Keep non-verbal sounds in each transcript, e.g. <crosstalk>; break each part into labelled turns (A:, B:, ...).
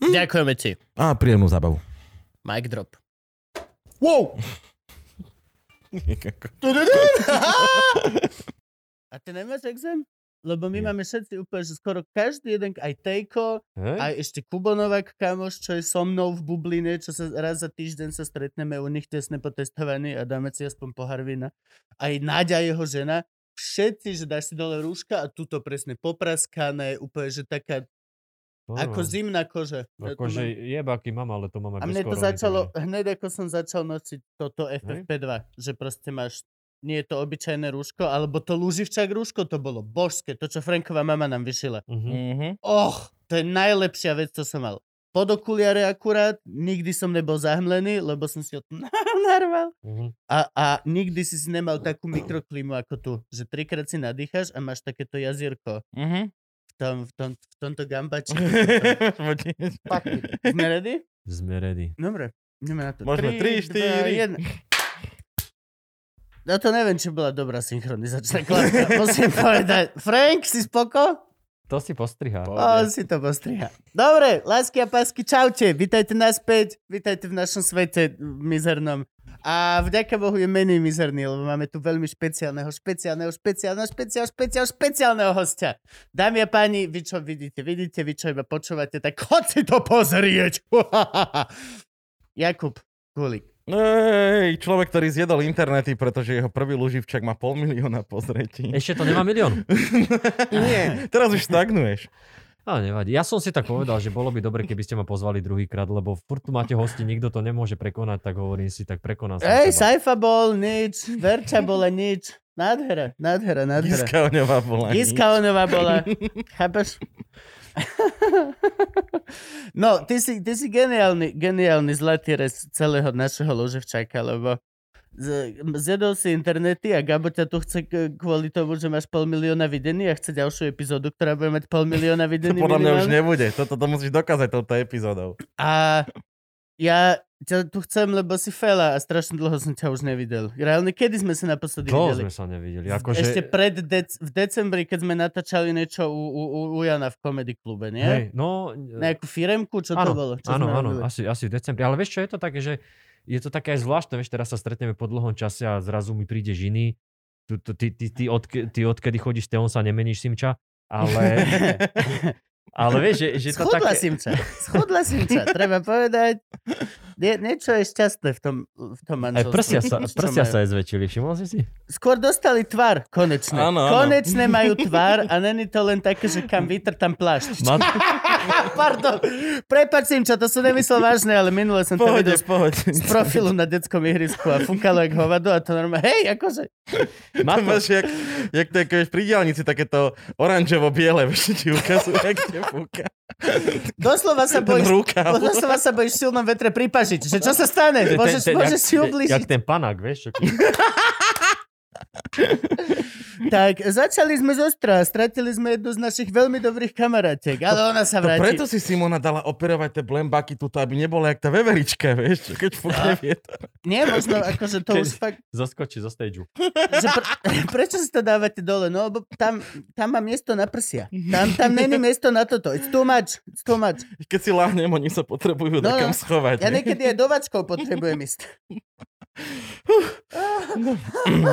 A: Ďakujeme ti.
B: A príjemnú zábavu.
A: Mic drop.
B: Wow!
A: A ty nemáš exém? Lebo my máme všetci úplne, že skoro každý jeden, aj Tejko,
C: Hej?
A: aj ešte Kubo Novák, kamoš, čo je so mnou v bubline, čo sa raz za týždeň sa stretneme u nich tesne po testovaní a dáme si aspoň pohár vína. Aj Náďa, jeho žena, všetci, že dáš si dole rúška a tuto presne popraskané, úplne, že taká, ako
C: Normálne.
A: zimná koža. Ja to
C: Akože
A: mám-
C: jebaky mám, ale to máme
A: a
C: bez
A: mne to
C: korony,
A: začalo,
C: takže-
A: hneď ako som začal nosiť toto FFP2, že proste máš, nie je to obyčajné rúško, alebo to lúživčak rúško, to bolo božské, to čo Franková mama nám vyšila.
C: Mhm.
B: Mhm.
A: Och, to je najlepšia vec, čo som mal. Pod okuliare akurát, nikdy som nebol zahmlený, lebo som si ho <laughs> tu narval.
C: Mhm.
A: A, a nikdy si si nemal takú mikroklimu ako tu, že trikrát si nadýchaš a máš takéto jazierko
C: <laughs>
B: Mhm.
A: v, tom, v, tom, v tomto gambači.
B: <laughs>
A: Fuck
B: Počkaj.
A: it. Sme ready?
C: Sme ready.
A: Dobre, ideme na to.
B: Môžeme tri, štyri.
A: 1. No to neviem, či bola dobrá synchronizačná kladka, musím povedať. Frank, si spoko?
C: To si postrihá.
B: Po-
A: A On
B: Pohode.
A: si to postriha. Dobre, lásky a pásky, čaute. Vítajte naspäť, vítajte v našom svete mizernom. A vďaka Bohu je menej mizerný, lebo máme tu veľmi špeciálneho, špeciálneho, špeciálneho, špeciál, špeciál, špeciálneho hostia. Dámy a páni, vy čo vidíte, vidíte, vy čo iba počúvate, tak chod si to pozrieť. <laughs> Jakub Kulik.
B: Ej, človek, ktorý zjedol internety, pretože jeho prvý luživčak má pol
A: Hm.
B: milióna pozretí.
C: Ešte to nemá milión.
B: Nie, teraz už stagnuješ.
C: Ale nevadí. Ja som si tak povedal, že bolo by dobre, keby ste ma pozvali druhýkrát, lebo furt tu máte hosti, nikto to nemôže prekonať, tak hovorím si, tak prekonám sa.
A: <laughs> Ej, Saifa bol nič, Verča bola nič. Nádhera, nádhera, nádhera.
B: Giska oňová bola. nič.
A: Giska Onová
B: <laughs>
A: bola. Chápeš? <laughs> No, ty si, ty si geniálny, geniálny zlatý rez celého našeho loževčaka, lebo z- zjedol si internety a Gabo ťa tu chce k- kvôli tomu, že máš pol milióna videní a chce ďalšiu epizódu, ktorá bude mať pol milióna
B: To
A: videní.
B: podľa mňa už
A: minimálne.
B: nebude. Toto to musíš dokázať touto epizódou.
A: A ja ťa tu chcem, lebo si fela a strašne dlho som ťa už nevidel. Reálne, kedy sme sa naposledy
C: To
A: videli?
C: sme sa nevideli.
A: Akože...
C: Akože...
A: Ešte pred dec- v decembri, keď sme natáčali niečo u, u, u- u Jana v komedy klube, nie?
C: Hej, no...
A: Nejakú firemku, čo to
C: áno,
A: bolo? Čo
C: áno,
A: sme
C: áno,
A: robili?
C: asi, asi v decembri. Ale vieš čo, je to také, že je to také aj zvláštne, vieš, teraz sa stretneme po dlhom čase a zrazu mi príde žiny. Tu, tu, ty, ty, ty, odke, ty odkedy chodíš, Teon sa nemeníš, Simča. Ale,
A: <laughs>
C: ale vieš, že, že to
A: Schudla
C: také... <laughs>
A: simča, schudla simča, treba povedať. Nie, niečo je šťastné v tom, v tom
C: Aj
A: manželstve.
C: prsia
A: <laughs>
C: sa,
A: Čo
C: prsia
A: majú.
C: sa aj zväčšili, všimol si si?
A: Skôr dostali tvar, konečne.
B: Áno, áno.
A: Konečne majú tvar a není to len také, že kam vítr, tam plášť. <laughs>
C: Má...
A: Pardon, prepač simča, to som nemyslel vážne, ale minule som to
B: Pohode,
A: videl
B: pohode.
A: z
B: <laughs>
A: profilu na detskom ihrisku a fúkalo jak hovado a to normálne, hej, akože,
C: Má
B: To
C: to...
B: máš jak, jak to je, keď pri diálnici takéto oranžovo-biele, <laughs> vieš, ti ukazujú, jak te fúka.
A: doslova sa
B: Ten
A: bojíš
B: rukav.
A: Doslova sa bojíš v silnom vetre pripažiť, že čo sa stane?
C: Ten-
A: Môžeš,
C: ten-
A: môžeš
C: jak-
A: si ublížiť.
C: Jak ten panák, vieš? ako-
A: Tak, začali sme zo stra, stratili sme jednu z našich veľmi dobrých kamarátek, ale ona sa
B: To
A: vráti.
B: preto si Simona dala operovať tie blembaky tuto, aby nebola jak tá veverička, vieš, čo keď fúkne vietor.
A: Nie, možno akože to
C: Keď-
A: už fakt...
C: Zaskočí zo stageu.
A: Že pre, <laughs> prečo si to dávate dole? No, lebo tam, tam má miesto na prsia. Tam, tam není miesto na toto. It's too much, it's too much.
B: Keď si láhnem, oni sa potrebujú
A: No,
B: no,
A: no.
B: kam schovať.
C: <laughs>
A: Ja
B: ne?
A: niekedy aj do vačkov potrebujem ísť.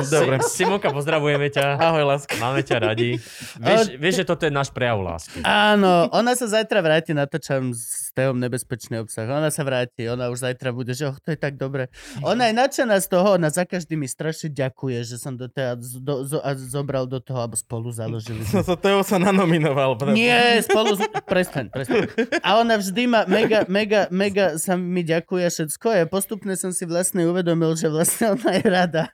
B: Dobre.
C: Si, Simonka, pozdravujeme ťa.
B: Ahoj, láska.
C: Máme ťa radi. Vieš, vieš, že toto je náš prejav lásky.
A: Áno, ona sa zajtra vráti, natáčam s Teom nebezpečný obsah. Ona sa vráti, ona už zajtra bude, že oh, to je tak dobre. Ona je nadšená z toho, ona za každý mi strašne ďakuje, že som do tej, do, zo, a zobral do toho, alebo spolu založili.
B: <laughs> Som sa No Teo sa nanominoval. preto-
A: Nie, spolu... z- Prestaň, prestaň. A ona vždy ma mega, mega, mega sa mi ďakuje všetko a ja postupne som si vlastne uvedomil, že vlastne ona je rada.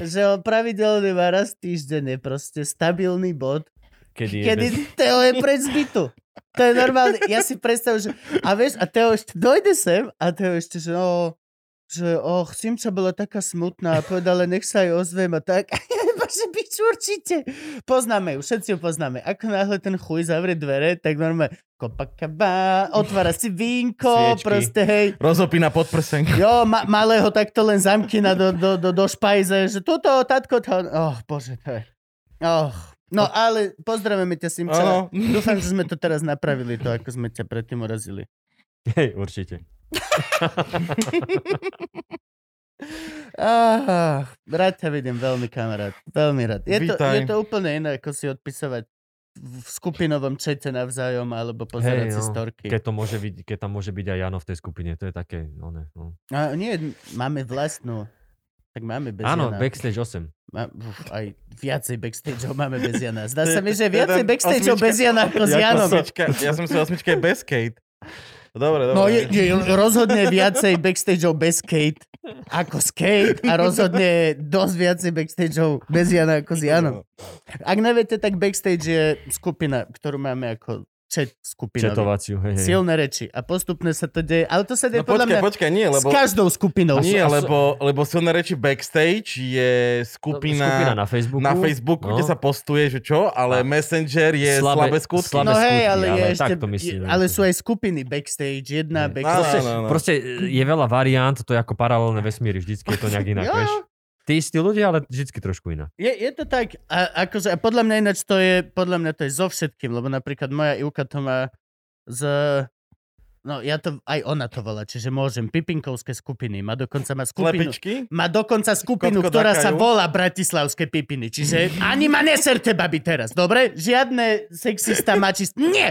A: Že on pravidelne má raz týždenne proste stabilný bod,
C: Kedy je
A: Kedy
C: bez...
A: Teo je preč z bytu. To je normálne. Ja si predstavím, že... A vieš, a Teo ešte dojde sem a Teo ešte, že no, že och, Simča bola taká smutná a povedala, nech sa aj ozvem a tak. <laughs> Bože, bič, určite. Poznáme ju, všetci ju poznáme. Ako náhle ten chuj zavrie dvere, tak normálne kopakaba, otvára si vínko,
C: Sviečky.
A: proste hej.
B: Rozopína podprsenku.
A: Jo, ma- malého takto len zamkina do, do, do, do špajze, že tuto, tatko, to... Oh, bože, to je... Oh. No, ale pozdravujeme ťa, Simča.
B: Áno.
A: Dúfam, že sme to teraz napravili, to ako sme ťa predtým urazili.
C: Hej, určite.
A: Ah, rád ťa vidím, veľmi kamarát. Veľmi rád. Je to,
B: Vítaj.
A: je to úplne iné, ako si odpisovať v skupinovom čete navzájom, alebo pozerať
C: Hej,
A: si
C: no.
A: storky.
C: Keď, to môže byť, keď tam môže byť aj Jano v tej skupine, to je také, no ne, no.
A: A, nie, máme vlastnú. Tak máme bez
C: Áno,
A: Jana.
C: Backstage 8.
A: Ma, uf, aj viacej backstageov máme bez Jana. Zdá sa
B: To je-
A: mi,
B: to
A: že
B: je
A: viacej
B: ten
A: backstageov
B: osmička-
A: bez Jana ako s
B: Jako
A: Janom.
B: osmička, ja som si osmička je bez Kate. Dobre, dobre.
A: No je, je rozhodne viacej backstageov bez Kate ako s Kate a rozhodne dosť viacej backstageov bez Jana ako s Janom. Ak neviete, tak backstage je skupina, ktorú máme ako chat skupinový.
C: Četovaciu, hej, hej.
A: Silné reči. A postupne sa to deje. Ale to sa deje
B: No
A: podľa
B: počkaj,
A: mňa
B: počkaj, nie,
A: s
B: lebo...
A: každou skupinou.
B: Nie,
C: a sú-
B: lebo, lebo silné reči backstage je
C: No,
B: skupina,
C: skupina na Facebooku. no.
B: na Facebooku, kde sa postuje, že čo, ale
C: A-
B: Messenger je
C: Slabé-
B: slabé, skutky.
C: slabé-
A: No hej,
C: skutky,
A: ale, je
C: ale tak
A: ešte,
C: to myslím,
A: je-
C: že-
A: ale sú aj skupiny backstage, jedna
B: No,
C: Nie.
A: backstage.
B: Áno, áno, áno.
C: Proste e, je veľa variant, to je ako paralelné vesmíry, vždycky je to nejak inak,
A: Jo.
C: vieš. Tí istí ľudia, ale vždycky trošku inak.
A: Je, je to tak, a, akože, a podľa mňa ináč to je, podľa mňa to je so všetkým, lebo napríklad moja Ivka to má z... No ja to, aj ona to volá, čiže môžem, pipinkovské skupiny, má dokonca má skupinu,
B: Slepičky?
A: má dokonca skupinu,
B: Kotko
A: ktorá
B: dakajú.
A: sa volá Bratislavské pipiny, čiže ani ma neserte, babi, teraz, dobre? Žiadne sexista, mačist, nie!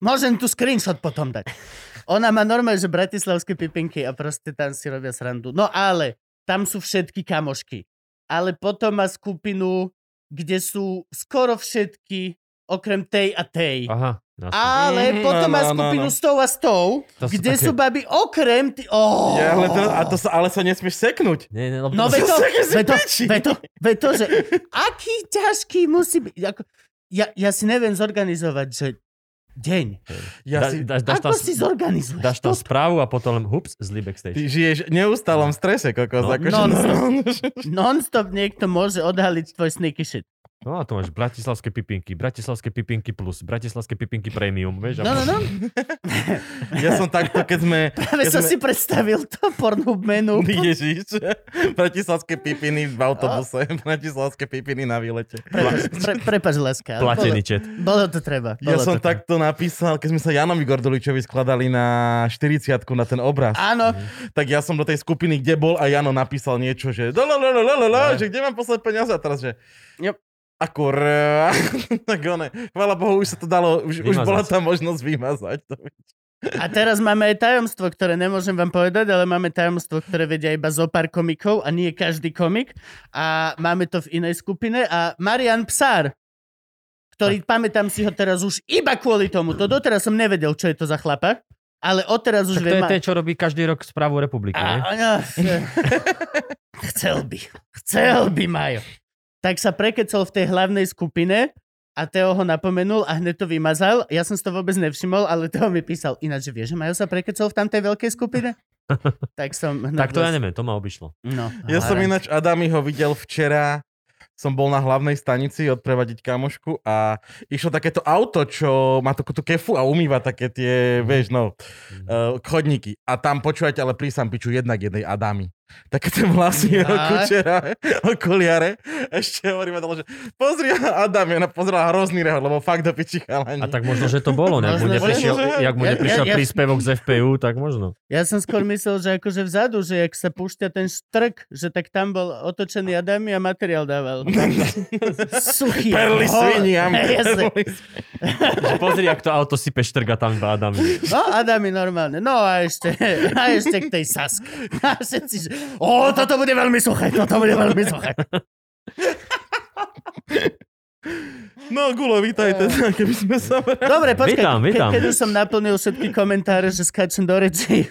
A: Môžem tu screenshot potom dať. Ona má normálne, že bratislavské pipinky a proste tam si robia srandu. No ale, tam sú všetky kamošky. Ale potom má skupinu, kde sú skoro všetky, okrem tej a tej.
C: Aha, jasné.
A: Ale
B: Mhm,
A: potom má
B: áno, áno,
A: skupinu
B: áno.
A: s tou a s tou,
C: To sú
A: kde
C: také-
A: sú baby okrem... Ty... Oh.
B: Ja, ale, to, a to sa, ale sa nesmieš seknúť.
C: Nie, nie, lebo
A: No
C: to-
A: veď to,
B: Také
C: akože
B: si
A: veď to,
B: piči.
A: veď to, veď to,
C: <laughs>
A: že aký ťažký musí byť. Ako, ja, ja si neviem zorganizovať, že deň.
B: Ja
C: Da-
B: si,
C: dáš- dáš
A: Ako
C: tam-
A: si zorganizuješ?
C: Dáš tam
A: toto?
C: správu a potom len hups, zlý backstage.
B: ty žiješ v neustálom strese, kokos.
C: No,
B: akože-
A: non-stop. Non-stop niekto môže odhaliť tvoj sneaky shit.
C: No a to máš bratislavské pipinky, bratislavské pipinky plus, bratislavské pipinky premium, vieš? a
A: No, no,
C: <laughs>
A: no.
B: <laughs> ja som takto, keď sme...
A: <laughs> Práve
B: keď
A: som
B: sme-
A: si predstavil to pornhub
C: <laughs>
A: menu.
B: Ježiš, bratislavské pipiny v autobuse, bratislavské pipiny na výlete.
A: Prepač, pre, prepač láska. ale
C: Platený čet.
A: Bolo, bolo to treba. Bolo
B: Ja
A: to
B: som
A: treba.
B: takto napísal, keď sme sa Janovi Gorduličovi skladali na 40 na ten obraz,
A: Áno,
B: tak ja som do tej skupiny, kde bol a Jano napísal niečo, že do, lo, lo, lo, lo, lo,
A: No.
B: lo,
C: Ne.
B: že kde mám poslať peniaze a teraz, že
A: Yep.
B: akur, <laughs> tak one, chvála Bohu, už sa to dalo, už, už
C: Vymazať.
B: bola tá možnosť vymazať. To je-
A: a teraz máme aj tajomstvo, ktoré nemôžem vám povedať, ale máme tajomstvo, ktoré vedia iba zo pár komikov a nie každý komik. A máme to v inej skupine. A Marian Psár, ktorý, pamätám si ho teraz už iba kvôli tomu. To doteraz som nevedel, čo je to za chlapa, ale odteraz už
C: Tak to
A: viem.
C: je ten, čo robí každý rok správu republiky, nie?
A: A, no, <laughs> chcel by. Chcel by, Majo. Tak sa prekecol v tej hlavnej skupine a Teo ho napomenul a hneď to vymazal. Ja som si to vôbec nevšimol, ale Teo mi písal ináč, že vieš, že Majo sa prekecol v tamtej veľkej skupine? tak som... hneď
C: Tak to ja
A: dos-
C: neviem, to ma obišlo.
A: No,
B: Ja som
A: ale-
B: ináč Adamiho videl včera, som bol na hlavnej stanici odprevadiť kamošku a išlo takéto auto, čo má takú tú kefu a umýva také
C: Mhm.
B: tie, vieš, no, uh, chodníky. A tam počúvate, ale pri piču jednak jednej Adami. Také tie
A: Ja.
B: vlasy jeho kučera, okuliare. Ešte hovoríme dole, že pozri Adami, ona pozrela hrozný reho, lebo fakt do piči chalani.
C: A tak možno, že to bolo, ne? ak
A: Hm. Možno,
C: mu
A: že-
C: neprišiel, jak mu
A: Ja- ja-
C: neprišiel
A: ja-
C: príspevok z FPU, tak možno.
A: Ja som skôr myslel, že akože vzadu, že jak sa púšťa ten štrk, že tak tam bol otočený Adami a materiál dával. Suchý.
B: Perly
A: <laughs>
B: sviniam.
A: Jasne.
C: Že Pozri, ak to auto sype štrga tam dva Adami.
A: No, Adami normálne. No a ešte, a ešte k tej Saske. A všetci, že, o, toto bude veľmi suché, toto bude veľmi suché.
B: No, Gulo, vítajte,
C: Eh.
B: keby sme sa...
A: Dobre, počkaj,
C: Vítam,
A: ke-
C: vítam.
A: keď už som naplnil všetky komentáre, že skáčem do reči.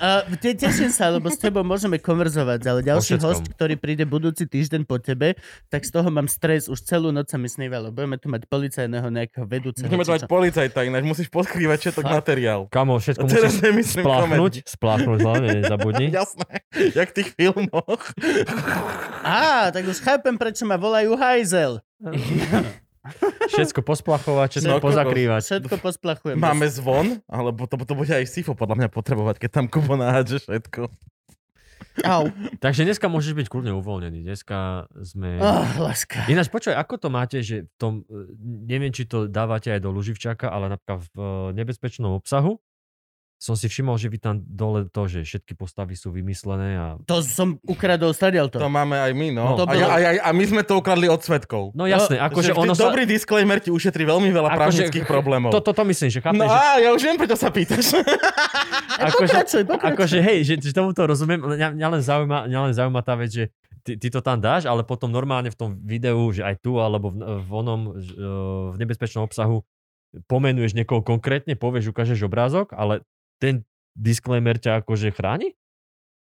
A: A te- teším sa, lebo s tebou môžeme konverzovať, ale ďalší
C: všetkom.
A: host, ktorý príde budúci týždeň po tebe, tak z toho mám stres, už celú noc sa mi snívalo. Budeme tu mať policajného nejakého vedúceho.
B: Budeme
A: či
B: to mať
A: čo.
B: policajta, ináč musíš poskrývať všetok
C: Fakt.
B: materiál.
C: Kamo,
B: A
C: všetko
B: teraz
C: musíš
B: nemyslím
C: spláchnuť,
B: komedie.
C: spláchnuť no, hlavne, nezabudni.
B: Jasné, jak v tých filmoch.
A: Á, tak už chápem, prečo ma volajú Hajzel.
C: Všetko posplachovať, všetko
B: No,
C: pozakrývať.
A: Všetko posplachujem.
B: Máme zvon, alebo to, to bude aj Sifo podľa mňa potrebovať, keď tam Kubo nahádže všetko.
C: <laughs>
A: Au.
C: Takže dneska môžeš byť kľudne uvoľnený. Dneska sme...
A: Oh, láska.
C: Ináč počuj, ako to máte, že v tom, e, neviem, či to dávate aj do Luživčaka, ale napríklad v e, nebezpečnom obsahu som si všimol, že vy tam dole to, že všetky postavy sú vymyslené a...
A: To som ukradol stadiel to.
B: To máme aj my, no.
A: No, to
B: a,
A: bolo-
B: ja, a, ja- a my sme to ukradli od svetkov.
C: No jasné,
B: Že
C: akože
B: vždy
C: ono sa...
B: Dobrý disclaimer ti ušetrí veľmi veľa
C: Akože-
B: právnických problémov.
C: To, to, to myslím, že chápem,
B: No
C: že...
B: a ja už viem, prečo sa pýtaš.
C: Akože,
A: Pokračuj, pokračuj.
C: akože hej, že, že tomu to rozumiem, ale mňa, mňa, len zaujíma, mňa len zaujíma tá vec, že ty, ty to tam dáš, ale potom normálne v tom videu, že aj tu, alebo v, v onom, že, e, v nebezpečnom obsahu pomenuješ niekoho konkrétne, povieš, ukážeš obrázok, ale ten disclaimer ťa akože chráni?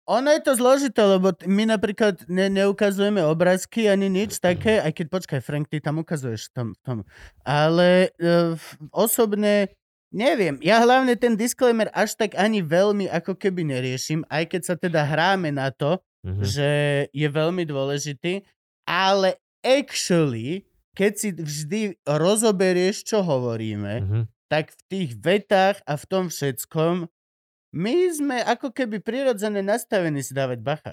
A: Ono je to zložité, lebo t- my napríklad ne, neukazujeme obrázky ani nič také, aj keď počkaj, Frank, ty tam ukazuješ v tom. v tom. Ale e, f- osobne neviem. Ja hlavne ten disclaimer až tak ani veľmi ako keby neriešim, aj keď sa teda hráme na to,
C: Mhm.
A: že je veľmi dôležitý, ale actually, keď si vždy rozoberieš, čo hovoríme,
C: Mhm.
A: tak v tých vetách a v tom všetkom my sme ako keby prirodzene nastavení si dávať bacha.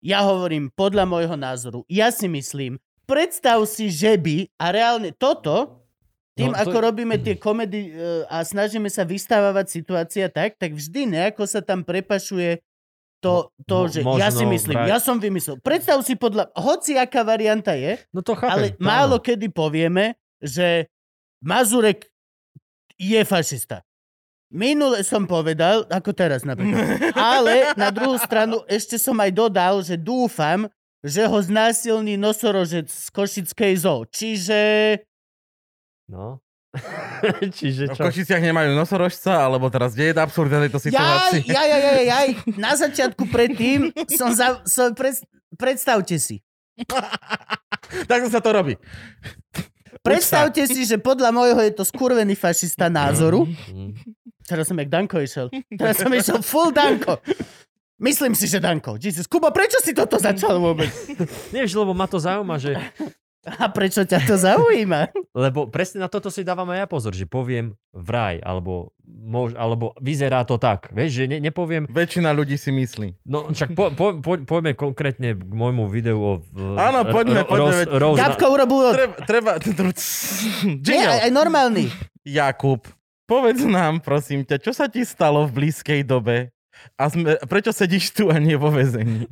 A: Ja hovorím podľa môjho názoru. Ja si myslím, predstav si, že by a reálne toto, tým no,
C: No, to-
A: to... ako robíme
C: <clears throat>
A: tie komedy e, a snažíme sa vystávať situácia tak, tak vždy nejako sa tam prepašuje to, to
C: Mo-
A: že
C: možno
A: ja si myslím,
C: vraj-
A: ja som vymyslel. Predstav si podľa, hoci aká varianta je,
C: No to
A: ale
C: chápem. to
A: málo
C: áno.
A: kedy povieme, že Mazurek je fašista. Minule som povedal, ako teraz
B: <laughs>
A: napríklad. Ale na druhú stranu ešte som aj dodal, že dúfam, že ho znásilní nosorožec z Košickej zoo. Čiže...
C: No. <laughs> Čiže
B: V
C: čo?
B: Košiciach nemajú nosorožca, alebo teraz kde je absurdita tejto
A: Jaj,
B: situácii?
A: jaj, jaj, jaj, jaj. Na začiatku predtým som, za, som pred, predstavte si.
B: Takto sa to robí.
A: Predstavte si, že podľa môjho je to skurvený fašista názoru.
C: Mhm.
A: Teraz som jak Danko išiel. Teraz som išiel full Danko. Myslím si, že Danko. Jesus, Kuba, prečo si toto začal vôbec?
C: Vieš, lebo ma to zaujíma, že
A: A prečo ťa to zaujíma?
C: Lebo presne na toto si dávam aj ja pozor, že poviem vraj, alebo, mož, alebo vyzerá to tak. Vieš, že ne, nepoviem,
B: Väčšina ľudí si myslí.
C: no však po, po, po, poďme konkrétne k môjmu videu o... v-
B: Áno,
C: r-
B: poďme,
C: ro-
B: poďme,
C: roz-
B: veď-
C: roz-
A: Gabko urobil...
B: Treba, treba... <laughs>
A: Nie,
B: Jingle.
A: aj, aj normálny.
B: Jakub, povedz nám, prosím ťa, čo sa ti stalo v blízkej dobe? A sme, prečo sedíš tu a nie vo väzení?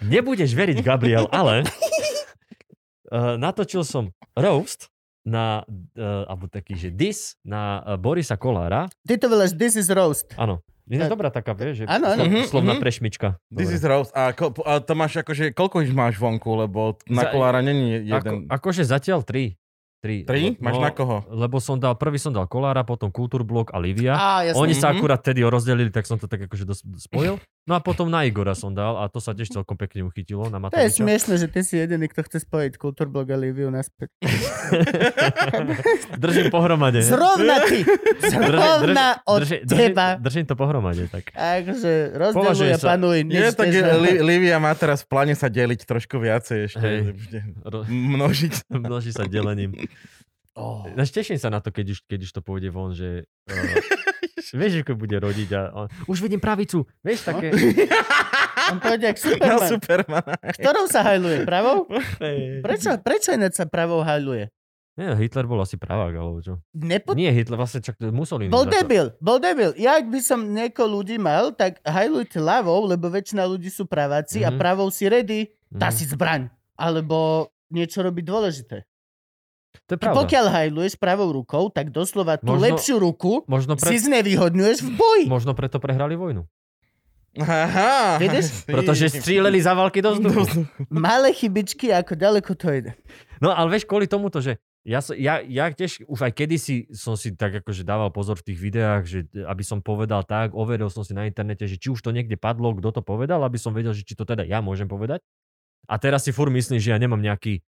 C: Nebudeš veriť, Gabriel, ale eh, natočil som roast na, eh, alebo taký, že dis na eh, Borisa Kolára.
A: Ty to voláš This is Roast.
C: Áno. Je
A: Tak.
C: dobrá taká, vieš, že
A: Áno, áno.
B: Mhm, mhm.
C: slovná prešmička.
B: This
C: Dobre.
B: is Rose. A, ko, a to máš akože, koľko ich máš vonku? Lebo na
C: Za-
B: kolára není
C: Ako, No,
B: jeden.
C: akože zatiaľ tri. Tri?
B: Tri? Máš na koho?
C: Lebo som dal, prvý som dal Kolára, potom Kultúrblok a Livia.
A: Á, jasne.
C: Oni
B: Mhm.
C: sa akurát tedy rozdelili, tak som to tak akože dos- spojil. No a potom na Igora som dal a to sa tiež celkom pekne uchytilo na
A: To je
C: Matoviča.
A: smiešne, že ty si jediný, kto chce spojiť Kultúrblog a Liviu naspäť.
C: Držím pohromade.
A: Zrovna ty! Zrovna od
C: drži-
A: teba.
C: Držím, držím to pohromade. Tak.
A: Takže
C: Považuje
A: rozdeľuje
C: sa.
A: panuj.
B: Je,
A: nič
B: tak
A: než-
B: Li- Livia má teraz v pláne sa deliť trošku viacej ešte.
C: Hej.
B: Ešte
C: Ro- <laughs>
B: Množiť.
C: Množí sa delením.
A: Oh.
C: Ináč No, teším sa na to, keď už, keď už to pôjde von,
A: <laughs>
C: že... Uh, vieš, ako bude rodiť a... On, už vidím pravicu.
A: No.
C: Vieš, také...
A: <laughs> On pôjde jak Superman.
B: Na Supermana.
A: Ktorou sa hajluje? Pravou?
C: Hej.
A: Prečo, prečo ináč sa pravou hajluje?
C: Nie, Hitler bol asi pravák, alebo čo?
A: Nepo...
C: Nie, Hitler vlastne čak Mussolini.
A: Bol
C: za to-
A: debil, bol debil. Ja, ak by som nieko ľudí mal, tak hajlujte ľavou, lebo väčšina ľudí sú praváci
C: Mhm.
A: a pravou si ready,
C: Mhm.
A: tá si zbraň. Alebo niečo robiť dôležité.
C: To je pravda.
A: Pokiaľ hajluješ pravou rukou, tak doslova tú
C: Možno- No,
A: lepšiu ruku
C: Možno, pre...
A: si znevýhodňuješ v boji.
C: Možno preto prehrali vojnu.
B: Aha. <laughs>
A: Vidíš?
C: Pretože strieľali
A: No,
C: za války do vzduchu.
A: Malé chybičky, ako ďaleko to ide.
C: No ale vieš, kvôli tomuto, že Ja, so, ja, ja tiež už aj kedysi som si tak akože dával pozor v tých videách, že aby som povedal tak, overil som si na internete, že či už to niekde padlo, kto to povedal, aby som vedel, že či to teda ja môžem povedať. A teraz si fur myslím, že ja nemám nejaký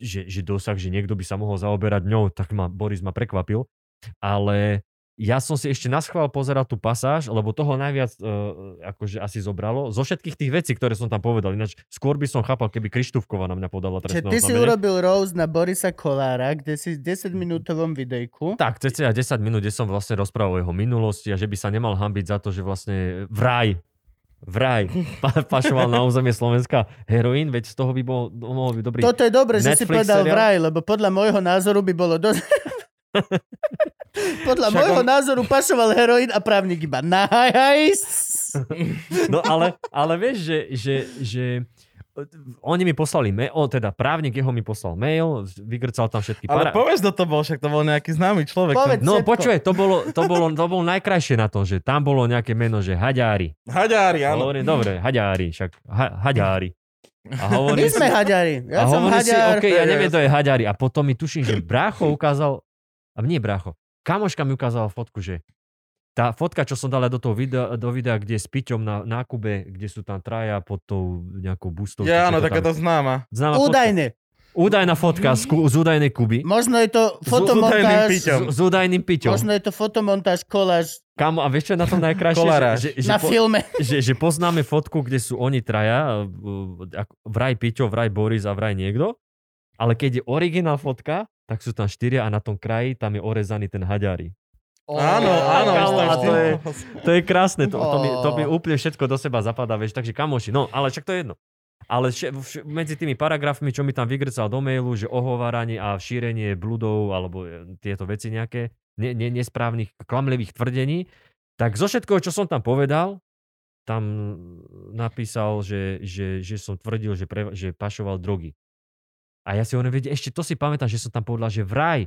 C: že, že dosah, že niekto by sa mohol zaoberať ňou, tak ma Boris ma prekvapil. Ale ja som si ešte naschvál pozeral tú pasáž, lebo toho najviac uh, akože asi zobralo. Zo všetkých tých vecí, ktoré som tam povedal. Ináč skôr by som chápal, keby Krištúfkova na mňa podala
A: Čiže
C: trestné
A: ty si
C: oznámenie.
A: urobil Rose na Borisa Kolára, kde si v 10-minútovom videjku.
C: Tak, cca 10 minút, kde som vlastne rozprával o jeho minulosti a že by sa nemal hambiť za to, že vlastne vraj, vraj <laughs> pa- pašoval na územie Slovenska heroín, veď z toho by bol, mohol byť dobrý.
A: Toto je dobre, že si
C: Netflix
A: povedal
C: seriál?
A: vraj, lebo podľa môjho názoru by bolo
C: <laughs>
A: dosť... podľa
C: Však
A: môjho
C: on-
A: názoru pašoval heroin a právnik iba nice.
C: No ale, ale vieš, že, že, že eh, oni mi poslali mail, o, teda právnik jeho mi poslal mail, vygrcal tam všetky
B: Ale povedz, kto to bol, však to bol nejaký známy človek.
A: Povedz.
C: No
A: všetko.
C: počuj, to bolo, to, bolo, to bolo najkrajšie na tom, že tam bolo nejaké meno, že Haďári.
B: Haďári,
C: Ja,
B: áno.
C: hovorím, dobre, Haďári, však ha, Haďári. A
A: My
C: hovorím,
A: sme haďari. Ja
C: a
A: som
C: hovorím si,
A: haďar.
C: OK, ja neviem, to je haďari. A potom mi tuším, že brácho ukázal, a nie brácho, kamoška mi ukázala fotku, že tá fotka, čo som dala do toho videa, do videa kde s Piťom na nákube, kde sú tam traja pod tou nejakou bustou. či čo
B: Ja, áno,
C: to tam
B: taká tá
C: je.
B: známa.
C: Známa Fotka.
A: Údajne.
C: Údajná fotka z, ku- z údajnej Kuby.
A: Možno je to
B: údajným
A: fotomontáž...
B: piťom.
C: S, s údajným Piťom.
A: Možno je to fotomontáž koláž
C: Kamo, a vieš čo je na tom najkrajšie?
B: Kolára.
C: Že, že, že,
A: na
C: po,
A: filme.
C: že, že poznáme fotku, kde sú oni traja, eh, ako- vraj Piťo, vraj Boris a vraj niekto, ale keď je originál fotka, tak sú tam štyria a na tom kraji tam je orezaný ten haďari.
B: Áno,
A: Ó,
B: áno.
C: kámo,
B: už tam
C: a to je-
B: vždy-
C: To je krásne, to, to, mi, to mi
A: Ó.
C: úplne všetko do seba zapadá, vieš, takže kamoši, no, ale však to je jedno. Ale vš- vš- medzi tými paragrafmi, čo mi tam vygrcal do mailu, že ohováranie a šírenie bludov alebo eh, tieto veci nejaké, ne, ne, nesprávnych, klamlivých tvrdení, tak zo všetkého, čo som tam povedal, tam napísal, že, že, že som tvrdil, že, pre, že pašoval drogy. A ja si hovorím, veď ešte to si pamätám, že som tam povedal, že vraj.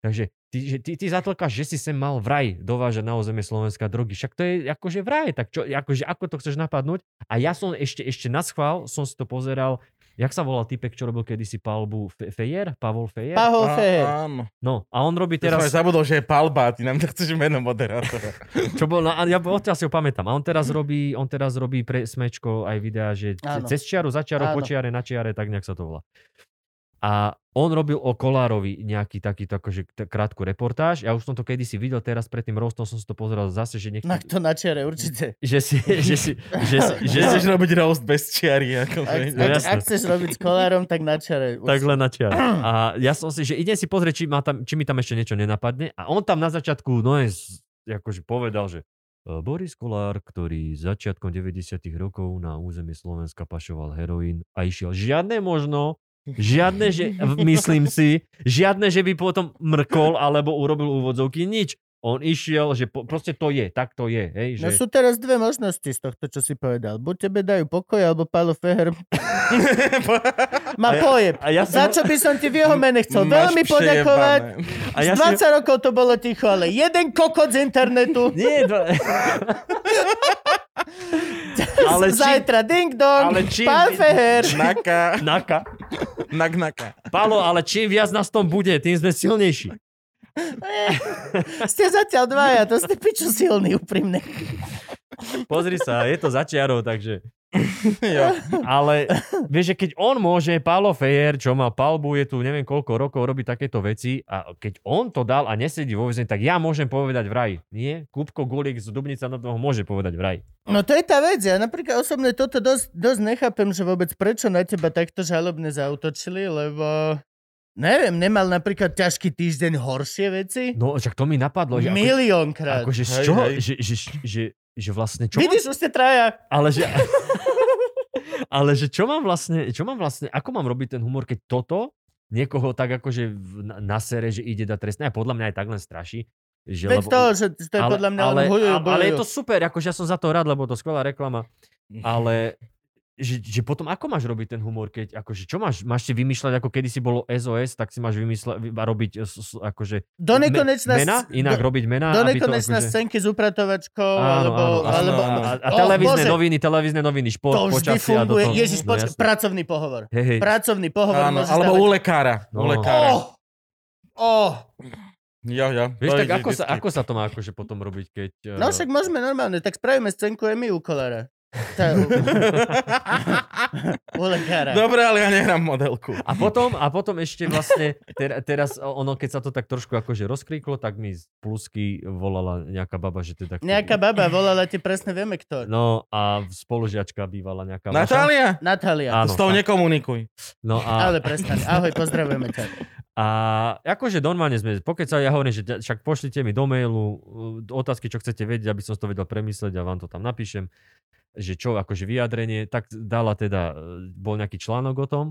C: Takže ty, že, ty, ty zatlkáš, že si sem mal vraj dovážať na územie Slovenska drogy. Však to je akože vraj, tak čo, akože, ako to chceš napadnúť? A ja som ešte, ešte na schvál, som si to pozeral, jak sa volal typek, čo robil kedysi palbu Fe- Fejer? Pavol Fejer?
A: Pahol
B: Á,
A: Feher.
B: Áno.
C: no, a on robí
B: Teraz...
C: teraz...
B: Som aj zabudol, že je Palba, ty nám nechceš meno moderátora.
C: Čo bol, na, ja odtiaľ si ho pamätám. A on teraz robí, on teraz robí pre smečko aj videá, že ce-
A: Áno.
C: cez čiaru, za čiaru,
A: Áno.
C: po čiare, na čiare, tak nejak sa to volá. A on robil o Kolárovi nejaký takýto akože t- krátku reportáž. Ja už som to kedysi videl, teraz pred tým roastom som si to pozeral zase, že niekto...
A: Na to na čiare, určite.
C: Že si, že si, že si, <laughs> že
B: Že
C: si,
B: chceš robiť roast bez čiary. Ako <laughs>
A: Ak,
B: vieš.
C: No
A: ak,
C: jasné.
A: ak chceš robiť s kolárom, tak na čiare. určite.
C: Takhle na čiar. A ja som si, že idem si pozrieť, či, ma tam, či mi tam ešte niečo nenapadne. A on tam na začiatku, no je, z- akože povedal, že e, Boris Kolár, ktorý začiatkom 90 rokov na území Slovenska pašoval heroín a išiel. Žiadne možno, žiadne, že
A: <laughs>
C: myslím si, žiadne, že by potom mrkol alebo urobil úvodzovky, nič. On išiel, že po, proste to je, tak to je. Hej, že...
A: No sú teraz dve možnosti z tohto, čo si povedal. Buď tebe dajú pokoj, alebo Palo
C: <laughs>
A: Feher má
C: A ja- No,
A: pojeb.
C: a ja
A: Za
C: som-
A: čo by som ti v jeho mene chcel
B: Máš
A: veľmi
B: pšejebané.
A: poďakovať.
C: a ja
A: Z 20 rokov to bolo ticho, ale jeden kokot z internetu.
C: <laughs>
A: <laughs>
C: Nie, dva... ale čím,
A: Zajtra ding dong,
C: ale čím- <laughs>
A: pán Feher.
B: Naka,
C: Naka.
B: nak, naka.
C: Palo, ale čím viac nás tom bude, tým sme silnejší.
A: Ste zatiaľ dvaja, to ste piču silný, úprimne.
C: Pozri sa, je to za čiarou, takže...
B: Jo.
C: Ale vieš, že keď on môže, Palo Fejer, čo mal palbu, je tu neviem koľko rokov, robí takéto veci a keď on to dal a nesedí vo väzení, tak ja môžem povedať vraj. Nie? Kupko Gulik z Dubnica nad Váhom môže povedať vraj.
A: No to je tá vec, ja napríklad osobne toto dosť, dosť nechápem, že vôbec prečo na teba takto žalobne zautočili, lebo neviem, nemal napríklad ťažký týždeň horšie veci?
C: No, však to mi napadlo. Že ako,
A: Miliónkrát.
C: akože z
B: Hej,
C: čoho?
B: hej.
C: Že, že, že, že vlastne čo
A: Vidíš, už ste traja.
C: Ale že... <laughs> ale že čo mám vlastne, čo mám vlastne, ako mám robiť ten humor, keď toto niekoho tak akože v- na- nasere, že ide dať trestné a podľa mňa aj tak len straší. Že,
A: Veď to, že to je podľa mňa
C: ale,
A: len hujujú,
C: ale, ale je to
A: bojujú.
C: super, akože ja som za to rád, lebo to je skvelá
A: <laughs>
C: reklama. Ale že, že potom ako máš robiť ten humor, keď akože čo máš, máš si vymýšľať, ako kedysi bolo SOS, tak si máš vymýšľať, vy- a robiť e, s- s- akože
A: Do nekonečna,
C: mena, inak
A: do,
C: robiť mená.
A: do
C: aby to
A: nekonečna
C: akože...
A: scénky s upratovačkou,
C: Áno,
A: alebo,
C: áno, áno,
A: alebo
B: áno.
C: A, a
A: Oh,
C: televízne
A: Bože.
C: noviny, televízne noviny, šport,
A: to vždy
C: počasie a do
A: funguje.
C: toho.
A: Ježiš, poč-
C: jasné.
A: pracovný pohovor.
C: Hej, hej.
A: Pracovný pohovor
B: Áno,
A: môžeš
B: alebo
A: dávať-
B: u lekára. U
C: No.
B: lekára.
A: Oh, Oh,
B: Ja, ja.
C: Vieš,
B: To
C: tak
B: ide
C: ako sa,
B: vždycky.
C: ako sa to má akože potom robiť, keď...
A: no
C: eh,
A: však môžeme normálne, tak spravíme scénku aj my u kolára. To je
C: <laughs>
A: u- u lekára.
C: No.
B: Dobre, ale ja nehrám modelku.
C: A potom, a potom ešte vlastne, ter, teraz ono, keď sa to tak trošku akože rozkríklo, tak mi z plusky volala nejaká baba, že teda...
A: Nejaká baba volala ti presne vieme kto.
C: No a spolužiačka bývala nejaká vaša.
B: Natália,
A: Natália.
C: Áno.
B: s tou nekomunikuj.
C: No a,
A: Ale prestaň. Ahoj, pozdravujeme ťa.
C: a akože normálne sme pokecali, ja hovorím, že ťa- však pošlite mi do mailu uh, otázky, čo chcete vedieť, aby som si to vedel premyslieť a vám to tam napíšem, že čo, akože vyjadrenie, tak dala teda, eh, bol nejaký článok o tom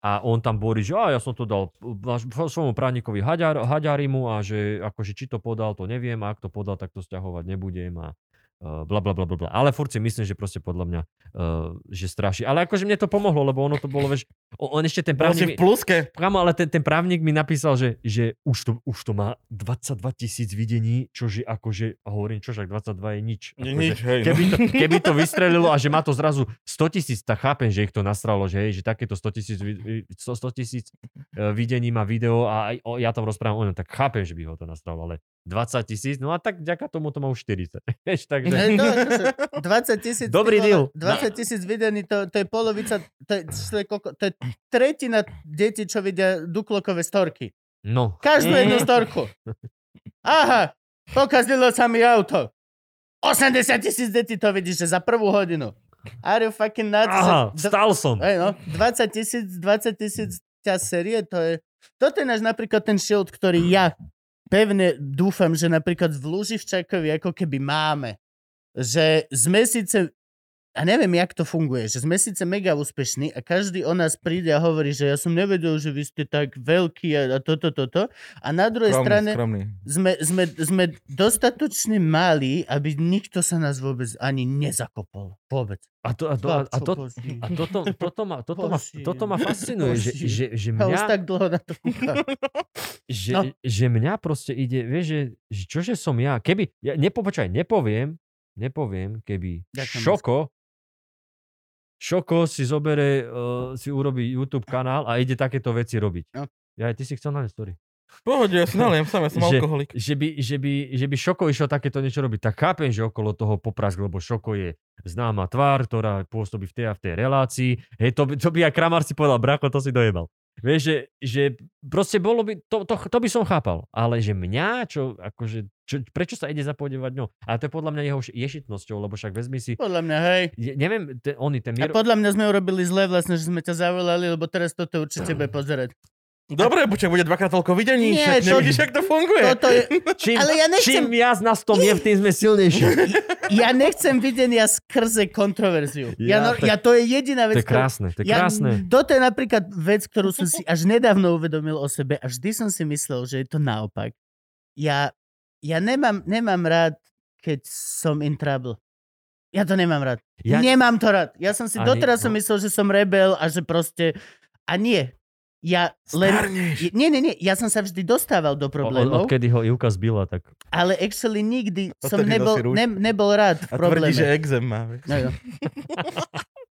C: a on tam borí, že a ja som to dal váš- svojmu právnikovi Haďar, Haďarimu a že akože či to podal, to neviem a ak to podal, tak to stiahovať nebudem a eh, bla bla bla bla bla. Ale furt si myslím, že proste podľa mňa, eh, že straší. Ale akože mne to pomohlo, lebo ono to bolo, vieš, on on ešte ten
B: Bol
C: právnik...
B: si
C: mi-
B: Vlastne v pluske.
C: Kámo, ale ten, ten právnik mi napísal, že, že už, to, už to má 22 tisíc videní, čo je akože, a hovorím, čo však 22 je nič.
B: Nie,
C: Akože,
B: Nič, hej. no.
C: Keby to, <laughs> keby to vystrelilo a že má to zrazu 100 tisíc, tak chápem, že ich to nasralo, že hej, že takéto 100 tisíc vi- 100 tisíc eh, videní má video a aj o, ja tam rozprávam o ňom, tak chápem, že by ho to nasralo, ale 20 tisíc, no a tak vďaka tomu to má už 40. <laughs> Vieš, takže...
A: No, to- to sú 20 tisíc...
C: Dobrý
A: ty vole,
C: deal.
A: 20 tisíc videní, to, to je polovica, to je, to je, koľko- to je tretina detí, čo vidia duklokové storky.
C: No,
A: Každú jednu
B: Mhm.
A: storku. Aha, pokazilo sa mi auto. 80 tisíc detí to vidíš, že za prvú hodinu. Are you fucking nuts?
C: aha,
A: Že-
C: vstal som.
A: Hej, no, 20 tisíc, 20 tisíc ťa série, to je... Toto je náš napríklad ten shield, ktorý ja pevne dúfam, že napríklad v Lúživčakovi ako keby máme. Že sme síce... A neviem, jak to funguje, že sme síce mega úspešní a každý o nás príde a hovorí, že ja som nevedel, že vy ste tak veľký a, a toto, toto. A na druhej
B: Skromný,
A: strane
B: skromný.
A: sme, sme, sme dostatočne malí, aby nikto sa nás vôbec ani nezakopol. Vôbec.
C: A to, a to, a, a to,
A: Chlapco,
C: A toto, toto, ma, toto, ma,
A: Boží.
C: toto ma fascinuje, že,
A: Boží.
C: že, že,
A: Ja už
C: mňa,
A: tak dlho na to kúkam.
C: <laughs> že,
A: no.
C: že mňa proste ide, vieš, že, že čože som ja, keby, ja, nepo, počkaj, nepoviem, nepoviem, keby
A: Ďakujem
C: Šoko, Šoko si zobere, uh, si urobí YouTube kanál a ide takéto veci robiť.
A: No.
C: Ja, ty si chcel na ne, sorry.
B: V Pohode, ja si naliem sám, ja som
C: Že-
B: alkoholik.
C: Že by, že, by, že by Šoko išiel takéto niečo robiť, tak chápem, že okolo toho poprask, lebo Šoko je známa tvár, ktorá pôsobí v tej a v tej relácii. Hej, to, by- to by aj Kramar si povedal, brako, to si dojebal. Vieš, že, že proste bolo by, to, to, to by som chápal, ale že mňa, čo, akože, čo, prečo sa ide zapodievať ňou? A to je podľa mňa jeho š- ješitnosťou, lebo však vezmi si,
A: Podľa mňa, hej.
C: je, neviem, te, oni, ten
A: A
C: Miro,
A: podľa mňa sme urobili zle vlastne, že sme ťa zavolali, lebo teraz toto určite bude
C: <laughs>
A: pozerať.
B: Dobre, počkaj, bude dvakrát toľko videní,
A: Nie,
B: však
A: to-
B: nevidíš, jak to funguje.
A: Toto je,
C: čím,
A: ale ja nechcem-
C: čím viac nás tom je, v tým sme
A: <laughs>
C: silnejší.
A: ja nechcem videnia skrze kontroverziu. Ja,
C: Ja
A: no,
C: tak-
A: ja to je jediná
C: To
A: vec,
C: je krásne, to je
A: Ja,
C: krásne.
A: toto je napríklad vec, ktorú som si až nedávno uvedomil o sebe a vždy som si myslel, že je to naopak. Ja, ja nemám, nemám rád, keď som in trouble. Ja to nemám rád. Ja... Nemám to rád. Ja som si
C: Ani-
A: doteraz som
C: no.
A: myslel, že som rebel a že proste... A nie. Ja len...
B: Starneš.
A: Nie, nie, nie. Ja som sa vždy dostával do
C: Od,
A: problémov,
C: odkedy ho Ivka zbila, tak...
A: ale actually nikdy
B: Odtedy
A: som nebol,
B: nosí rúšku.
A: ne, nebol rád v
B: A tvrdí,
A: probléme.
B: že exem má. vieš.
A: No,
C: <laughs>
A: jo.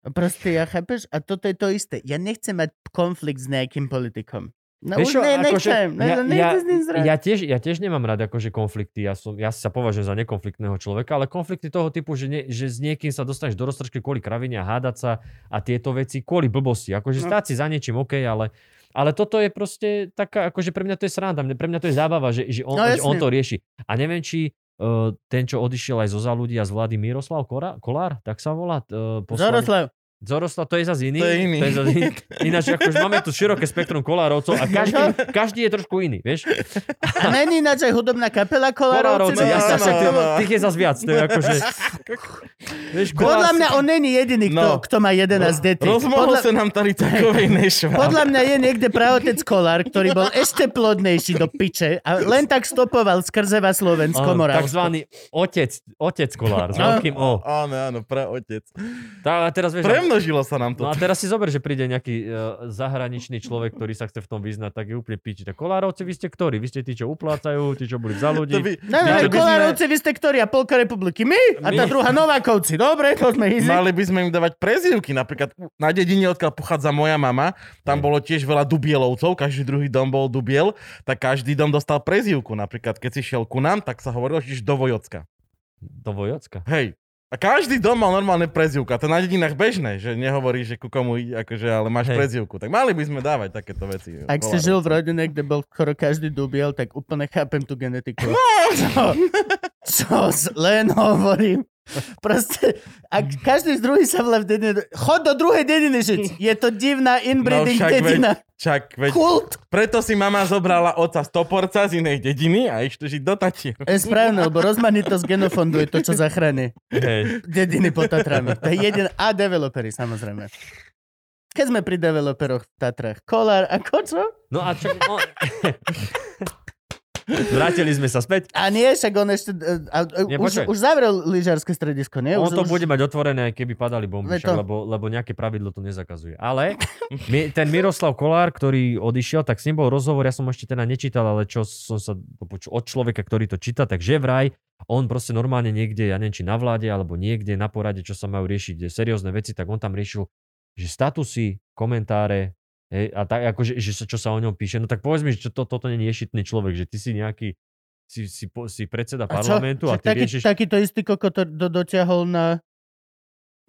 A: No Proste, ja chápeš? A toto je to isté. Ja nechcem mať konflikt s nejakým politikom. No už
C: Vieš čo,
A: ne,
C: akože
A: nechcem. Ne,
C: ja-
A: ja, nechcem
C: ja-
A: s ním zrať.
C: Ja tiež, ja tiež nemám rád akože konflikty, ja, som, ja sa považujem za nekonfliktného človeka, ale konflikty toho typu, že, nie, že s niekým sa dostaneš do roztržky kvôli kravine a hádať sa a tieto veci kvôli blbosti. Akože
A: No.
C: stáť si za niečím, OK, ale, ale toto je proste taká, akože pre mňa to je sranda, mne- pre mňa to je zábava, že, že, on,
A: No,
C: že
A: jasne.
C: on to rieši. A neviem, či uh, ten, čo odišiel aj zo za ľudí a z vlády Miroslav Kora, Kolár, tak sa volá? Uh,
A: Zoroslav,
C: Zoroslav, to je zase iný.
B: To je iný.
C: To je zase
A: <laughs>
C: iný. Ináč, akože máme tu široké spektrum kolárovcov
A: No.
C: a každý, každý je trošku iný, vieš?
A: a není ináč aj hudobná kapela Kolárovci.
C: Kolárovci,
A: no,
C: ja
B: jasne,
A: áno.
C: sa
B: však to-
C: no, tých je zase viac. To je akože...
B: <laughs>
C: Vieš,
A: Podľa
C: kolár-
A: mňa on není jediný, kto,
B: No.
A: kto má 11 detí.
B: Rozmohol
A: Podľa,
B: sa nám tady
A: <laughs>
B: takovej nešva.
A: podľa mňa je <laughs> niekde praotec Kolár, ktorý bol ešte plodnejší do piče a len tak stopoval skrze vás Slovensko,
C: Áno,
A: Moravsko.
C: Takzvaný otec, otec kolár, s
A: No.
C: veľkým O.
B: Áno, áno, praotec.
C: Tá, a teraz vieš,
B: Pre
C: a-
B: Pomnožilo sa nám to.
C: No a teraz si zober, že príde nejaký uh, zahraničný človek, ktorý sa chce v tom vyznať, tak je úplne piči. Tak kolárovci, vy ste ktorí? Vy ste tí, čo uplácajú, tí, čo boli za ľudí.
B: To by-
A: Ne,
C: Na
A: ne,
C: čo by sme-
A: Kolárovci, vy ste ktorí a polka republiky? My? A tá
C: My.
A: druhá Novákovci. Dobre, to sme easy.
B: Mali by sme im dávať prezivky, napríklad na dedine, odkiaľ pochádza moja mama,
A: Mm.
B: tam
C: Hej.
B: bolo tiež veľa dubielovcov, každý druhý dom bol dubiel, tak každý dom dostal prezivku. Napríklad, keď si šiel ku nám, tak sa hovorilo, že ideš do Vojocka.
C: Do Vojocka.
B: Hej. A každý dom mal normálne prezivka. To na dedinách bežné, že nehovorí, že ku komu ide, akože, ale máš
C: Hej.
B: prezivku. Tak mali by sme dávať takéto veci.
A: Ak si
B: Kolárovci.
A: žil v rodine, kde bol skoro každý dubiel, tak úplne chápem tú genetiku. <laughs> Čo, čo s- len hovorím. Proste, ak každý z druhých sa vle v dedine... Chod do druhej dediny žiť. Je to divná inbreeding
B: No, však veď-
A: dedina.
B: Čak, veď,
A: Kult.
B: preto si mama zobrala oca stoporca z inej dediny a išli žiť do Tatier.
A: Je správne, lebo rozmanitosť genofondu je to, čo zachráni
C: Hej.
A: dediny pod Tatrami. To je jeden a developery, samozrejme. Keď sme pri developeroch v Tatrach, Kolár a Kočo?
C: No a čo...
B: <laughs>
C: No... Vrátili sme sa späť.
A: A nie, však on ešte... e, A, a,
C: Nie,
A: už,
C: počkaj.
A: už zavrel lyžiarske stredisko, nie?
C: On
A: už,
C: to
A: už...
C: bude mať otvorené, aj keby padali bomby,
A: Veď
C: však,
A: to-
C: lebo, lebo nejaké pravidlo to nezakazuje. Ale mi, ten Miroslav Kolár, ktorý odišiel, tak s ním bol rozhovor, ja som ešte teda nečítal, ale čo som sa počul od človeka, ktorý to číta, tak že vraj, on proste normálne niekde, ja neviem, či na vláde, alebo niekde na porade, čo sa majú riešiť, seriózne veci, tak on tam riešil, že statusy, komentáre, hej, a tak, akože, že sa, čo sa o ňom píše, no tak povedz mi, že to, toto nie je šitný človek, že ty si nejaký, si, si, po- si
A: A
C: predseda
A: čo?
C: parlamentu a,
A: Však
C: ty
A: taký,
C: riešiš...
A: Takýto istý koko to do, dotiahol na,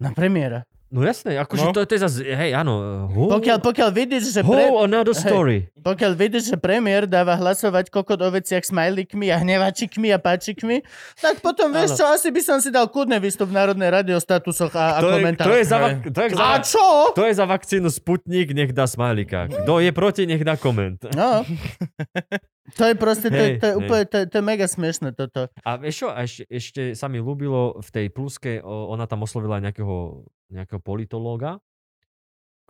A: na premiéra.
C: No jasné,
B: No.
C: akože no. to, to je zase, hej, áno. Who,
A: Pokiaľ, pokiaľ, vidíš, že
C: who
A: pre,
C: another
A: hej.
C: story.
A: pokiaľ vidíš, že premiér dáva hlasovať kokot o veciach smajlikmi a hnevačikmi a páčikmi, tak potom vieš
C: Áno.
A: čo, asi by som si dal kudne výstup v Národnej rade o statusoch a, a
C: To je, to,
A: komentároch.
C: je za, vak- to, je za,
A: A čo?
C: to je za vakcínu Sputnik, nech dá smajlika. Kto je proti, nech dá koment. <laughs>
A: No. To je proste, to, je-
C: Hej,
A: to je
C: hej.
A: úplne, to, je- to je mega smiešne toto.
C: A vieš čo, a ešte, ešte sa mi ľúbilo v tej pluske, o- ona tam oslovila nejakého, nejakého politológa,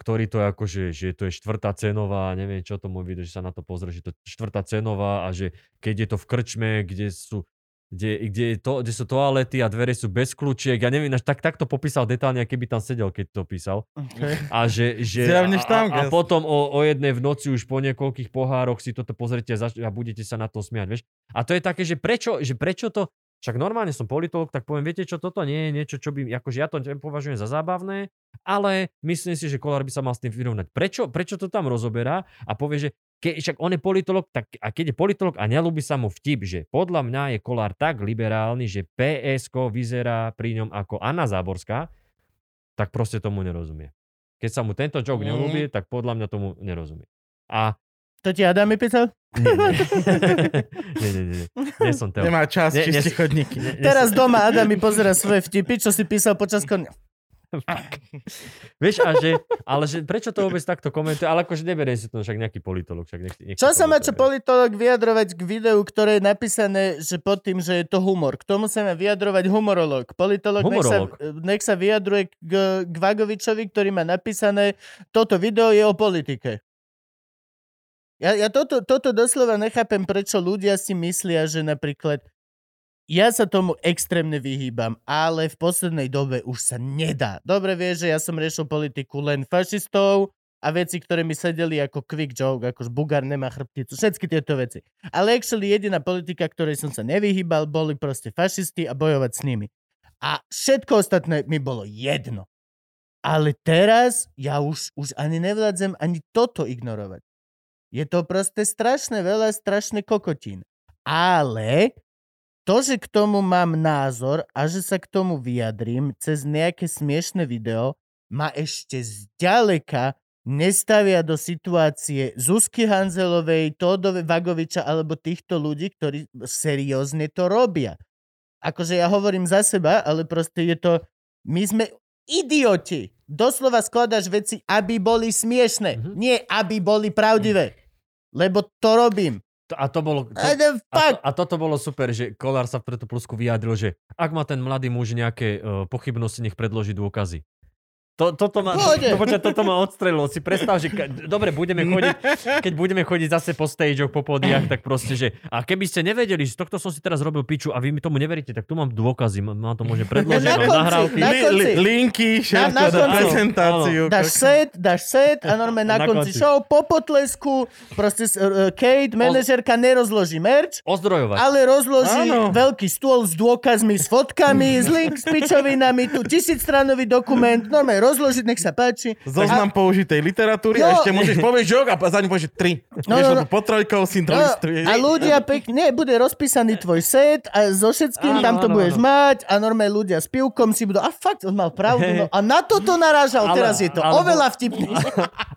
C: ktorý to je ako, že, že to je štvrtá cenová, neviem čo tomu vidie, že sa na to pozrie, že to je štvrtá cenová a že keď je to v krčme, kde sú kde, kde, je to, kde sú toalety a dvere sú bez kľúčiek. Ja neviem, až tak, tak to popísal detálne, aké by tam sedel, keď to písal.
A: Okay.
C: A že, že
B: Zjavne
C: a,
B: štanga.
C: a, a potom o, o jednej v noci už po niekoľkých pohároch si toto pozrite a, zač- a budete sa na to smiať, vieš. A to je také, že prečo, že prečo to, však normálne som politolog, tak poviem, viete čo, toto nie je niečo, čo by, akože ja to považujem za zábavné, ale myslím si, že Kolár by sa mal s tým vyrovnať. Prečo, prečo to tam rozoberá a povie, že ke, však on je politolog, tak, a keď je politolog a nelúbi sa mu vtip, že podľa mňa je Kolár tak liberálny, že PSK vyzerá pri ňom ako Anna Záborská, tak proste tomu nerozumie. Keď sa mu tento
B: Mhm.
C: joke nelúbi, tak podľa mňa tomu nerozumie.
A: <laughs>
C: A...
A: To ti Adam písal?
C: Nie, <laughs> nie, nie, nie, nie, nie som Teo.
B: Nemá čas,
C: Ne-
B: čistí
C: nes-
B: chodníky.
C: Nie- nie
A: Teraz
C: som-
A: doma Adam mi pozera svoje vtipy, čo si písal počas kon...
C: Vieš, a že, ale že prečo to vôbec takto komentuje? Ale akože neberie si to však nejaký politolog. Však nech, nech
A: Čo sa má čo
C: komentuje.
A: politolog vyjadrovať k videu, ktoré je napísané, že pod tým, že je to humor? K tomu sa má vyjadrovať humorolog. Politolog nech sa,
C: Humorolog.
A: nech sa vyjadruje k, k Vagovičovi, ktorý má napísané, toto video je o politike. Ja, ja toto, toto doslova nechápem, prečo ľudia si myslia, že napríklad ja sa tomu extrémne vyhýbam, ale v poslednej dobe už sa nedá. Dobre vieš, že ja som riešil politiku len fašistov, a veci, ktoré mi sedeli ako quick joke, ako že Bugár nemá chrbticu, všetky tieto veci. Ale actually jediná politika, ktorej som sa nevyhýbal, boli proste fašisti a bojovať s nimi. A všetko ostatné mi bolo jedno. Ale teraz ja už, už ani nevládzem ani toto ignorovať. Je to proste strašne veľa, strašne kokotín. Ale to, že k tomu mám názor a že sa k tomu vyjadrím cez nejaké smiešne video, ma ešte zďaleka nestavia do situácie Zuzky Hanzelovej, Tódove Vagoviča alebo týchto ľudí, ktorí seriózne to robia. Akože ja hovorím za seba, ale proste je to... My sme idioti. Doslova skladáš veci, aby boli smiešne.
C: Mhm.
A: Nie, aby boli pravdivé. Lebo to robím.
C: To- A to bolo... To,
A: A, the
C: a, to,
A: fuck?
C: a toto bolo super, že Kolár sa e, pre tú plusku vyjadril, že ak má ten mladý muž nejaké uh, pochybnosti, nech predloží dôkazy. To, toto, ma,
A: Pohode.
C: to, <laughs> počkaj, toto ma odstrelilo. Si predstav, že ka, dobre,
A: <laughs>
C: budeme chodiť, keď budeme chodiť zase po stageoch, po podiach, tak proste, že a keby ste nevedeli, že tohto som si teraz robil piču a vy mi tomu neveríte, tak tu mám dôkazy, m- mám to môže predložiť,
A: Na
C: mám
A: konci,
C: nahrávky.
A: na
B: Li-
A: konci.
B: li- linky,
A: na
B: všetko, na
A: konci.
B: prezentáciu.
A: Dáš set, dáš set a normálne
C: <laughs>
A: na,
C: Na
A: konci
C: konci.
A: show po potlesku proste s- e, Kate, manažerka, nerozloží merch,
C: Ozdrojovať.
A: ale rozloží
B: Áno.
A: veľký stôl s dôkazmi, s fotkami, s link, s pičovinami, tu tisícstranový dokument, normálne rozložiť, nech sa páči.
B: Zoznam použitej literatúry
A: Jo.
B: a ešte môžeš povieť žok a za ňu povieš tri.
A: No,
B: No, Vieš,
A: no, no.
B: lebo po trojkou si to
A: No,
B: listuješ.
A: a ľudia pekne, nie, bude rozpísaný tvoj set a so všetkým
C: Áno,
A: tam to
C: áno,
A: budeš
C: áno.
A: mať a normálne ľudia s pivkom si budú, a fakt, on mal pravdu,
C: <laughs>
A: no, a na toto narážal,
C: Ale-
A: teraz je to
C: alebo-
A: oveľa vtipnejšie.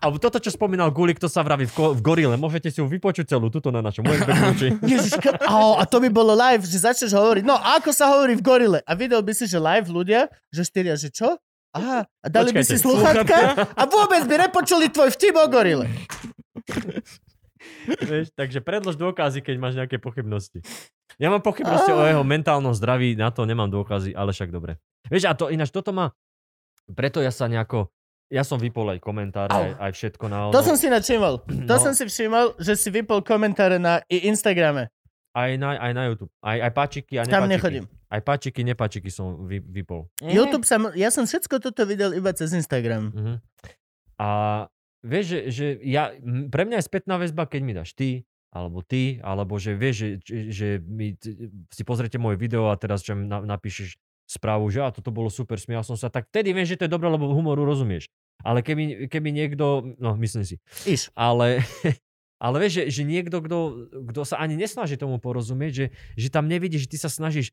C: Alebo toto, čo spomínal Gulik, to sa vraví v, ko- v gorile. Môžete si ju vypočuť celú, tuto na našom USB kľúči.
A: Ježiška, au, a to by bolo live, že začneš hovoriť, no a ako sa hovorí v gorile. A videl by si, že live ľudia, že štyria, že čo? Aha, a dali by si
C: Počkajte,
A: sluchatka a vôbec by nepočuli tvoj vtip o gorile.
C: Vieš, takže predlož dôkazy, keď máš nejaké pochybnosti. Ja mám pochybnosti o
A: Ah.
C: jeho mentálnom zdraví, na to nemám dôkazy, ale však dobre. Vieš, a to ináč toto má, preto ja sa nejako, ja som vypol aj komentáre,
A: Au.
C: aj, aj všetko na
A: To som si načímal. To
C: No.
A: som si všimol, že si vypol komentáre na i- Instagrame.
C: aj, na, aj na YouTube, aj, aj páčiky a nepáčiky.
A: Tam nechodím.
C: Aj páčiky, nepáčiky som vy, vypol.
A: YouTube sa... m- Ja som všetko toto videl iba cez Instagram.
C: Mhm. A vieš, že, že ja, m, pre mňa je spätná väzba, keď mi dáš ty, alebo ty, alebo že vieš, že, že, že mi, t- si pozrete moje video a teraz čo mi na, napíšeš správu, že a toto bolo super, smial som sa, tak vtedy viem, že to je dobré, lebo humoru rozumieš. Ale keby, keby niekto, no myslím si,
A: Iš.
C: ale, <laughs> ale vieš, že, že niekto, kto, kto sa ani nesnaží tomu porozumieť, že, že tam nevidí, že ty sa snažíš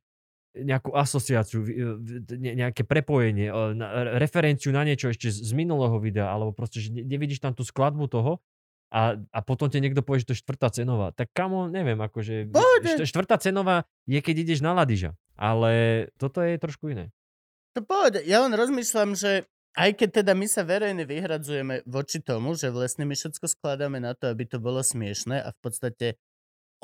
C: nejakú asociáciu, vy- v- ne- nejaké prepojenie, e, na- referenciu na niečo ešte z z minulého videa, alebo proste, že ne- nevidíš tam tú skladbu toho a, a potom ti niekto povie, že to je štvrtá cenová. Tak kamo, neviem, akože...
A: Pohode.
C: št- Štvrtá cenová je, keď ideš na ladiža, ale toto je trošku iné.
A: To pohode. Ja len rozmýšľam, že aj keď teda my sa verejne vyhradzujeme voči tomu, že vlastne my všetko skladáme na to, aby to bolo smiešné a v podstate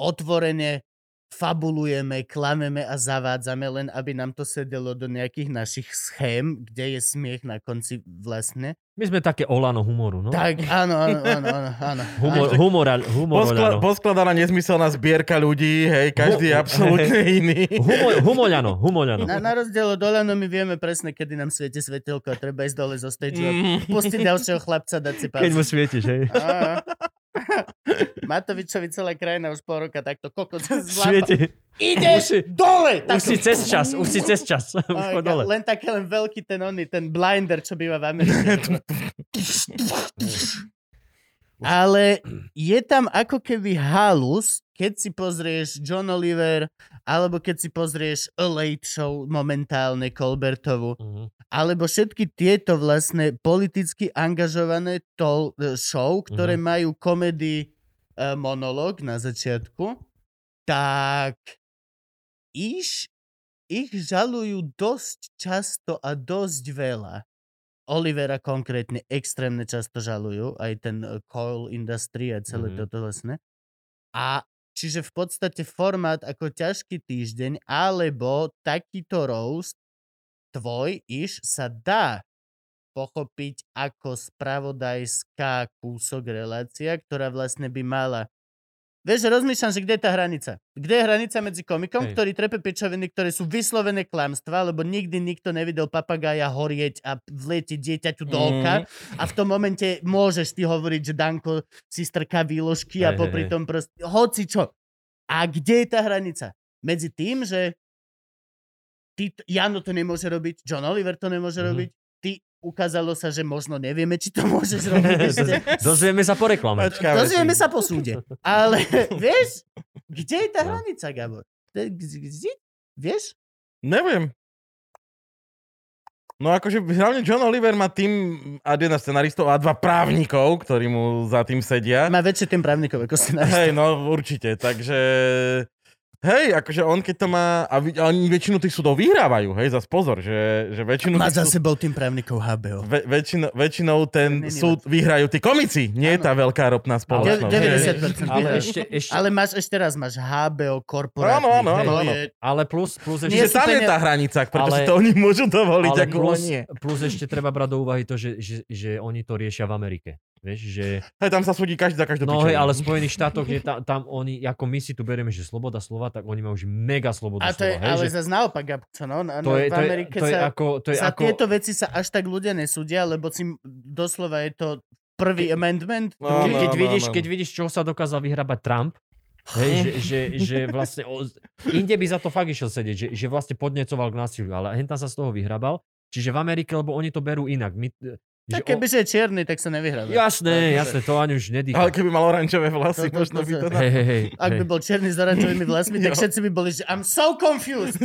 A: otvorene fabulujeme, klameme a zavádzame, len aby nám to sedelo do nejakých našich schém, kde je smiech na konci vlastne.
C: My sme také olano humoru, no?
A: Tak, áno, áno, áno, áno. áno.
C: <laughs> Humor, humor, humor,
B: Poskla-
C: humor
B: poskladaná nezmyselná zbierka ľudí, hej, každý je
C: Hu-
B: absolútne iný.
C: Humoľano, humoľano.
A: Na, na rozdiel od Olano my vieme presne, kedy nám svieti svetelko a treba ísť dole zo stage a
C: Mhm.
B: Mm.
A: pustiť ďalšieho chlapca, dať si
C: <laughs>
A: pás.
C: Keď mu svietiš,
A: <laughs>
C: hej. <laughs>
A: Á. Matovičovi celá krajina už pol roka takto
C: <laughs>
A: kokot zlápa.
C: Svieti. Už
A: Ideš
C: si,
A: dole!
C: už
A: Takto.
C: si cez čas, už si cez čas. <laughs> Už
A: Á,
C: po dole.
A: Len také len veľký ten oný, ten blinder, čo býva v
C: <laughs>
A: Amerike. Ale je tam ako keby halus, keď si pozrieš John Oliver, alebo keď si pozrieš A Late Show momentálne Colbertovu,
C: Mhm.
A: alebo všetky tieto vlastne politicky angažované tol, e, show, ktoré majú komedy e, monológ na začiatku, tak iš, ich žalujú dosť často a dosť veľa. Olivera konkrétne extrémne často žalujú, aj ten e, coil industry a celé
C: Mhm.
A: toto vlastne. A čiže v podstate formát ako ťažký týždeň alebo takýto roast tvoj iš sa dá pochopiť ako spravodajská kúsok relácia, ktorá vlastne by mala... Vieš, rozmýšľam, že kde je tá hranica? Kde je hranica medzi komikom,
C: Hej.
A: ktorý trepe pičoviny, ktoré sú vyslovené klamstvá, lebo nikdy nikto nevidel papagája horieť a vlietiť dieťaťu do oka
B: Mm.
C: Mhm.
A: a v tom momente môžeš ty hovoriť, že Danko si strká výložky a
C: Hej, hej,
A: popri
C: hej.
A: tom proste... Hoci čo. A kde je tá hranica? Medzi tým, že ty, Jano to nemôže robiť, John Oliver to nemôže
C: Mhm.
A: robiť, ty ukázalo sa, že možno nevieme, či to
C: <laughs>
A: môžeš robiť ešte.
C: Dozvieme sa po reklame.
B: Počkáme
A: Dozvieme
B: si.
A: sa po súde.
C: <laughs>
A: Ale vieš, kde je tá
C: No.
A: hranica, Gabor? Kde- kde- Vieš?
B: Neviem. No akože hlavne John Oliver má tým A1 scenaristov a dva právnikov, ktorí mu za tým sedia.
C: <laughs>
A: Má väčšie tým právnikov, ako si na...
B: Hej, no určite, takže Hej, akože on keď to má, a, vi- a oni väčšinu tých súdov vyhrávajú, hej, zas pozor, že, že väčšinu,
C: no
A: Má
B: tých
A: za
B: súd-
A: sebou tým právnikov HBO.
B: ve, väčšino, väčšinou ten
A: Není
B: súd vyhrajú tí komici, nie
A: Áno.
B: tá veľká ropná
A: Ale-
B: spoločnosť.
A: Deväťdesiat-
B: hej.
A: 90%
C: ale
A: vyhrajú.
C: ešte, ešte, ale,
A: Ale máš ešte raz, máš HBO, korporátny.
B: Áno, áno,
A: to
B: áno, áno.
A: je-
C: ale plus, plus ešte...
A: Nie
B: Čiže
A: sú
B: tam je
A: penia-
B: tá hranica, preto si
C: Ale-
B: to oni môžu dovoliť,
C: Ale
B: ako
C: plus,
B: nie.
C: plus ešte treba brať do úvahy to, že, že, že oni to riešia v Amerike. Vieš, že...
B: Hej, tam sa súdi každý za každú
C: No hej,
B: pičovinu.
C: ale v Spojených štátoch, kde tam, tam oni, ako my si tu berieme, že sloboda slova, tak oni majú už mega slobodu
A: A to je,
C: slova. hej,
A: ale
C: že
A: zase naopak, Gabko, no, no,
C: to,
A: v
C: je, to, je,
A: Amerike
C: to je
A: sa,
C: ako... To je
A: sa
C: ako
A: tieto veci sa až tak ľudia nesúdia, lebo si doslova je to prvý amendment.
B: No,
C: Ke,
A: druhý-
C: keď,
B: áno,
C: vidíš,
B: áno.
C: keď vidíš, čo sa dokázal vyhrábať Trump, hej, že, že, že vlastne o, inde by za to fakt išiel sedieť, že, že vlastne podnecoval k násiliu, ale hentam sa z toho vyhrabal. Čiže v Amerike, lebo oni to berú inak. My,
A: Tak
C: že
A: keby že je čierny, tak sa nevyhráva.
C: jasné, jasné, to ani už nedýcha.
B: Ale keby mal oranžové
A: To-
B: vlasy,
A: to-
B: možno
A: to-
B: by to...
A: to-
B: na-
C: Hej, hej, hej.
A: Ak by
C: hej.
A: bol černý s oranžovými vlasmi, tak
B: Jo.
A: všetci by boli, že I'm so
C: <laughs>
A: confused.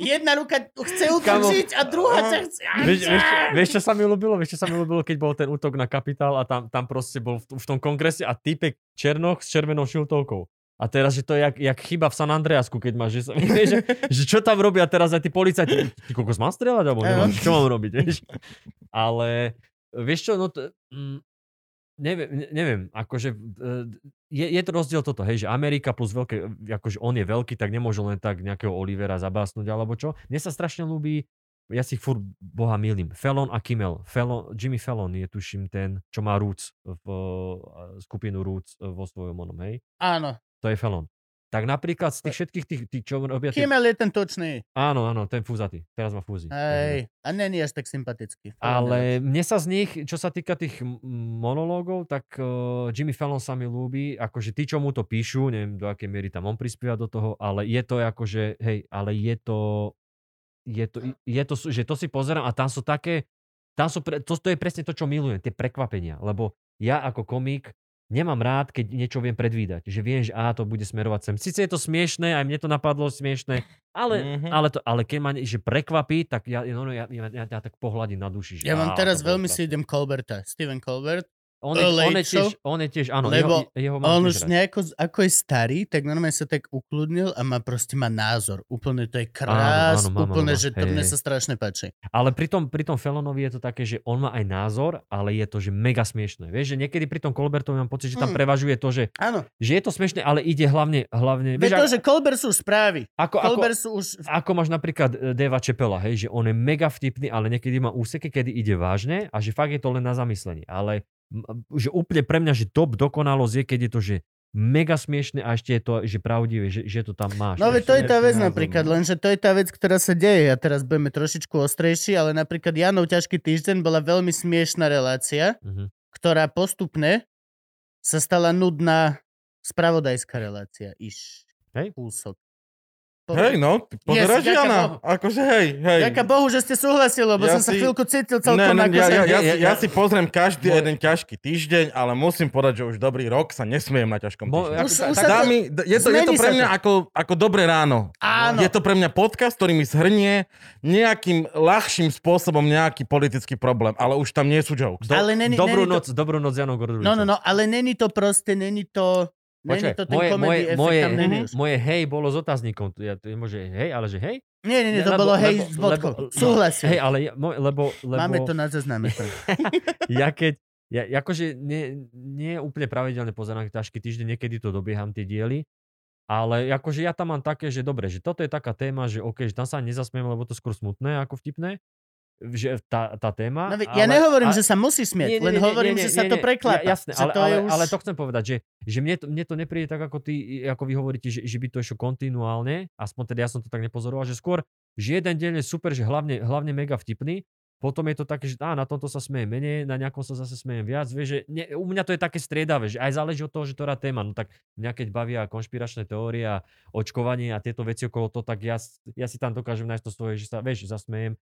A: Jedna ruka chce utočiť a druhá sa chce...
C: Vieš, vieš, vieš, čo sa mi ľúbilo? Vieš, čo sa mi ľúbilo, keď bol ten útok na kapitál a tam, tam proste bol v, v tom kongrese a týpek Černoch s červenou šiltovkou. A teraz, že to je jak, jak chyba v San Andreasku, keď máš, že, sa, <laughs> vieš, že, že čo tam robia teraz aj tí policajti? Ty kokos mám strieľať, alebo nemám, čo mám robiť, vieš? Ale vieš čo, no to, mm, neviem, ne- neviem, akože e, je, je to rozdiel toto, hej, že Amerika plus veľké, akože on je veľký, tak nemôže len tak nejakého Olivera zabásnuť alebo čo. Mne sa strašne ľúbi, ja si ich furt boha milím, Fallon a Kimmel. Fallon, Jimmy Fallon je tuším ten, čo má Roots, v, e, skupinu Roots e, vo svojom onom, hej.
A: Áno,
C: To je Fallon. Tak napríklad z tých všetkých tých, tých čo robia... Tí...
A: Kimmel je ten točný.
C: Áno, áno, ten fúzatý. Teraz má fúzi.
A: Hej, a není až tak sympatický.
C: Mhm. Ale mne sa z nich, čo sa týka tých m- monológov, tak uh, Jimmy Fallon sa mi ľúbi, akože tí, čo mu to píšu, neviem do akej miery tam on prispieva do toho, ale je to akože, hej, ale je to, je to, je to, že to si pozerám a tam sú také, tam sú, pre, to, to je presne to, čo milujem, tie prekvapenia, lebo ja ako komik nemám rád, keď niečo viem predvídať, že viem, že á, to bude smerovať sem. Sice je to smiešné, aj mne to napadlo smiešné, ale
A: Hm.
B: Mhm.
C: ale, to, ale keď ma nie- že prekvapí, tak ja, no, no, ja, ja, ja, ja tak pohľadím na duši. Že,
A: Ja mám
C: á,
A: teraz
C: to bolo
A: veľmi si
C: krásne.
A: idem Colberta, Steven Colbert.
C: On je,
A: Late
C: on je tiež,
A: Show,
C: on je tiež, áno,
A: lebo A
C: jeho, jeho mám
A: on
C: tiež
A: už
C: rád.
A: nejako, ako je starý, tak normálne sa tak ukludnil a má proste má názor. Úplne to je
C: Áno,
A: krás,
C: áno, má, má,
A: úplne,
C: má.
A: že to
C: Hej,
A: mne
C: hej.
A: sa strašne páči.
C: Ale pri tom, pri tom Felonovi je to také, že on má aj názor, ale je to, že mega smiešné. Vieš, že niekedy pri tom Colbertovi mám pocit, že tam
A: Mm.
C: prevažuje to, že,
A: Áno,
C: že je to smiešné, ale ide hlavne, hlavne,
A: Veď to,
C: vieš,
A: že Colbert sú už správy.
C: ako, ako,
A: Colbert sú už...
C: ako máš napríklad e, Deva Čepela, hej, že on je mega vtipný, ale niekedy má úseky, kedy ide vážne a že fakt je to len na zamyslenie. Ale m, že úplne pre mňa, že top dokonalosť je, keď je to, že mega smiešne a ešte je to, že pravdivé, že, že to tam máš.
A: No veď to je tá
B: Jasný
A: vec
B: názor,
A: napríklad,
B: no.
A: lenže to je tá vec, ktorá sa deje. A teraz budeme trošičku ostrejší, ale napríklad Janov ťažký týždeň bola veľmi smiešná relácia,
C: Mhm.
A: ktorá postupne sa stala nudná spravodajská relácia. Iš.
C: Hej.
A: Kúsok.
B: Hej, no, ty pozeráš
A: ďaká
B: Jana?
A: Bohu.
B: Akože hej, hej.
A: Ďaká Bohu, že ste súhlasili, lebo som
B: Ja
A: sa
B: si-
A: chvíľku cítil
B: Ne,
A: celkom
B: ne, no,
A: ako... No,
B: ja, ja, ja,
C: ja-
B: ja, ja
C: ja-
B: si pozriem každý
C: Moje-
B: jeden ťažký týždeň, ale musím povedať, že už dobrý rok sa nesmiem na ťažkom
C: Bo-
B: týždni.
C: ako
A: Už-
C: tá-
A: už
C: tá-
A: sa
B: Dá mi, d- je, to, je to
A: Zmení
B: pre
A: sa
B: mňa
A: to.
B: ako, ako dobré ráno.
A: Áno.
B: Je to pre mňa podcast, ktorý mi zhrnie nejakým ľahším spôsobom nejaký politický problém, ale už tam nie sú jokes.
C: Do,
A: Ale neni-
C: dobrú,
A: neni to-
C: noc, dobrú noc, Jano Gordulica.
A: No, no, no, ale není to proste, není to... Není
B: Počkaj,
A: to ten
C: Moje, moje,
A: comedy efekt,
C: moje,
A: tam není už.
C: moje hej bolo s otáznikom. Ja, to nemôže hej, ale že hej?
A: Nie, nie, nie, to
C: Lebo-
A: bolo hej
C: lebo-
A: s bodkou.
C: lebo- no,
A: Súhlasím.
C: Hej, ale ja, moj, lebo, lebo...
A: Máme to na
C: <laughs>
A: zozname.
C: ja keď, ja, akože nie, nie úplne pravidelne pozerám ťažký týždeň, niekedy to dobieham tie diely, ale akože ja tam mám také, že dobre, že toto je taká téma, že OK, že tam sa nezasmiem, lebo to je skôr smutné ako vtipné, že tá, tá téma.
A: No, veď ja nehovorím, že sa musí
C: Nie,
A: smieť,
C: nie,
A: len
C: nie, nie,
A: hovorím, že
C: nie, nie,
A: sa
C: nie,
A: to
C: nie,
A: preklápa.
C: Ja, jasné,
A: že
C: ale,
A: to
C: ale,
A: je
C: ale to chcem povedať, že, že mne, to, mne to nepríde tak, ako, ty, ako vy hovoríte, že, že by to išlo kontinuálne, aspoň teda ja som to tak nepozoroval, že skôr, že jeden deň je super, že hlavne, hlavne mega vtipný, potom je to také, že á, na tomto sa smeje menej, na nejakom sa zase smeje viac. Vieš, že ne, u mňa to je také striedavé, že aj záleží od toho, že ktorá téma. No tak mňa keď bavia konšpiračné teórie a očkovanie a tieto veci okolo toho, tak ja, s- ja si tam dokážem nájsť to svoje, že sa, vieš, zasmejem.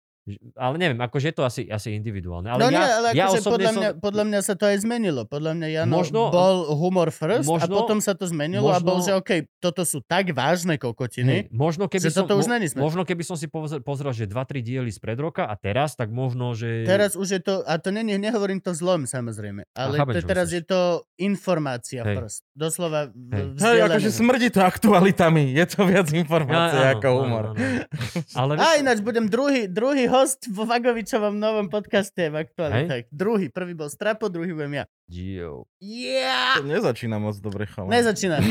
C: Ale neviem, akože je to asi, asi individuálne. Ale
A: no
C: ja,
A: nie, ale
C: ja
A: akože
C: osobne
A: podľa,
C: som...
A: mňa, podľa mňa sa to aj zmenilo. Podľa mňa Jano
C: Možno-
A: bol humor first možno, a
C: možno-
A: potom sa to zmenilo a
C: možno-
A: bol, že OK, toto sú tak vážne kokotiny.
C: Hej, možno, keby
A: že
C: som,
A: toto už
C: mo-
A: není smer.
C: možno keby som si pozrel, pozrel že 2-3 diely z pred roka a teraz, tak možno, že...
A: Teraz už je to, a to není, nehovorím to v zlom samozrejme, ale
C: chápem,
A: to,
C: čo
A: teraz
C: myslíš.
A: je to informácia
C: Hej.
A: first. Doslova v,
C: Hej.
B: Hej,
A: vzdielané.
B: akože smrdí to aktualitami. Je to viac
C: Á,
B: informácie
C: áno,
B: ako
C: áno,
B: humor.
C: áno. Ale
A: A ináč budem druhý, druhý host vo Vagovičovom novom podcaste v aktualitách. Druhý, prvý bol Strapo, druhý budem ja.
C: Jo.
A: Yeah!
B: To nezačína moc dobre, chala.
A: Nezačína.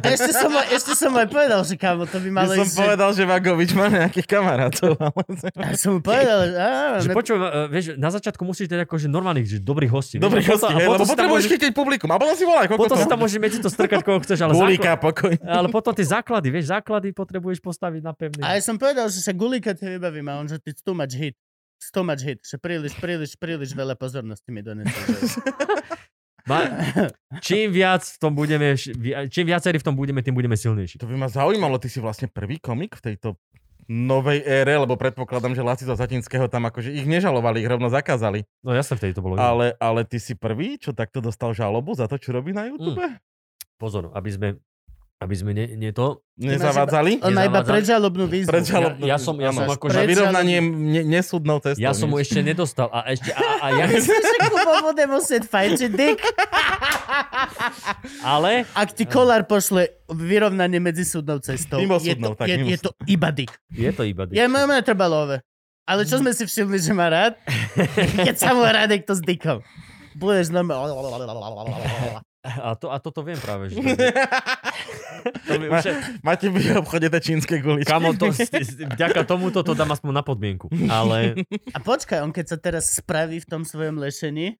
A: A ešte, som, aj- ešte som aj povedal, že kámo, to by
B: Ja
A: malo
B: som
A: ísť, že-
B: povedal, že Vagovič má nejakých kamarátov. ale-
A: Ja som mu povedal, že... Á,
C: Že
A: ne-
C: počuj, e, vieš, na začiatku musíš dať akože normálnych, že dobrých hostí. vieš,
B: Dobrý
C: a potom-
B: hosti,
C: a
B: hej, lebo
C: potom si tam
B: potrebuješ
C: môžeš-
B: chytiť publikum. A potom si volaj, koľko
C: Potom
B: to...
C: si tam môžeš medzi to strkať, koho chceš, ale,
B: Gulíka,
C: základ,
B: pokoj.
C: ale potom tie základy, vieš, základy potrebuješ postaviť na pevný.
A: a ja som povedal, že sa Gulika ti vybavím a on, že ty too much hit. Too much hit. Že príliš, príliš, príliš veľa pozornosti mi donesol.
C: Ma, čím viac v tom budeme, š- vi- čím viacerí v tom budeme, tým budeme silnejší.
B: To by ma zaujímalo, ty si vlastne prvý komik v tejto novej ére, lebo predpokladám, že Laci Zatinského tam akože ich nežalovali, ich rovno zakázali.
C: No jasne, vtedy to bolo. iné.
B: Ale, ale ty si prvý, čo takto dostal žalobu za to, čo robí
C: Hm.
B: na YouTube? Mm.
C: Pozor, aby sme, aby sme nie, nie to...
B: Nezavadzali?
A: On má iba
C: Nezavádzali?
A: predžalobnú výzvu.
B: Pred žalobnou-
C: Ja- ja som- ja
B: áno.
C: som akože-
B: Na vyrovnanie ne, nesúdnou cestou.
C: Ja som mu
B: vieš.
C: ešte nedostal a ešte... A, a ja,
B: <laughs>
A: Myslíš, že Kubo bude musieť fajčiť dick?
C: ale
A: Ak ti kolár pošle vyrovnanie medzi súdnou cestou,
B: Mimosúdnou,
A: je, to,
B: tak,
A: je, je to iba dick.
C: je to iba...
A: Ja mám na treba love. Ale čo sme si všimli, že má rád? Keď sa mu radek to s dickom. Budeš na
C: A, to, a toto viem práve, že...
B: <laughs>
C: to mi
B: Ma-
C: už...
B: <laughs> Máte v obchode tie čínske guličky.
C: Kamo,
A: <laughs>
C: to, s- s- vďaka tomuto to dám aspoň na podmienku. Ale <laughs>
A: A počkaj, on keď sa teraz spraví v tom svojom lešení,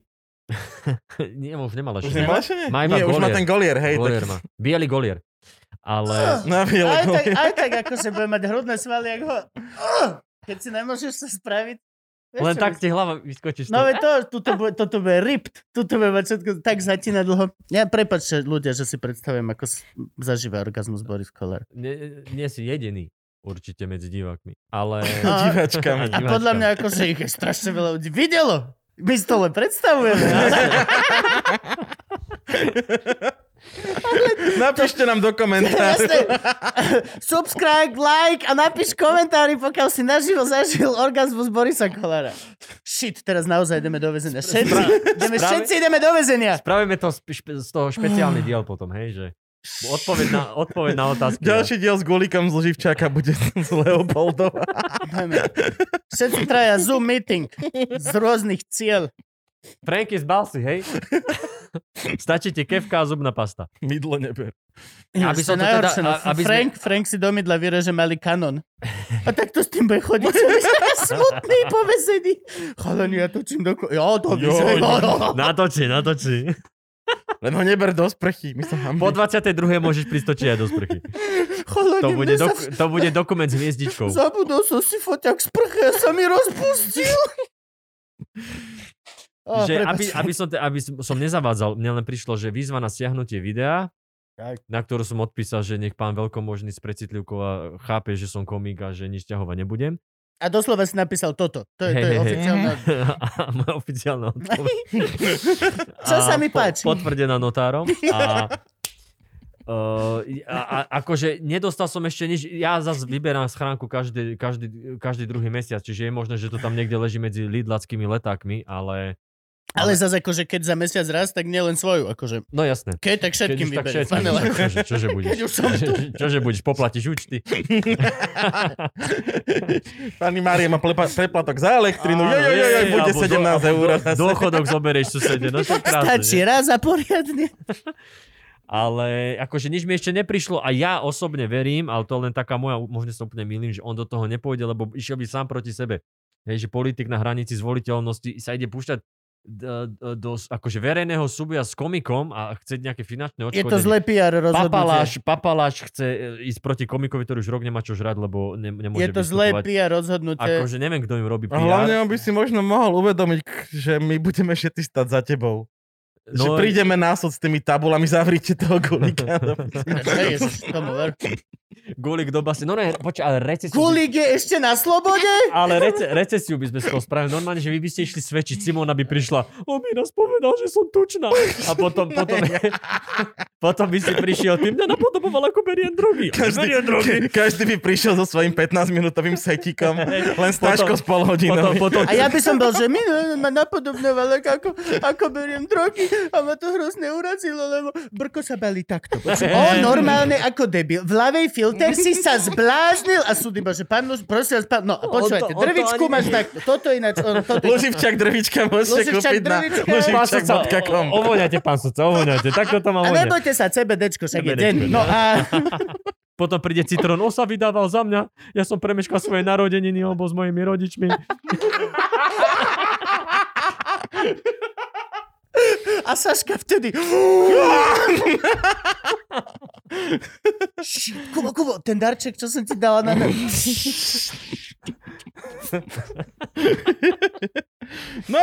C: nie, už nemala
B: Už
C: šance.
B: nemá ešte?
C: Má iba
B: vlastne- Nie, už má
C: golier.
B: ten golier, hej.
C: Golier má. Bielý golier.
A: Ah,
C: Ale...
B: <laughs> Na biele
A: aj tak,
B: golier.
A: aj tak akože bude mať hrudné svaly, ako ho... Keď si nemôžeš sa spraviť... vieš,
C: Len
A: čo
C: tak ti hlava vyskočíš.
A: No
C: to.
A: veď to, tuto bude, toto bude ripped, tuto bude mať všetko tak zatína dlho. Ja prepáčte ľudia, že si predstavujem, ako s- zažíva orgazmus Boris Koller.
C: Nie, nie si jediný. Určite medzi divákmi. Ale...
A: A-
B: Divačkami.
A: A podľa mňa akože ich je strašne veľa ľudí videlo. My si to len
C: <laughs>
A: predstavujeme. ale-
B: Napíšte nám do komentáru.
A: Jasne. Subscribe, like a napíš komentári, pokiaľ si naživo zažil orgazmus Borisa Kolára. Shit, teraz naozaj ideme do väzenia. Všetci, ideme,
C: spra-
A: všetci ideme do väzenia.
C: Spravíme to z, špe, z toho
A: Ah.
C: špeciálny diel potom, hej, že odpoveď na, odpoveď na otázky.
B: <laughs> Ďalší diel s Gulikom z Luživčáka bude <laughs> z Leopoldova.
A: Ideme. Všetci traja Zoom meeting z rôznych cieľ.
C: Franky z
A: <laughs>
C: Balsy, hej? Stačí ti kevka a zubná pasta.
B: Mydlo neber.
C: Aby som to teda- a- aby sme-
A: no. Frank, Frank si do mydla vyreže malý
C: <laughs>
A: kanon. A takto s tým bude chodiť. celý smutný, povesený. Chalani, ja točím do... ko- Jo, to
B: Jo,
A: vyzerá.
C: Natoči, natoči.
B: Len ho neber do sprchy, my sa
C: Po
B: hambíme.
C: 22. môžeš pristočiť aj do sprchy.
A: Chalani,
C: To bude,
A: mne sa
C: dok- to bude dokument s hviezdičkou.
A: Zabudol som si foťak z prche a sa mi
C: <laughs>
A: rozpustil. Ó,
C: Že
A: prepáč.
C: aby, aby, som, te- aby som nezavádzal, mne len prišlo, že výzva na stiahnutie videa,
A: Tak.
C: na ktorú som odpísal, že nech pán veľkomožný z precitlivkova chápe, že som komik a že nič ťahovať nebudem. <laughs>
A: A doslova si napísal toto. To je, to je
C: Hej, Mhm. hej, hej.
A: oficiálna...
C: A moja oficiálna odpoveď.
A: <laughs> Čo
C: A
A: sa mi páči?
C: Potvrdená
A: <laughs>
C: notárom. A, Uh, a, a, akože nedostal som ešte nič, ja zase vyberám schránku každý, každý, každý druhý mesiac, čiže je možné, že to tam niekde leží medzi lidlackými letákmi, ale
A: Ale zase akože keď za mesiac raz, tak nielen svoju. Akože
C: no jasné.
A: keď, tak všetkým
C: Keď už tak
A: vyberiem.
C: všetkým,
A: Pane Lajko.
C: akože, čože budeš?
A: Keď už som tu.
C: <laughs> čože budeš? Poplatíš účty?
B: Pani Mária má plepa- preplatok za elektrinu.
C: Áno,
B: Jo, jo, jo, jo,
C: je,
B: bude
C: alebo
B: 17
C: do-
B: eur.
C: do- Dôchodok zoberieš susede, no to je krásne.
A: Stačí
C: že?
A: raz a poriadne.
C: Ale akože nič mi ešte neprišlo a ja osobne verím, ale to je len taká moja, možno sa úplne milím, že on do toho nepôjde, lebo išiel by sám proti sebe. Hej, že politik na hranici zvoliteľnosti sa ide púšťať d- d- do s- akože verejného súboja s komikom a chce nejaké finančné
A: Je
C: odškodenie.
A: to zlé PR rozhodnutie.
C: Papaláš, papaláš chce e, ísť proti komikovi, ktorý už rok nemá čo žrať, lebo ne, nemôže
A: Je to zlé
C: vystupovať.
A: PR rozhodnutie.
C: Akože neviem, kto im robí
B: A
C: PR.
B: hlavne on by si možno mohol uvedomiť, že my budeme všetci stať za tebou. No, že prídeme násod s tými tabulami, zavrite toho
C: <laughs>
B: gulika.
A: Ježiš, tomu ver.
C: Gulik do basy. No ne, počkaj, ale recesiu...
A: Kulík je ešte na slobode?
C: Ale rece, recesiu by sme z toho spravili. Normálne, že vy by ste išli svedčiť. Simona by prišla. On mi raz povedal, že som tučná. A potom, potom, potom by si prišiel. Ty mňa napodoboval, ako beriem drogy. Beriem drogy.
B: každý by prišiel so svojím 15-minútovým setíkom,
C: <laughs>
B: len s taškou s pol hodinou.
C: Potom, potom,
A: A ja by som bol, že my no, ma napodobňoval, ako, ako beriem drogy a ma to hrozne urazilo, lebo Brko sa bali takto. On normálne ako debil. V ľavej filter si sa zbláznil a súd iba, že pán Luž, prosím vás, pán, no a počúvajte,
C: On to- on to
A: drvičku
C: ani-
A: máš takto. Toto ináč, on, toto
B: Luživčak drvička môžete
A: Luživčak
B: kúpiť na
A: drvička.
C: pán sudca,
B: luživčak.com.
C: o- ovoňajte, pán sudca, ovoňajte. Takto to má
A: A
C: voňať.
A: nebojte sa, CBDčko, však je
C: CBDčko,
A: deň. No a...
C: Potom príde Citrón, on sa vydával za mňa, ja som premeškal svoje narodeniny, on bol s mojimi rodičmi.
A: A Saška vtedy... Š, Kubo, Kubo, ten darček, čo som ti dala na...
B: No,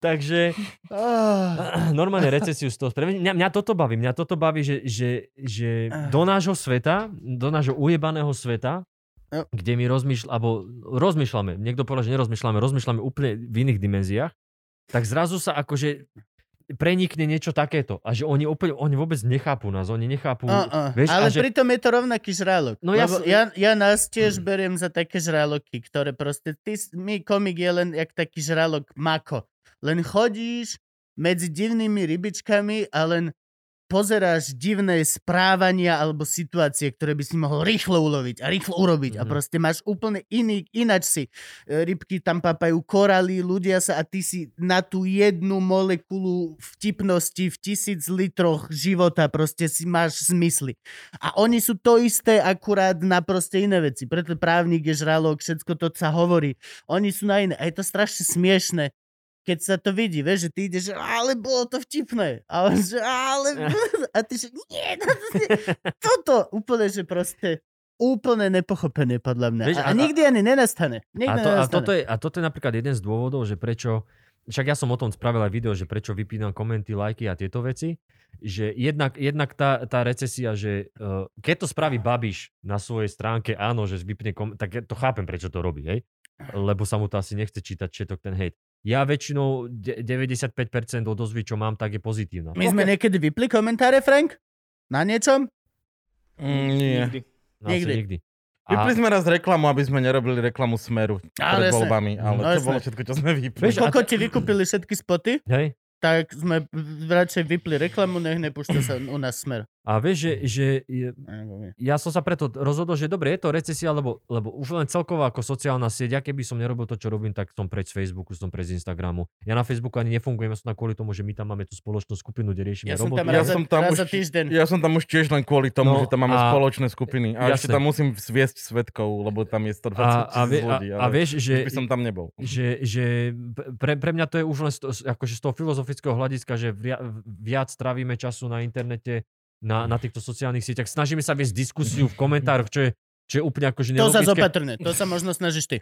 C: Takže
A: Ah.
C: <clears throat> normálne recesiu z toho spraviť. Mňa, mňa toto baví, mňa toto baví, že, že, že do nášho sveta, do nášho ujebaného sveta,
A: Jo.
C: kde my rozmýšľ, alebo rozmýšľame, niekto povedal, že nerozmýšľame, rozmýšľame úplne v iných dimenziách, tak zrazu sa akože prenikne niečo takéto. A že oni, úplne, oni vôbec nechápu nás, oni nechápu...
A: Uh, uh.
C: Vieš,
A: ale
C: a že-
A: pritom je to rovnaký žralok. No
C: No
A: ja,
C: ja
A: lebo
C: som-
A: ja, ja nás tiež beriem za také žraloky, ktoré proste... Ty, s- my komik je len jak taký žralok mako. Len chodíš medzi divnými rybičkami a len pozeráš divné správania alebo situácie, ktoré by si mohol rýchlo uloviť a rýchlo urobiť. A
C: Mhm.
A: proste máš úplne iný, inač si. E, Rybky tam papajú koraly, ľudia sa a ty si na tú jednu molekulu vtipnosti v tisíc litroch života proste si máš zmysly. A oni sú to isté akurát na proste iné veci. Preto právnik je žralok, všetko to sa hovorí. Oni sú na iné. A je to strašne smiešne keď sa to vidí, vieš, že ty ideš, že ale bolo to vtipné. A on, že ale...
C: Eh.
A: <laughs> A ty, že nie, to, toto úplne, že proste úplne nepochopené podľa mňa.
C: Vieš,
A: a, a,
C: a-
A: nikdy ani nenastane.
C: A,
A: Nikdy
C: to, a,
A: nenastane.
C: toto je, a toto je napríklad jeden z dôvodov, že prečo, však ja som o tom spravil aj video, že prečo vypínam komenty, lajky a tieto veci, že jednak, jednak tá, tá recesia, že uh, keď to spraví Babiš na svojej stránke, áno, že vypne kom- tak ja to chápem, prečo to robí, hej? Lebo sa mu to asi nechce čítať všetok ten hejt. Ja väčšinou de- 95% odozvy, čo mám, tak je pozitívna.
A: My sme niekedy vypli komentáre, Frank? Na niečom?
B: mm, nie.
D: Nikdy.
C: No, asi
A: nikdy.
C: nikdy.
B: Vypli sme raz reklamu, aby sme nerobili reklamu Smeru
A: Ale
B: pred
A: jasné.
B: voľbami, ale
A: No
B: to
A: jasné.
B: bolo všetko, čo sme vypli.
C: Vieš, a
A: Koľko
C: to-
A: ti vykúpili všetky spoty,
C: hej?
A: tak sme radšej vypli reklamu, nech nepúšťa sa u nás smer.
C: A vieš, že, že je- ja som sa preto rozhodol, že dobre, je to recesia, lebo, lebo už len celková ako sociálna sieť, ja keby som nerobil to, čo robím, tak som preč z Facebooku, som preč z Instagramu. Ja na Facebooku ani nefungujem, ja som tam kvôli tomu, že my tam máme tú spoločnú skupinu, kde riešime
A: Ja som
C: roboty.
A: tam
B: Ja
A: raz,
B: som
A: za,
B: tam
A: raz
B: už-
A: za týždeň.
B: Ja som tam už tiež len kvôli tomu,
C: No,
B: že tam máme
C: a-
B: spoločné skupiny. A ešte
C: Jasné.
B: tam musím zviesť svetkov, lebo tam je 120
C: a, a, vie,
B: tisíc
C: a,
B: ľudí.
C: a
B: Ale
C: vieš, že,
B: už by som tam nebol.
C: že, že pre, pre mňa to je už len z, to- z- akože z toho filozofického hľadiska, že vria, viac trávime času na internete, na, na týchto sociálnych sieťach. Snažíme sa viesť diskusiu v komentároch, čo je, čo je úplne akože
A: To sa
C: nelogické.
A: zopatrne, to sa možno snažíš ty.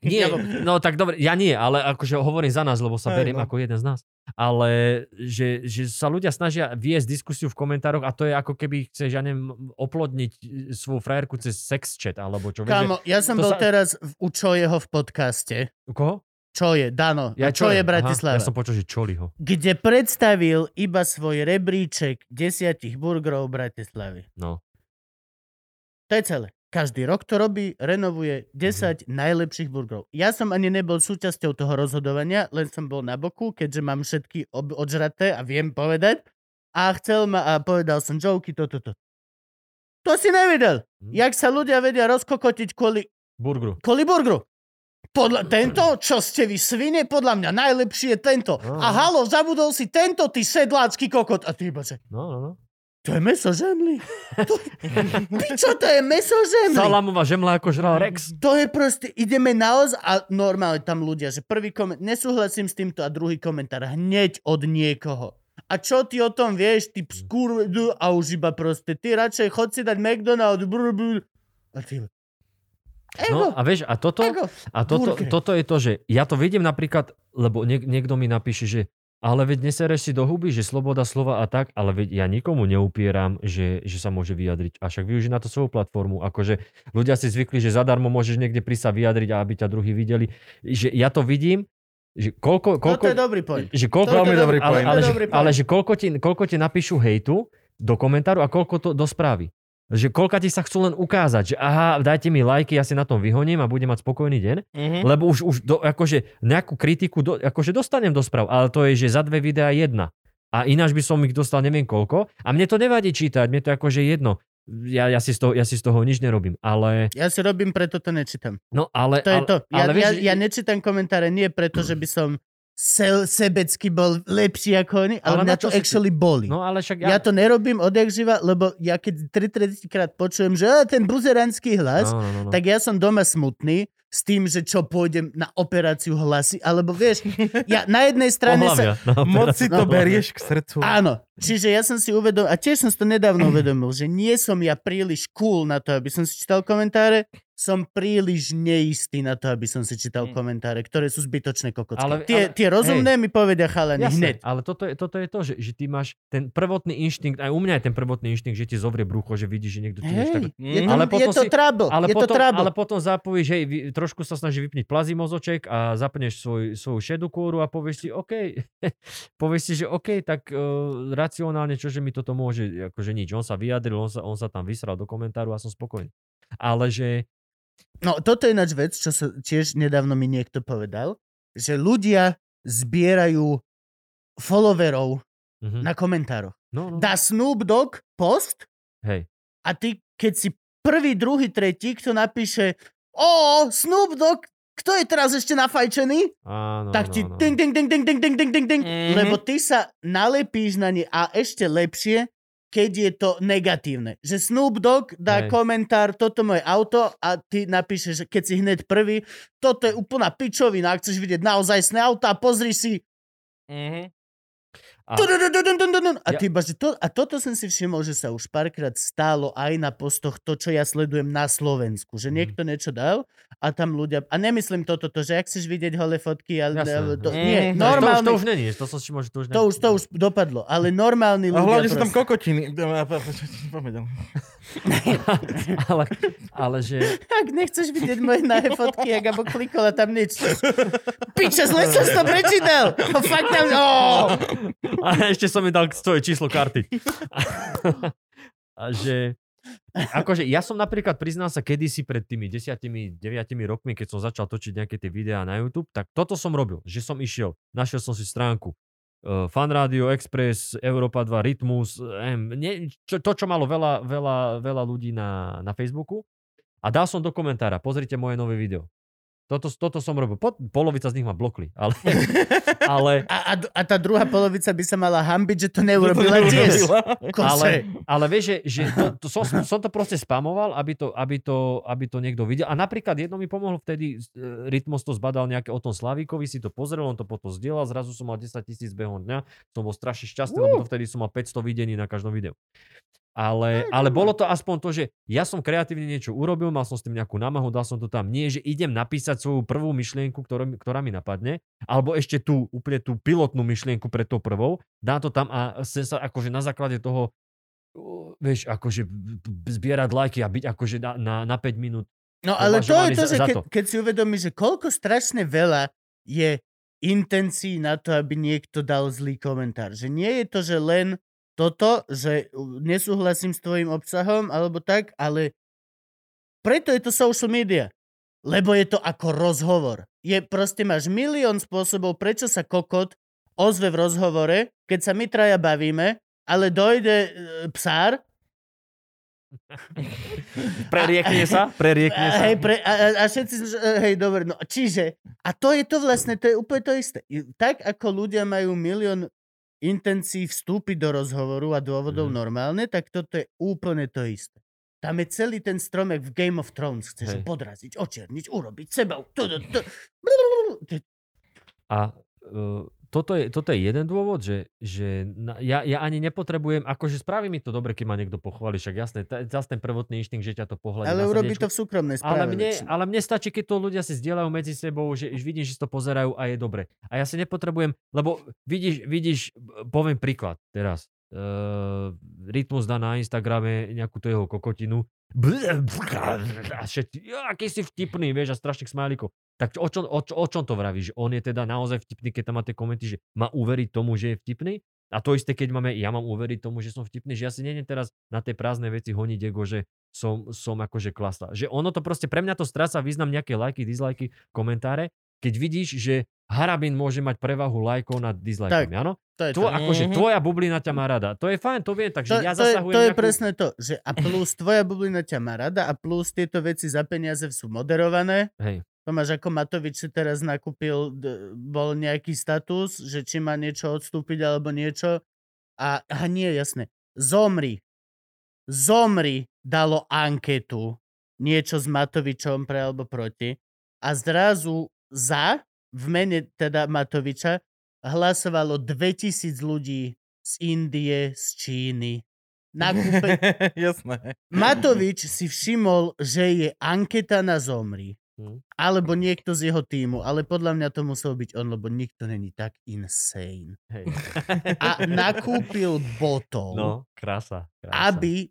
C: Nie,
A: Ja vôbec.
C: no tak dobre, ja nie, ale akože hovorím za nás, lebo sa
B: Hej,
C: beriem
B: no.
C: ako jeden z nás. Ale že, že sa ľudia snažia viesť diskusiu v komentároch a to je ako keby chceš, ja neviem, oplodniť e, svoju frajerku cez sex chat alebo čo. Vieš,
A: Kámo, ja som
C: to
A: bol
C: sa-
A: teraz v- u Čojeho v podcaste.
C: že, koho?
A: Čo je, Dano, ja, čo, je
C: Aha,
A: Bratislava,
C: Ja som počul, že Čoliho.
A: kde predstavil iba svoj rebríček desiatich burgerov Bratislavy.
C: No.
A: To je celé. Každý rok to robí, renovuje
C: Mhm.
A: 10 najlepších burgerov. Ja som ani nebol súčasťou toho rozhodovania, len som bol na boku, keďže mám všetky ob- odžraté a viem povedať. A chcel ma a povedal som joky, toto, toto. To si nevidel.
C: Mhm.
A: Jak sa ľudia vedia rozkokotiť kvôli
C: Burgru.
A: Kvôli burgeru. Podľa, tento, čo ste vy svine, podľa mňa najlepší je tento.
C: Mm.
A: A halo, zabudol si tento, ty sedlácky kokot. A ty iba, že
C: No, no, no.
A: to je meso žemli. To,
C: <laughs>
A: pičo, to je meso žemli.
C: Salamová žemla ako žral Rex.
A: To je proste, ideme naoz a normálne tam ľudia, že prvý komentár, nesúhlasím s týmto a druhý komentár hneď od niekoho. A čo ty o tom vieš, ty pskúr, a už iba proste, ty radšej chod si dať McDonald's, brr, brr. A ty, iba,
C: No
A: ego,
C: a vieš, a toto...
A: ego.
C: A toto,
A: Burgery.
C: toto je to, že ja to vidím napríklad, lebo niek- niekto mi napíše, že Ale veď nesereš si do huby, že sloboda slova a tak, ale veď ja nikomu neupieram, že, že sa môže vyjadriť. A však využij na to svoju platformu. Akože ľudia si zvykli, že zadarmo môžeš niekde prísť sa vyjadriť a aby ťa druhí videli. Že ja to vidím, že koľko,
A: No
C: koľko,
A: to je dobrý point.
C: že koľko,
A: Veľmi dobrý
C: ale,
A: point.
C: ale,
A: To je
C: že,
A: dobrý point.
C: ale že koľko ti, koľko ti napíšu hejtu do komentáru a koľko to do správy. Že koľko ti sa chcú len ukázať, že aha, dajte mi lajky, ja si na tom vyhoním a budem mať spokojný deň.
B: Mhm.
C: Lebo už, už do, akože nejakú kritiku do, akože dostanem do správ, ale to je, že za dve videá jedna. A ináč by som ich dostal neviem koľko. A mne to nevadí čítať, mne to akože jedno. Ja, ja, si, z toho, ja si z toho nič nerobím. Ale,
A: Ja si robím, preto to nečítam.
C: no ale...
A: To je
C: ale,
A: to. Ja,
C: ale
A: ja,
C: že-
A: ja nečítam komentáre nie preto, že by som se, sebecky bol lepší ako oni, ale,
C: Ale
A: mňa
C: na
A: to
C: čo si ty-
A: actually boli.
C: No ale však
A: Ja to nerobím odjak živa, lebo ja keď 30 krát počujem, že "Á, ten buzeranský hlas,
C: no, no, no, no.
A: tak ja som doma smutný s tým, že čo pôjdem na operáciu hlasy, alebo
C: <laughs>
A: vieš, ja na jednej strane sa...
C: Pohlavia, no,
B: Moc si to
A: No.
B: berieš k srdcu.
A: Áno, čiže ja som si uvedomil, a tiež som si to
C: <clears throat>
A: nedávno uvedomil, že nie som ja príliš cool na to, aby som si čítal komentáre, som príliš neistý na to, aby som si čítal
B: Mm.
A: komentáre, ktoré sú zbytočné kokocky. Ale,
C: Ale-
A: tie,
C: ale-
A: tie rozumné mi povedia chalani
C: Jasné,
A: hneď.
C: ale toto je, toto je to, že, že ty máš ten prvotný inštinkt, aj u mňa je ten prvotný inštinkt, že ti zovrie brucho, že vidíš, že niekto ti niečo
A: Hej,
C: tak...
A: je,
B: Mm.
A: to,
C: Ale
A: je
C: potom
A: to
C: si-
A: trouble,
C: Ale
A: je to
C: potom,
A: trouble.
C: ale potom zapojíš, hej, vy- trošku sa snaží vypniť plazí mozoček a zapneš svoj, svoju šedú kôru a povieš si, OK, <laughs> povieš si, že OK, tak uh, racionálne, čože mi toto môže, akože nič, on sa vyjadril, on sa, on sa tam vysral do komentáru a som spokojný. Ale že...
A: No toto je ináč vec, čo sa tiež nedávno mi niekto povedal, že ľudia zbierajú followerov
C: Uh-huh,
A: na komentároch.
C: no, no,
A: Dá Snoop Dogg post
C: hej.
A: a ty, keď si prvý, druhý, tretí, kto napíše o, Snoop Dogg, kto je teraz ešte nafajčený?
C: Áno,
A: tak ti
C: no, no.
A: ding, ding, ding, ding, ding, ding, ding, ding, ding.
B: Mhm.
A: Lebo ty sa nalepíš na ne a ešte lepšie, keď je to negatívne. Že Snoop Dogg dá
C: Hej.
A: komentár, toto moje auto a ty napíšeš, že keď si hneď prvý, toto je úplná pičovina, ak chceš vidieť naozajstné auta, pozri si.
B: Mhm.
C: A-
A: Tudududududududududud. A
C: Ja-
A: ty iba, že to, a toto som si všimol, že sa už párkrát stálo aj na postoch to, čo ja sledujem na Slovensku. Že
C: Mhm.
A: niekto niečo dal a tam ľudia... A nemyslím toto, to, že ak chceš vidieť holé fotky, ale...
C: Jasné.
A: to, nie,
B: Mhm. To už-
C: To už-
A: normálne...
C: To už, to už není, to som si možno, to už není.
A: To už, to už dopadlo, ale normálni
B: A
A: ľudia
B: hlavne sú tam
A: proste.
B: kokotiny. <laughs> Poďme ďalej.
C: <laughs> ale, ale že...
A: Ak nechceš vidieť moje nahé fotky, ak abo klikol a tam nič. Piče, zle som si to prečítal. To fakt tam... Oh!
C: A ešte som mi dal svoje číslo karty. A že... Akože ja som napríklad priznal sa kedysi pred tými 10-9 rokmi, keď som začal točiť nejaké tie videá na YouTube, tak toto som robil, že som išiel, našiel som si stránku uh, Fan Radio, Express, Európa 2, Rytmus, em, nie, čo, to, čo malo veľa, veľa, veľa ľudí na, na Facebooku a dal som do komentára, pozrite moje nové video. Toto, toto som robil. Po, polovica z nich ma blokli, ale, <laughs> ale
A: A, a, a tá druhá polovica by sa mala hambiť, že to neurobila tiež. Kose.
C: Ale, ale vieš, že, že to, to som, som to proste spamoval, aby to, aby, to, aby to niekto videl. A napríklad jedno mi pomohlo vtedy, e, Rytmos to zbadal nejaké o tom Slavíkovi, si to pozrel, on to potom zdieľal, zrazu som mal 10 tisíc behom dňa, som bol strašne šťastný, lebo to vtedy som mal 500 videní na každom videu. Ale, ale bolo to aspoň to, že ja som kreatívne niečo urobil, mal som s tým nejakú námahu, dal som to tam. Nie, že idem napísať svoju prvú myšlienku, ktorá, mi- ktorá mi napadne, alebo ešte tú úplne tú pilotnú myšlienku pred tou prvou, dá to tam a chcem sa akože na základe toho uh, vieš, akože b- b- zbierať lajky a byť akože na, na, na 5 minút.
A: No ale to je
C: považovaný
A: to,
C: za-
A: že
C: za
A: keď,
C: to.
A: keď si uvedomíš, že koľko strašne veľa je intencií na to, aby niekto dal zlý komentár. Že nie je to, že len toto, že uh, nesúhlasím s tvojim obsahom alebo tak, ale preto je to social media. Lebo je to ako rozhovor. Je proste máš milión spôsobov, prečo sa kokot ozve v rozhovore, keď sa my traja bavíme, ale dojde e, psár
C: Preriekne sa, preriekne
A: A,
C: sa.
A: hej, pre, a, a- a všetci, sme, že, e, hej, dobre, no čiže, a to je to vlastne, to je úplne to isté. I- Tak ako ľudia majú milión intencií vstúpiť do rozhovoru a dôvodov
C: Mhm.
A: normálne, tak toto je úplne to isté. Tam je celý ten stromek v Game of Thrones. Chceš ho
C: Hej.
A: podraziť, očerniť, urobiť sebou. Tu, tu, tu.
C: A uh, toto je, toto je jeden dôvod, že, že na, ja, ja ani nepotrebujem, akože spraví mi to dobre, keď ma niekto pochváli, však jasné, t- zase ten prvotný inštinkt, že ťa to pohľadí
A: Ale
C: na
A: urobí
C: srdiečko.
A: to v súkromnej správe.
C: ale mne,
A: väčšinou.
C: ale mne stačí, keď to ľudia si zdieľajú medzi sebou, že už vidím, že si to pozerajú a je dobre. A ja si nepotrebujem, lebo vidíš, vidíš poviem príklad teraz. Uh, Rytmus dá na Instagrame nejakú tú jeho kokotinu. A všetci, "Ja, aký si vtipný, vieš, a strašných smajlíkov. Tak o čom, o, čo- o čom to vravíš? On je teda naozaj vtipný, keď tam má tie komenty, že má uveriť tomu, že je vtipný? A to isté, keď máme, ja mám uveriť tomu, že som vtipný, že ja si nejdem teraz na tie prázdne veci honiť ego, že som, som akože klasa. Že ono to proste, pre mňa to stráca význam nejaké lajky, dislajky, komentáre, keď vidíš, že Harabin môže mať prevahu lajkov nad dislajkami, áno?
A: To je to.
C: To, akože
B: Mhm.
C: tvoja bublina ťa má rada. To je fajn, to viem, takže
A: To,
C: ja
A: to, je,
C: zasahujem
A: to je
C: nejakú...
A: presne to, že a plus tvoja bublina ťa má rada a plus tieto veci za peniaze sú moderované.
C: Hej.
A: To máš ako Matovič si teraz nakúpil, d- bol nejaký status, že či má niečo odstúpiť alebo niečo. A, a nie, jasne. Zomri. Zomri dalo anketu niečo s Matovičom pre alebo proti a zrazu za, v mene teda Matoviča, hlasovalo 2000 ľudí z Indie, z Číny. Na kúpe...
B: <laughs> Jasné.
A: Matovič si všimol, že je anketa na zomri.
C: Hm.
A: Alebo niekto z jeho týmu, ale podľa mňa to musel byť on, lebo nikto není tak insane.
C: Hej.
A: A nakúpil botov, no,
C: No, krása. krása.
A: aby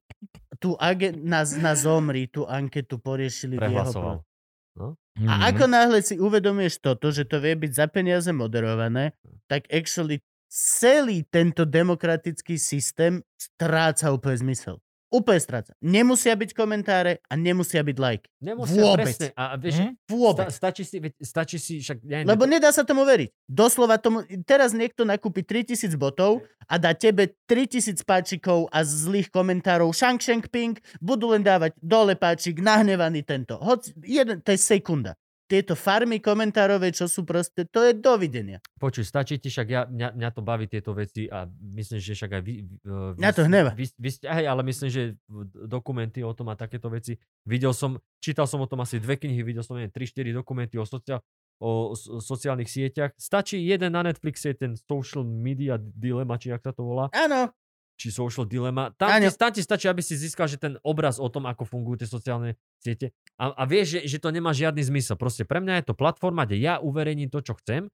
A: tú agen- na, na zomri tú anketu poriešili v jeho pro-
C: Prehlasoval. Hmm. Mhm.
A: a ako náhle si uvedomíš toto, že to vie byť za peniaze moderované, tak actually celý tento demokratický systém stráca úplne zmysel. Úplne stráca. Nemusia byť komentáre a nemusia byť like.
C: Nemusia,
A: Vôbec. Mhm.
C: presne. A, a vieš,
B: Hm?
C: sta,
A: Vôbec.
C: stačí si, veď- stačí si, však ja
A: Lebo nedá sa tomu veriť. Doslova tomu... Teraz niekto nakúpi 3000 botov a dá tebe 3000 páčikov a zlých komentárov Shang Shang Ping budú len dávať dole páčik, nahnevaný tento. Hoď jeden, to je sekunda. Tieto farmy komentárové, čo sú proste, to je dovidenia.
C: Počuj, stačí ti, však ja, mňa, mňa to baví tieto veci a myslím, že však aj vy... vy- eh, vy
A: Mňa to
C: ste-
A: hneva.
C: Vy, vy ste, hej, ale myslím, že v- dokumenty o tom a takéto veci. Videl som, čítal som o tom asi dve knihy, videl som, neviem, 3-4 dokumenty o, socia, o so- sociálnych sieťach. Stačí jeden na Netflixe, je ten social media dilema, či jak sa to volá,
A: Áno,
C: či social dilema. Tam,
A: Áno.
C: ti, tam ti stačí, aby si získal že ten obraz o tom, ako fungujú tie sociálne siete. A, a vieš, že, že to nemá žiadny zmysel. Proste pre mňa je to platforma, kde ja uverejním to, čo chcem.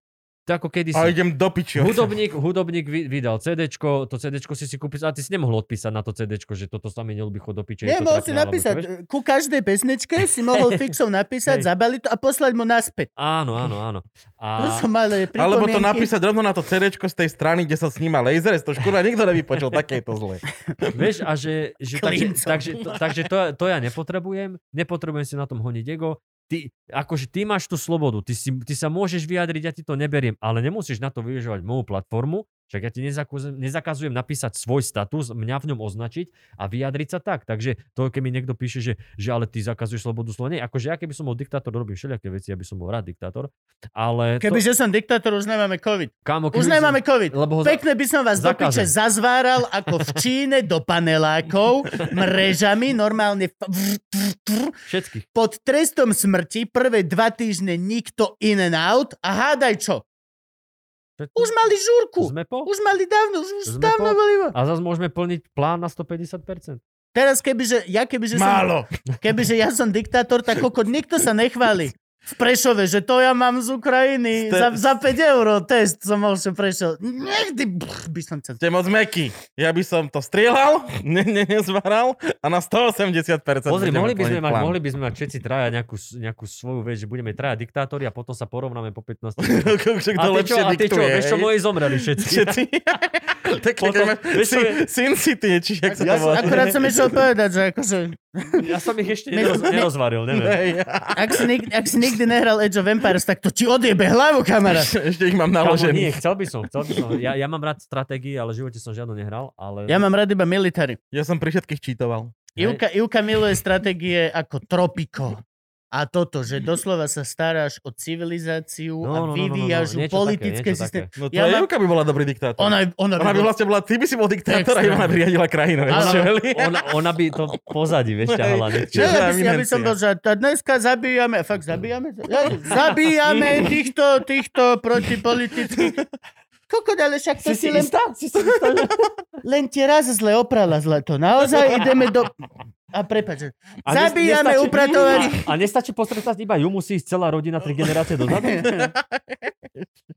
C: To je ako kedysi.
B: A idem do piči.
C: Hudobník, hudobník vy- vydal CDčko, to CDčko si si kúpil, a ty si nemohol odpísať na to CDčko, že toto sa mi nelúbi chod do piče. je to
A: nemohol
C: trapné,
A: si
C: alebo čo, vieš?
A: napísať, ku každej pesničke si
C: <laughs>
A: mohol fixom napísať,
C: Hej.
A: zabaliť to a poslať mu naspäť.
C: Áno, áno, áno.
A: To
C: A,
A: som malé
B: Alebo to
A: pripomienky.
B: napísať rovno na to CD z tej strany, kde sa sníma laser, to škoda, nikto nevypočul, také je to
A: <laughs>
B: zle.
C: vieš, a že, že takže,
A: Klincom.
C: takže, to, takže to, to ja nepotrebujem, nepotrebujem si na tom honiť ego. Ty, akože ty máš tú slobodu, ty, si, ty sa môžeš vyjadriť, ja ti to neberiem, ale nemusíš na to využívať moju platformu, však ja ti nezakazujem, nezakazujem napísať svoj status, mňa v ňom označiť a vyjadriť sa tak. Takže to, keď mi niekto píše, že, že ale ty zakazuješ slobodu slova, nie, akože ja keby som bol diktátor, robím všelijaké veci, aby som bol rád diktátor, ale... to,
A: Kebyže som diktátor, už nemáme COVID.
C: kámo,
A: Už nemáme COVID.
C: Lebo ho za-
A: Pekne by som vás do
C: Zakážem.
A: piče zazváral ako v Číne do panelákov mrežami, normálne f- vr- vr- vr-
C: všetkých.
A: pod trestom smrti prvé dva týždne nikto in and out a hádaj čo?
C: všetkých.
A: Už mali žúrku.
C: Sme po?
A: Už mali dávno, už, už
C: Sme
A: dávno
C: po-
A: boli.
C: A zase môžeme plniť plán na 150%.
A: Teraz kebyže, ja kebyže som
B: Málo.
A: Kebyže ja som diktátor, tak kokot, nikto sa nechváli. V Prešove, že to ja mám z Ukrajiny.
B: Ste-
A: Za, za 5 eur test som mal, že prešiel. Niekdy brr, by som chcel.
B: Ste moc meký. Ja by som to strieľal, <laughs> ne, ne, nezvaral a na 180%
C: Pozri,
B: budeme
C: mohli by, sme
B: plniť
C: mať,
B: plán. <laughs>
C: mohli by sme mať všetci traja nejakú, s- nejakú svoju vec, že budeme traja diktátori a potom sa porovnáme po 15 rokoch.
B: Kto
C: A ty čo,
B: lepšie
C: a ty čo,
B: diktuje,
C: vieš čo,
B: hej?
C: moji zomreli všetci.
B: <laughs> Všetci. tak
C: Potom-
B: potom,
C: vieš čo
B: si,
C: je-
B: Sin City, či jak sa to
A: Ja som,
B: volá. <laughs>
A: akurát som
C: <laughs>
A: išiel povedať, že akože,
C: <laughs> Ja som ich ešte
A: My-
C: neroz,
A: my-
C: nerozvaril, neviem.
B: Hej,
A: ak si, nikdy, ak si nikdy nehral Age of Empires, tak to ti odjebe hlavu, kamarát.
B: ešte- Ešte ich mám
C: Kámo, nie,
B: naložených.
C: chcel by som, chcel by som. Ja, ja mám rád stratégie, ale v živote som žiadnu nehral, ale...
A: Ja mám rád iba military.
B: Ja som pri všetkých čítoval.
C: Hej.
A: Ivka, Ivka miluje stratégie ako tropiko. A toto, že doslova sa staráš o civilizáciu a
C: No, no, no, no, no,
A: vyvíjaš
C: niečo také,
A: politické
C: niečo
A: systémy.
B: No
A: Ja
B: tvoja
A: mám-
B: Jevka by bola dobrý diktátor.
A: Ona, ona,
B: Ona by vlastne bola, ty by si bol diktátor a
A: Extrémne.
B: ona by riadila krajinu.
A: Áno.
B: Áno,
C: Ona, ona by to pozadí, vieš, ťahala.
A: Čo,
B: Hej,
A: ja, by,
B: čo?
C: niekde.
A: si- ja by
B: Eminencia.
A: som bol, že to dneska zabíjame,
C: <laughs>
A: fakt zabíjame, Ja- zabíjame týchto, týchto protipolitických. kokot, ale však to
C: Si
A: si,
C: si
A: len...
C: istá? Si si istá? že-
A: Len ti raz zle oprala zlato. Naozaj ideme do... A prepáč, že-
C: A nes-
A: Zabíjame
C: nestačí-
A: upratovarí.
B: <laughs>
C: A, a nestačí postretať iba ju, musí ísť celá rodina tri generácie dozadu.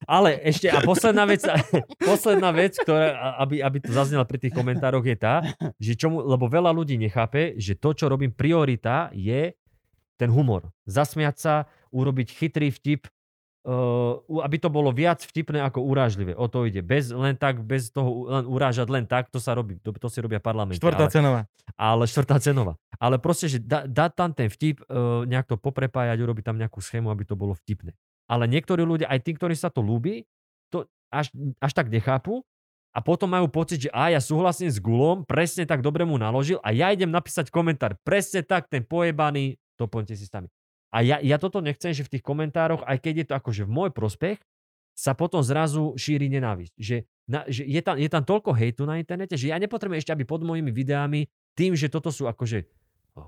C: Ale ešte, a posledná vec, <laughs> posledná vec, ktorá, a- aby, aby to zaznela pri tých komentároch, je tá, že čomu, lebo veľa ľudí nechápe, že to, čo robím, priorita je ten humor. Zasmiať sa, urobiť chytrý vtip, Uh, aby to bolo viac vtipné ako urážlivé. O to ide. Bez, len tak, bez toho, len urážať len tak, to sa robí, to, to si robia parlamenty.
B: Štvrtá
C: ale-
B: cenová.
C: ale štvrtá cenová. Ale proste, že dá, dá tam ten vtip, uh, nejak to poprepájať, urobiť tam nejakú schému, aby to bolo vtipné. Ale niektorí ľudia, aj tí, ktorí sa to ľúbi, to až, až tak nechápu a potom majú pocit, že a ja súhlasím s Gulom, presne tak dobre mu naložil a ja idem napísať komentár, presne tak, ten pojebaný, to poďte si sami. A ja, ja toto nechcem, že v tých komentároch, aj keď je to akože v môj prospech, sa potom zrazu šíri nenávisť. Že, na, že je, tam, je tam toľko hejtu na internete, že ja nepotrebujem ešte, aby pod mojimi videami tým, že toto sú akože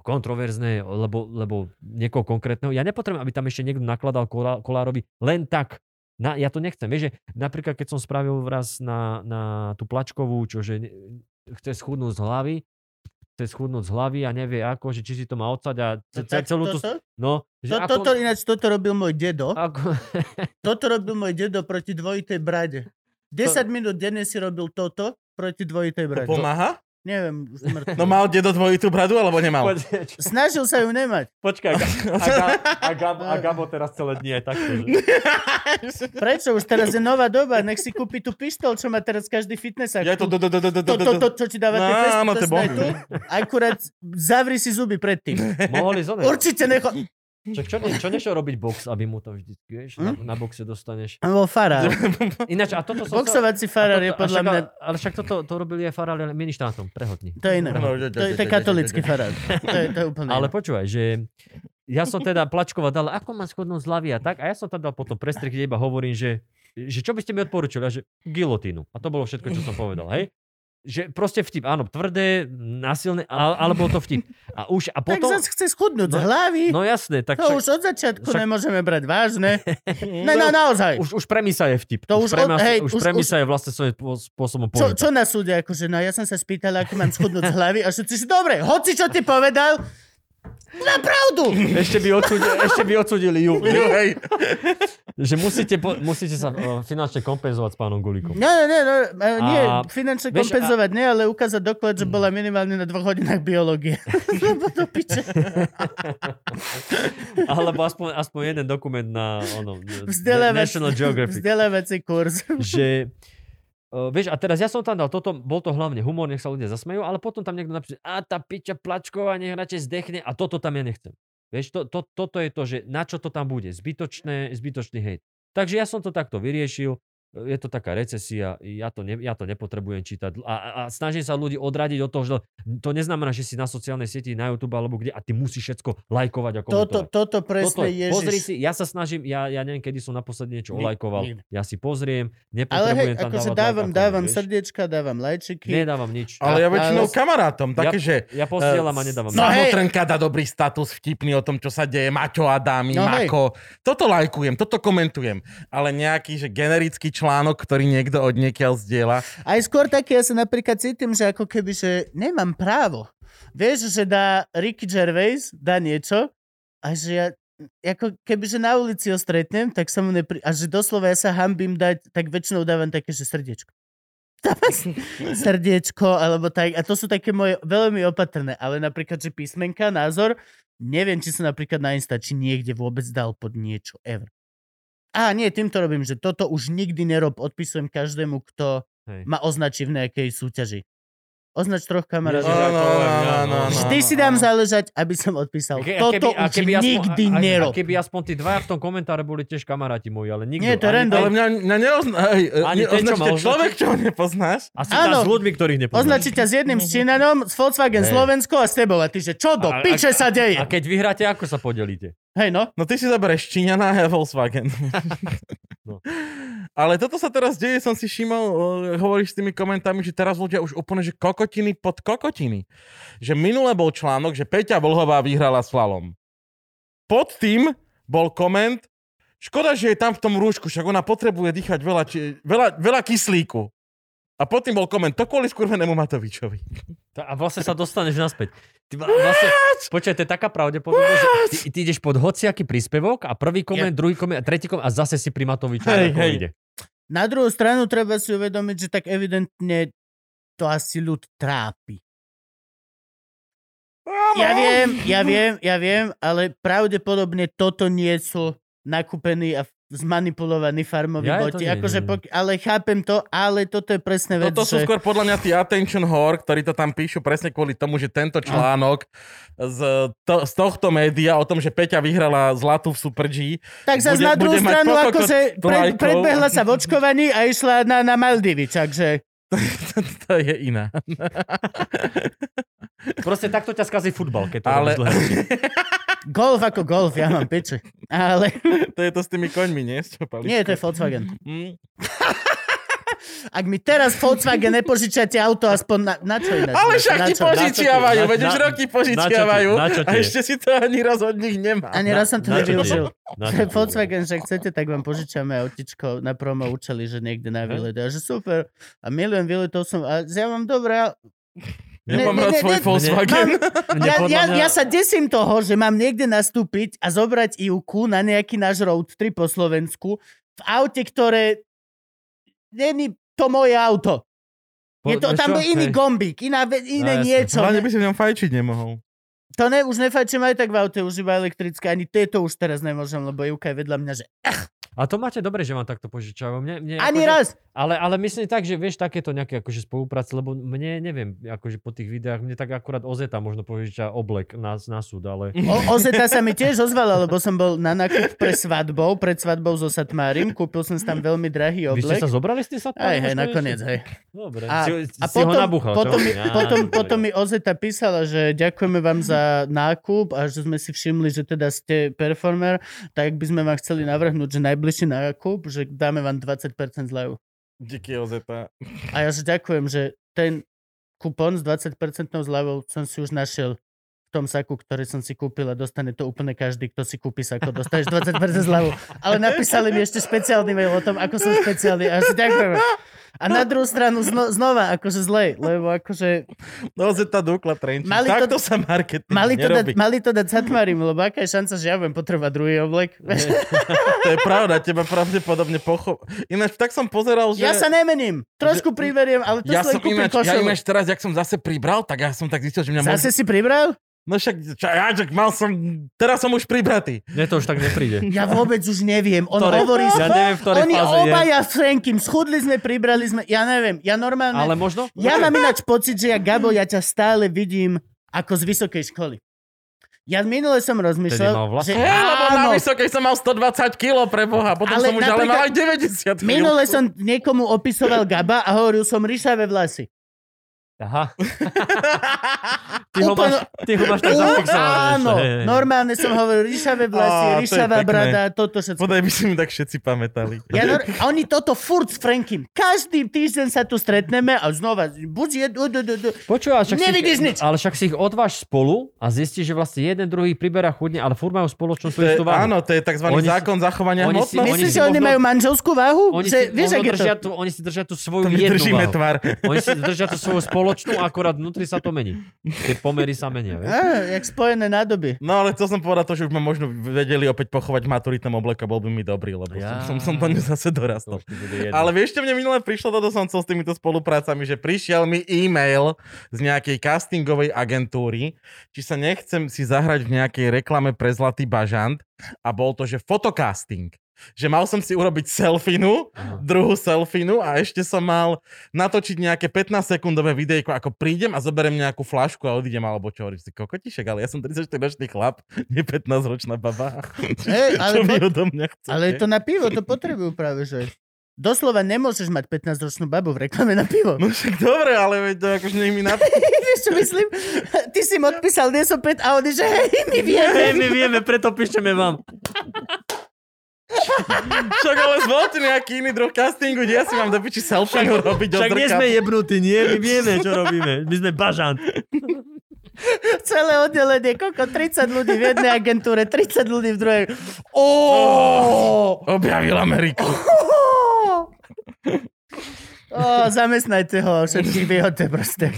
C: kontroverzné, lebo, lebo niekoho konkrétneho, ja nepotrebujem, aby tam ešte niekto nakladal Kolá- Kolárovi len tak. Na, ja to nechcem. Vieš, že napríklad, keď som spravil raz na, na tú plačkovú, čo že ne- chce schudnúť z hlavy, chce schudnúť z hlavy a nevie ako, že či si to má odsať a ce- ce- celú tú...
A: toto,
C: No, že
A: No to,
C: ako,
A: toto ináč, toto robil môj dedo.
C: ako, <laughs>
A: Toto robil môj dedo proti dvojitej brade. 10 minút denne si robil toto proti dvojitej
B: To
A: brade.
B: pomáha?
A: Neviem, už mŕtvy.
B: No mal dedo dvojitú bradu, alebo nemal?
C: Poč-
A: Snažil sa ju nemať.
C: <laughs> počkaj, a, Ga- a, Ga- a, Gabo, a Gabo teraz celé dní je takto. Že...
A: Prečo? Už teraz je nová doba. Nech si kúpi tú pištol, čo má teraz každý fitnessák.
B: Ja to do, do, do, do, do,
A: to,
B: do,
A: to,
B: do.
A: to, čo ti dáva tie
B: No,
A: pesty,
B: áno,
A: to
B: tie
A: si daj
B: bomby.
A: tu. Akurát zavri si zuby
B: <laughs>
A: predtým.
C: Mohli zoneť.
A: Určite necho...
C: Čo, čo, ne, čo nešiel robiť box, aby mu to vždy, vieš,
A: Hm?
C: na, na boxe dostaneš.
A: Vo farár.
C: Ináč, a toto som... chcel-
A: Boxovací farár je
C: a toto- a
A: podľa
C: však-
A: mňa...
C: Ale však toto to robili aj farári ale ministrátom, prehotní.
A: To je iné.
B: No, že-
A: To je, to je katolický farár. To je, to
C: <laughs>
A: je úplne
C: Ale
A: ale...
C: počúvaj, že ja som teda Plačkova dal, ako mám schodnúť z hlavy a tak, a ja som tam dal potom prestrih, kde iba hovorím, že, že čo by ste mi odporúčili, a že gilotínu. A to bolo všetko, čo som povedal, hej? Že proste vtip, áno, tvrdé, násilné, ale, ale bol to vtip. A už, a
A: Tak
C: potom...
A: zase chce schudnúť z
C: No-
A: hlavy.
C: No jasné, tak
A: To
C: však,
A: už od začiatku
C: však- No,
A: nemôžeme brať
C: <laughs>
A: vážne. Ne, na, naozaj.
C: už, už premisa je vtip.
A: To už
C: už,
A: od-
C: premisa,
A: hej,
C: už,
A: už-
C: premisa je vlastne svojím spô- spôsobom
A: Čo,
C: pointa.
A: čo na súde, akože, no ja som sa spýtal, ako mám schudnúť z hlavy a všetci, že dobre, hoci čo ti povedal, na pravdu.
C: Ešte by odsudili, ešte by odsudili ju.
B: Hej.
C: Že musíte, po, musíte sa e, finančne kompenzovať s pánom Gulikom.
A: Nie, nie, nie, no, e, nie
C: A- Mm.
A: finančne
C: vieš,
A: kompenzovať nie, ale ukázať doklad, že bola minimálne na dvoch hodinách biológie.
C: <laughs>
A: Lebo to piče.
C: Alebo aspoň, aspoň jeden dokument na ono,
A: <laughs>
C: na
A: Vzdelávací,
C: National Geographic.
A: vzdelávací kurz.
C: Že, e, vieš, a teraz ja som tam dal toto, bol to hlavne humor, nech sa ľudia zasmejú, ale potom tam niekto napíše, a tá piča plačková, nech radšej zdechne a toto tam ja nechcem. Vieš, to, to, toto je to, že na čo to tam bude, zbytočné, zbytočný hejt. Takže ja som to takto vyriešil, je to taká recesia, ja to, ne, ja to nepotrebujem čítať. A, a, a snažím sa ľudí odradiť od toho, že to neznamená, že si na sociálnej sieti, na YouTube alebo kde a ty musíš všetko lajkovať a komentovať.
A: Toto, toto
C: Toto,
A: presne
C: je,
A: Ježiš.
C: pozri si, ja sa snažím, ja, ja neviem, kedy som naposledy niečo
A: Nik-
C: olajkoval,
A: nikdy.
C: ja si
A: Ale
C: pozriem,
A: hej,
C: nepotrebujem
A: akože
C: tam dávať
A: dávam,
C: like, ako
A: dávam
C: nevieš.
A: srdiečka, dávam lajčiky.
C: Nedávam nič.
B: Ale ja
C: ja,
B: väčšinou
A: ale-
B: kamarátom, také, že...
C: ja posielam a nedávam
A: No
B: No
C: nič.
A: hej.
B: Samotrnka dá dobrý status vtipný o tom, čo sa deje. Maťo a dámy,
A: No
B: no
A: hej.
B: Mako. Toto lajkujem, toto komentujem. Ale nejaký že generický článok, ktorý niekto od niekiaľ zdieľa.
A: Aj skôr také, ja sa napríklad cítim, že ako keby, že nemám právo. Vieš, že dá Ricky Gervais, dá niečo a že ja ako keby, že na ulici ho stretnem, tak sa mu nepri... A že doslova ja sa hambím dať, tak väčšinou dávam také, že srdiečko. <laughs> Dávam s- srdiečko, alebo tak. A to sú také moje veľmi opatrné. Ale napríklad, že písmenka, názor, neviem, či sa napríklad na Insta, či niekde vôbec dal pod niečo ever. Á, nie, týmto robím, že toto už nikdy nerob. Odpisujem každému, kto
C: Hej.
A: ma označí v nejakej súťaži. Označ troch
C: Ja,
A: kamarátov.
C: že-
B: Áno, áno, áno, áno.
A: Vždy si dám záležať, aby som odpísal.
C: Ke-
A: Toto
C: a
A: už
C: aspoň-
A: nikdy
C: a- a-
A: nerob.
C: A keby aspoň tí dvaja v tom komentáre boli tiež kamaráti moji, ale nikto.
A: Nie, to je
C: ani-
A: random.
B: Ale mňa, mňa neozna... Hej,
C: Ani ten, čo ma
B: neoznačte
C: označil?
B: človek, čo ho nepoznáš.
C: A si tam
A: Áno.
C: s ľuďmi, ktorých nepoznáš.
A: Označí ťa s jedným s Čínanom, s Volkswagen
C: Hej.
A: Slovensko a s tebou. A ty, že čo do
C: Mhm. A- a-
A: piče sa deje?
C: A keď vyhráte, ako sa podelíte?
A: Hej no.
B: No ty si zoberieš Číňana a ja Volkswagen.
C: No.
B: <laughs> Ale toto sa teraz deje, som si všimol, e, hovoríš s tými komentami, že teraz ľudia už úplne, že kokotiny pod kokotiny. Že minule bol článok, že Peťa Vlhová vyhrala slalom. Pod tým bol koment, Škoda, že je tam v tom rúšku, však ona potrebuje dýchať veľa, či, veľa, veľa kyslíku. A potom bol koment, to kvôli skurvenému Matovičovi.
C: Tá- A vlastne sa dostaneš naspäť. Ty, ma- vlastne, počkaj, to je taká pravdepodobnosť, že ty, ty ideš pod hociaký príspevok a prvý koment, druhý koment, a tretí koment a zase si pri Matovičovi.
B: Hej,
C: ako
B: hej.
C: ide.
A: Na druhú stranu treba si uvedomiť, že tak evidentne to asi ľud trápi. Ja viem, ja viem, ja viem, ale pravdepodobne toto nie sú nakúpení a zmanipulovaní farmoví
C: Ja,
A: ja,
C: to
A: boti.
C: nie,
A: Akože
C: nie, nie.
A: pok- ale chápem to, ale toto je presne vec,
B: Toto sú
A: že...
B: skôr podľa mňa tí attention whore, ktorí to tam píšu presne kvôli tomu, že tento článok z, to, z tohto média o tom, že Peťa vyhrala zlatu v Super G. <laughs>
A: Tak sa
B: bude-
A: na druhú
B: bude mať
A: stranu
B: toľko
A: akože pre,
B: lajkov.
A: predbehla sa v očkovaní a išla na, na Maldivy, takže...
B: to je iná.
C: Proste takto ťa skazí futbal, keď to
B: Ale-
C: Ale... dlhé.
A: Golf ako golf, ja mám piči. Ale <laughs>
B: To je to s tými koňmi, nie? S čopaličkou.
A: nie, to je Volkswagen. <laughs>
B: Mm.
A: Ak mi teraz Volkswagen nepožičiate auto, aspoň na, na čo iné?
B: Ale
A: Na
B: však ti
A: čo? Na-
B: požičiavajú,
C: na-
B: veď už
C: na-
B: roky
C: na čo ti-
B: požičiavajú
C: na čo ti
B: a
C: je?
B: ešte si to ani raz od nich nemá.
A: Ani raz som to
C: na čo ti je?
A: nevyužil.
C: Na
A: <laughs> To
C: čo
A: je
C: ti je?
A: Volkswagen, že ak chcete, tak vám požičame autičko na promo učili, že niekde na
C: Hej.
A: výlet. A že super. A milión výletov som... A že ja mám dobré... au- Ne,
B: Nemám
A: ne,
B: rád
A: ne,
B: svoj
A: ne.
B: Volkswagen.
A: Mám,
C: Mne
A: ja,
C: podľa
A: ja,
C: mňa-
A: ja sa desím toho, že mám niekde nastúpiť a zobrať Ivku na nejaký náš road trip po Slovensku v aute, ktoré není to moje auto. Je to,
C: Vieš
A: tam
C: čo?
A: bol iný
C: Hej. No,
A: gombík, iná, ve- iné
C: jasne.
A: niečo.
B: Hlavne by si v ňom fajčiť nemohol.
A: To ne, už nefajčím aj tak v aute, už iba elektrické. Ani tieto už teraz nemôžem, lebo Ivka je vedľa mňa, že
C: A to máte dobre, že vám takto požičajú. Mne, mne
A: ani
C: akože-
A: raz.
C: Ale, ale myslím tak, že vieš takéto nejaké akože spolupráce, lebo mne neviem, akože po tých videách, mne tak akurát Ozeta možno požiča oblek na, na súd, ale...
A: O, Ozeta sa mi tiež ozvala, lebo som bol na nákup pre svadbou, pred svadbou so Satmárim. Kúpil som si tam veľmi drahý
C: Vy ste
A: oblek.
C: sa zobrali s tým satmárom?
A: Aj, hej,
C: už konečne?
A: nakoniec, hej.
C: Dobre,
A: A-
C: si,
A: A
C: si ho
A: potom,
C: nabúchal,
A: potom,
C: čo?
A: mi,
C: Á,
A: potom,
C: dobre.
A: potom mi Ozeta písala, že ďakujeme vám za nákup a že sme si všimli, že teda ste performer, tak by sme vám chceli navrhnúť, že najbližší nákup, že dáme vám 20% zľavu.
B: Díky Ozeta.
A: A ja že ďakujem, že ten kupón s 20% zľavou som si už našiel v tom saku, ktorý som si kúpil a dostane to úplne každý, kto si kúpi sako, dostaneš 20% zľavu. Ale napísali mi ešte špeciálny mail o tom, ako som špeciálny. A ja že ďakujem. A na druhú stranu zno, znova, akože zlej, lebo akože
B: <laughs> Ozeta Dukla Trenčín.
A: Mali to-
B: Takto sa <laughs> marketing
A: mali to, dať,
B: nerobí.
A: mali to dať Satmarim, lebo aká je šanca, že ja budem potrebovať druhý oblek. <laughs>
B: To je pravda, teba pravdepodobne pochop... Ináč, tak som pozeral, že...
A: Ja sa nemením, trošku priveriem, ale to
B: ja
A: si
B: som
A: len kúpim
B: ináč, ja
A: košelu.
B: ináč teraz, jak som zase pribral, tak ja som tak zistil, že mňa môže...
A: Zase si pribral?
B: No však, čo, ja, čak, mal som... Teraz som už pribratý.
C: Mne to už tak nepríde.
A: Ja vôbec už neviem. On
C: Ktoré-
A: hovorí
C: ja neviem, v ktorej
A: Oni
C: fáze je.
A: obaja s Frankim schudli sme, pribrali sme, ja neviem, ja normálne...
C: Ale možno...
A: Ja mám ináč pocit, že ja, Gabo, ja ťa stále vidím ako z vysokej školy. Ja minule som rozmýšľal,
C: mal vlasy.
A: že
B: Hej, lebo na
A: áno,
B: vysokej som mal 120 kg pre Boha, potom
A: Ale
B: som už ale
A: napríklad-
B: mal aj 90 kg.
A: minule som niekomu opisoval Gaba a hovoril som ryšavé vlasy.
C: <laughs> Aha. Ty ho máš,
A: Úplne-
C: ty ho máš tak zafixované.
A: áno,
C: ešte, hej, hej.
A: normálne som hovoril ryšavé vlasy,
B: Á, to je
A: ryšavá
B: pekné.
A: brada, toto všetko.
B: Podaj by si mi tak všetci pamätali.
A: Ja, nor- a oni toto furt s Frankim. Každý týždeň sa tu stretneme a znova, buď je... Du, du, du, du.
C: Počuj, ale však
A: Nevidíš
C: si, ich-
A: nič.
C: Ale však si ich odváž spolu a zistíš, že vlastne jeden druhý priberá chudne, ale furt majú spoločnú
B: To
C: tú
B: je,
C: istú váhu.
B: áno, to je tzv.
C: Oni si-
B: zákon zachovania
C: oni si-
B: hmotnosti.
A: Myslíš,
C: si
A: že oni
C: možno-
A: majú manželskú váhu?
C: Oni,
A: že,
C: si,
A: vieš,
C: možno
A: ak je to?
C: držia tú, oni si držia tú svoju
B: My
C: jednu
B: držíme
C: váhu.
B: tvar.
C: Oni si držia tú svoju spoločnú, akorát vnútri sa to mení. Tie pomery sa menia. Vieš?
A: Á, jak spojené nádoby.
B: No ale chcel som povedať to, že už ma možno vedeli opäť pochovať v maturitnom obleku a bol by mi dobrý, lebo
C: Ja.
B: ja. som, som, som do ňu zase dorastol.
C: To už ti bude jedno.
B: Ale vieš, čo mne minule prišlo toto som chcel s týmito spoluprácami, že prišiel mi e-mail z nejakej castingovej agentúry, či sa nechcem si zahrať v nejakej reklame pre Zlatý bažant a bol to, že fotocasting. Že mal som si urobiť selfinu,
C: Aha.
B: druhú selfinu a ešte som mal natočiť nejaké 15-sekundové videjko, ako prídem a zoberiem nejakú flašku a odídem, alebo čo hovoríš, si kokotišek, ale ja som 34-ročný chlap, nie 15-ročná baba.
C: <laughs>
A: Hej, ale,
B: čo vy
A: po,
B: odo mňa chcete?
A: ale to na pivo, to potrebujú práve, že... Doslova nemôžeš mať 15-ročnú babu v reklame na pivo. <laughs>
B: No však dobre, ale veď to akože nech mi napíš.
A: Vieš, čo myslím? Ty si im odpísal, nie som 5 a oni, že hej, my vieme.
C: Hej, my vieme, preto píšeme vám.
B: Však ale zvolte nejaký iný druh castingu, kde ja si mám do piči selfie robiť od
C: Však nie
B: drka.
C: sme jebnutí, nie? My vieme, čo robíme. My sme bažant.
A: Celé oddelenie, koľko? 30 ľudí v jednej agentúre, 30 ľudí v druhej.
B: Oh! Objavil Ameriku.
A: Ó, zamestnajte ho, všetkých vyhodte proste.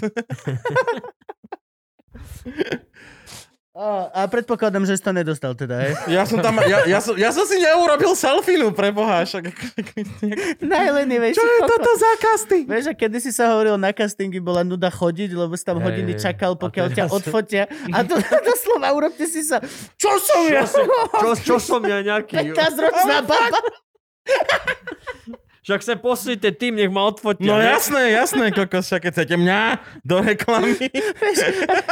A: Ó, a predpokladám, že si to nedostal teda, hej?
B: Ja som tam, ja, ja, som, ja som si neurobil selfinu, preboha, však.
A: Najlenivejší.
B: Čo je
A: kokot.
B: toto za kasty?
A: Vieš, a kedy si sa hovoril, na castingy bola nuda chodiť, lebo si tam
C: Hej,
A: hodiny
C: hej.
A: čakal,
C: A
A: pokiaľ ťa
C: teraz-
A: odfotia. A to, <laughs> doslova, urobte si sa, čo som ja?
C: Čo, čo som ja nejaký?
A: 15-ročná baba.
C: Však sa poslite tým, nech ma odfotia.
B: No
C: ne?
B: jasné, jasné, kokos, však keď chcete mňa do reklamy.
A: Vieš,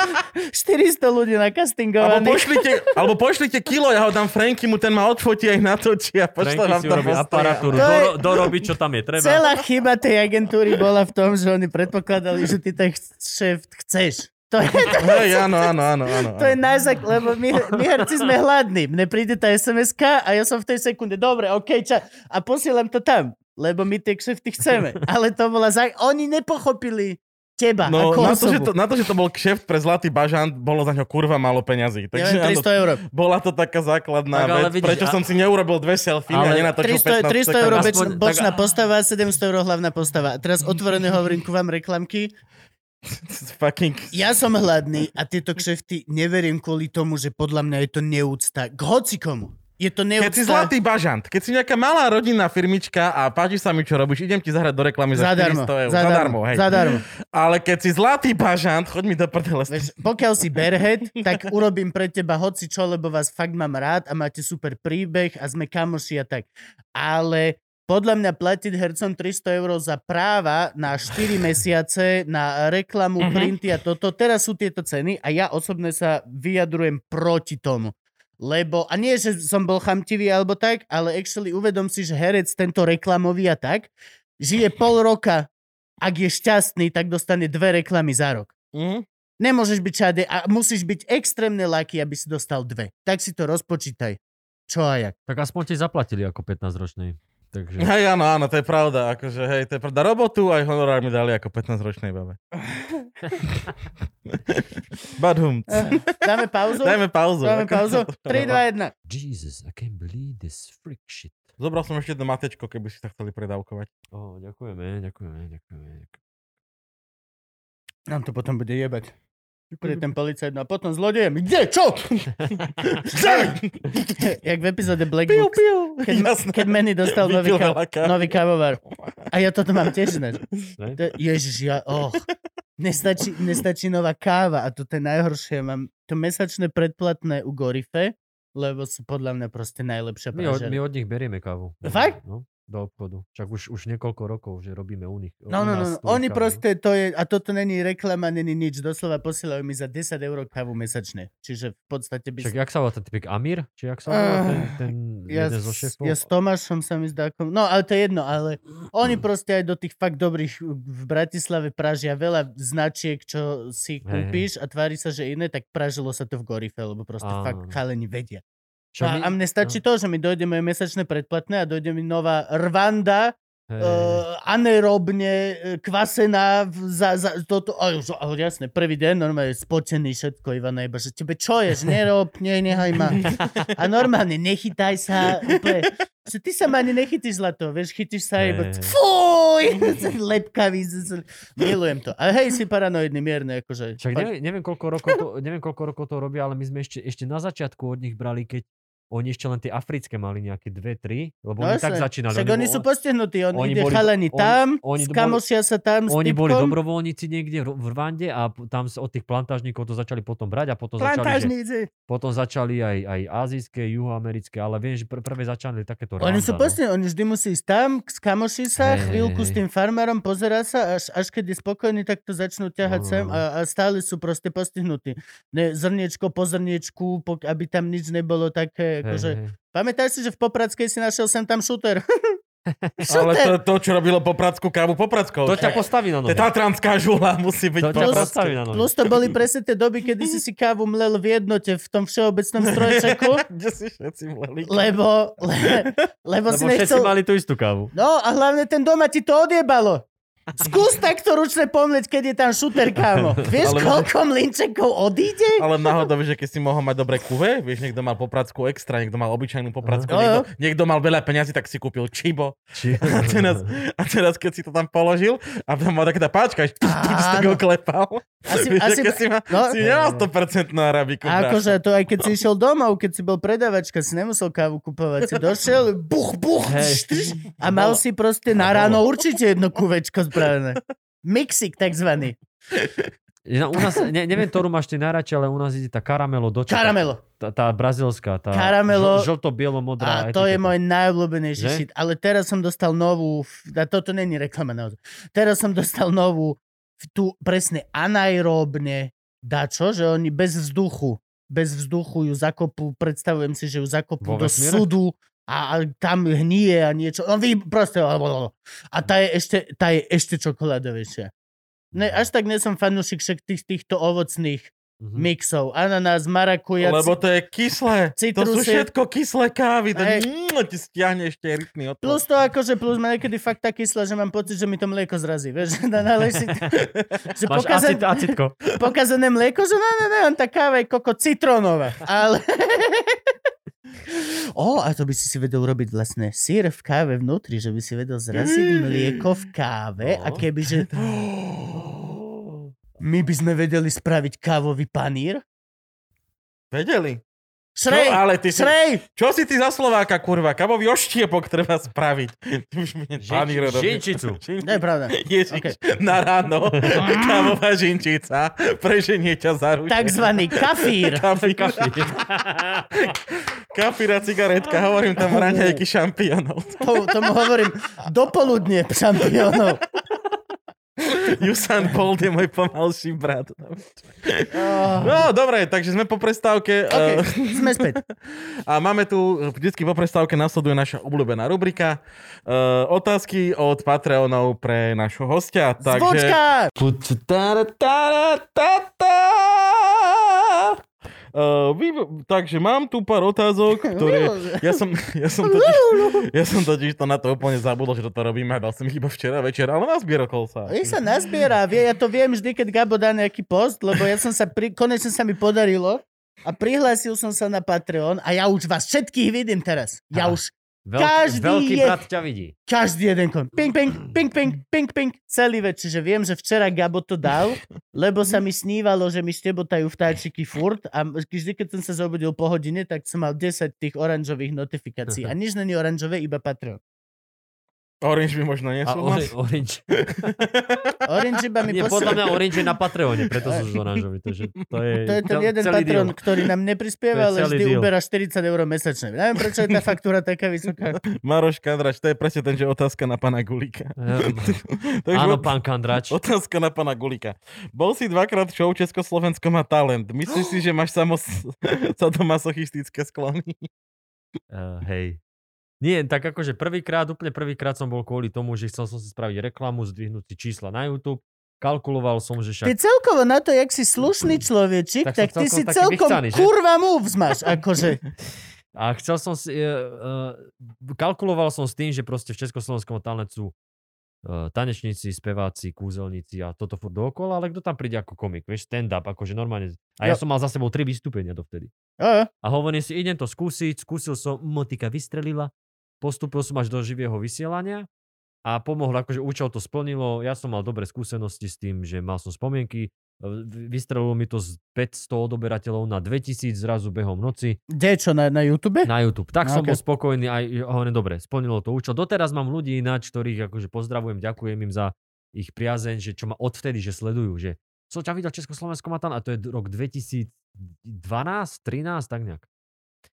A: <laughs> 400 ľudí na
B: Alebo
A: castingovaných.
B: pošlite, alebo pošlite kilo, ja ho dám Franky, mu ten ma odfotí a ich natočí a pošle
C: Franky
B: vám
C: si
B: to
C: urobí
B: postoja.
C: aparatúru,
A: To je-
C: doro, dorobí, čo tam je treba.
A: Celá chyba tej agentúry bola v tom, že oni predpokladali, že ty ten ch- šéf chceš. To je, to,
B: Hej, áno, áno, áno, áno.
A: to je najzak, lebo my, my herci sme hladní. Mne príde tá sms a ja som v tej sekunde, dobre, OK, ča. A posielam to tam, lebo my tie kšefty chceme. Ale to bola za... Oni nepochopili teba
B: No,
A: ako
B: na,
A: osobu.
B: to, že to, na to, že to bol kšeft pre Zlatý bažant, bolo za ňo kurva málo peňazí. Takže
A: Neviem,
B: áno,
A: 300 eur.
B: bola to taká základná
C: Tak ale
B: vec,
C: vidíš,
B: prečo
C: a-
B: som si neurobil dve selfie a
C: Ale
B: nenatočil
A: 300,
B: 15
A: 300 eur
B: sekúnd. <laughs>
A: beč,
C: Aspoň-
A: bočná
C: tak-
A: postava, 700 eur hlavná postava. A teraz otvorene hovorím ku vám reklamky.
B: Fucking...
A: Ja som hladný a tieto kšefty neverím kvôli tomu, že podľa mňa je to neúcta. K hocikomu. Je to neúcta.
B: Keď si zlatý bažant, keď si nejaká malá rodinná firmička a páči sa mi, čo robíš, idem ti zahrať do reklamy za
A: Zadarmo,
B: 400 eur.
A: zadarmo,
B: hej.
A: zadarmo.
B: Ale keď si zlatý bažant, choď mi do prdele.
A: Vieš, pokiaľ si berhead, tak urobím pre teba hoci čo, lebo vás fakt mám rád a máte super príbeh a sme kamoši a tak. Ale podľa mňa platiť hercom 300 eur za práva na 4 mesiace, na reklamu, printy a toto, teraz sú tieto ceny a ja osobne sa vyjadrujem proti tomu. Lebo, a nie, že som bol chamtivý alebo tak, ale actually uvedom si, že herec tento reklamový a tak, žije pol roka, ak je šťastný, tak dostane dve reklamy za rok.
B: Mhm.
A: Nemôžeš byť všade a musíš byť extrémne laky, aby si dostal dve. Tak si to rozpočítaj. Čo a jak.
C: Tak aspoň ti zaplatili ako 15-ročný. Takže...
B: Hej, áno, áno, to je pravda. Akože, hej, to je pravda. Robotu aj honorár mi dali ako 15-ročnej
A: <laughs>
B: babe. Badhum.
A: Dáme pauzu?
B: Dajme pauzu.
A: Dáme
B: Ako-
A: Eh, pauzu? 3, 2, 1.
C: Jesus, I can't believe this freak shit.
B: Zobral som ešte jedno matečko, keby si sa chceli predávkovať.
C: Ó, ďakujeme, ďakujeme, ďakujeme. ďakujeme.
A: Nám to potom bude jebať. Bude ten policajt, no a potom zlodejem. Kde? Čo? Kde? jak v epizóde Black
B: Piu,
A: Book,
B: piu.
A: keď,
B: Jasné.
A: keď Manny dostal nový,
B: Vypil
A: ka-
B: veľa kávy.
A: nový kávovar. A ja toto mám tiež ináč.
C: Ne?
A: To- Ježiš, ja, oh. Nestačí, nestačí nová káva a to je najhoršie. Mám to mesačné predplatné u Gorife, lebo sú podľa mňa proste najlepšia
C: My, od, my
A: pražeria.
C: od nich berieme kávu.
A: Fakt?
C: No, do obchodu. Však už, už niekoľko rokov, že robíme u nich.
A: No,
C: u
A: no, no, no.
C: nás tú
A: Oni
C: kávu.
A: proste, to je, a toto není reklama, není nič, doslova posielajú mi za 10 eur kávu mesačne. Čiže v podstate by...
C: Však jak sa volá ten typik Amir? Či jak sa volá
A: Ah,
C: ten, ten
A: ja,
C: jeden zo
A: s,
C: šéfov?
A: ja s Tomášom sa mi zdá, ako- no ale to je jedno, ale oni
C: Mm.
A: proste aj do tých fakt dobrých v Bratislave pražia veľa značiek, čo si
C: Hej, hej.
A: kúpiš a tvári sa, že iné, tak pražilo sa to v Gorife, lebo proste
C: Áno,
A: fakt
C: áno.
A: chalani vedia. No,
C: Však
A: a mne stačí to, že mi dojde moje mesačné predplatné a dojde mi nová Rwanda,
C: hej,
A: uh, anerobne, e, kvasená, v- za, za, toto, a už, a jasne, prvý deň normálne spotený všetko, Ivana, iba, že tebe čo ješ, nerob, ne, nehaj ma. A normálne, nechytaj sa, úplne, že ty sa ma ani nechytíš zlato, vieš, chytíš sa iba,
C: Hej.
A: fuj, <laughs> lepkavý, z- z- milujem to. A hej, si paranoidný, mierne, akože.
C: Však neviem, neviem, koľko rokov to, <laughs> neviem, koľko rokov to robia, ale my sme ešte, ešte na začiatku od nich brali, keď oni ešte len tie africké mali nejaké dve, tri, lebo no, oni tak
A: jasne.
C: začínali.
A: No Však oni sú postihnutí, on
C: oni
A: ide
C: boli-
A: chalani
C: oni-
A: tam,
C: oni boli-
A: skamošia sa tam s
C: oni boli
A: typkom.
C: dobrovoľníci niekde v Rwande a p- tam sa od tých plantážnikov to začali potom brať a potom začali, že,
A: Plantážnici.
C: potom začali aj, aj azijské, juhoamerické, ale viem, že pr- prvé začali takéto
A: Oni
C: Rwanda,
A: sú
C: no.
A: poste, oni vždy musí ísť tam, skamoší sa,
C: Hej,
A: chvíľku
C: hej,
A: s
C: hej.
A: tým farmárom, pozera sa, až, až keď je spokojný, tak to začnú ťahať
C: No, no,
A: sem
C: no.
A: a, a stále sú proste postihnutí. Ne, zrniečko po zrniečku, pok, aby tam nič nebolo také,
C: Hej,
A: akože...
C: hej.
A: Pamätáš si, že v Popradskej si našiel sem tam šúter?
B: Ale to, to, čo robilo Popradskú kávu Popradskou.
C: To ťa postaví na
B: To
A: <laughs>
B: je
C: nohy.
B: tatranská žula, musí byť
C: To ťa
A: Plus-
B: Popradská.
C: postaví na nohy.
A: Plus to boli presne tie doby, kedy si si kávu mlel v jednote v tom všeobecnom strojčeku,
B: Kde si všetci mleli.
A: lebo, le, lebo,
C: Lebo
A: si Vlastne nechcel...
C: všetci
A: <laughs>
C: mali tú istú kávu.
A: No a hlavne ten doma ti to odjebalo.
B: <laughs>
A: Skús takto ručne pomlieť, keď je tam šuter, kámo. Vieš,
B: Ale-
A: koľko mlinčekov odíde?
B: Ale náhodou, vieš, že keď si mohol mať dobré kuve, vieš, niekto mal popracku extra, niekto mal obyčajnú popracku,
A: Aha.
B: niekto, niekto mal veľa peňazí, tak si kúpil čibo.
C: Či...
B: A
C: <laughs>
B: teraz, a teraz keď si to tam položil, a tam mal taká tá páčka, až tup, tup, si tak
A: Áno.
B: oklepal.
A: Asi-
B: Vieš,
A: asi-
B: aké si, ma,
A: no.
B: si nemal 100% na
A: A
B: arabiku. bráško.
A: akože to aj keď si išiel domov, keď si bol predavačka, si nemusel kávu kupovať. Si došiel, buch, buch, tš,
C: Hej.
A: tš, a mal si proste na ráno určite jedno kuvečko spravené. Mixik takzvaný.
C: No, u nás, ne, neviem, ktorú máš ty najradšej, ale u nás ide tá karamelo do čoka.
A: Karamelo.
C: Tá, tá brazilská, tá
A: Karamelo.
C: žl-
A: A
C: žlto-bielo-modrá.
A: to je
C: etiketa.
A: môj najobľúbenejší
C: Že?
A: shit. Ale teraz som dostal novú, f- a toto není reklama naozaj. Teraz som dostal novú, f- tú presne anaeróbne dačo, že oni bez vzduchu, bez vzduchu ju zakopú, predstavujem si, že ju zakopú
C: Vo
A: do
C: vesmíre?
A: sudu a, a tam hníje a niečo. No vy proste... A tá je ešte, tá je ešte čokoládovejšia. Ne, až tak nesom fanúšik však tých, týchto ovocných
C: Mhm.
A: mixov. Ananás, marakuja,
B: Lebo to je kyslé. To sú
A: Citrusy.
B: všetko kyslé kávy. To
A: Hej.
B: mm, ti stiahne ešte rytmy od toho. <gasps>
A: Plus to akože, plus ma niekedy fakt tak kyslá, že mám pocit, že mi to mlieko zrazí, vieš, <laughs> že na naleží. že
C: Máš
A: pokazen,
C: acid, acidko.
A: pokazené mlieko, že ne, ne, ne, on tá káva je koko citrónová, ale... <laughs> O, a to by si si vedel urobiť vlastne sír v káve vnútri, že by si vedel zraziť mlieko v káve a
C: No.
A: keby, že my by sme vedeli spraviť kávový panír.
B: Vedeli.
A: Šrej,
B: No, ale ty si-
A: šrej!
B: Čo si ty za Slováka, kurva? Kávový oštiepok treba spraviť. Ty Už mi
C: Žinči-
B: paníro robí.
C: žinčicu.
B: Žinči-
A: To je pravda.
B: Ježiš,
A: Okay.
B: na ráno, Mm. kávová žinčica, preženie ťa za ruček.
A: Takzvaný kafír. <laughs>
B: Kafíra, <laughs> kafíra cigaretka, hovorím tam raňajky šampiónov.
A: To, tomu hovorím dopoludne <laughs> šampiónov.
B: Usain Bolt je môj pomalší brat.
A: Oh.
B: No, dobre, takže sme po prestávke.
A: OK,
B: eh,
A: sme späť.
B: A máme tu, vždycky po prestávke nasleduje naša obľúbená rubrika uh, otázky od Patreonov pre našho hostia. Takže...
A: Zvočka!
B: Tá, tá, tá, tá. Uh, vy, takže mám tu pár otázok, ktoré... Ja som, ja som totiž, <laughs> ja som totiž to na to úplne zabudol, že toto robíme a dal som ich iba včera večer, ale nazbierakol sa.
A: Nech sa nazbiera, vie, ja to viem vždy, keď Gabo dá nejaký post, lebo ja som sa, pri, konečne sa mi podarilo a prihlásil som sa na Patreon a ja už vás všetkých vidím teraz. Ja
C: Á.
A: už
C: Veľký,
A: Každý
C: veľký
A: je-
C: brat ťa vidí.
A: každý jeden kon. Ping, ping, ping, ping, ping, ping. Celý večer, že viem, že včera Gabo to dal, lebo sa mi snívalo, že mi štebotajú vtáčiky furt a vždy, keď som sa zobudil po hodine, tak som mal 10 tých oranžových notifikácií. A nič není oranžové, iba Patreon.
B: Orange by možno
C: A
B: nesúhlas.
C: ori-
A: <laughs>
C: Orange.
A: Orange iba mi
C: Nie,
A: posiela-
C: podľa mňa Orange je na Patreone, preto sú zoranžoví. To, že to, je,
A: To je ten
C: cel-
A: jeden
C: celý
A: patron, <laughs>
C: deal.
A: ktorý nám
C: To
A: neprispieva,
C: je
A: ale
C: celý
A: vždy
C: deal.
A: uberá 40 eur mesačne. Neviem, prečo je
C: <laughs>
A: tá faktúra taká vysoká.
B: Maroš Kandrač, to je presne ten, že otázka na pána Gulíka. <laughs> Takže
C: Áno,
B: od-
C: pán
B: <laughs>
C: Kandrač. Eh,
B: Otázka na pana Gulika. Bol si dvakrát v show Československo má talent. Myslíš si, že máš samo <laughs> sadomasochistické sklony?
C: Uh, hej. Nie, tak akože prvýkrát, úplne prvýkrát som bol kvôli tomu, že chcel som si spraviť reklamu, zdvihnúť si čísla na YouTube. Kalkuloval som, že
A: Ty
C: však...
A: celkovo na to, jak si slušný človečik, tak,
C: Tak som
A: ty
C: celkom
A: si
C: taký
A: celkom
C: vychcaný, že?
A: kurva moves máš. Akože,
C: A chcel som si... Uh, uh, kalkuloval som s tým, že proste v Československom talent sú uh, tanečníci, speváci, kúzelníci a toto furt dookola, ale kto tam príde ako komik, vieš, stand-up, akože normálne. A ja
A: Jo.
C: som mal za sebou tri vystúpenia dovtedy.
A: jo, jo.
C: A hovorím si, idem to skúsiť, skúsil som, "Mm, motika vystrelila, postúpil som až do živého vysielania a pomohlo, akože účel to splnilo, ja som mal dobré skúsenosti s tým, že mal som spomienky, E, v- vystrelilo mi to z 500 odoberateľov na 2000 zrazu behom noci
A: Kde čo, na, na YouTube?
C: na YouTube. Tak
A: No,
C: som
A: okay.
C: bol spokojný aj hovorím, dobre, splnilo to účel. Doteraz mám ľudí ináč, ktorých akože pozdravujem, ďakujem im za ich priazeň, že čo ma odvtedy, že sledujú, že som ťa videl Československo Matan a to je d- rok 2012, 13, tak nejak.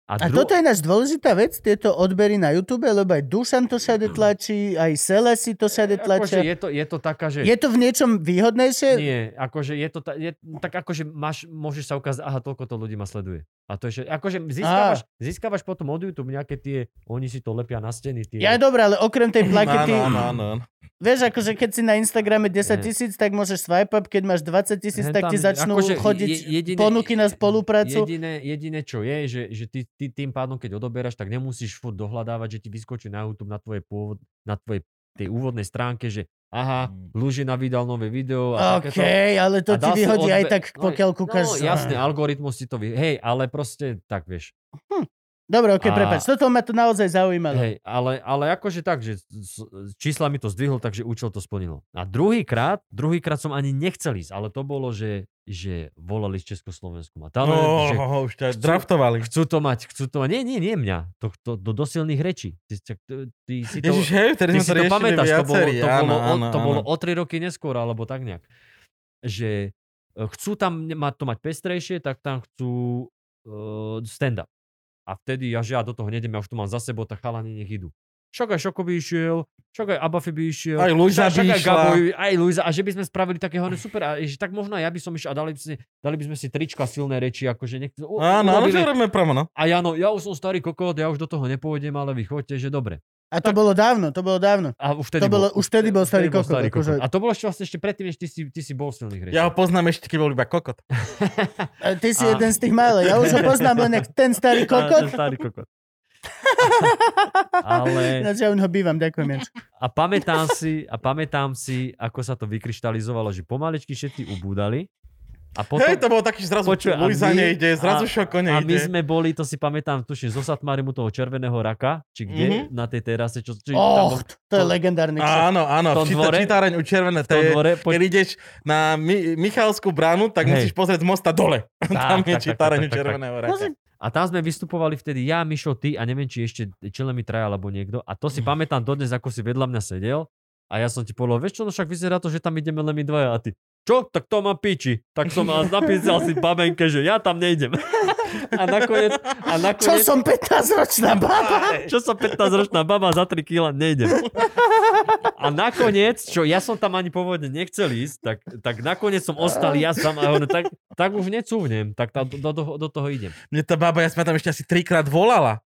A: A toto je náš dôležitá vec, tieto odbery na YouTube, lebo aj Dušan to všade tlačí, aj Sele si to všade
C: Akože
A: tlačia.
C: je to, je to taká, že...
A: Je to v niečom výhodnejšie?
C: Nie, akože je to... Ta, je, tak akože máš, môžeš sa ukázať, aha, toľko to ľudí ma sleduje. A to je, že, akože získavaš, získavaš potom od YouTube nejaké tie, oni si to lepia na steny, tie...
A: Ja dobré, ale okrem tej plakety,
B: Áno, áno, áno. áno.
A: vieš, akože keď si na Instagrame 10
C: Nie.
A: tisíc, tak môžeš swipe up, keď máš 20 tisíc,
C: Hen
A: tak
C: tam
A: ti
C: je-
A: začnú
C: akože
A: chodiť
C: je- jediné-
A: ponuky na spoluprácu.
C: Jediné, jediné čo je, že, že ty, ty tým pádom, keď odoberáš, tak nemusíš furt dohľadávať, že ti vyskočí na YouTube na tvojej, pôvod, na tvojej tej úvodnej stránke, že aha, Lužina vydal nové video a
A: OK,
C: takéto.
A: ale to ti
C: A dá si
A: vyhodí aj
C: odbe-
A: tak,
C: no,
A: pokiaľ kúkaš.
C: No jasne, algoritmus si to vy... Hej, ale proste tak vieš.
A: Dobre, ok,
C: A-
A: prepáč. Toto ma to naozaj zaujímalo.
C: Hej, ale, ale akože tak, že s- s- čísla mi to zdvihlo, takže účel to splnilo. A druhýkrát, druhýkrát som ani nechcel ísť, ale to bolo, že, že volali z Československu ma talent,
B: No,
C: že
B: ho, už ťa
C: chcú-
B: draftovali.
C: chcú to mať, chcú to mať. Nie, nie, nie mňa. To, to, do dosilných rečí. Ty, ty, ty si to,
B: Ježiš, hej, vtedy
C: ty
B: sme
C: si
B: to
C: to
B: riešili
C: pamätáš, to bolo,
B: viacerí.
C: to, bolo,
B: áno,
C: o,
B: áno,
C: to bolo
B: áno.
C: o tri roky neskôr, alebo tak nejak. Že e, chcú tam ne- mať to mať pestrejšie, tak tam chcú uh, stand-up. A vtedy ja, že ja do toho nejdem, ja už tu mám za sebou, tak chalani nech idú. Však aj Šoko by išiel, však aj Abafi by išiel.
B: Aj Luisa by
C: Však aj
B: išla.
C: Gabo, aj Luisa, a že by sme spravili také hovorí, super, a že tak možno aj ja by som išiel a dali by, sme, dali by sme si trička silné reči, akože nech, u-
B: Áno, ale
C: urobili-
B: čo robíme promo, no?
C: a ja, no, ja už som starý kokot, ja už do toho nepôjdem, ale vy choďte, že dobre.
A: A to bolo dávno, to bolo dávno.
C: A už
A: To
C: vtedy
A: bolo- už vtedy bol starý kokot, akože-
C: A to bolo ešte vlastne ešte predtým, než ty si, ty si bol silný hreč.
B: Ja ho poznám ešte, keď bol iba kokot.
A: E, Ty si
C: A-
A: jeden z tých malých. Ja už ho poznám, len jak ten
C: <laughs>
A: starý kokot.
C: starý kokot. Ale
A: <laughs> Ináč ja u neho bývam, ďakujem. Janč.
C: a pamätám si, a pamätám si, ako sa to vykryštalizovalo, že pomaličky všetci ubúdali. A potom,
B: Hej, to bolo taký, že zrazu
C: Počuj, a
B: Luisa
C: my-
B: nejde, zrazu
C: a-
B: Šoko
C: a my
B: nejde.
C: sme boli, to si pamätám, tuším, zo Satmarimu toho červeného raka, či kde,
B: Mhm.
C: na tej terase, čo, čo tam
A: Och,
C: bol
A: to je legendárny kšeft.
B: Áno, áno,
C: v tom
B: v čita-
C: dvore-
B: čítareň u Červené,
C: v
B: to
C: tom
B: je,
C: dvore.
B: keď ideš na Mi- Michalskú bránu, tak
C: Hej.
B: musíš pozrieť z mosta dole. Tam je
C: tak, tak,
B: čítareň
C: tak,
B: u
C: tak, tak.
B: Červeného
A: No,
B: raka.
A: že-
C: A tam sme vystupovali vtedy ja, Mišo, ty a neviem, či ešte Čelemi traja alebo niekto. A to si pamätám dodnes, ako si vedľa mňa sedel. A ja som ti povedal, vieš čo, no však vyzerá to, že tam ideme len my dvaja a ty. Čo? Tak to má piči. Tak som a napísal si babenke, že ja tam nejdem. <laughs> A nakoniec, a
A: Čo
C: nakoniec,
A: som 15-ročná baba?
C: čo som 15-ročná baba za 3 kg nejdem. A nakoniec, čo ja som tam ani pôvodne nechcel ísť, tak, tak nakoniec som ostal ja sám a on, tak, tak už necúvnem, tak tam, do, do, do toho idem.
B: Mne tá baba, ja sme tam ešte asi trikrát volala.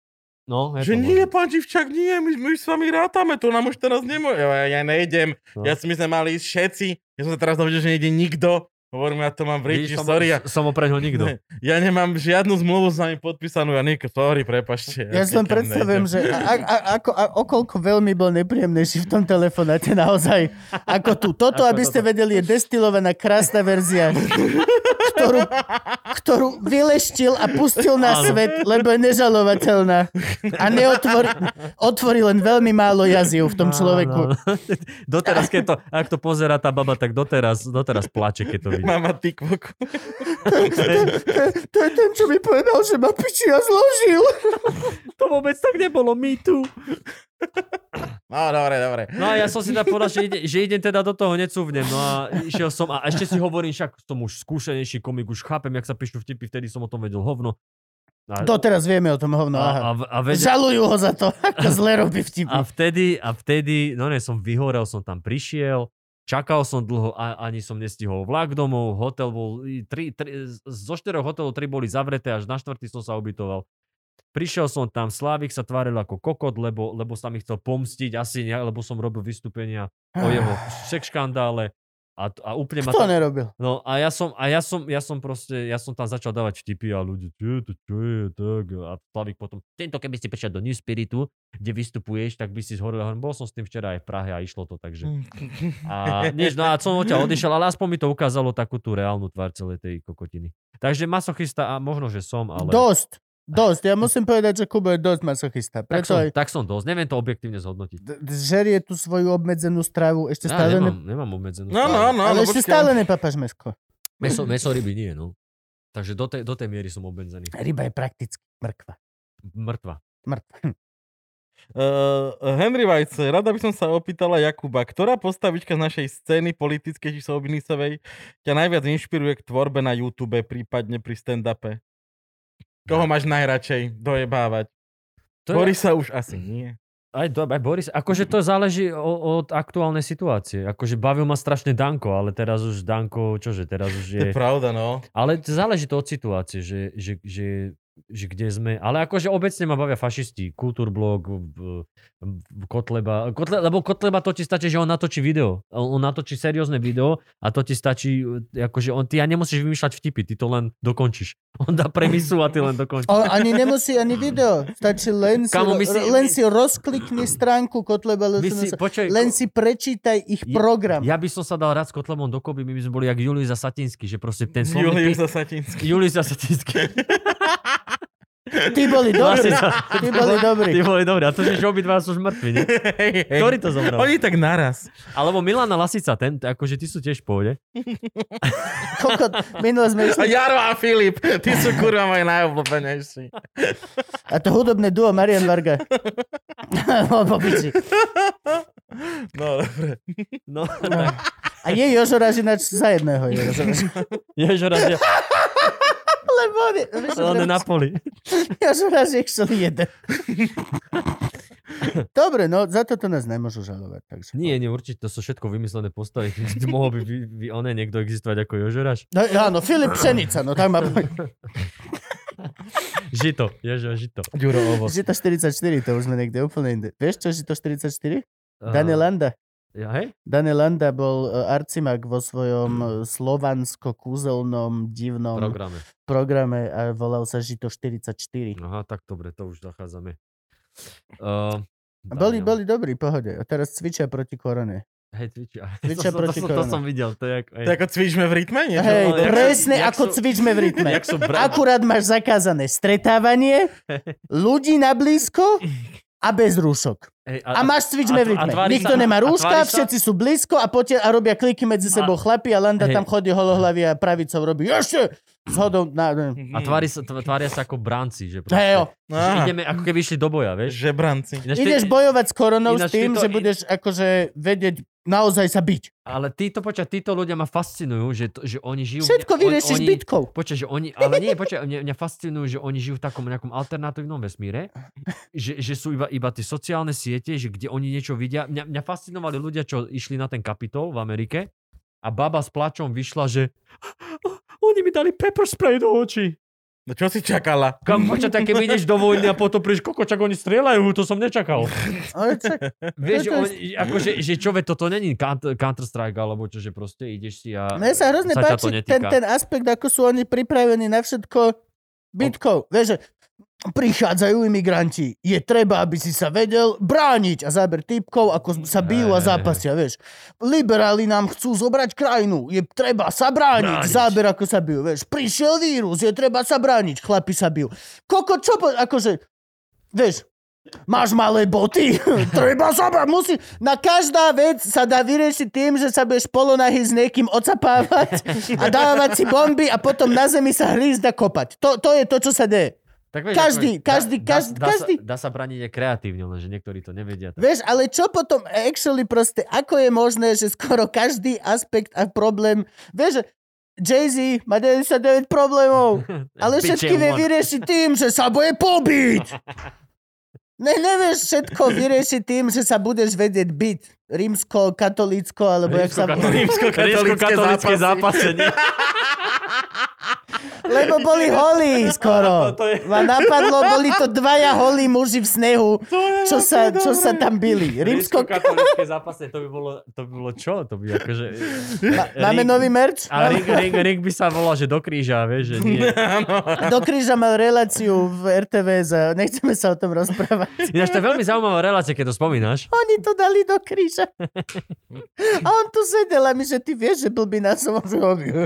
C: No, je
B: Že
C: to
B: nie,
C: možné.
B: pán Živčák, nie, my, my už s vami rátame, to nám už teraz nemôže. Ja, ja nejdem,
C: No.
B: ja si my sme mali ísť všetci, ja som sa teraz dovedel, že nejde nikto. Hovorím, ja to mám v ríči,
C: Vidíš, som-
B: sorry, ja,
C: Som opreň ho <laughs> nikto.
B: Ne, ja nemám žiadnu zmluvu s vami podpísanú, ja nieko, sorry, prepašte.
A: Ja si len
B: nikam
A: predstavujem, že
B: nejdem.
A: a, a, a, ako, a, okoľko veľmi bol nepríjemnejší v tom telefonáte naozaj. Ako tu. Toto,
C: Ako
A: aby ste
C: toto.
A: vedeli, je destilovaná krásna verzia, ktorú, ktorú vyleštil a pustil na
C: Áno.
A: svet, lebo je nežalovateľná. A neotvor, otvorí len veľmi málo jaziev v tom
C: Áno,
A: človeku.
C: áno. <laughs> doteraz, keď to, ak to pozera tá baba, tak doteraz, doteraz plače, keď to vidí.
B: Mama tikvoku.
A: To je ten, čo mi povedal, že ma piči a zložil.
C: <laughs> To vôbec tak nebolo, my tu.
B: No, dobre, dobre.
C: No a ja som si teda povedal, že, ide, že idem teda do toho, necúvnem. No a išiel som a ešte si hovorím, však som už skúsenejší komik, už chápem, jak sa píšu vtipy, vtedy som o tom vedel hovno. A,
A: Doteraz vieme o tom hovno.
C: a,
A: Aha.
C: a, a, vedel,
A: Žalujú ho za to, <laughs> ako zle robí vtipy.
C: a vtedy, a vtedy, no ne, som vyhorel, som tam prišiel, čakal som dlho, a, ani som nestihol vlak domov, hotel bol, i tri, tri, z- zo štyroch hotelov tri boli zavreté, až na štvrtý som sa ubytoval. Prišiel som tam, Slávik sa tváril ako kokot, lebo, lebo sa mi chcel pomstiť, asi ne, lebo som robil vystúpenia o jeho
A: Ah.
C: sex škandále a, t- a úplne ma
A: To
C: tam-
A: nerobil.
C: No a ja som, a ja som, ja som proste, ja som tam začal dávať vtipy a ľudia, čo je to, čo je, tak. A Slavik potom, tento keby si prišiel do New Spiritu, kde vystupuješ, tak by si zhoril. Ja hovorím, bol som s tým včera aj v Prahe a išlo
B: Mm.
C: to, takže. A, nič, no a som od ťa odišiel, ale aspoň mi to ukázalo takú tú reálnu tvár celej tej kokotiny. Takže masochista, a možno, že som, ale...
A: Dosť. Dosť.
C: <laughs>
A: Ja musím povedať, že Kubo je dosť masochista.
C: tak,
A: Preto
C: som,
A: aj
C: tak som dosť, neviem to objektívne zhodnotiť.
A: d- d- žerie tú svoju obmedzenú stravu. Ešte
C: Ja
A: stále, ne...
C: nemám, nemám obmedzenú.
B: No, no,
C: správu.
B: no.
A: ale
B: no,
A: ešte
B: počkaj.
A: stále nepapáš mesko.
C: Meso, meso ryby nie, no. Takže do tej, do tej miery som obmedzený.
A: Ryba je prakticky mrkva.
C: Mŕtva.
A: Mrtva.
B: Uh, Henry Vajce, rada by som sa opýtala Jakuba, ktorá postavička z našej scény politickej či showbiznisovej ťa najviac inšpiruje k tvorbe na YouTube, prípadne pri stand-upe? Koho máš najradšej dojebávať?
C: To je-
B: Borisa už asi nie.
C: Aj, do- aj Boris, akože to záleží o, od aktuálnej situácie. Akože bavil ma strašne Danko, ale teraz už Danko, čože, teraz už
B: To
C: je...
B: je pravda, no.
C: Ale záleží to od situácie, že, že, že že kde sme, ale akože obecne ma bavia fašisti, Kultúrblok, v- v- Kotleba, Kotle, lebo Kotleba to ti stačí, že on natočí video, on on natočí seriózne video a to ti stačí, eh, akože on, ty ja nemusíš vymýšľať vtipy, ty to len dokončíš. <laughs> On dá premisu a ty len dokončíš.
A: Ale ani nemusí ani video. Stačí len si,
C: Kamo, my
A: si,
C: si-
A: len
C: my-
A: si rozklikni stránku Kotleba
C: My
A: Lucinusa.
C: si, počkaj,
A: Len si prečítaj ich
C: Ja-
A: program.
C: ja by som sa dal rád s Kotlebom dokopy, my by sme boli jak Julius a Satinský, že proste ten slovný...
B: Julius
C: pi-
B: Sasatinský.
C: Julius a Satinský.
A: Ty boli dobrí.
C: Vlastne sa-
A: Ty boli dobrí.
C: Ty boli dobrý, a to, že obidva sú už mŕtvi, nie? <laughs> Ktorý to zobral?
B: Oni tak
C: <laughs>
B: naraz.
C: Alebo Milana Lasica, ten, akože ty sú tiež v pohode.
A: Kokot, minule sme
B: A
A: išli.
B: Jaro a Filip, ty sú kurva moje najobľúbenejší.
A: A to hudobné duo Marian
C: <laughs>
A: Varga. <laughs> Lebo piči.
B: No, dobre.
C: No, <laughs>
A: A je Jožo Ražinač za jedného. Je, rozumieš?
C: Ježo raz je
A: Lebo on je, vieš,
C: on je na poli.
A: Jožo Ražek šel jeden. Dobre, no za toto nás nemôžu žalovať. Takže.
C: Nie, nie, určite to sú všetko vymyslené postavy. Ty <laughs> Mohol by, by, by one niekto existovať ako Jožoraš.
A: No, áno, Filip Pšenica, no tak má
C: Žito, Ježo, žito.
B: Ďuro ovo.
A: Žito 44, to už sme niekde úplne inde. Vieš čo, je Žito 44?
C: A-
A: <laughs> Daniel Landa.
C: Ja, hej?
A: Daniel Landa bol e, arcimák vo svojom e, slovansko-kúzelnom divnom
C: Programe.
A: programe a volal sa Žito 44.
C: Aha, tak dobre, to už zachádzame. Uh,
A: A boli, boli dobrí, pohode. A teraz cvičia proti korone.
C: Hej, <laughs> cvičia.
A: Cvičia
C: to, som-
A: proti
C: to, som- to
A: korone.
C: som videl, to je ako... Hej.
B: To ako cvičme v rytme? niečo?
A: Hej,
C: ale jak sú-
A: presne
C: jak
A: ako
C: sú-
A: cvičme v rytme.
C: Jak sú bra-
A: Akurát máš zakázané stretávanie, ľudí na blízko a bez rúšok.
C: hej,
A: A máš cvičme
C: a-
A: v
C: a
A: rytme.
C: tvári
A: Nikto
C: sa-
A: nemá
C: a tvári
A: rúška,
C: sa-
A: všetci sú blízko a, potia- a robia kliky medzi
C: A-
A: sebou chlapi a Landa
C: Hej.
A: tam chodí holohlavý a pravicou robí ešte zhodou na...
C: A tvári sa, tv- tvária sa ako bránci, že proste,
A: Hejo,
C: že
B: Á,
C: ideme ako keby išli do boja, vieš?
B: Žebranci.
C: Ináč ty-
A: ideš bojovať s koronou s
C: ináč
A: tým,
C: tieto-
A: že budeš akože vedieť naozaj sa byť.
C: Ale títo, počkaj, títo ľudia ma fascinujú, že, to, že oni žijú...
A: Všetko
C: on-
A: vyriešiš
C: oni-
A: bytkou.
C: Počkaj, že oni, ale nie, počkaj, mňa, mňa fascinujú, že oni žijú v takom nejakom alternatívnom vesmíre, že, že sú iba, iba tie sociálne siete, že kde oni niečo vidia. Mňa, mňa fascinovali ľudia, čo išli na ten kapitol v Amerike a baba s plačom vyšla, že <laughs> oni mi dali pepper spray do očí.
B: No čo si čakala?
C: <laughs> Kam, počkaj, tak keď ideš do vojny a potom prídeš, kokočak, oni strieľajú, to som nečakal.
A: Ale čak,
C: <laughs> Vieš,
A: To
C: že,
A: je
C: on, <clears throat> akože, že čo, veď toto není Counter- Counter-Strike, alebo čo, že proste ideš si a
A: Mne sa hrozne
C: ťa
A: páči
C: to netýka.
A: ten, ten aspekt, ako sú oni pripravení na všetko bytkou. Vieš, že prichádzajú imigranti, je treba, aby si sa vedel brániť a záber typkov, ako sa bijú a
C: Hej, hej,
A: zápasia, vieš. Liberáli nám chcú zobrať krajinu, je treba sa brániť,
C: Brániť.
A: záber, ako sa bijú, vieš. Prišiel vírus, je treba sa brániť, chlapi sa bijú. Koko, čo po, akože, vieš, máš malé boty, <laughs> treba sa brániť, musí, na každá vec sa dá vyriešiť tým, že sa budeš polonahy s niekým ocapávať a dávať si bomby a potom na zemi sa hrízda kopať. To, to je to, čo sa deje.
C: Tak vieš,
A: Každý,
C: akože
A: každý, každý,
C: dá,
A: každý.
C: Sa, dá sa braniť aj kreatívne, lenže niektorí to nevedia. <laughs> Tak.
A: Vieš, ale čo potom actually proste, ako je možné, že skoro každý aspekt a problém, vieš, že Jay-Z má 99 problémov,
C: <laughs>
A: ale
C: Bitch
A: všetky
C: and
A: vie
C: one.
A: vyriešiť tým, že sa bude pobiť. Ne, nevieš všetko vyriešiť tým, že sa budeš vedieť byť rímsko, katolícko, alebo jak sa...
B: Rímskokatolické
C: Rímskokatolické <laughs> zápasenie.
A: Lebo boli holí skoro.
C: No, <laughs> To- to je-
A: Ma napadlo, boli to dvaja holí muži v snehu, čo sa, čo sa tam byli. Rímsko...
C: Rímskokatolické zápasenie, to by bolo, to by bolo čo? To by akože...
A: <laughs> Ma- Máme
C: Rík-
A: nový merch?
C: A Rick, Rick, Rick by sa volal, že do kríža, vieš, že
A: <laughs>
C: nie.
A: Do kríža mal reláciu v RTVS a nechceme sa o tom
C: <laughs>
A: rozprávať.
C: Ináč to je veľmi zaujímavá relácia, keď to spomínaš.
A: Oni to dali do kríža. A on tu sedel a my, že ty vieš, že blbý na som robil.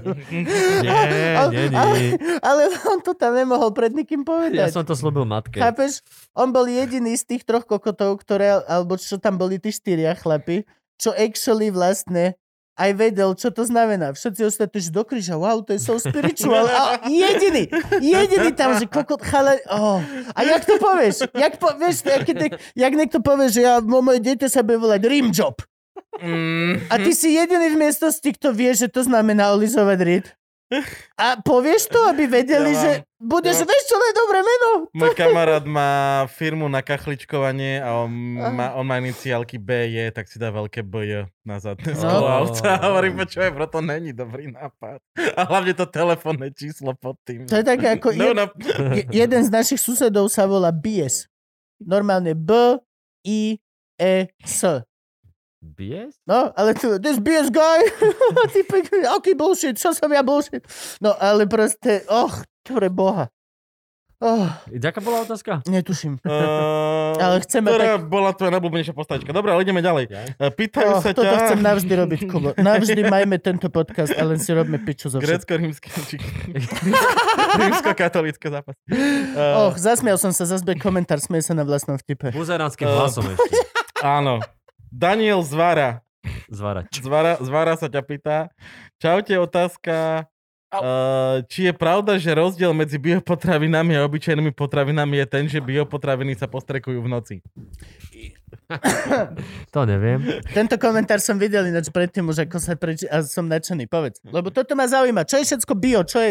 C: Nie, nie,
A: <laughs> Ale,
C: nie.
A: ale on to tam nemohol pred nikým
C: Ja
A: povedať.
C: som to slúbil matke.
A: Chápeš? On bol jediný z tých troch kokotov, ktoré, alebo čo tam boli tí štyria chlapi, čo actually vlastne aj vedel, čo to znamená. Všetci ostatní, že do kríža, wow, to je so spiritual. A jediný, jediný tam, že kokot, chale, oh. A jak to povieš? Jak, po, vieš, to, jak, keď, jak niekto povie, že ja, mo- moje dieťa sa bude volať
B: Mhm.
A: Rimjob. A ty si jediný v miestnosti, kto vie, že to znamená olizovať ryd. A povieš to, aby vedeli,
B: Ja
A: že
B: mám-
A: budeš,
B: ja mám-
A: vieš čo, je dobré meno.
B: Môj kamarát má firmu na kachličkovanie a on má, on má iniciálky BJ, tak si dá veľké BJ na zadné
A: No.
B: sklo auta. A hovorím, čo je, proto není dobrý nápad. A hlavne to telefónne číslo pod tým.
A: To je také
B: <laughs>
A: ako...
B: No,
A: Je,
B: no,
A: je, jeden z našich susedov sa volá Bies. Normálne B, I, E, S.
C: Bies?
A: No, ale tu, this BS guy, <laughs> typek, aký bullshit, čo som ja bullshit. No, ale proste, och, pre boha. Oh,
C: Ďaká bola otázka?
A: netuším.
B: eh,
A: Ale chceme
B: ktorá bola tvoja najblúbenejšia postavička? Dobre, ale ideme ďalej.
C: Ja?
B: Eh,
A: Oh,
B: Pýtajú sa
A: toto
B: ťa... <laughs>
A: chcem navždy robiť, Kubo. Navždy majme tento podcast a len si robme piču zo všetko.
B: Grécko-rímske či
A: <laughs>
B: rímsko-katolické zápasy. Eh,
A: Och, zasmial som sa, zase komentár, smeje sa na vlastnom vtipe.
C: Buzeránskym
B: Eh.
C: hlasom ešte.
B: Áno. Daniel Zvara.
C: Zvárať.
B: <laughs> Zvara, Zvara sa ťa pýta. Čaute, otázka. Uh, či je pravda, že rozdiel medzi biopotravinami a obyčajnými potravinami je ten, že biopotraviny sa postrekujú v noci?
C: To neviem.
A: Tento komentár som videl ináč predtým už, ako sa preč... a som nadšený, povedz. Lebo toto ma zaujíma. Čo je všetko bio? Čo je...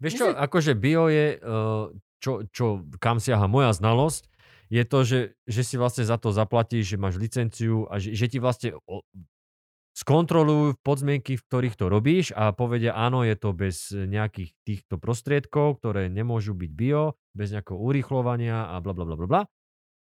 C: Vieš čo, akože bio je, eh, čo, čo, kam siaha moja znalosť, je to, že, že si vlastne za to zaplatíš, že máš licenciu a že, že ti vlastne o, skontrolujú podmienky, v ktorých to robíš a povedia, áno, je to bez nejakých týchto prostriedkov, ktoré nemôžu byť bio, bez nejakého urýchlovania a bla bla bla bla bla.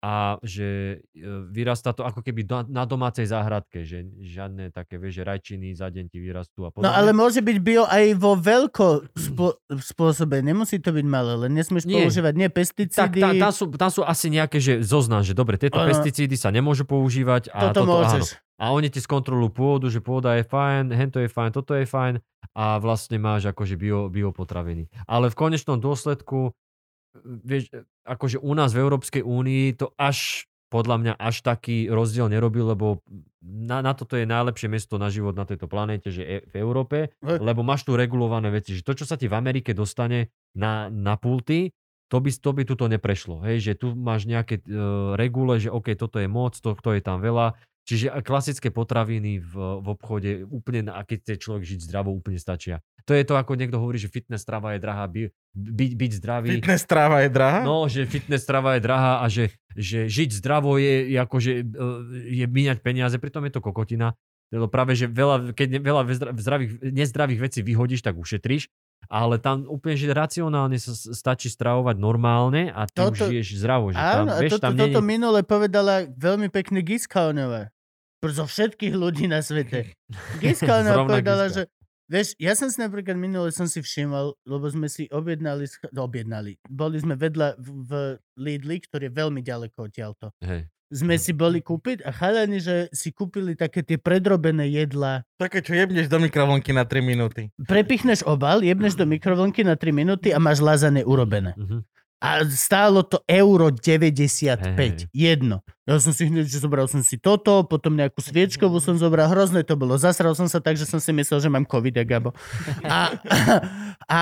C: A že e, vyrastá to ako keby do- na domácej záhradke, že žiadne také, vieš, že rajčiny za deň ti vyrastú a
A: No
C: podobne.
A: ale môže byť bio aj vo veľko spô- spôsobe. Nemusí to byť malé, len nesmieš
C: Nie.
A: používať nie
C: Tak
A: pesticídy.
C: tam, tam, sú, tam sú asi nejaké, že zoznam, že dobre, tieto
A: Áno.
C: pesticídy sa nemôžu používať a
A: toto
C: toto,
A: môžeš.
C: áno. A oni ti skontrolujú pôdu, že pôda je fajn, hento je fajn, toto je fajn a vlastne máš akože bio, bio potraviny. Ale v konečnom dôsledku, vieš, akože u nás v Európskej únii to až podľa mňa až taký rozdiel nerobí, lebo na, na toto je najlepšie miesto na život na tejto planéte, že e, v Európe,
A: Hej.
C: lebo máš tu regulované veci. Že to, čo sa ti v Amerike dostane na, na pulty, to by, to by tuto neprešlo. Hej, že tu máš nejaké uh, regule, že OK, toto je moc, to, to je tam veľa. Čiže a klasické potraviny v, v obchode úplne, na, a keď chce človek žiť zdravo, úplne stačia. To je to, ako niekto hovorí, že fitness strava je drahá, by, byť, byť zdravý.
B: Fitness tráva je drahá?
C: No, že fitness strava je drahá a že, že žiť zdravo je, je akože, e, je míňať peniaze, pritom je to kokotina. Lebo práve, že veľa, keď ne, veľa vezdra- zdravých, nezdravých vecí vyhodíš, tak ušetríš. Ale tam úplne, že racionálne sa s- stačí stravovať normálne a ty
A: Toto-
C: už žiješ zdravo. Že Akože tam,
A: Áno, a
C: vieš,
A: toto,
C: tam
A: toto
C: nie... je-
A: minule povedala veľmi pekne Giskaonová. Pr- Zo všetkých ľudí na
C: <laughs>
A: svete. Giskaonová
C: Zrovna
A: povedala,
C: Giska.
A: že Vieš, ja som si napríklad minule som si všimol, lebo sme si objednali, sch- no, objednali, boli sme vedľa v, v Lidli, ktorý je veľmi ďaleko odtiaľto.
C: Hej.
A: Sme si boli kúpiť a chalani, že si kúpili také tie predrobené jedlá.
B: Také, čo jebneš do mikrovlnky na 3 minúty.
A: Prepichneš obal, jebneš
C: <clears throat>
A: do mikrovlnky na 3 minúty a máš lázané urobené.
C: Mhm.
A: A stálo to euro 95.
C: Hej.
A: Jedno. Ja som si hneď, že zobral som si toto, potom nejakú sviečkovú som zobral. Hrozné to bolo. Zasral som sa tak, že som si myslel, že mám covid a gabo. A, <laughs> a,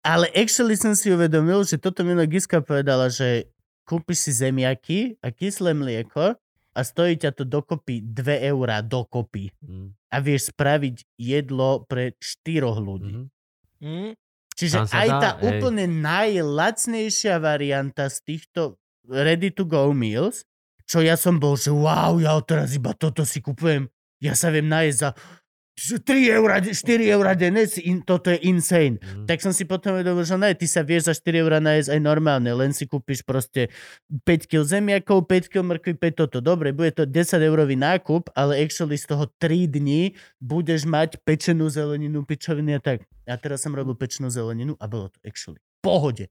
A: ale actually som si uvedomil, že toto minulé Giska povedala, že kúpiš si zemiaky a kyslé mlieko a stojí ťa to dokopy 2 eurá dokopy.
C: Mhm.
A: A vieš spraviť jedlo pre 4 ľudí.
C: Mhm.
B: Hm?
A: Čiže
C: Tam sa
A: aj
C: dá,
A: tá
C: hej.
A: úplne najlacnejšia varianta z týchto ready to go meals, čo ja som bol, že wow, ja teraz iba toto si kupujem, ja sa viem nájsť za 3 eurá, 4 eurá denne, si in- toto je insane.
C: Mhm.
A: Tak som si potom uvedomil, že ne, ty sa vieš za 4 eurá nájsť aj normálne, len si kúpiš proste 5 kg zemiakov, 5 kg mrkvy, 5 toto. Dobre, bude to 10 eurový nákup, ale actually z toho 3 dní budeš mať pečenú zeleninu, pičoviny a tak. A teraz som robil pečenú zeleninu a bolo to actually v pohode.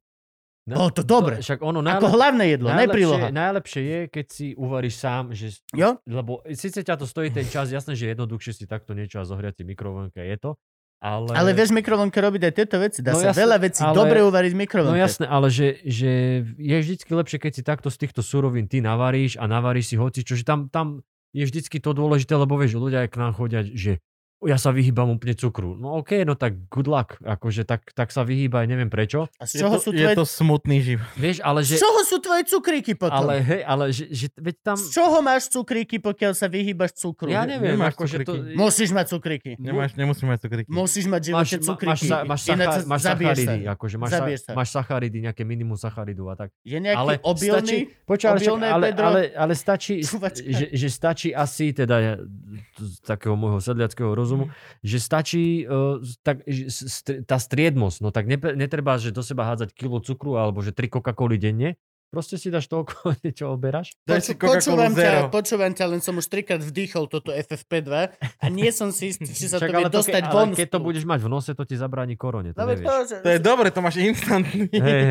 A: Bolo to dobre.
C: No, Však ono
A: Ako
C: najlep-
A: hlavné jedlo, ne príloha.
C: No najlepšie je, keď si uvaríš sám, že
A: Jo?
C: lebo síce ťa to stojí ten čas, jasné, že jednoduchšie si takto niečo a zohriať si mikrovlnke, je to, ale...
A: Ale vieš v mikrovlnke robiť aj tieto veci. Dá
C: No
A: sa
C: jasne,
A: veľa vecí
C: ale-
A: dobre uvariť v mikrovlnke.
C: No jasné, ale že, že je vždycky lepšie, keď si takto z týchto surovín ty navaríš a navaríš si hoci, čo, že tam, tam je vždycky to dôležité, lebo vieš, ľudia aj k nám chodia, že ja sa vyhýbam úplne cukru. No okej, no tak good luck. Akože tak, tak sa vyhýbaj, neviem prečo.
A: A z
B: Je
A: čoho
B: to,
A: sú
B: je
A: tvoje...
B: to smutný život.
C: Vieš, ale
A: Z
C: že...
A: čoho sú tvoje cukríky potom?
C: Ale hej, ale že, že veď tam...
A: Z čoho máš cukríky, pokiaľ sa vyhýbaš cukru?
C: Ja neviem,
B: Nemáš
C: akože to...
B: cukriky.
A: Musíš mať cukríky.
B: Nemáš, nemusíš mať cukriky.
A: Musíš mať v
C: Máš,
A: živote
C: ma- máš,
A: cukríky.
C: sa- máš,
A: Ináč
C: sachar,
A: sa-
C: máš
A: zabiješ
C: sacharidy,
A: sa.
C: akože máš,
A: Zabiješ
C: sa.
A: sa.
C: máš sacharidy, nejaké minimum sacharidu a tak.
A: Je nejaký
C: ale stačí,
A: obilný?
C: počúva, ale, však-
A: obilné
C: ale,
A: Pedro?
C: ale, ale stačí,
A: Čuvačka.
C: že, že stačí asi, teda ja, t- z takého môjho sedliackého
A: Mhm.
C: rozumu, že stačí uh, tak, že s- str- tá striednosť. No tak nepe- netreba, že do seba hádzať kilo cukru alebo že tri Coca-Coly denne. Proste si dáš toľko, <laughs> čo oberáš.
B: Daj si Coca-Colu
A: počúvam,
B: Zero.
A: ťa, počúvam ťa, len som už trikrát vdýchol toto FFP2 a nie som si istý, či sa to
C: ale
A: vie dostať
C: ke,
A: von.
C: ale keď to budeš mať v nose, to ti zabráni korone. To
A: No, veď
C: nevieš.
A: to, že...
B: To je dobre, to máš instantný
C: Hej,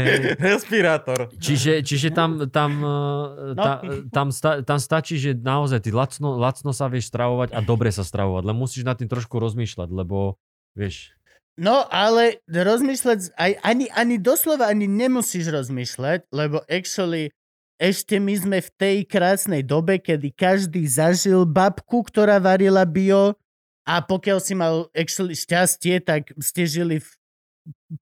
C: hej.
B: <laughs> respirátor.
C: Čiže, čiže tam, tam,
A: No.
C: no. ta, tam, sta, tam stačí, že naozaj ty lacno, lacno sa vieš stravovať a dobre sa stravovať, len musíš nad tým trošku rozmýšľať, lebo vieš,
A: No, ale rozmýšľať, aj, ani, ani doslova ani nemusíš rozmýšľať, lebo actually ešte my sme v tej krásnej dobe, kedy každý zažil babku, ktorá varila bio a pokiaľ si mal actually šťastie, tak ste žili v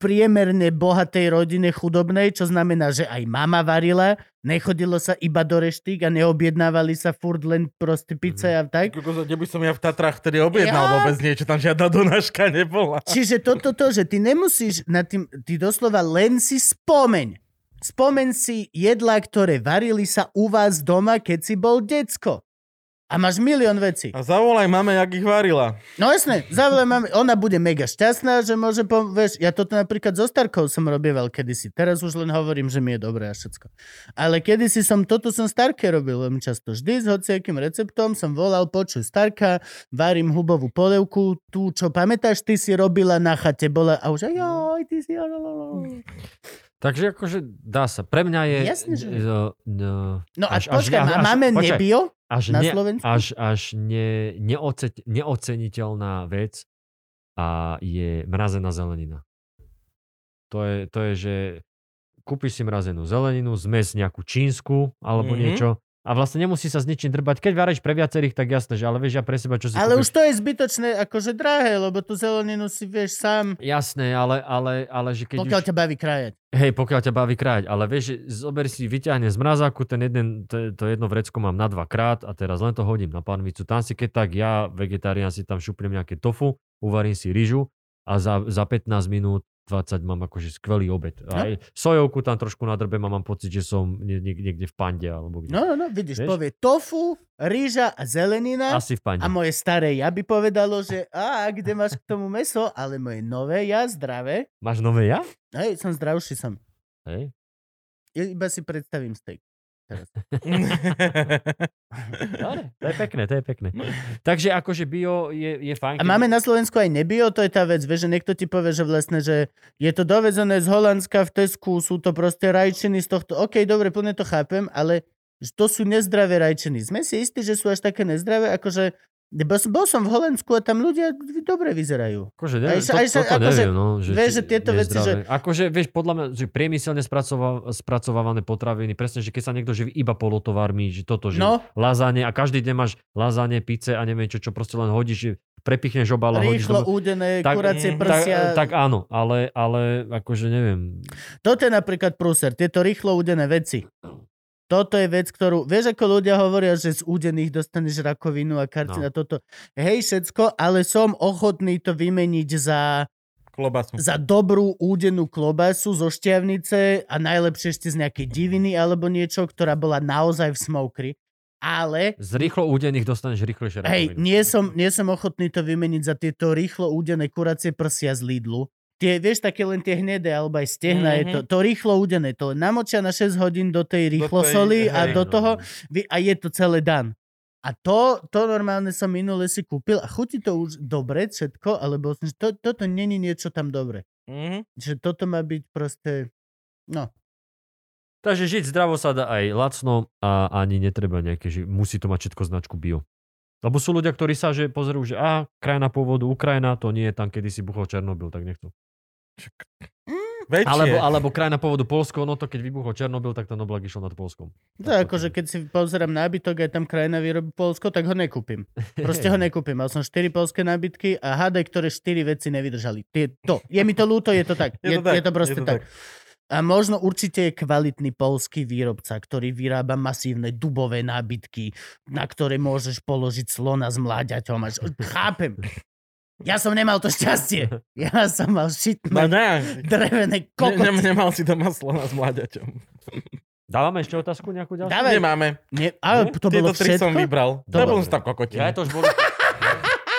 A: priemerne bohatej rodine chudobnej, čo znamená, že aj mama varila, nechodilo sa iba do reštík a neobjednávali sa furt len proste pizza a tak.
B: Kokos, kde by som ja v Tatrách vtedy objednal
A: Ja?
B: vôbec niečo, tam žiadna donáška nebola.
A: Čiže toto to, že ty nemusíš na tým, ty doslova len si spomeň. Spomeň si jedlá, ktoré varili sa u vás doma, keď si bol decko. A máš milión vecí.
B: A zavolaj mame, jak ich varila.
A: No jasné, zavolaj mami, ona bude mega šťastná, že môže pom- vieš, ja toto napríklad so Starkou som robieval kedysi, teraz už len hovorím, že mi je dobré a všetko. Ale kedysi som, toto som Starke robil veľmi často, vždy s hociakým receptom som volal, počuj Starka, varím hubovú polievku, tú, čo pamätáš, ty si robila na chate, bola a už aj, joj, ty si... No
C: takže akože dá sa. Pre mňa je... eh,
A: Jasne, že-
C: n- n-
A: No a
C: Až- až-
A: počkaj,
C: až-
A: a
C: až-
A: máme
C: počkaj.
A: nebio?
C: až,
A: Na
C: ne,
A: Slovensku?
C: až, až ne, neoce, neoceniteľná vec a je mrazená zelenina. To je, to je že kúpiš si mrazenú zeleninu, zmes nejakú čínsku
B: Mhm.
C: alebo mm-hmm. niečo a vlastne nemusí sa s ničím drbať. Keď varíš pre viacerých, tak jasné, že ale vieš ja pre seba, čo si
A: Ale už
C: kúpiš.
A: to je zbytočné, akože drahé, lebo tú zeleninu si vieš sám,
C: Jasné, ale, ale, ale že keď
A: pokiaľ
C: už...
A: ťa baví krajať.
C: Hej, pokiaľ ťa baví krájať, ale vieš, že zober si, vyťahne z mrazáku, ten jeden, to, to jedno vrecko mám na dvakrát a teraz len to hodím na panvicu. Tam si keď tak ja, vegetarián, si tam šupnem nejaké tofu, uvarím si rýžu a za, za 15 minút 20 mám akože skvelý obed.
A: No.
C: A Aj sojovku tam trošku nadrbem a mám pocit, že som nie, nie, niekde v pande alebo kde.
A: No, no, no, vidíš,
C: Vieš?
A: povie tofu, rýža a zelenina.
C: Asi v pande.
A: A moje staré ja by povedalo, že a kde máš k tomu meso, ale moje nové ja zdravé.
C: Máš nové ja?
A: Hej, som zdravší som.
C: Hej.
A: Ja iba si predstavím steak.
C: Dobre, to je pekné, to je
A: <laughs>
C: pekné. Takže akože bio je, je fajn.
A: A
C: keď-
A: máme na Slovensku aj nebio, to je tá vec, vieš, že niekto ti povie, že vlastne, že je to dovezené z Holandska v Tesku, sú to proste rajčiny z tohto, OK, dobre, plne to chápem, ale že to sú nezdravé rajčiny. Sme si istí, že sú až také nezdravé, akože lebo som- bol som v Holandsku a tam ľudia dobre vyzerajú.
C: Akože
A: Aj
C: neviem,
A: sa-
C: to,
A: aj sa-
C: toto
A: akože,
C: neviem, no, že,
A: vieš,
C: či
A: že tieto
C: je
A: veci, že-
C: zdravé. Akože, vieš, podľa mňa, že priemyselne spracova- spracovávané potraviny, presne, že keď sa niekto živí iba polotovarmi, že
B: <laughs>
C: toto, že
A: No.
C: lazáne, a každý deň máš lazáne, pice a neviem čo, čo proste len hodíš, že prepichneš obal a hodíš
A: Rýchlo
C: do...
A: údené,
C: Tak-
A: kuracie
B: mm,
C: Tak,
A: prsia.
C: tak áno, ale, ale akože neviem.
A: Toto je napríklad prúser, tieto rýchlo údené veci. Toto je vec, ktorú... Vieš, ako ľudia hovoria, že z údených dostaneš rakovinu a karcin no. a
C: No.
A: toto. Hej, všetko, ale som ochotný to vymeniť za,
B: Klobasu.
A: za dobrú údenú klobasu zo šťavnice a najlepšie ešte z nejakej diviny alebo niečo, ktorá bola naozaj v smokri. Ale
C: Z rýchlo údených dostaneš rýchlejšie
A: Hej,
C: rakovinu.
A: nie som, nie som ochotný to vymeniť za tieto rýchlo údené kuracie prsia z Lidlu. Tie, vieš, také len tie hnedé, alebo aj stehna mm-hmm. je to. To rýchlo údené, to namočia na 6 hodín do tej rýchlo do
B: tej-
A: soli a
B: hej,
A: do
C: no.
A: toho vy- a je to celé dan. A to, to normálne som minule si kúpil a chutí to už dobre všetko, ale bol som, že to, toto není niečo tam dobre.
B: Mhm.
A: Že toto má byť proste, no.
C: Takže žiť zdravo sa dá aj lacno a ani netreba nejaké, že musí to mať všetko značku bio. Lebo sú ľudia, ktorí sa že pozerú, že a krajina pôvodu Ukrajina, to nie je tam, kedy si buchol Černobyl, tak nechcú.
A: Mm,
B: Väčšie.
C: Alebo, alebo krajina pôvodu Polsko, no to keď vybuchol Černobyl, tak ten oblak išiel nad Polskom.
A: To je ako, že
C: <laughs>
A: keď si pozerám nábytok a je tam krajina výroby Polsko, tak ho nekúpim. Proste ho nekúpim. Mal som 4 polské nábytky a hádaj, ktoré 4 veci nevydržali. Tie, to. Je mi to ľúto, je to tak. Je, je, to, tak, je to proste je to tak. tak. A možno určite je kvalitný polský výrobca, ktorý vyrába masívne dubové nábytky, na ktoré môžeš položiť slona s mláďaťom. Až... Chápem. Ja som nemal to šťastie. Ja som mal
B: No
A: šitné
B: ne,
A: drevené
B: ne, ne,
A: kokot.
B: nemal si doma slona s mláďaťom.
C: Dávame ešte otázku nejakú ďalšiu?
A: Dávaj.
B: Nemáme. Mhm.
A: Nie, ale to
B: Tieto
A: bolo
B: tri
A: všetko?
B: som vybral.
A: Dobre.
B: Dobre. som tam kokotí.
C: Ja je to už bolo...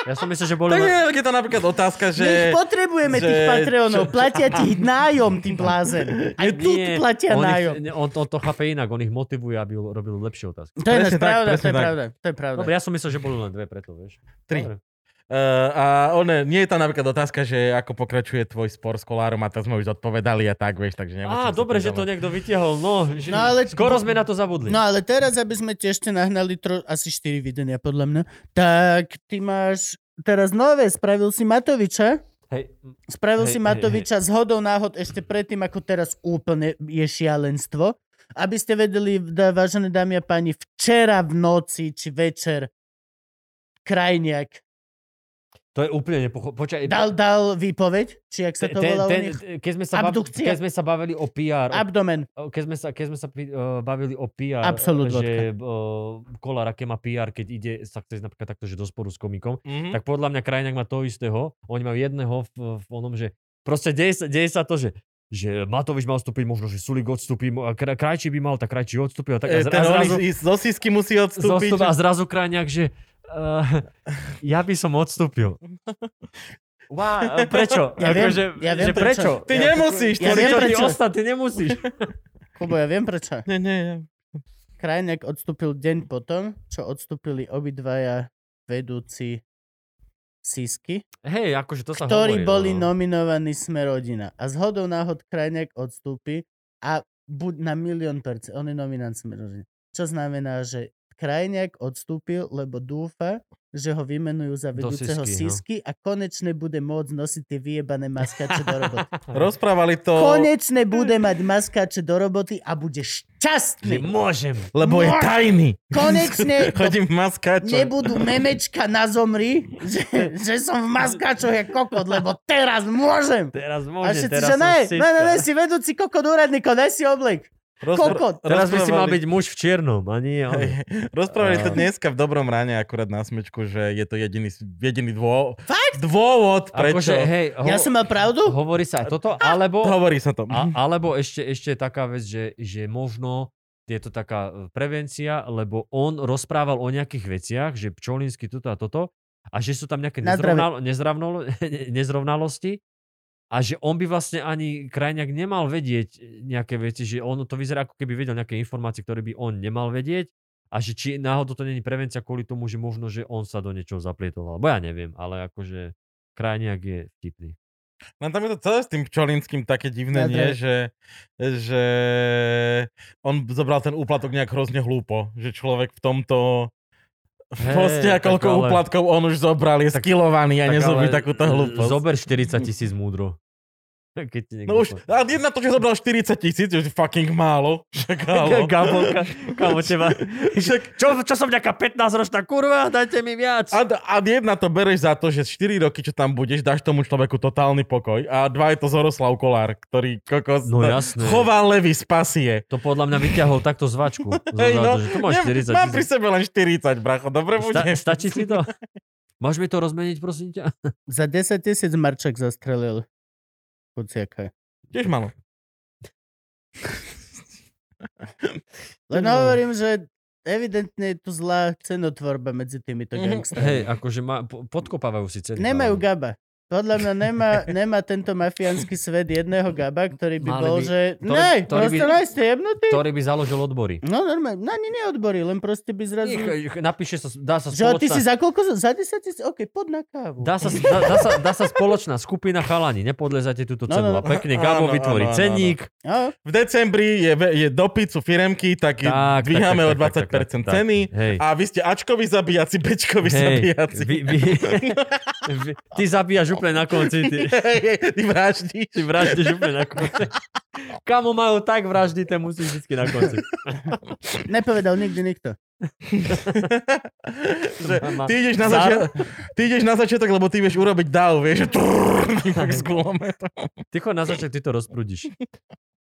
C: Ja som myslel, že boli...
B: Tak je,
C: len-
B: je to napríklad otázka,
A: Že... My ich
B: že...
A: potrebujeme, tých
B: že-
A: Patreonov.
B: čo- čo-
A: Platia ti ich nájom, ty
B: <laughs>
A: blázen. Aj tu
C: Nie,
A: platia
C: on ich-
A: nájom.
C: ne, On, on to chápe inak, on ich motivuje, aby robil lepšie otázky.
A: To je
B: Presne
A: náš
B: tak,
A: pravda, to
B: presne
A: je
B: tak.
A: pravda. To je pravda.
C: Dobre, ja som myslel, že boli len dve, preto, vieš.
B: Tri.
C: Dobre.
B: Uh, a one, nie je tam napríklad otázka, že ako pokračuje tvoj spor s kolárom a to sme už zodpovedali a tak, vieš, takže nemusím
C: Á,
B: sa
C: dobre,
B: tým
C: že to
B: ďalej-
C: niekto vytiahol, no. Že...
A: No, ale-
C: Skoro sme na to zabudli.
A: No ale teraz, aby sme ti ešte nahnali tro, asi 4 videnia podľa mňa, tak ty máš teraz nové, spravil si Matoviča,
C: Hej, m,
A: spravil
C: Hej,
A: si
C: hej,
A: Matoviča z hodou náhod ešte predtým, ako teraz úplne je šialenstvo. Aby ste vedeli, da, vážené dámy a páni, včera v noci či večer Krajniak
C: to je úplne nepochopné. Počkaj,
A: dal, dal výpoveď, či ak sa to volá u nich,
C: keď, sme sa bav-
A: Abdukcia?
C: keď sme sa bavili o PR, o
A: abdomen.
C: keď sme sa, keď sme sa pri, uh, bavili o PR,
A: Absolút
C: že uh, Kolár, aké má PR, keď ide, sa chce ísť napríklad takto, že do sporu s komikom,
B: Mhm.
C: tak podľa mňa Krajňák má to istého. Oni majú jedného v, v onom, že proste deje sa, deje sa to, že že Matovič mal odstúpiť, možno, že Sulik odstúpi, mo- a Kra- Krajčí by mal, tak Krajčí odstúpil. a Tak, a,
B: E,
C: zra-
B: ten
C: a
B: oný
C: zrazu,
B: z- z osisky musí odstúpiť.
C: zostup, a zrazu Krajňák, že uh, ja by som odstúpil. Wow, prečo?
A: Ja viem,
C: že,
A: ja viem
C: že prečo?
A: prečo.
B: Ty nemusíš,
A: Ja
B: to
A: viem
C: Čo, ty
A: prečo.
C: ostan, ty nemusíš.
A: Kubo, ja viem prečo.
B: Nie, nie, nie.
A: Krajniak odstúpil deň potom, čo odstúpili obidvaja vedúci Sisky,
C: Hej, akože to sa
A: ktorí
C: hovorí. no.
A: boli nominovaní Sme rodina. A zhodou náhod Krajniak odstúpi a buď na milión percent, on je nominant Sme rodina. Čo znamená, že Krajniak odstúpil, lebo dúfa, že ho vymenujú za
C: Do
A: vedúceho
C: Sisky, no.
A: Sisky a konečne bude môcť nosiť tie vyjebané maskače
C: <laughs>
A: do roboty.
B: Rozprávali to,
A: Konečne bude mať maskače do roboty a bude
C: Že
A: šťastný.
C: môžem.
B: lebo je tajný. <laughs>
C: <laughs>
A: Konečne do
B: Chodím v maskáčoch.
A: nebudú memečka na zomri, že, že som v maskáčoch je kokot, lebo teraz môžem.
C: Teraz
A: A
C: môžem,
A: všetci,
C: teraz
A: že
C: som
A: ne, ne,
C: siska.
A: ne, ne, si vedúci kokot úradníkov, daj si oblek.
B: Rozpr-
A: kokot.
C: Teraz by si mal
B: rozprávali-
C: byť muž v čiernom, a nie on.
B: Hej, Rozprávali to
C: Áno.
B: dneska v dobrom ráne akurát na smečku, že je to jediný, jediný dô... dôvod, prečo.
C: Akože, hej, ho-
A: Ja som mal pravdu?
C: hovorí sa aj toto, alebo,
B: Hovorí sa to.
C: a,
A: <laughs>
C: alebo ešte, ešte je taká vec, že, že možno je to taká e, prevencia, lebo on rozprával o nejakých veciach, že Pčolinsky toto a toto, a že sú tam nejaké
A: Na zdravie.
C: nezrovnal, <laughs> nezrovnalo, nezrovnalosti a že on by vlastne ani krajňak nemal vedieť e, nejaké veci, že on to vyzerá ako keby vedel nejaké informácie, ktoré by on nemal vedieť a že či náhodou to není prevencia kvôli tomu, že možno, že on sa do niečoho zaplietol, alebo ja neviem, ale akože krajňak je vtipný.
B: No tam je to celé s tým Pčolinským také
A: Na
B: divné, nie?
A: zdravie.
B: Že, že on zobral ten úplatok nejak hrozne hlúpo. Že človek v tomto...
C: Hej,
B: Proste a
C: tak
B: koľko
C: ale-
B: úplatkov on už zobral, je skilovaný a
C: Tak
B: nezobí
C: ale
B: takúto hlúposť.
C: Zober 40 tisíc múdro. Keď ti niekto
B: No už,
C: povie.
B: a jedna to, že zobral 40 tisíc, je fucking málo. <laughs> Však <laughs>
C: <laughs>
B: halo.
C: Gabolka, kamo teba.
B: <laughs>
C: <laughs> Čo, čo som nejaká 15-ročná kurva? Dajte mi viac.
B: A, a jedna to bereš za to, že 4 roky, čo tam budeš, dáš tomu človeku totálny pokoj. A dva je to Zoroslav Kolár, ktorý kokos
C: No jasné.
B: chová levy z pasie.
C: To podľa mňa vyťahol takto
B: <laughs>
C: z váčku. Zo
B: Hej,
C: zádu,
B: no,
C: že tu máš
B: nem-
C: 40
B: mám pri
C: tisíc.
B: sebe len 40, bracho, dobre bude?
C: Sta- stačí ti
B: <laughs>
C: to? Máš mi to rozmeniť, prosím ťa?
A: Za 10 tisíc Marček zastrelil. Kuciaka.
B: Tiež malo.
A: Len
C: No.
A: hovorím, že evidentne je tu zlá cenotvorba medzi týmito
B: Mhm.
A: gangstrami.
C: Hej, akože ma, po- podkopávajú si ceny.
A: Nemajú
C: Páleň.
A: gaba. Podľa mňa
C: <laughs>
A: nemá, nemá tento mafiánsky svet jedného gaba, ktorý by
C: Mali
A: bol,
C: by-
A: že...
C: ktorý-
A: Ne,
C: ktorý by-
A: proste najste jebnutý.
C: Ktorý by založil odbory.
A: No normálne, na ne neodborí, len proste by zrazu...
C: Ich, ich, napíše sa, dá sa
A: Že ty si
C: spoločná...
A: za koľko? Za 10 tisíc? OK, pod na kávu.
C: Dá sa, dá, dá, sa, dá sa spoločná skupina chalani, nepodlezate túto
A: No,
C: cenu.
A: no,
C: A pekne
B: no.
C: Gabo
B: Áno,
C: vytvorí
B: áno, áno,
C: cenník,
A: A,
B: V decembri je, ve- je do pizzu firemky, tak, tak dvíhame o 20% ceny.
C: Hej.
B: A vy ste Ačkovi zabíjaci, Bečkovi
C: Hej,
B: zabíjaci.
C: vy, vy, <laughs> Vy- Ty zabíjaš úplne na konci. Ty,
B: Ty vraždíš.
C: ty vraždíš úplne na konci. Kamo majú tak vraždy, ten musíš vždy na konci.
A: Nepovedal nikdy nikto.
C: <laughs>
B: Že
C: Má-
B: ty, ideš na
C: Zá-
B: začiatok, ty ideš na začiatok, lebo ty vieš urobiť dav, vieš, že trrr, <laughs> tak z kilometra.
C: Ty chod na začiatok, ty to rozprúdiš.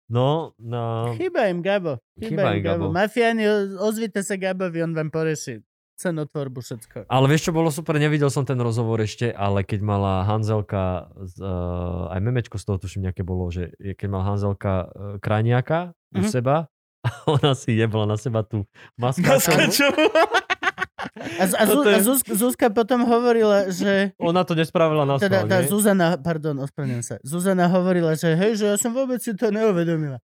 C: No, no,
A: Chyba im Gabo. Chyba, im Gabo. Mafiáni, o- ozvite sa Gabovi, on vám poreši cenotvorbu všetko.
C: Ale vieš, čo bolo super? Nevidel som ten rozhovor ešte, ale keď mala Hanzelka, z, uh, aj memečko z toho tuším nejaké bolo, že je- keď mala Hanzelka uh, krajniaka u
A: Mhm.
C: seba, <laughs> a ona si jebla na seba tú maskáčku.
B: Skačovú.
A: A, z- a, Zu,
C: Toto
A: a
C: je-
A: Zuz, Zuzka potom hovorila, že...
C: Ona to nespravila na
A: Teda tá
C: schválne.
A: Zuzana, pardon, ospravedlňujem sa. Zuzana hovorila, že hej, že ja som vôbec si to neuvedomila.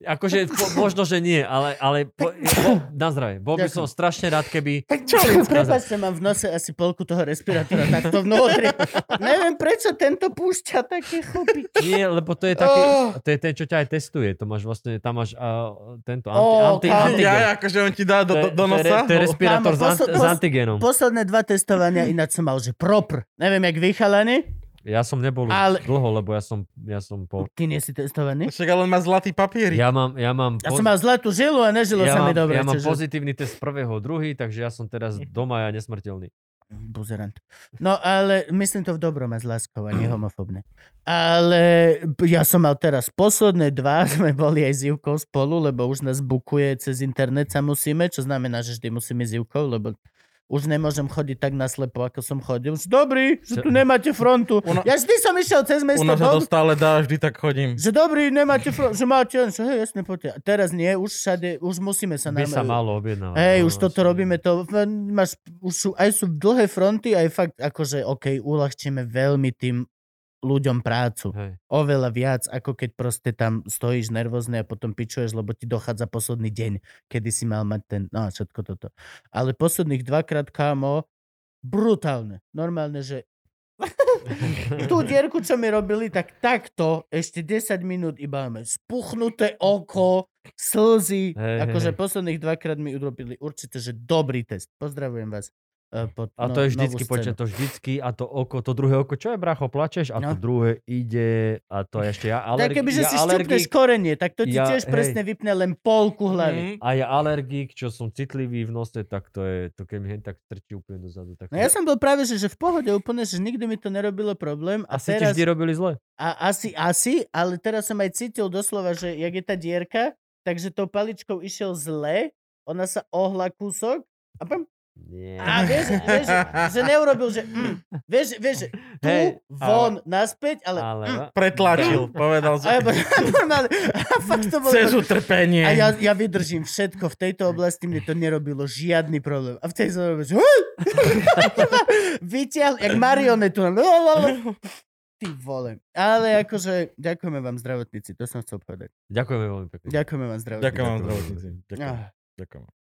C: Akože po, možno, že nie, ale, ale po, po, na zdravie. Bol by som strašne rád, keby...
A: Tak čo? Prepačte, mám v nose asi polku toho respirátora takto vnútri. Neviem, prečo tento púšťa také chlopy.
C: Nie, lebo to je taký...
B: Oh.
C: To je ten, čo ťa aj testuje. To máš vlastne... Tam máš uh, tento anti,
A: Ó,
C: anti,
A: kámo.
C: antigen.
B: Oh, Ja, akože on ti dá do, do, do
C: To je- to je re-
B: nosa.
C: To je respirátor
A: Kámo,
C: s, ant,
A: posl-
C: s
A: posl-
C: antigénom.
A: Posledné dva testovania ináč som mal, že propr. Neviem, jak vy chalani.
C: Ja som nebol ale...
A: Ale-
C: dlho, lebo ja som, ja som po...
A: Ty nie si testovaný.
B: Však ale on má zlatý papier.
C: Ja mám, ja mám,
A: Ja
C: poz-
A: som mal zlatú žilu a nežilo
C: ja
A: sa mi
C: mám,
A: dobre.
C: ja mám
A: čiže-
C: pozitívny test prvého, druhý, takže ja som teraz doma ja nesmrteľný.
A: Buzerant. No ale myslím to v dobrom a s láskou a
C: <clears throat>
A: nehomofobne. Ale b- ja som mal teraz posledné dva, <laughs> sme boli aj s Ivkou spolu, lebo už nás bukuje cez internet sa musíme, čo znamená, že vždy musíme s Ivkou, lebo už nemôžem chodiť tak naslepo, ako som chodil. Že dobrý, že tu nemáte frontu.
B: Ona-
C: no-
A: Ja vždy som išiel cez
B: U
A: mesto.
B: nás sa
A: do-
B: to stále dá, vždy tak chodím.
A: Že dobrý, nemáte frontu, že máte len, že hej, jasne, poďte. A Teraz nie, už všade, už musíme sa
C: By
A: nám-
C: sa malo objednávať.
A: Hej,
C: no,
A: už toto
C: vlastne.
A: robíme, to máš, už sú, aj sú dlhé fronty, aj fakt akože, OK, uľahčíme veľmi tým ľuďom prácu. <laughs>
C: Hej.
A: Oveľa viac, ako keď proste tam stojíš nervózne a potom pičuješ, lebo ti dochádza posledný deň, kedy si mal mať ten, no a všetko toto. Ale posledných dvakrát, kámo, brutálne. Normálne, že tú dierku, čo mi robili, tak takto ešte 10 minút iba máme spuchnuté oko, slzy.
C: Hej,
A: akože
C: hej.
A: posledných dvakrát mi urobili určite, že dobrý test. Pozdravujem vás. e, Pod
C: A
A: no-
C: to je
A: novú
C: vždycky, počujem
A: scénu.
C: to vždycky, a to oko, to druhé oko, čo je bracho, plačeš, a to
A: No.
C: druhé ide, a to ešte
A: Tak
C: ja alergik,
A: keby, že
C: ja
A: si šťupneš
C: alergik,
A: korenie, tak to ti
C: Ja-
A: tiež
C: hej. Mm.
A: presne vypne len polku hlavy.
B: Mhm.
C: a ja alergik, čo som citlivý v nose, tak to je, to keď mi hen tak trčí úplne dozadu. Tak
A: No ja som bol práve, že, že v pohode úplne, že nikdy mi to nerobilo problém. A,
C: Asi ti
A: teraz,
C: vždy robili zle.
A: A asi, asi, ale teraz som aj cítil doslova, že jak je tá dierka, takže tou paličkou išiel zle, ona sa ohla kúsok a, pam,
C: Nie.
A: a vieš, vieš, že neurobil, že mm, vieš, vieš, že tu,
C: Hej,
A: von, naspäť, ale...
C: ale,
A: mm,
B: Pretlačil,
A: a
B: povedal
A: ja
B: že
A: bol- <laughs> normálne, a fakt to bolo...
B: cez utrpenie.
A: A ja, ja vydržím všetko. V tejto oblasti mne to nerobilo žiadny problém. A v tej som robil, že... <laughs> "Hej!" Vyťahol, jak marionetu. no, Ty vole. Ale akože, ďakujeme vám zdravotníci, to som chcel povedať.
C: Ďakujeme veľmi pekne.
A: Ďakujeme vám zdravotníci.
B: Ďakujem vám, zdravotníci. Ďakujem.
A: Ah,
B: Ďakujem.
A: ah.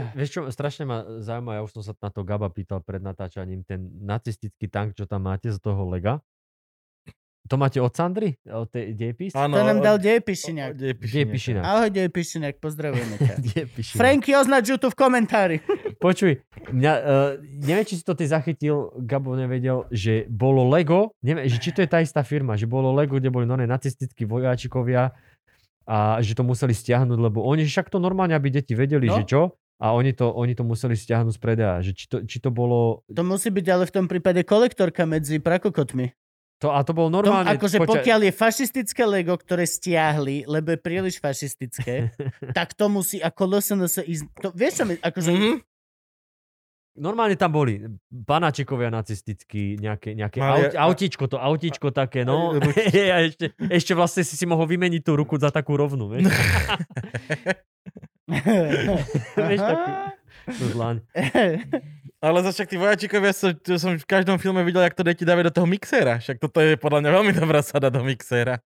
C: Eh, Vieš čo, strašne ma zaujíma, ja už som sa na to Gaba pýtal pred natáčaním, ten nacistický tank, čo tam máte z toho lega, to máte od Sandry? Od tej dejepis?
A: To
B: Áno,
A: nám dal
B: od-
A: Dejpišiniak.
B: od Dejpišiniaka.
C: Dejpišina.
A: Ahoj Dejpišiniak, pozdravujeme
C: <laughs>
A: ťa.
C: Dejpišina.
A: Franky, označ ju tu v komentári.
C: Počuj, mňa, uh, neviem, či si to ty zachytil, Gabo nevedel, že bolo Lego, neviem, že či to je tá istá firma, že bolo Lego, kde boli normálne nacistickí vojáčikovia a že to museli stiahnuť, lebo oni však to normálne, aby deti vedeli,
A: No.
C: že čo, a oni to, oni to museli stiahnuť z predaja, že či to, či to bolo...
A: To musí byť ale v tom prípade kolektorka medzi prakokotmi.
C: To, a to bolo
A: Tom,
C: normálne...
A: akože
C: počkaj-
A: pokiaľ je fašistické Lego, ktoré stiahli, lebo je príliš
C: <laughs>
A: fašistické, tak to musí ako LSNS ísť... To, vieš čo mi, akože... <laughs>
B: Mhm.
C: Normálne tam boli banáčikovia nacistickí, nejaké, nejaké
B: Mali-
C: aut, autíčko, to autíčko také, no. <laughs> a ešte, ešte vlastne si si mohol vymeniť tú ruku za takú rovnú, vieš. <laughs> Vieš,
A: <laughs>
C: takú, tú dlaň.
B: Ale za však tí vojačikovia, som, to som v každom filme videl, jak to deti dávajú do toho mixéra. Však toto je podľa mňa veľmi dobrá sada do mixéra.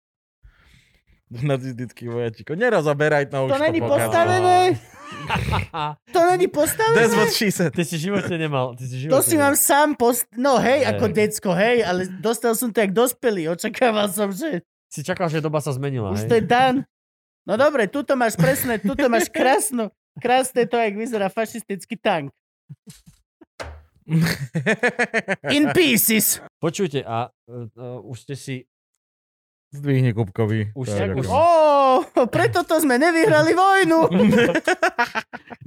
B: Nacistický vojačikov. Nerozoberaj to už.
A: To není
B: pokazal.
A: postavené? To není postavené?
B: That's what she said.
C: Ty si v živote nemal. Ty si v živote
A: To si mám sám post... No hej, ako
C: Hej.
A: decko, hej, ale dostal som to jak dospelý. Očakával som, že
C: Si čakal, že doba sa zmenila.
A: už
C: hej?
A: to je dan. No dobre, tuto máš presne, tuto máš krásno. Krásne to, jak vyzerá fašistický tank. In
C: <laughs>
A: pieces.
C: Počujte, a e, e, už ste si...
B: Zdvihni Kupkovi.
C: Už
B: To je
C: tak, už-
B: ďakujem.
A: Ó, preto to sme nevyhrali vojnu.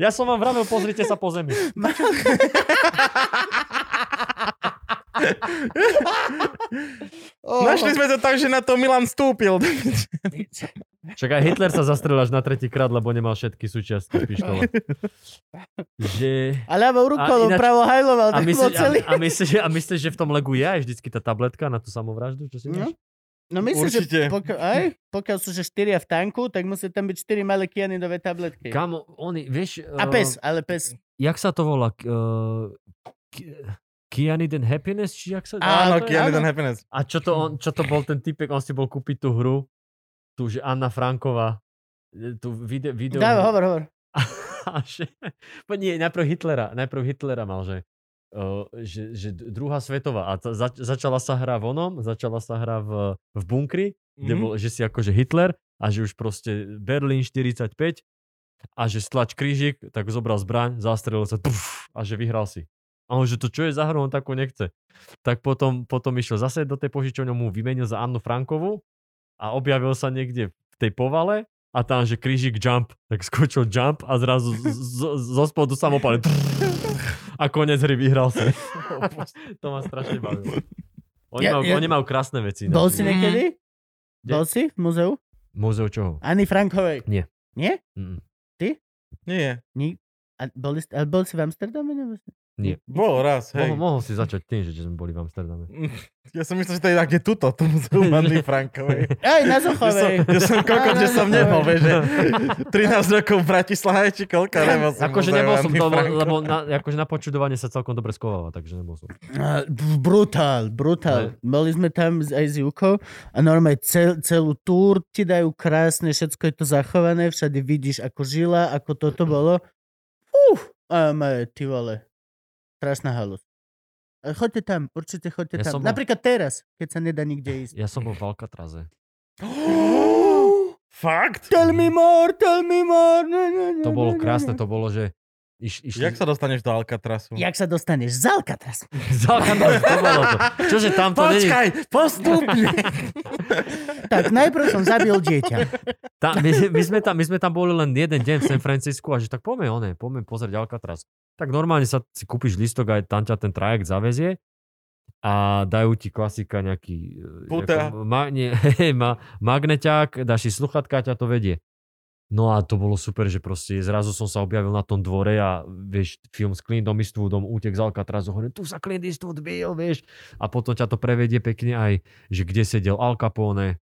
C: Ja som vám vravel, pozrite sa po zemi.
A: Ó,
B: Našli sme to tak, že na to Milan
C: <laughs>
B: stúpil.
C: Čak aj Hitler sa zastrel až na tretí krát, lebo nemal všetky súčiastky z pištole.
A: <laughs>
C: Že...
A: A ľavou rukou
C: ináč-
A: pravo hajloval,
C: A
A: tak bol
C: myslíš, a,
A: celý.
C: a, myslíš, že- a myslíš, že v tom legu je aj vždycky tá tabletka na tú samovraždu? Čo si
A: No.
C: myslíš?
A: No myslím,
B: Určite.
A: že pokiaľ, aj, pokiaľ sú že štyria v tanku, tak musí tam byť štyri malé kianidové tabletky.
C: Kamo, oni, vieš... e,
A: A pes, ale pes.
C: jak sa to volá? K- Uh, Ki- Cyanide and Happiness? Či jak sa...
A: Áno,
B: Áno, Kian
A: áno.
B: ten happiness.
C: A čo to, on, čo to bol ten typek? On si bol kúpiť tú hru, tu že Anna Franková, e, tú video... video
A: Dávaj, hovor, hovor.
C: <laughs> A že, po nie, najprv Hitlera, najprv Hitlera mal, že, uh, že, že d- druhá svetová. A ta, zač, začala sa hra vonom, začala sa hra v, v bunkri, kde
B: Mhm.
C: <laughs> bol, že si akože Hitler a že už proste Berlín 45 a že stlač krížik, tak zobral zbraň, zastrelil sa tuf, a že vyhral si. A on, že to čo je za hru, on takú nechce. Tak potom, potom išiel zase do tej požičovne, mu vymenil za Annu Frankovú a objavil sa niekde v tej povale a tam, že krížik jump, tak skočil jump a zrazu z- z- zo spodu samopalil. A konec hry vyhral si. to ma strašne bavilo. Oni,
A: Ja-
C: majú,
A: ja-
C: oni majú krásne veci. no.
A: Bol si
B: Mhm.
A: niekedy?
C: Mm. Kde?
A: Bol si v muzeu?
C: Múzeu čoho?
A: Ani Frankovej?
C: Nie.
A: Nie?
C: Mm,
B: Nie,
A: Ni- a boli, ste- ale bol si v Amsterdame? Nebo?
C: Nie.
B: bol raz, hej.
C: Mohol, mohol si začať tým, že že sme boli v Amsterdame.
B: Ja som myslel, že to je také tuto, to muzeum
C: <laughs>
B: Anny Frankovej.
A: Aj na
B: Ja
A: <laughs>
B: som,
A: Zochovej.
B: ja som koľko, že som nebol, vieš,
C: <laughs>
B: že 13 rokov v Bratislave, či koľko, nebol som
C: Akože
B: v muzeu
C: nebol som
B: Anny
C: to, lebo,
B: Frankovej.
C: lebo na, akože na počudovanie sa celkom dobre skováva, takže nebol som.
A: A, b- Brutál, brutál. Boli sme tam z- aj s Jukou a normálne cel, celú túr ti dajú krásne, všetko je to zachované, všade vidíš, ako žila, ako toto bolo. Uf, a moje, ty vole, strašná halus. A Choďte tam, určite choďte
C: Ja som
A: tam.
C: bol-
A: Napríklad teraz, keď sa nedá nikde ísť.
C: Ja som bol v Alcatraze.
B: <gasps> Fakt?
A: Tell me more, tell me more. No, no, no,
C: To bolo
A: no, no,
C: krásne,
A: no.
C: to bolo, že iš, išli...
B: Jak
C: <laughs>
B: sa dostaneš do Alcatrasu?
A: Jak sa dostaneš z Alcatraz?
C: Z Alcatrazu, <laughs> to bolo to. Čože tam to není...
B: Počkaj, postupne.
C: <laughs>
A: Tak najprv som zabil dieťa.
C: Tá, my, my, sme tam, my sme tam boli len jeden deň v San Francisku a že tak poďme, one, poďme pozrieť Alcatraz. Tak normálne sa si kúpiš listok a tam ťa ten trajekt zavezie a dajú ti klasika nejaký... e,
B: Puta.
C: Ako, ma, nie, <laughs> hej, ma, magneťák, dáš si sluchatka a ťa to vedie. No a to bolo super, že proste zrazu som sa objavil na tom dvore a vieš, film s Clint Eastwoodom, útek z Alcatrazu, hovorím, tu sa Clint Eastwood bil, vieš. A potom ťa to prevedie pekne aj, že kde sedel Al Capone,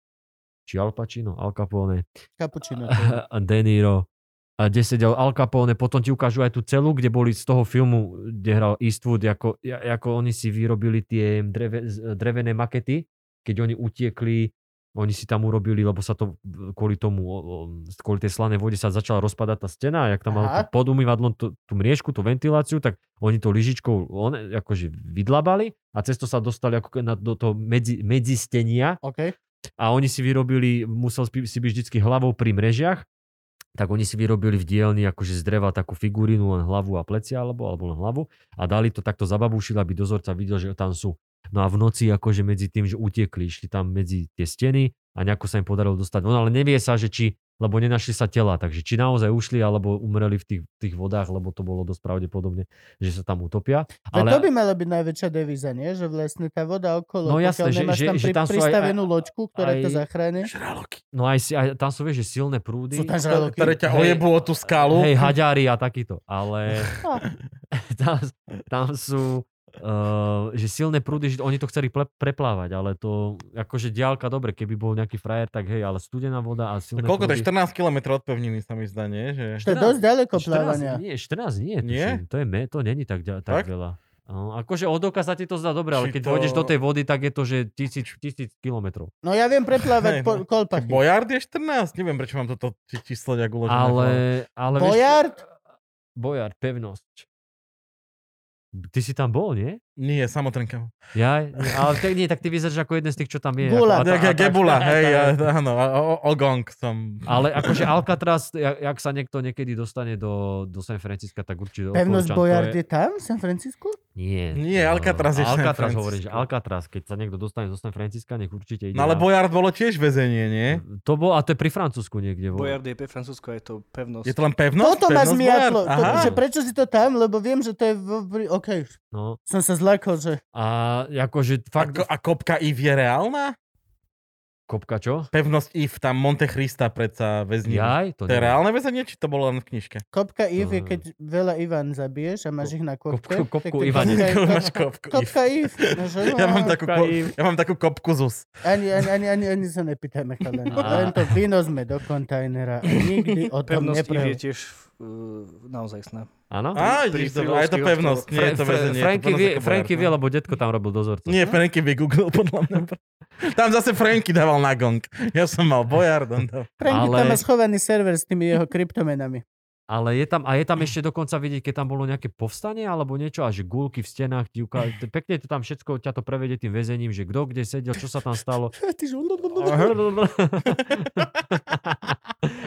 C: či Al Pacino, Al Capone, <laughs>
A: Kapučino.
C: a De Niro, a kde sedel Al Capone, potom ti ukážu aj tú celú, kde boli z toho filmu, kde hral Eastwood, ako, ja- ako oni si vyrobili tie dreve, z- drevené makety, keď oni utiekli, oni si tam urobili, lebo sa to kvôli tomu, o- o- kvôli tej slanej vode sa začala rozpadať tá stena, a jak tam
A: Aha.
C: mal pod umývadlom tú, tú mriežku, tú ventiláciu, tak oni to lyžičkou on, akože vydlabali a cez to sa dostali ako ke- na, do toho medzi, medzistenia
A: OK.
C: a oni si vyrobili, musel spi- si byť vždycky hlavou pri mrežiach, tak oni si vyrobili v dielni akože z dreva takú figurínu, len hlavu a plecia alebo, alebo len hlavu a dali to takto zababušili, aby dozorca videl, že tam sú. No a v noci akože medzi tým, že utekli, išli tam medzi tie steny a nejako sa im podarilo dostať. No ale nevie sa, že či, lebo nenašli sa tela, takže či naozaj ušli alebo umreli v tých, tých vodách, lebo to bolo dosť pravdepodobne, že sa tam utopia.
A: Ale... To by mala byť najväčšia devíza, nie? Že vlastne tá voda okolo,
C: No
A: pokiaľ
C: jasné, že-
A: nemáš
C: že-
A: tam,
C: že
A: pri,
C: tam sú aj-
A: pristavenú
C: aj-
A: loďku, ktorá
C: aj-
A: to zachráni.
B: Žraloky.
C: No aj, si, aj tam sú, vieš, že silné prúdy.
A: Sú tam žraloky.
B: Ktoré ťa
C: Hej.
B: ojebú o tú skalu.
C: Hej, haďári a takýto, ale
A: Ah.
C: <laughs> tam, tam sú uh, že silné prúdy, že oni to chceli ple- preplávať, ale to akože diálka dobre, keby bol nejaký frajer, tak hej, ale studená voda a
B: To
C: silné
B: No koľko to je?
C: prúdy.
B: 14 km od pevniny sa mi zdá, nie? Že...
A: To je
C: teda-
A: dosť ďaleko
C: 14
A: plávania.
C: Nie, 14 nie,
B: Nie?
C: nie? to je me, to není tak,
B: Tak?
C: ďa- tak, tak? veľa. No, akože od oka sa ti to zdá dobre, ale
B: Či
C: keď
B: to-
C: to... vôjdeš do tej vody, tak je to, že tisíc, tisíc kilometrov.
A: No ja viem preplávať
B: Hej,
A: po,
B: no.
A: kolpachy.
B: Bojard je 14, neviem prečo mám toto či- číslo nejak uložené.
C: Ale, ale...
A: Bojard?
C: Vieš, Bojard, pevnosť. Ty si tam bol, nie?
B: Nie, samotrnka.
C: Ja, ale tak, nie, tak ty vyzeráš ako jeden z tých, čo tam je.
A: Gula.
C: ako, a tá- a
B: Nejaká
C: tá-
B: gebula,
C: a tá-
B: hej, a- áno, a- o- ogong som.
C: Ale akože Alcatraz, jak, jak sa niekto niekedy dostane do, do San Francisca, tak určite
A: Pevnosť
C: odporúčam, to
A: Boyard
C: je-
A: je tam, v San Francisco?
C: Nie.
B: Nie, Alcatraz je v San
C: Alcatraz
B: Francisco.
C: hovorím, že Alcatraz, keď sa niekto dostane zo San Francisca, nech určite ide.
B: No ale
C: na-
B: Bojard bolo tiež väzenie, nie?
C: To bolo, a to je pri Francúzsku niekde. Bolo.
D: Boyard je pe- Francúzsko, je to pevnosť.
B: Je to len pevnosť?
A: Toto ma
B: No, Pevnosť
A: zmiatlo,
B: Bojard?
A: to,
B: Aha.
A: že prečo si to tam, lebo viem, že to je... V... v- OK,
C: No.
A: som sa zlakol, že...
C: A
B: A,
C: akože fakt...
B: ko- a kopka IV je reálna?
C: Kopka čo?
B: Pevnosť IV, tam Monte Christa predsa väzni.
C: Jaj, to
B: To je
C: neviem.
B: reálne väzenie, či to bolo len v knižke?
A: Kopka Iv je,
C: Mm.
A: keď veľa Ivan zabiješ a máš ich na kopke.
C: kopku- kopku
A: tak to je <laughs>
C: Ivan.
A: kopka-
B: Koľko
A: kopka-
B: <laughs> máš kopku
A: Kopka
B: IV?
A: Iv. No, že,
B: Ja mám,
A: no,
B: takú, ko- ja mám takú kopku ZUS.
A: ani, ani, ani, ani, ani sa nepýtajme, chalani.
C: A-
A: Len to víno sme do kontajnera. a Nikdy o tom
D: Pevnosť Iv je
A: neprehovoríme.
D: tiež uh, naozaj sná.
C: Áno?
B: Á,
D: pri-
B: vidíš,
D: pri
B: dobre, a je to
D: Lovských
B: pevnosť, nie je to
C: Fra- Fra-
B: väzenie. je to
C: Franky
B: pevnosť
C: vie,
B: ako
C: Franky
B: Bojard,
C: vie,
B: no.
C: lebo detko tam robil dozorca.
B: Nie, Franky vygooglil podľa mňa. Tam zase Franky dával na gong. Ja som mal Bojard. on dal-
A: Franky
C: Ale-
A: tam má schovaný server s tými jeho kryptomenami.
C: Ale je tam, a je tam
A: Mm.
C: ešte dokonca vidieť, keď tam bolo nejaké povstanie alebo niečo, a že gulky v stenách, ti uká...
A: Mm.
C: t- pekne to tam všetko ťa to prevedie tým väzením, že kto kde sedel, čo sa tam stalo.
A: <laughs> Ty že-
C: No, <laughs>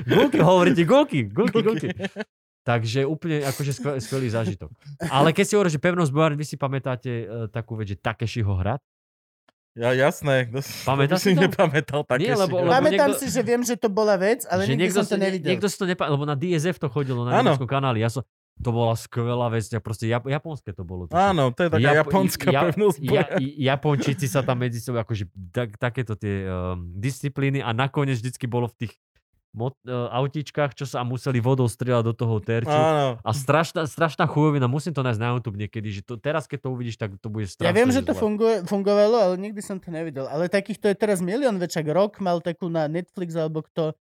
C: gulky, hovoríte, gulky, gulky, gulky. Takže úplne akože skvelý, skvelý zážitok. Ale keď si hovoríš, že pevnosť Bojar, vy si pamätáte e, takú vec, že Takeshiho hrad?
B: Ja jasné. kto si- kto by
C: Pamätáš
B: si
C: si to?
B: nepamätal také
C: Nie,
B: si-
C: lebo- lebo-
A: Pamätám
C: niekto-
A: si, že viem, že to bola vec, ale
C: že
A: nikdy som to
C: si- nie-
A: nevidel.
C: Niekto si to nepa- lebo na DSF to chodilo na
B: Áno.
C: Japonskom kanáli. Ja som, to bola skvelá vec, ja proste Jap- japonské to bolo. tuším.
B: Áno, to je taká
C: Japo-
B: japonská
C: ja-
B: pevnosť
C: Ja,
B: Bojard.
C: i- Japončíci sa tam medzi sebou, akože tak, takéto tie um, disciplíny a nakoniec vždycky bolo v tých mot, uh, autíčkach, čo sa museli vodou strieľať do toho terču. A,
B: Áno.
C: a strašná, strašná chujovina, musím to nájsť na YouTube niekedy, že to, teraz keď to uvidíš, tak to bude strašné.
A: Ja viem, že to
C: zle.
A: funguje, fungovalo, ale nikdy som to nevidel. Ale takýchto je teraz milión večak. Rok mal takú na Netflix alebo kto,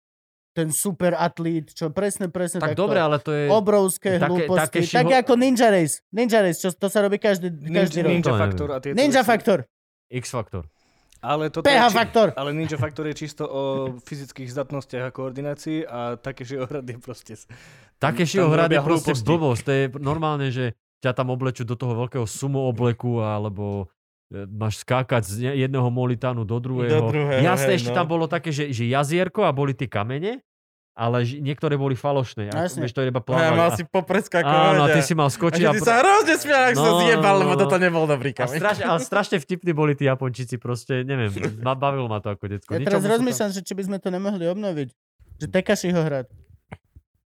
A: ten super atlít, čo presne, presne
C: Tak
A: takto.
C: dobre, ale to je...
A: Obrovské
C: Také-
A: hlúposti.
C: také šiho-
A: Také ako Ninja Race. Ninja Race, čo to sa robí každý,
D: Ninja,
A: každý rok.
D: Ninja
C: To neviem.
D: Factor a tieto
A: Ninja
D: veci.
A: Factor,
C: X Factor.
D: Ale toto
A: PH
D: je či-
A: Factor.
D: Ale Ninja Factor je čisto o fyzických zdatnostiach a koordinácii a také, že ohrad je proste... s-
C: Také
D: tam
C: šiohrad je
D: robia
C: proste
D: hlúposti.
C: blbosť. To je normálne, že ťa tam oblečú do toho veľkého sumo obleku alebo e, máš skákať z ne- jedného molitánu do druhého.
B: druhého,
C: Jasné,
B: hej,
C: ešte
B: no.
C: tam bolo také, že, že jazierko a boli tie kamene, ale že niektoré boli falošné. A,
A: Jasne.
C: vieš, to iba
B: Ja
C: plávali.
B: mal
C: A-
B: si popreskakovať.
C: Áno, a ty
B: a-
C: si mal
B: a
C: skočiť.
B: že
C: A,
B: ty
C: pro-
B: sa hrozne smial, ak sa
C: No,
B: zjebal,
C: no,
B: lebo
C: no.
B: toto nebol dobrý
C: a,
B: kameň.
C: strašne, ale strašne vtipní boli tí Japončíci, proste, neviem, ma, bavilo ma to ako detko.
A: Ja teraz rozmýšľam, že či by sme to nemohli obnoviť. Že Tekašiho hrad.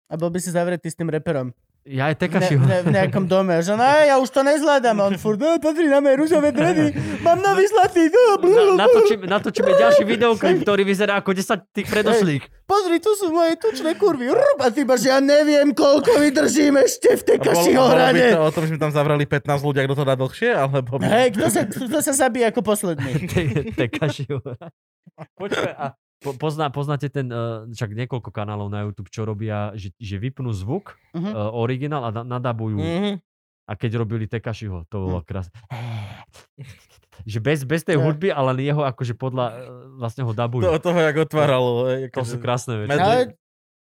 A: A bol by si zavretý s tým reperom.
C: Ja
A: Ne,
C: aj Tekašiho.
A: ne, v nejakom dome. A že no, ja už to nezvládam. A on furt, no, pozri na mé rúžové dredy. Mám nový zlatý. No, blú, blú,
C: Na, natočíme, natočíme ďalší videoklip, ktorý vyzerá ako 10 tých predošlých.
A: Pozri, tu sú moje tučné kurvy. Rrp, a ty iba, že ja neviem, koľko vydržím ešte v tej
B: A bolo-
A: kašiho
B: bolo by
A: hrade.
B: to o tom, že by tam zavrali 15 ľudí, ak kto to dá dlhšie, alebo... by-
A: Hej, kto sa, kto sa zabíja ako posledný?
C: Te- Tekašiho. Počkaj, a po, pozná, poznáte ten, uh, však niekoľko kanálov na YouTube, čo robia, že, že vypnú zvuk,
A: Mhm.
C: uh, originál a na, nadabujú.
B: Mhm.
C: A keď robili Tekašiho, to bolo krásne. Že bez, bez tej hudby, ale jeho akože podľa, eh, vlastne
B: To
C: ho dabujú.
B: od toho, jak otváral. hej,
C: To sú
B: akože-
C: krásne veci.
B: Medzi-
A: Ale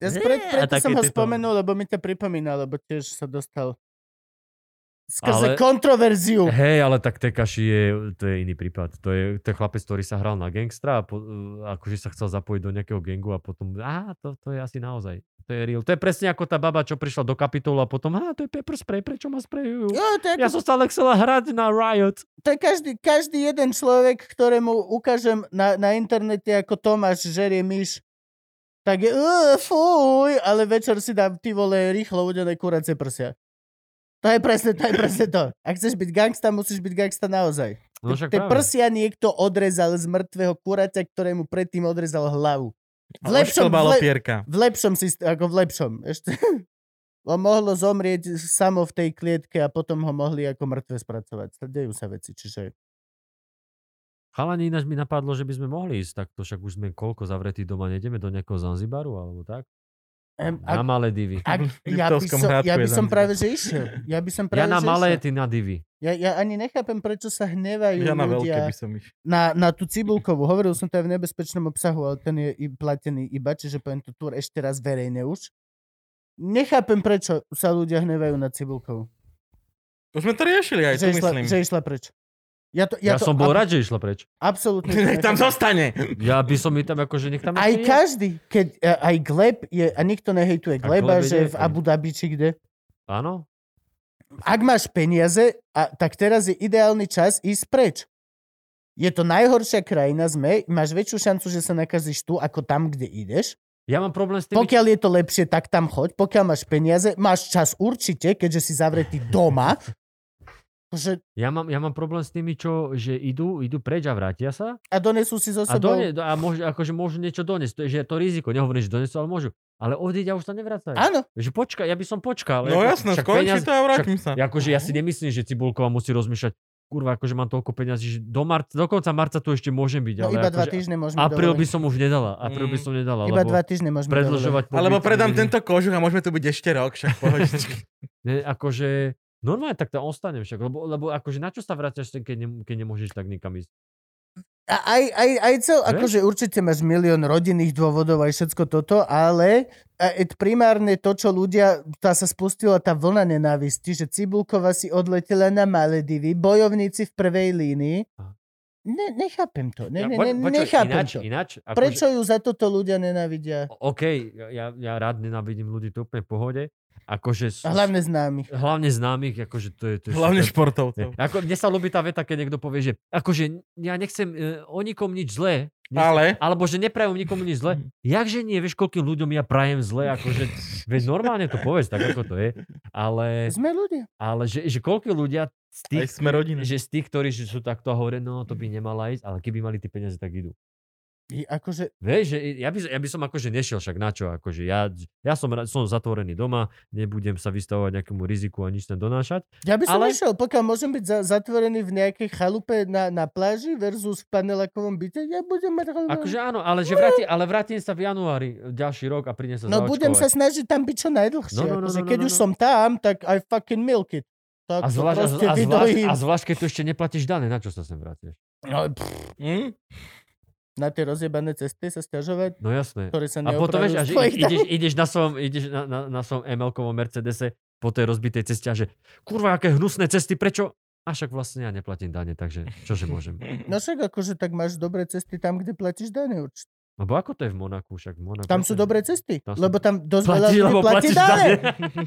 A: ja
C: Nie,
A: pred,
C: a
A: preto
C: také
A: som ho
C: tieto-
A: spomenul, lebo mi to pripomína, lebo tiež sa dostal skrze
C: Ale-
A: kontroverziu.
C: Hej, ale tak Tekaši je, to je iný prípad. To je, to je chlapec, ktorý sa hral na gangstra a po, eh, akože sa chcel zapojiť do nejakého gengu a potom, á, to, to je asi naozaj. To je real. To je presne ako tá baba, čo prišla do kapitolu a potom, á, to je pepper spray, prečo ma sprejujú?
A: Jo, to je
C: Ja
A: ako
C: som stále chcela hrať na Riot.
A: to je každý, každý jeden človek, ktorému ukážem na, na internete, ako Tomáš žerie myš, tak je, "Ö, fuj, ale večer si dám ty vole rýchlo udené kuracie prsia. To je presne, to je presne to. Ak chceš byť gangsta, musíš byť gangsta naozaj.
C: No však
A: Tie
C: práve.
A: prsia niekto odrezal z mŕtvého kuraťa, ktorému predtým odrezal hlavu.
B: A
A: V lepšom, v,
B: ošklbalo
A: le,
B: pierka.
A: v lepšom si, ako v lepšom. Ešte. <laughs> On mohlo zomrieť samo v tej klietke a potom ho mohli ako mŕtve spracovať. Dejú sa veci, čiže...
C: Chalani, ináč mi napadlo, že by sme mohli ísť takto, však už sme koľko zavretí doma, nejdeme do nejakého Zanzibaru alebo tak?
A: Em,
C: Na malé divy.
A: Ak,
B: V
A: ja, by
B: Liptovskom
A: som,
B: Hradku
A: ja
B: je
A: by som
B: Zanzibar.
A: práve že išiel. Ja by som práve
C: Ja na
A: že
C: malé,
A: išiel.
C: ty na divy.
A: Ja, ja ani nechápem, prečo sa hnevajú
B: Ja na veľké
A: ľudia
B: by som išiel.
A: na, na tú cibulkovú. Hovoril som to aj v nebezpečnom obsahu, ale ten je i platený iba, čiže poviem to túr ešte raz verejne už. Nechápem, prečo sa ľudia hnevajú na cibulkovú.
B: Už sme to riešili
A: že,
B: aj, to
A: išla,
B: myslím.
A: že išla preč. Ja, to, ja,
C: Ja,
A: to
C: som bol
A: ab-
C: rád, že išla preč.
B: <laughs>
A: Absolútne.
B: <laughs> Nech tam zostane.
C: Ja by som mi tam akože nech tam...
A: Aj
C: nech je.
A: každý, keď, aj Gleb je, a nikto nehejtuje Gleba,
C: Gleb je
A: že v
C: nejaký.
A: Abu Dhabi či kde.
C: Áno.
A: Ak máš peniaze, a, tak teraz je ideálny čas ísť preč. Je to najhoršia krajina sme, máš väčšiu šancu, že sa nakazíš tu, ako tam, kde ideš.
C: Ja mám problém s tým...
A: Pokiaľ je to lepšie, tak tam choď. Pokiaľ máš peniaze, máš čas určite, keďže si zavretý doma. Že,
C: Ja mám, ja mám problém s tými, čo, že idú, idú preč a vrátia sa
A: a donesú si zo
C: a,
A: sebou...
C: done, a môžu, akože môžu niečo doniesť. To je, že je to riziko, nehovorím, že donesú, ale môžu. Ale odíď a už sa nevracajú.
A: Áno, no
C: Že počkaj, ja by som počkal.
B: No
C: ako-
B: jasné,
C: však
B: skončí
C: peniaz-
B: to a vrátim
C: však-
B: sa.
C: Ja, akože
A: No.
C: ja si nemyslím, že Cibulková musí rozmýšľať, kurva, akože mám toľko peňazí, že do, marca, do konca marca tu ešte môžem
A: no
C: byť. ale
A: iba
C: akože,
A: dva týždne môžeme
C: Apríl by som už nedala, apríl by
B: Mm.
C: som nedala,
A: Iba
C: lebo
A: dva týždne môžeme
C: predlžovať... pobyt-
B: Alebo predám tento kožuch a môžeme tu byť ešte rok, však
C: <laughs>
B: pohodičky.
C: Ne, akože, normálne tak tam ostanem však, lebo, lebo akože na čo sa vraciaš, keď, ne, keď nemôžeš tak nikam ísť?
A: A aj, aj, aj cel,
C: Vieš?
A: akože určite máš milión rodinných dôvodov aj všetko toto, ale e, et- primárne to, čo ľudia, tá sa spustila tá vlna nenávisti, že Cibulková si odletela na Maledivy, bojovníci v prvej línii.
C: Aha.
A: Ne, nechápem to, ne,
C: Ja-
A: ne, ne,
C: poč- počkaj,
A: nechápem
C: ináč,
A: to.
C: Ináč, akože-
A: Prečo ju za toto ľudia nenávidia?
C: OK, ja, ja rád nenávidím ľudí, to úplne v pohode. Akože, s-
A: A Hlavne známych.
C: hlavne známych, akože to je... To je
B: Hlavne
C: super.
B: športovcov.
C: Ako, mne sa ľúbi tá veta, keď niekto povie, že akože ja nechcem e, o nikom nič zlé, Nie-
B: Ale
C: alebo že neprajem nikomu nič zle. Jakže nie, vieš, koľkým ľuďom ja prajem zle, akože, veď normálne to povedz, tak ako to je, ale,
A: Sme ľudia.
C: ale že, že koľko ľudia z
B: aj
C: tých,
B: sme rodina.
C: že z tých, ktorí že sú takto a hovoria, no to by nemala ísť, ale keby mali tie peniaze, tak idú.
A: I Akože,
C: Vieš, že ja by, ja by som akože nešiel však na čo, akože ja, ja som, ra- som zatvorený doma, nebudem sa vystavovať nejakému riziku a nič tam donášať.
A: ja by som
C: Ale-
A: išiel, pokiaľ môžem byť za, zatvorený v nejakej chalupe na, na pláži versus v panelákovom byte, ja budem mať chalupu.
C: Akože áno, ale, že vráti, ale vrátim sa v januári e, ďalší rok a prídem sa
A: No budem sa
C: zaočkovať.
A: snažiť tam byť čo najdlhšie.
C: No, no, no,
A: akože
C: no,
A: keď
C: no,
A: už
C: no.
A: som tam, tak I fucking milk it. Tak
C: a
A: to
C: zvlášť, a,
A: proste
C: zvlášť, a, zvlášť,
A: vydojím.
C: a zvlášť, keď tu ešte neplatíš dane, na čo sa sem vrátiš?
A: No, pff,
B: Hm?
A: Na tie rozjebané cesty sa stiažovať,
C: No jasné.
A: ktoré sa
C: A potom
A: neopravujú
C: vieš, a
A: z
C: že
A: tvojich
C: ideš, ideš, na svojom, ideš na, na, na svojom ML-kovom Mercedese po tej rozbitej ceste a že kurva, aké hnusné cesty, prečo? A však vlastne ja neplatím dane, takže čože môžem.
A: No však akože tak máš dobré cesty tam, kde platíš dane určite.
C: Lebo ako to je v Monaku? Však v Monaku
A: Tam sú
C: to je-
A: dobré cesty,
C: Tam sú-
A: lebo tam dosť veľa
C: Platíš,
A: ľudí
C: lebo
A: platí
C: platíš
A: dane.
C: dane.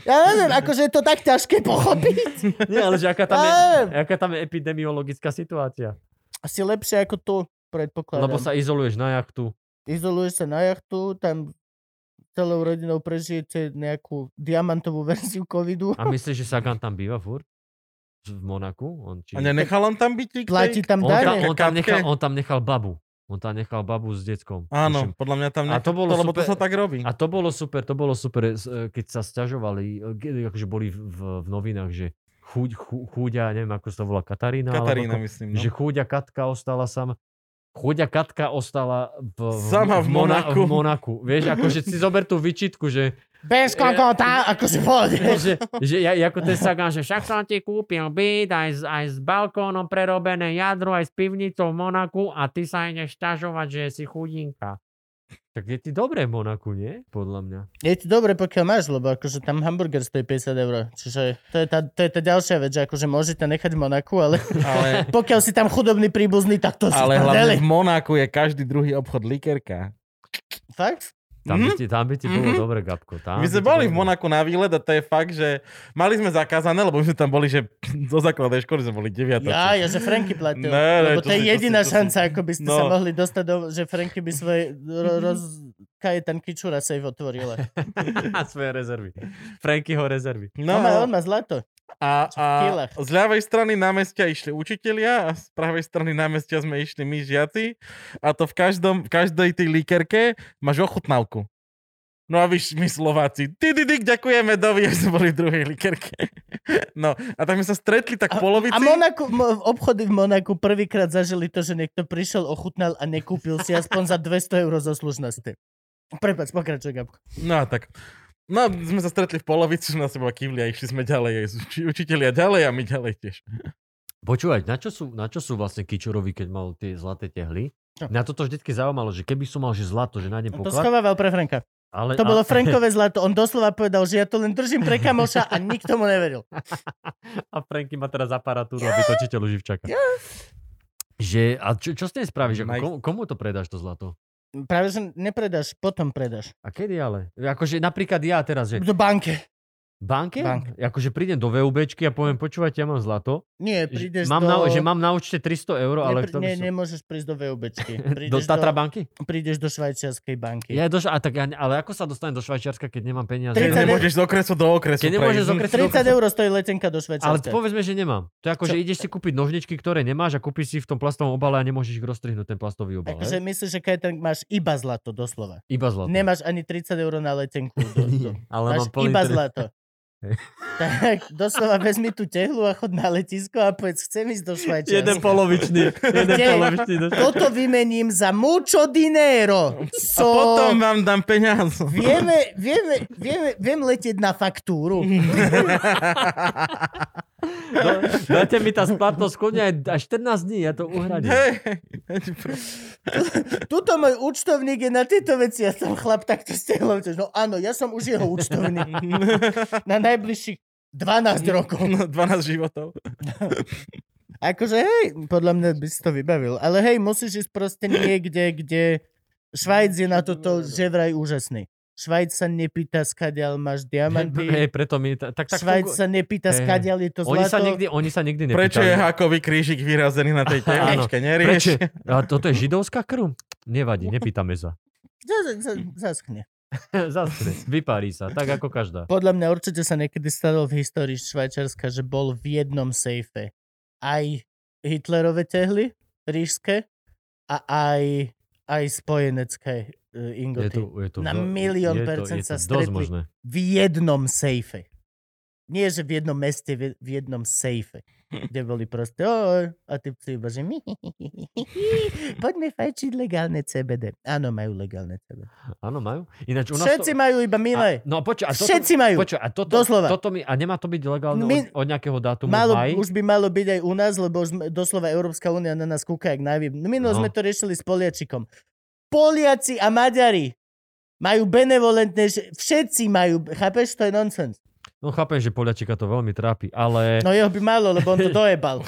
A: Ja neviem, akože je to tak ťažké pochopiť.
C: <laughs> Nie, ale že aká tam, je,
A: Neviem.
C: aká tam je epidemiologická situácia.
A: Asi lepšie ako tu, predpokladám.
C: Lebo sa izoluješ na jachtu.
A: Izoluješ sa na jachtu, tam celou rodinou prežijete nejakú diamantovú <laughs> verziu covidu.
C: A myslíš, že Sagan tam býva furt? V Monaku? On,
B: A
C: či...
B: nenechal on tam byť tík,
A: Platí
B: tík?
A: tam
C: on, tam,
A: dane.
C: on, tam
B: Kapke?
C: nechal, on tam nechal babu. On tam nechal babu s deckom. Tuším.
B: Áno, podľa mňa tam
C: A
B: nechal,
C: to bolo
B: lebo to
C: super.
B: sa tak robí.
C: A to bolo super, to bolo super, s- e, keď sa sťažovali, e, keď akože boli v, v, v novinách, že chuť, chu- chúďa, neviem ako sa to volá, Katarína, alebo
B: Katarína,
C: ako,
B: myslím.
C: že
B: No.
C: chúďa Katka ostala sama, chúďa Katka ostala v, v,
B: Sama v Monaku.
C: v Monaku. Vieš, akože si zober tú vyčitku, že,
A: Bez kokota, akože pôjdeš.
C: že, že ja, ako ten Sagan, že však som ti kúpil byt aj s, aj s balkónom prerobené jadro, aj s pivnicou v Monaku a ty sa ideš sťažovať, že si chudinka. Tak je ti dobré v Monaku, nie? Podľa mňa.
A: Je ti dobre, pokiaľ máš, lebo akože tam hamburger stojí 50 eur. Čiže to je, tá, to je tá ďalšia vec, že akože môžete nechať v Monaku, ale <laughs>
C: <laughs>
B: Ale,
A: pokiaľ si tam chudobný príbuzný, tak to si
B: ale
A: tam
B: hlavne
A: deli.
B: v Monáku je každý druhý obchod likerka.
A: Fakt?
C: Tam
B: Mhm.
C: by ti, tam by ti
B: Mhm.
C: bolo dobre, Gabko.
B: My
C: Tam by
B: sme
C: ti
B: boli v
C: bolo
B: Monaku na výlet a to je fakt, že mali sme zakázané, lebo my sme tam boli, že <laughs> zo základnej školy sme boli 9.
A: Ja, ja, že Franky platil.
B: Ne, ne,
A: lebo
B: to
A: to je
B: si- to
A: jediná
B: si- to si-
A: šanca, ako by ste sa
B: No.
A: mohli dostať do... Že Franky by svoje ro, roz... Kajetan Kičura save otvorila.
C: <laughs> svoje rezervy. Frankyho rezervy.
A: No,
B: No,
A: on, má, on má zlato.
B: a, a
A: v kilách.
B: z ľavej strany námestia išli učitelia a z pravej strany námestia sme išli my žiaci a to v, každom, v každej tej líkerke máš ochutnávku. No a víš, my Slováci, ty, ty, ty, ďakujeme, dovi, že sme boli v druhej líkerke. <laughs> No, a tak sme sa stretli tak v polovici.
A: A Monaku, mo, obchody v Monaku prvýkrát zažili to, že niekto prišiel, ochutnal a nekúpil si aspoň za 200 eur zo slušnosti. Prepač, pokračuj, Gabko.
B: No a tak. No, sme sa stretli v polovici, sme na seba kývli a išli sme ďalej. Uči- Učitelia ďalej a my ďalej tiež.
C: Počúvať, na čo sú, na čo sú vlastne Kičurovi, keď mal tie zlaté tehly?
A: Čo?
C: Na toto vždycky zaujímalo, že keby som mal že zlato, že nájdem
A: No. To
C: poklad,
A: schovával pre Franka.
C: Ale,
A: To
C: a-
A: bolo Frankové zlato. On doslova povedal, že ja to len držím pre kamoša a nikto mu neveril.
C: <laughs> A Franky má teraz aparatúru, aby točiteľ živčaka.
A: Ja.
C: Že, a čo, čo s tým spravíš? Ako,
B: Maj-
C: komu, komu to predáš to zlato?
A: Práve že nepredáš, potom predáš.
C: A kedy ale? Akože napríklad ja teraz, že
A: Do banke.
C: banke?
A: Bank.
C: Akože prídem do VUBčky a poviem, počúvajte, ja mám zlato.
A: Nie,
C: Že
A: prídeš
C: mám,
A: do...
C: na, že mám na účte 300 eur, ale...
A: Nepr-
C: Nepr-
A: nie,
C: <laughs> ne, ne,
A: nemôžeš prísť do VUBčky.
C: <laughs> do
A: Prídeš
C: Tatra banky?
A: prídeš do švajčiarskej banky.
C: Ja do, a tak ja, ne- ale ako sa dostanem do Švajčiarska, keď nemám peniaze?
B: Keď
A: 30
B: nemôžeš z okresu do okresu.
C: Keď nemôžeš z
B: prejsť.
C: okresu-
A: 30 eur stojí letenka do
C: Ale
A: Švajčiarska.
C: povedzme, že nemám. To je ako,
A: Čo?
C: že ideš si kúpiť nožničky, ktoré nemáš a kúpiš si v tom plastovom obale a nemôžeš ich roztrihnúť, ten plastový obal.
A: Akože
C: Akože...
A: myslíš, že catering máš iba zlato, doslova.
C: Iba zlato.
A: Nemáš ani 30 eur na
C: <laughs>
A: letenku. Do, do.
C: Nie, ale
A: Máš
C: mám plný
A: iba
C: trh.
A: zlato.
C: <laughs> Hej.
A: tak, doslova vezmi tú tehlu a chod na letisko a povedz, chcem ísť do
C: Jeden
A: Švajčiarska.
C: polovičný.
A: <laughs>
C: Jeden
A: Nie.
C: polovičný.
A: <laughs>
C: do-
A: Toto vymením za mucho dinero.
B: A
A: So...
B: potom vám dám peniaz. <laughs>
A: Vieme, vieme, vieme, viem letieť na
C: <laughs>
A: faktúru.
C: No, Dáte mi tá splatnosť kľudne aj až 14 dní, ja to uhradím.
A: Tuto môj účtovník je na tieto veci. Ja som chlap takto stehlom. No áno, ja som už jeho
C: <laughs>
A: účtovník. Na najbližších 12 rokov.
B: No, 12 životov.
A: Akože hej, podľa mňa by si to vybavil. Ale hej, musíš ísť proste niekde, kde... Švajc je na toto že vraj úžasný. Švajc sa nepýta, skadiaľ máš diamanty.
C: Hej, preto mi... ta- Tak, tak
A: Švajc
C: fungu-
A: sa nepýta,
C: Hej.
A: skadiaľ je to
C: oni sa
A: zlato.
C: nikdy, oni sa nikdy nepýtali.
B: Prečo je hákový krížik vyrazený na tej
C: Áno.
B: tehličke?
C: Prečo?
B: Nerieš.
C: A toto je židovská krv?
A: <laughs>
C: Nevadí, nepýtame <laughs> sa.
A: Z- z- Zaschne.
C: Zastre, vyparí sa, tak ako každá.
A: Podľa mňa určite sa niekedy stalo v histórii Švajčiarska, že bol v jednom sejfe aj Hitlerove tehly, rížske, a aj, aj spojenecké e,
C: Je to,
A: ingoty.
C: je to,
A: Na
C: do-
A: milión
C: je to-
A: percent
C: je to
A: sa
C: dosť
A: stretli.
C: možné.
A: V jednom sejfe. Nie, že v jednom meste, v v jednom sejfe.
C: Hm.
A: Kde boli proste, oj, a ty psi iba, že mi, poďme fajčiť legálne CBD. Áno, majú legálne CBD.
C: Áno, majú. Ináč u nás
A: Všetci
C: to...
A: majú iba milé.
C: A, no počuj, a toto,
A: Všetci majú.
C: Počuj, a toto,
A: Doslova.
C: toto mi, a nemá to byť legálne
A: My-
C: od, od nejakého dátumu
A: Malo,
C: maj?
A: už by malo byť aj u nás, lebo už sme- doslova Európska únia na nás kúka jak najvy. Minulo no.
C: No.
A: sme to riešili s Poliačikom. Poliaci a Maďari majú benevolentné, že všetci majú, chápeš, to je
C: <laughs>
A: nonsens.
C: No chápem, že Poliačika to veľmi trápi, ale...
A: No jeho by malo, lebo on to dojebal.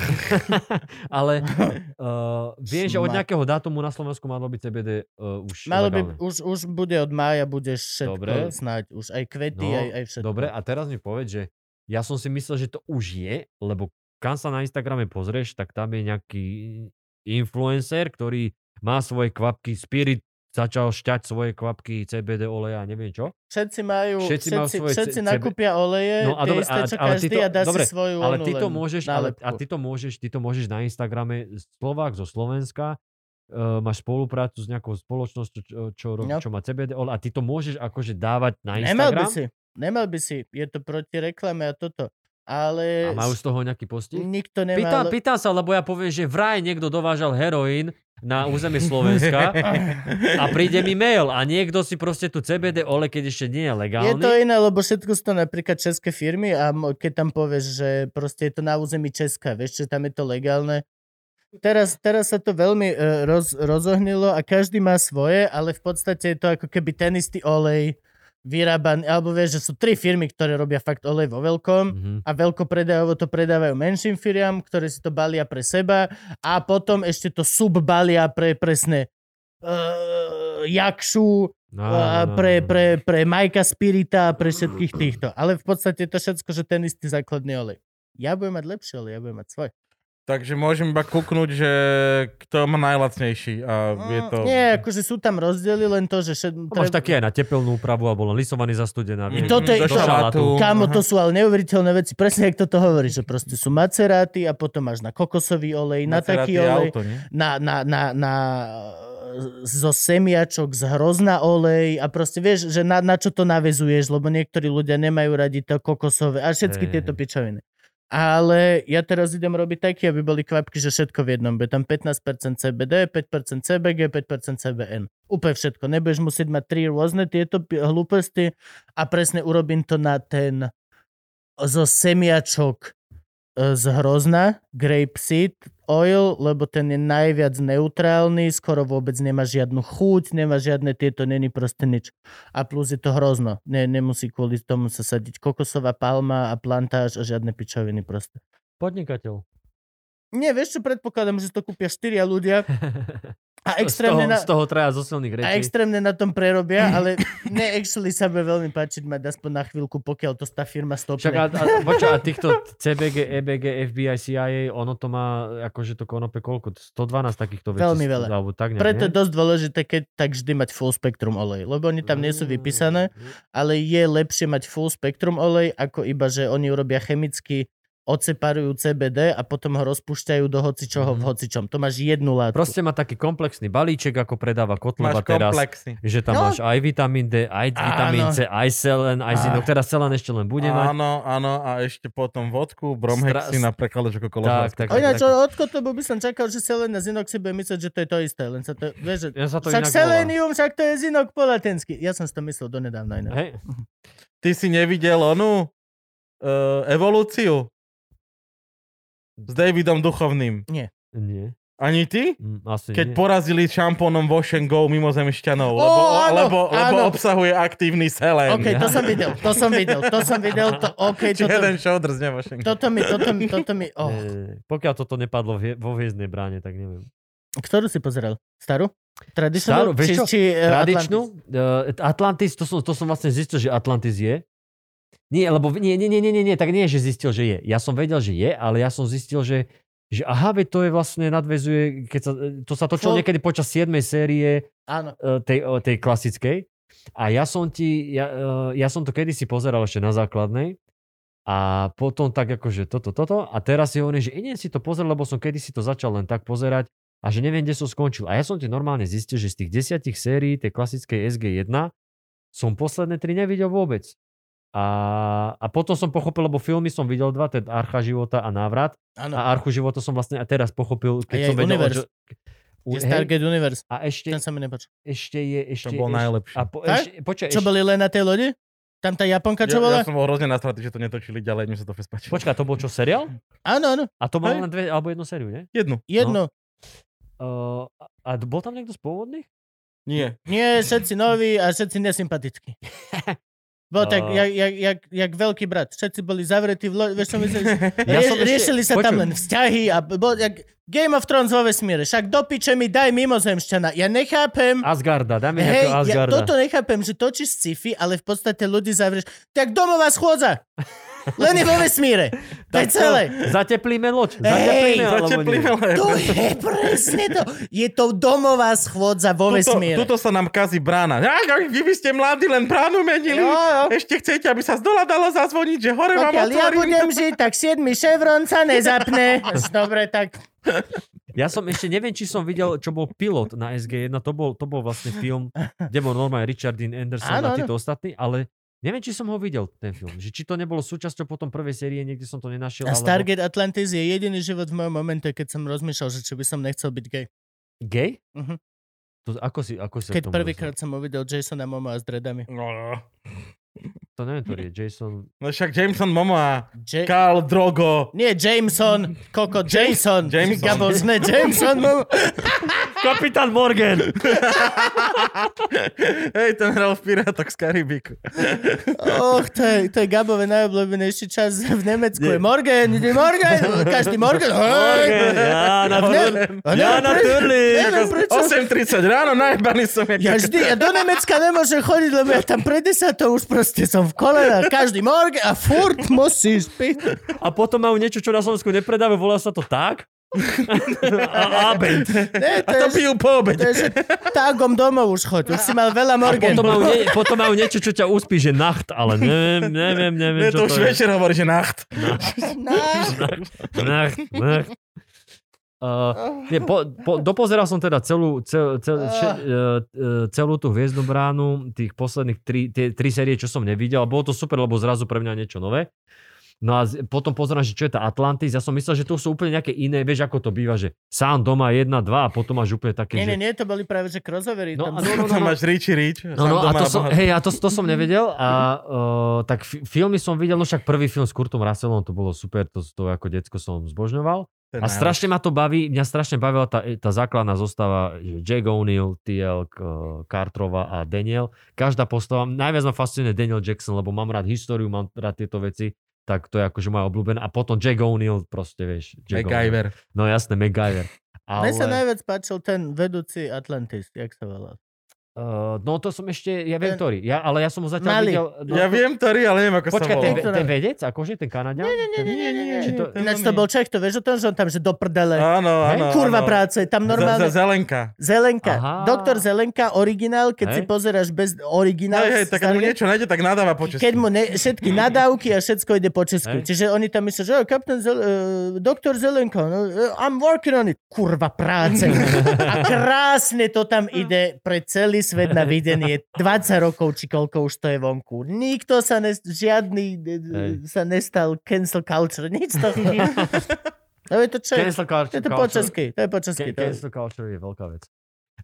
C: <laughs> ale uh, viem, že od
A: Smak.
C: nejakého dátumu na Slovensku malo byť CBD uh, už
A: Malo by,
C: legálne.
A: už, už bude od mája, bude všetko
C: Dobre.
A: Dobre. snáď, už aj kvety,
C: No,
A: aj, aj všetko.
C: Dobre, a teraz mi povedz, že ja som si myslel, že to už je, lebo kam sa na Instagrame pozrieš, tak tam je nejaký influencer, ktorý má svoje kvapky, Spirit začal šťať svoje kvapky CBD oleja a neviem čo.
A: Všetci majú,
C: Všetci
A: všetci,
C: majú
A: všetci,
C: svoje ce-
A: všetci
C: cebe-
A: nakúpia oleje,
C: No
A: no,
C: a
A: a tie
C: dobre,
A: isté, čo
C: a- ale ty
A: každý
C: to-
A: a dá
C: dobre,
A: si svoju
C: Ale
A: onu
C: ty to
A: len
C: môžeš, ale, a
A: nálepku.
C: ty to môžeš, ty to môžeš na Instagrame Slovák zo Slovenska, uh, máš spoluprácu s nejakou spoločnosťou, čo, čo, robí,
A: No.
C: čo má CBD ole, a ty to môžeš akože dávať na
A: Nemal by
C: Instagram
A: si, nemal by si, je to proti reklame a toto.
C: a
A: Ale
C: majú z toho nejaký postih?
A: nikto nemal...
C: Pýtam, pýtam sa, lebo ja poviem, že vraj niekto dovážal heroín na územie
B: <laughs>
C: Slovenska a príde mi mail a niekto si proste tu CBD ole, keď ešte nie je
A: Je
C: legálny.
A: to iné, lebo všetko sú to napríklad české firmy a mo- keď tam povieš, že proste je to na území Česka, vieš, že tam je to legálne. Teraz, teraz sa to veľmi e, roz, rozohnilo a každý má svoje, ale v podstate je to ako keby ten istý olej vyrábaný, alebo vieš, že sú tri firmy, ktoré robia fakt olej vo veľkom
C: Mhm.
A: a veľkopredajovo to predávajú menším firiam, ktoré si to balia pre seba a potom ešte to subbalia pre presne uh, jakšu
C: No,
A: a
C: no, no,
A: pre,
C: no.
A: pre, pre Majka Spirita a pre všetkých týchto. Ale v podstate je to všetko, že ten istý základný olej. Ja budem mať lepšie, ale ja budem mať svoj.
B: Takže môžem iba kúknúť, že kto má najlacnejší a
C: No,
B: je to...
A: Mm, Nie, akože sú tam rozdiely, len to, že... Všet...
C: Máš taký aj na tepelnú úpravu a bol len lisovaný zastudená.
A: I toto je-
B: Do
A: to-
B: šalátu.
A: Kámo,
B: Aha.
A: to sú ale neuveriteľné veci, presne jak toto hovorí, že proste sú maceráty a potom máš na kokosový olej, na
B: Maserati
A: taký
B: je
A: olej.
B: auto, nie?
A: na, na, na, na zo semiačok z hrozna olej a proste vieš, že na, na čo to navezuješ, lebo niektorí ľudia nemajú radi to kokosové a všetky
C: Hej,
A: tieto
C: hej.
A: pičoviny. Ale ja teraz idem robiť taký, aby boli kvapky, že všetko v jednom. Bude tam 15% CBD, 5% CBG, 5% CBN. Úplne všetko. Nebudeš musieť mať tri rôzne tieto pi- hlúposti a presne urobím to na ten zo semiačok e, z hrozna, grapeseed oil, lebo ten je najviac neutrálny, skoro vôbec nemá žiadnu chuť, nemá žiadne tieto, není proste nič. A plus je to hrozno. Ne, nemusí kvôli tomu sa sadiť kokosová palma a plantáž a žiadne pičoviny proste.
C: <laughs> Podnikateľ.
A: Nie, vieš čo, predpokladám, že si to kúpia štyria ľudia a
C: <laughs> z
A: extrémne,
C: toho,
A: na,
C: z toho traja zo
A: a
C: silných rečí.
A: extrémne na tom
C: <laughs>
A: prerobia, ale ne, actually sa bude veľmi páčiť mať aspoň na chvíľku, pokiaľ to tá firma stopne.
C: Však a, a, poča, a týchto CBG, EBG, FBI, CIA, ono to má, akože to konope koľko? 112 takýchto vecí.
A: Veľmi veľa.
C: Alebo tak, nejak,
A: Preto je
C: nie?
A: dosť dôležité, keď tak vždy mať full spektrum olej, lebo oni tam nie sú vypísané, ale je lepšie mať full spektrum olej, ako iba, že oni urobia chemicky odseparujú CBD a potom ho rozpúšťajú do hocičoho v
C: Mhm.
A: hocičom. To máš jednu látku.
C: Proste má taký komplexný balíček, ako predáva
B: Máš
C: Kotlova teraz.
B: komplexy.
C: Že tam
A: No.
C: máš aj vitamín D, aj vitamín
A: Áno.
C: C, aj selen, aj
A: Á.
C: zinok. Teraz selen ešte len bude mať.
B: Áno, áno, a ešte potom vodku, bromhexy na
C: Stra-
B: prekladač ako
C: Tak,
B: koložárska.
C: tak,
A: A ináč,
C: tak.
A: od Kotobu by som čakal, že selen a zinok si bude myslieť, že to je to isté, len sa to, vieš, že...
C: Ja sa to
A: však
C: inak volá.
A: selenium, však to je zinok po latinsky. Ja som si to myslel donedávna inak.
C: Hej,
B: Ty si nevidel onú uh, evolúciu? S Davidom Duchovným.
C: nie.
B: Ani ty?
C: Mm, Asi
B: Keď
C: nie.
B: porazili šampónom Washington mimozemšťanov, lebo,
A: Ó, áno,
B: lebo, lebo
A: áno.
B: obsahuje aktívny selen.
A: OK, to som videl, to som videl, to som videl, to, OK,
B: Či
A: toto,
B: jeden shoulders, nie Washington.
A: toto mi, toto mi, toto mi,
C: Nie,
A: oh.
C: nie, nie. Pokiaľ toto nepadlo v- vo hviezdnej bráne, tak neviem.
A: Ktorú si pozeral? Starú? Tradičnú?
C: Starú, vieš čo?
A: či, eh,
C: Tradičnú? Uh, Atlantis, to som, to som vlastne zistil, že Atlantis je. Nie, lebo nie, nie, nie, nie, nie, nie, tak nie, že zistil, že je. Ja som vedel, že je, ale ja som zistil, že že aha, veď to je vlastne nadvezuje, keď sa, to sa točilo
A: Fol-
C: niekedy počas 7. série
A: Atlantis? Áno.
C: e, tej, e, tej klasickej. A ja som ti, ja, e, ja som to kedysi pozeral ešte na základnej a potom tak akože toto, toto a teraz si hovorím, že idem si to pozrieť, lebo som kedysi to začal len tak pozerať a že neviem, kde som skončil. A ja som ti normálne zistil, že z tých desiatich sérií tej klasickej SG1 som posledné tri nevidel vôbec. A, a potom som pochopil, lebo filmy som videl dva, teda Archa života a návrat.
A: Áno.
C: A Archu života som vlastne a teraz pochopil, keď
A: A je
C: som
A: aj
C: vedel,
A: Universe.
C: že...
A: Je
C: hej,
A: Stargate Universe.
C: a ešte,
A: Ten sa mi nepáčil.
C: ešte je... Ešte,
B: To bol
C: ešte,
B: najlepší.
C: a po,
A: Tak?
C: ešte, počkaj,
A: Čo
C: ešte,
A: boli len na tej lodi? Tam tá Japonka, čo
B: Ja, ja
A: bola?
B: som bol hrozne nasratý, že to netočili ďalej, mi sa to fest páčilo.
C: počkaj, to bol čo, seriál?
A: Áno, áno.
C: A to
B: Hej.
C: mal len dve, alebo jednu sériu, ne?
B: Jednu.
C: No.
A: Jedno.
C: Uh, a bol tam niekto z pôvodných?
B: <laughs> Nie.
A: Nie, všetci noví a všetci
C: <laughs>
A: nesympatickí. Bol tak,
C: A-
A: jak, jak, jak, jak veľký brat. Všetci boli zavretí v lodi. Vieš, čo myslím?
C: <laughs> Ja
A: Rie-
C: som ešte-
A: riešili sa tam
C: počuj.
A: len vzťahy a bol, jak Game of Thrones vo vesmíre. Však do piče mi daj mimozemšťana. Ja nechápem.
C: Asgarda, dáme
A: Hej,
C: nejakého
A: ja
C: Asgarda.
A: toto nechápem, že točíš sci-fi, ale v podstate ľudí zavrieš. Tak domová schôdza.
C: <laughs>
A: Len je vo vesmíre. To je
C: Tak
A: celé.
C: Zateplíme
A: Hej,
C: loď. Zateplíme, alebo
B: Začeplíme,
C: nie.
B: ale-
A: To
B: <laughs>
A: je presne to. Je to domová schôdza vo
B: Tuto,
A: vesmíre.
B: tuto sa nám kazí brána. Ja, vy by ste mladí, len bránu menili.
A: Jo, jo.
B: Ešte chcete, aby sa z dola dalo zazvoniť, že hore
A: No.
B: vám
A: Pokiaľ ja
B: otvorím.
A: budem žiť, tak 7. ševron sa
B: <laughs>
A: nezapne. Dobre, tak
C: Ja som ešte neviem, či som videl, čo bol pilot na SG1. To bol, to bol vlastne film, kde bol normálne Richard Dean Anderson
A: Áno,
C: a títo ostatní, ale neviem, či som ho videl, ten film. Že či to nebolo súčasťou potom prvej série, niekde som to nenašiel.
A: a
C: alebo-
A: Stargate Atlantis je jediný život v mojom momente, keď som rozmýšľal, že či by som nechcel byť gay.
C: Gay?
A: Mhm.
C: To, ako si, ako si
A: Keď prvýkrát som uvidel Jasona Momoa s dredami.
B: No,
C: To neviem, ktorý je
B: <laughs>
C: Jason.
B: no však Jameson Momoa,
A: Ja-
B: Karl Drogo,
A: Nie Jameson, koko Jason.
B: Jameson.
A: Gabor, ne,
B: <laughs>
A: Jameson. no.
C: Kapitán Morgan!
B: Hej, ten hral v Pirátok z Karibiku.
A: Och, to je, to je Gabove najobľúbenejší čas v Nemecku. Je Morgen, je
B: <laughs>
A: Morgen, každý Morgen. Hej.
C: Jana
A: Neviem,
C: Turlík!
A: neviem,
C: Jana
A: prečo-
C: Turlík!
A: neviem, prečo.
B: 8.30 ráno, najebaný no som jak...
A: Ja vždy, ja do Nemecka nemôžem chodiť, lebo ja tam pre to už proste som v kolena. Každý morgen a furt musíš piť.
C: A potom majú niečo, čo na Slovensku nepredávajú, volá sa to tak? A, a, band.
A: Ne,
B: <laughs> A
A: to
B: to
A: je,
B: pijú po
A: to
B: obede.
A: je, že tágom domov už choď. Už si mal veľa
C: a
A: morgen.
C: potom, majú nie, potom majú niečo, čo ťa uspí, že nacht, ale neviem, neviem, neviem,
B: Je
C: čo
B: to
C: to
B: už
C: je.
B: večer hovorí, že nacht.
A: Na-
C: Nacht, nacht. Uh, nie, po, po, dopozeral som teda celú, cel, cel, vše, uh, uh, celú tú hviezdnu bránu, tých posledných tri, tie, tri série, čo som nevidel a bolo to super, lebo zrazu pre mňa niečo nové. No a z- potom pozerám, že čo je tá Atlantis. Ja som myslel, že to sú úplne nejaké iné, vieš, ako to býva, že sám doma 1, 2 a potom máš úplne také,
A: Nie,
C: že...
A: nie, nie, to boli práve že crossovery.
C: No,
A: tam
C: a
A: sú-
C: no, no, no,
B: Tam
C: no.
B: máš Richie Rich.
C: No, no,
B: sám
C: a
B: doma
C: to
B: na
C: som,
B: bohatý.
C: hej, a to, to som nevedel. A uh, tak fi- filmy som videl, no však prvý film s Kurtom Russellom, to bolo super, to, to ako decko som zbožňoval.
B: Ten
C: A
B: najlepší.
C: strašne ma to baví, mňa strašne bavila tá, tá základná zostava že Jack O'Neill, TL, K- Cartrova a Daniel. Každá postava, najviac ma fascinuje Daniel Jackson, lebo mám rád históriu, mám rád tieto veci, tak to je akože moja obľúbená. A potom Jack O'Neill, proste vieš. Jack O'Neill.
B: MacGyver.
C: No jasné, MacGyver.
A: Mne sa
C: Ale,
A: najviac páčil ten vedúci Atlantis, jak sa volá.
C: uh, no to som ešte, ja viem
A: Ten-
C: ktorý, ja, ale ja som ho zatiaľ
A: Malý.
C: videl. No,
B: Ja
C: to-
B: viem, ktorý, ale neviem, ako
C: Počkaj,
B: sa
C: ten,
B: volá.
A: Niektoré.
C: ten vedec, akože ten Kanaďan? Ten-
A: nie, nie,
C: Či to-
A: Ináč to bol Čech, to vieš o tom, že on tam, že do prdele.
B: Áno,
C: Hej,
B: áno.
A: Kurva
B: áno.
A: práce, tam
B: Za,
A: normálne...
B: za Zelenka.
A: Zelenka.
C: Aha.
A: Doktor Zelenka, originál, keď
C: Hej.
A: si pozeráš bez originál.
B: Hej, hej, tak keď mu niečo nájde, tak nadáva po česky.
A: keď mu ne, všetky nadávky a všetko ide po česky.
C: Mhm. Hej.
A: Čiže oni tam myslia, že oh, kapitán Zel, uh, doktor Zelenko, no, eh, I'm working on it. Kurva práce.
C: <laughs>
A: A krásne to tam ide pre celý svet na videnie. 20 rokov, či koľko už to je vonku. Nikto sa, ne, žiadny eh,
C: Hej.
A: sa nestal cancel culture, nič
C: <laughs>
A: toho. No je to ček.
C: Cancel culture.
A: To je to po česky, to je po česky.
C: Can-
A: to-
C: Cancel culture je veľká vec.
A: <laughs>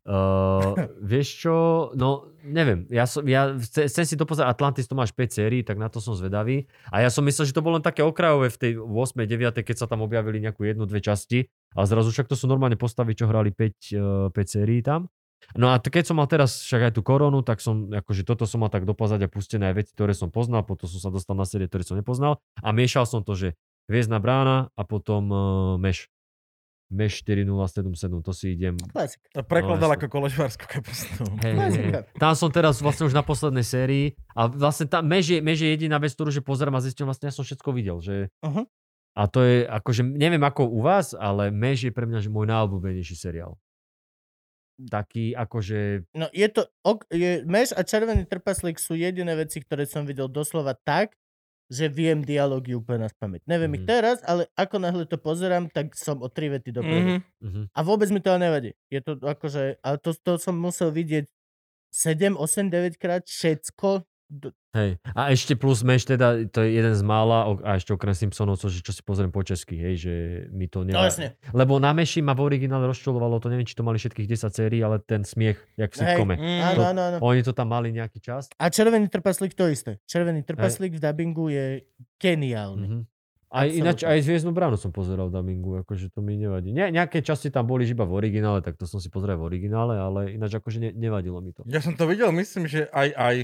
C: Uh, vieš čo, no neviem, ja, som, ja chcem, chcem si to pozrieť, Atlantis to má 5 sérií, tak na to som zvedavý. A ja som myslel, že to bolo len také okrajové v tej 8. 9. keď sa tam objavili nejakú jednu, dve časti. A zrazu však to sú normálne postavy, čo hrali 5, 5 sérií tam. No a t- keď som mal teraz však aj tú koronu, tak som, akože toto som mal tak dopozať a pustené aj veci, ktoré som poznal, potom som sa dostal na série, ktoré som nepoznal a miešal som to, že Hviezdna brána a potom uh, Meš. Meš 4077, to si idem.
A: Klasika.
B: To prekladal
C: No,
B: ako koležvárskú kapustu.
C: Hej, hej, hej.
A: Klasika.
C: Tam som teraz vlastne už na poslednej sérii a vlastne tá Meš je, Meš je jediná vec, ktorú že pozerám a zistím, vlastne ja som všetko videl, že
A: Aha.
C: a to je akože, neviem ako u vás, ale Meš je pre mňa že môj najobľúbenejší seriál. Taký akože,
A: No je to, ok, je, Meš a Červený trpaslík sú jediné veci, ktoré som videl doslova tak, že viem dialógy úplne na spameť. Neviem ich
C: Mhm.
A: teraz, ale ako náhle to pozerám, tak som o tri vety dopredu.
B: Mhm.
C: mhm.
A: A vôbec mi to ale nevadí. Je to akože, ale to, to som musel vidieť 7, 8, 9 krát všetko. Do,
C: Hej. A ešte plus meš, teda to je jeden z mála, ok- a ešte okrem Simpsonov, čo, čo si pozriem po česky, hej, že mi to
A: no
C: nedá.
A: jasne.
C: Lebo na meši ma v originále rozčulovalo, to neviem, či to mali všetkých 10 sérií, ale ten smiech, jak v
A: Hej.
C: sitcome.
A: Áno, áno,
B: No.
A: áno.
C: Oni to tam mali nejaký čas.
A: A Červený trpaslík to isté. Červený trpaslík v dabingu je geniálny.
C: Mhm. Aj
A: Absolútne.
C: ináč, aj Zviezdnú bránu som pozeral v dubbingu, akože to mi nevadí. Ne, nejaké časti tam boli že iba v originále, tak to som si pozeral v originále, ale ináč akože ne, nevadilo mi to.
B: Ja som to videl, myslím, že aj, aj.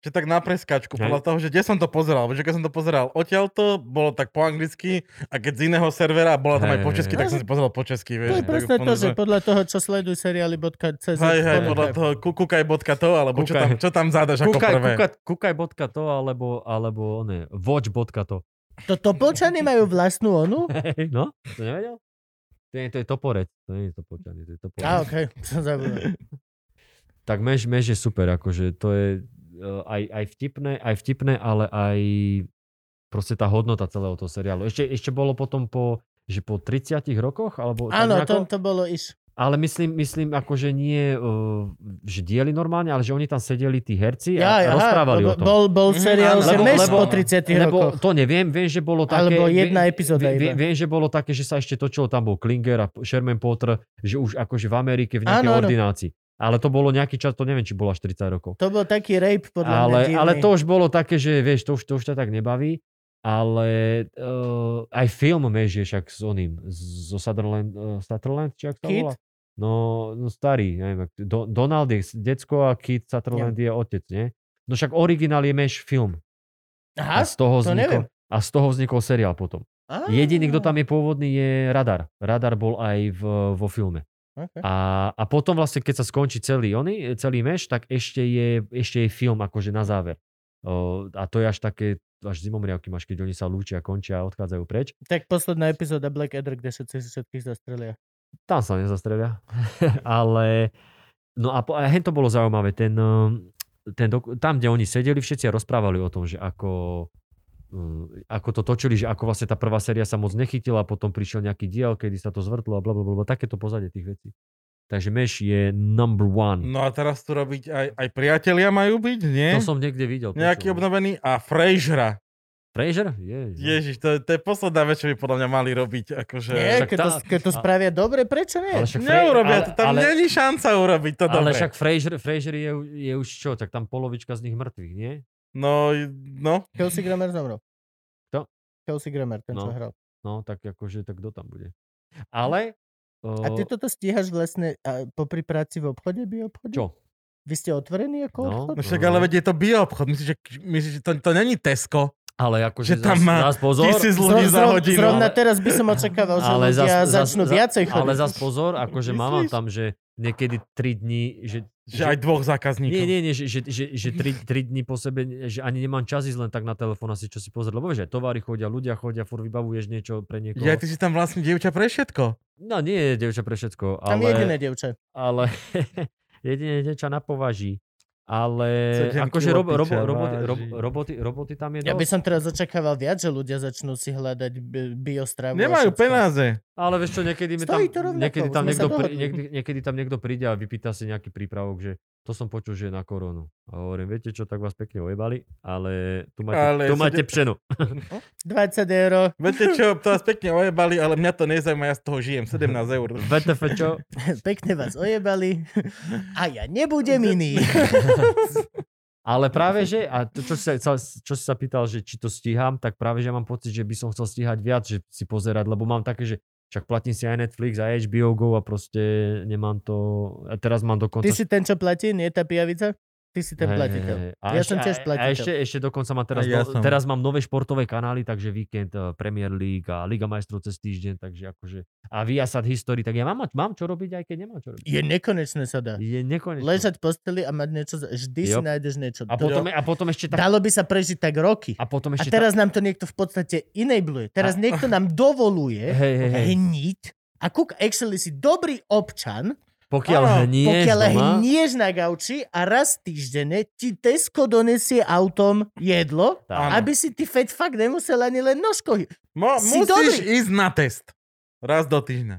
B: Že tak na preskačku,
C: Hej.
B: podľa toho, že kde som to pozeral. Že keď som to pozeral odtiaľto, bolo tak po anglicky a keď z iného servera bola tam aj po
C: Hej,
B: česky,
C: hej.
B: tak som si pozeral po česky.
A: To
B: Vieš,
A: je presne to, že podľa toho, čo sleduj seriály.cz.
B: Hej, hej,
A: to-
B: podľa toho, ku- kúkaj bodka to, alebo čo
C: Kúkaj.
B: tam, čo tam zádaš ako
C: Kúkaj,
B: prvé.
C: kúka, kúkaj bodka to, alebo, alebo ne, watch bodka to.
A: To Topolčany majú vlastnú onu?
C: <laughs> Hej, no, to nevedel? To je, to je toporec, to nie je toporčanie, to je toporec.
A: Á, okej, <laughs> som zabudol.
C: Tak mež, mež je super, akože to je eh, aj, aj vtipné, aj vtipné, ale aj proste tá hodnota celého toho seriálu. Ešte, ešte bolo potom po, že po 30 rokoch, alebo tak
A: Áno,
C: nejako,
A: to, to bolo iš.
C: ale myslím, myslím akože nie, eh, že dieli normálne, ale že oni tam sedeli tí herci a,
A: Ja,
C: a
A: aha,
C: rozprávali
A: lebo
C: o tom.
A: Bol, bol
B: Mhm,
A: seriál,
B: áno,
A: že
C: lebo-
A: Meš
C: lebo-
A: po 30
C: Lebo
A: rokoch.
C: to neviem, viem, že bolo také...
A: Alebo jedna
C: viem,
A: epizóda
C: viem,
A: iba.
C: viem, viem, že bolo také, že sa ešte točilo, tam bol Klinger a Sherman Potter, že už akože v Amerike v nejakej
A: Áno, áno.
C: ordinácii. Ale to bolo nejaký čas, to neviem, či bolo až 30 rokov.
A: To bol taký rape, podľa
C: ale,
A: mňa. divný.
C: ale to už bolo také, že vieš, to už, to už ťa tak nebaví. Ale uh, aj film Mež je však s oným, z- zo Sutherland, uh, Sutherland či ak sa
A: Kid?
C: volá? No, no starý, neviem, ak- Do, Donald je s- decko a Kid Sutherland je otec, nie? No však originál je Mež film.
A: Aha,
C: a, z toho
A: to neviem. Ah.
C: vznikol, a z toho vznikol seriál potom.
A: Á,
C: Jediný, kto tam je pôvodný, je Radar. Radar bol aj v, vo filme.
A: okej.
C: A, a potom vlastne, keď sa skončí celý, oný, celý meš, tak ešte je, ešte je film akože na záver. O, a to je až také, až zimomriavky máš, keď oni sa lúčia, končia a odchádzajú preč.
A: Tak posledná epizóda Black Adder, kde všetci všetkých zastrelia.
C: Tam sa nezastrelia. <laughs> Ale, no a, po, a hen to bolo zaujímavé, ten, um, ten doku, tam, kde oni sedeli, všetci a rozprávali o tom, že ako, um, ako to točili, že ako vlastne tá prvá séria sa moc nechytila, potom prišiel nejaký diel, kedy sa to zvrtlo a blablabla, takéto pozadie tých vecí. Takže Meš je number one.
B: No a teraz tu robiť aj, aj priatelia majú byť, nie?
C: To som niekde videl.
B: Eh? Nejaký
C: počul.
B: obnovený a Frejžra.
C: Fraser? Je, je.
B: Ježiš, to, to je posledná vec, čo by podľa mňa mali robiť. Akože...
A: Nie,
C: E, však
A: keď to,
C: tá-
A: keď to
C: a-
A: spravia dobre, prečo nie?
C: Ale však Fra-
B: Neurobia to, tam
C: ale,
B: není šanca urobiť to
C: ale
B: dobre.
C: však Fraser, Fraser je, u- je už čo, tak tam polovička z nich mŕtvych, nie?
B: No, no.
A: Kelsey Grammer zomrel.
C: Kto?
A: Kelsey Grammer, ten, čo
C: No.
A: hral.
C: No, tak akože, tak kto tam bude? Ale... eh, O,
A: A ty toto stíhaš vlastne a, popri práci v obchode, by obchode?
C: Čo?
A: Vy ste otvorení ako
C: No.
A: obchod?
B: No však ale veď je to bioobchod. Myslíš, že, myslíš, že to, to není Tesco?
C: Ale
B: Že
C: akože
B: tam
C: zas-
B: má
C: zas pozor,
B: tisíc ľudí za hodinu.
A: Zrovna
C: Ale-
A: teraz by som očakával, že
C: ale
A: ľudia
C: zas, zas,
A: začnú viacej chodiť.
C: Ale zas pozor, akože mám
B: Myslíš?
C: tam, že niekedy 3 dní, že...
B: Že aj dvoch zákazníkov.
C: nie, nie, nie, že, že, že, že 3, 3 dní po sebe, že ani nemám čas ísť len tak na telefón asi čo si pozrieť, lebo vieš, aj tovary chodia, ľudia chodia, fur vybavuješ niečo pre niekoho.
B: Ja, ty si tam vlastne dievča pre všetko.
C: No nie, devča pre všetko,
A: Tam
C: ale...
A: je jediné dievča.
C: ale <laughs> jedine niečo na považí. Ale
B: Sedem
C: akože
B: kilo
C: robo, robo,
B: piča
C: roboty, robo,
B: váži.
C: roboty, roboty tam je
A: Ja by
C: dosť.
A: som teraz očakával viac, že ľudia začnú si hľadať bi- biostravu. a
B: Nemajú
A: všetko.
B: peniaze.
C: No, Ale vieš čo, niekedy, mi tam,
A: Stojí to rovnako,
C: niekedy,
A: už
C: tam
A: sme sa
C: niekto pri,
A: dohodli.
C: niekedy, niekedy tam niekto príde a vypýta si nejaký prípravok, že to som počul, že je na koronu. A hovorím, viete čo, tak vás pekne ojebali, ale tu máte,
B: Ale
C: tu
B: sedem-
C: máte pšenu. <laughs>
A: 20 eur.
B: Viete čo, to vás pekne ojebali, ale mňa to nezaujíma, ja z toho žijem. 17 eur.
C: VTF čo?
A: <laughs> Pekne vás ojebali. <laughs> A ja nebudem iný.
C: Ale práve že, a to, čo, si sa, sa- čo si sa pýtal, že či to stíham, tak práve že mám pocit, že by som chcel stíhať viac, že si pozerať, lebo mám také, že však platím si aj Netflix, aj HBO Go a proste nemám to... A teraz mám dokonca...
A: Ty si ten, čo platí, nie tá pijavica? Ty si ten
C: Hej,
A: platiteľ.
C: hej, hej. A
A: Ja
C: ešte-
A: som tiež
C: a-
A: platiteľ.
C: A ešte, ešte dokonca mám teraz,
B: A ja
C: no,
B: som.
C: teraz mám nové športové kanály, takže víkend, eh, Premier League a Liga majstrov cez týždeň, takže akože... A Viasat History, tak ja mám, mať- mám čo robiť, aj keď nemám čo robiť.
A: Je nekonečné sa dá.
C: Je nekonečné.
A: Ležať v posteli a mať niečo, za- vždy si
C: Jop.
A: nájdeš niečo.
C: A potom, e- a potom ešte tak...
A: Dalo by sa prežiť tak roky.
C: A potom
A: A
C: ešte
A: teraz nám to niekto v podstate enableuje. Teraz niekto nám
C: tak...
A: dovoluje
C: Hej, hej, hej.
A: hniť a kúk, actually si dobrý občan,
C: Pokiaľ
B: Áno,
C: hnieš
A: pokiaľ
C: doma...
A: hnieš na gauči a raz týždenne ti Tesco donesie autom jedlo,
C: Tak.
B: Áno.
A: aby si ty fat fuck nemusel ani len nožko hy-
B: Mo,
A: Si
B: musíš
A: dobrý.
B: ísť na test. Raz do týždňa.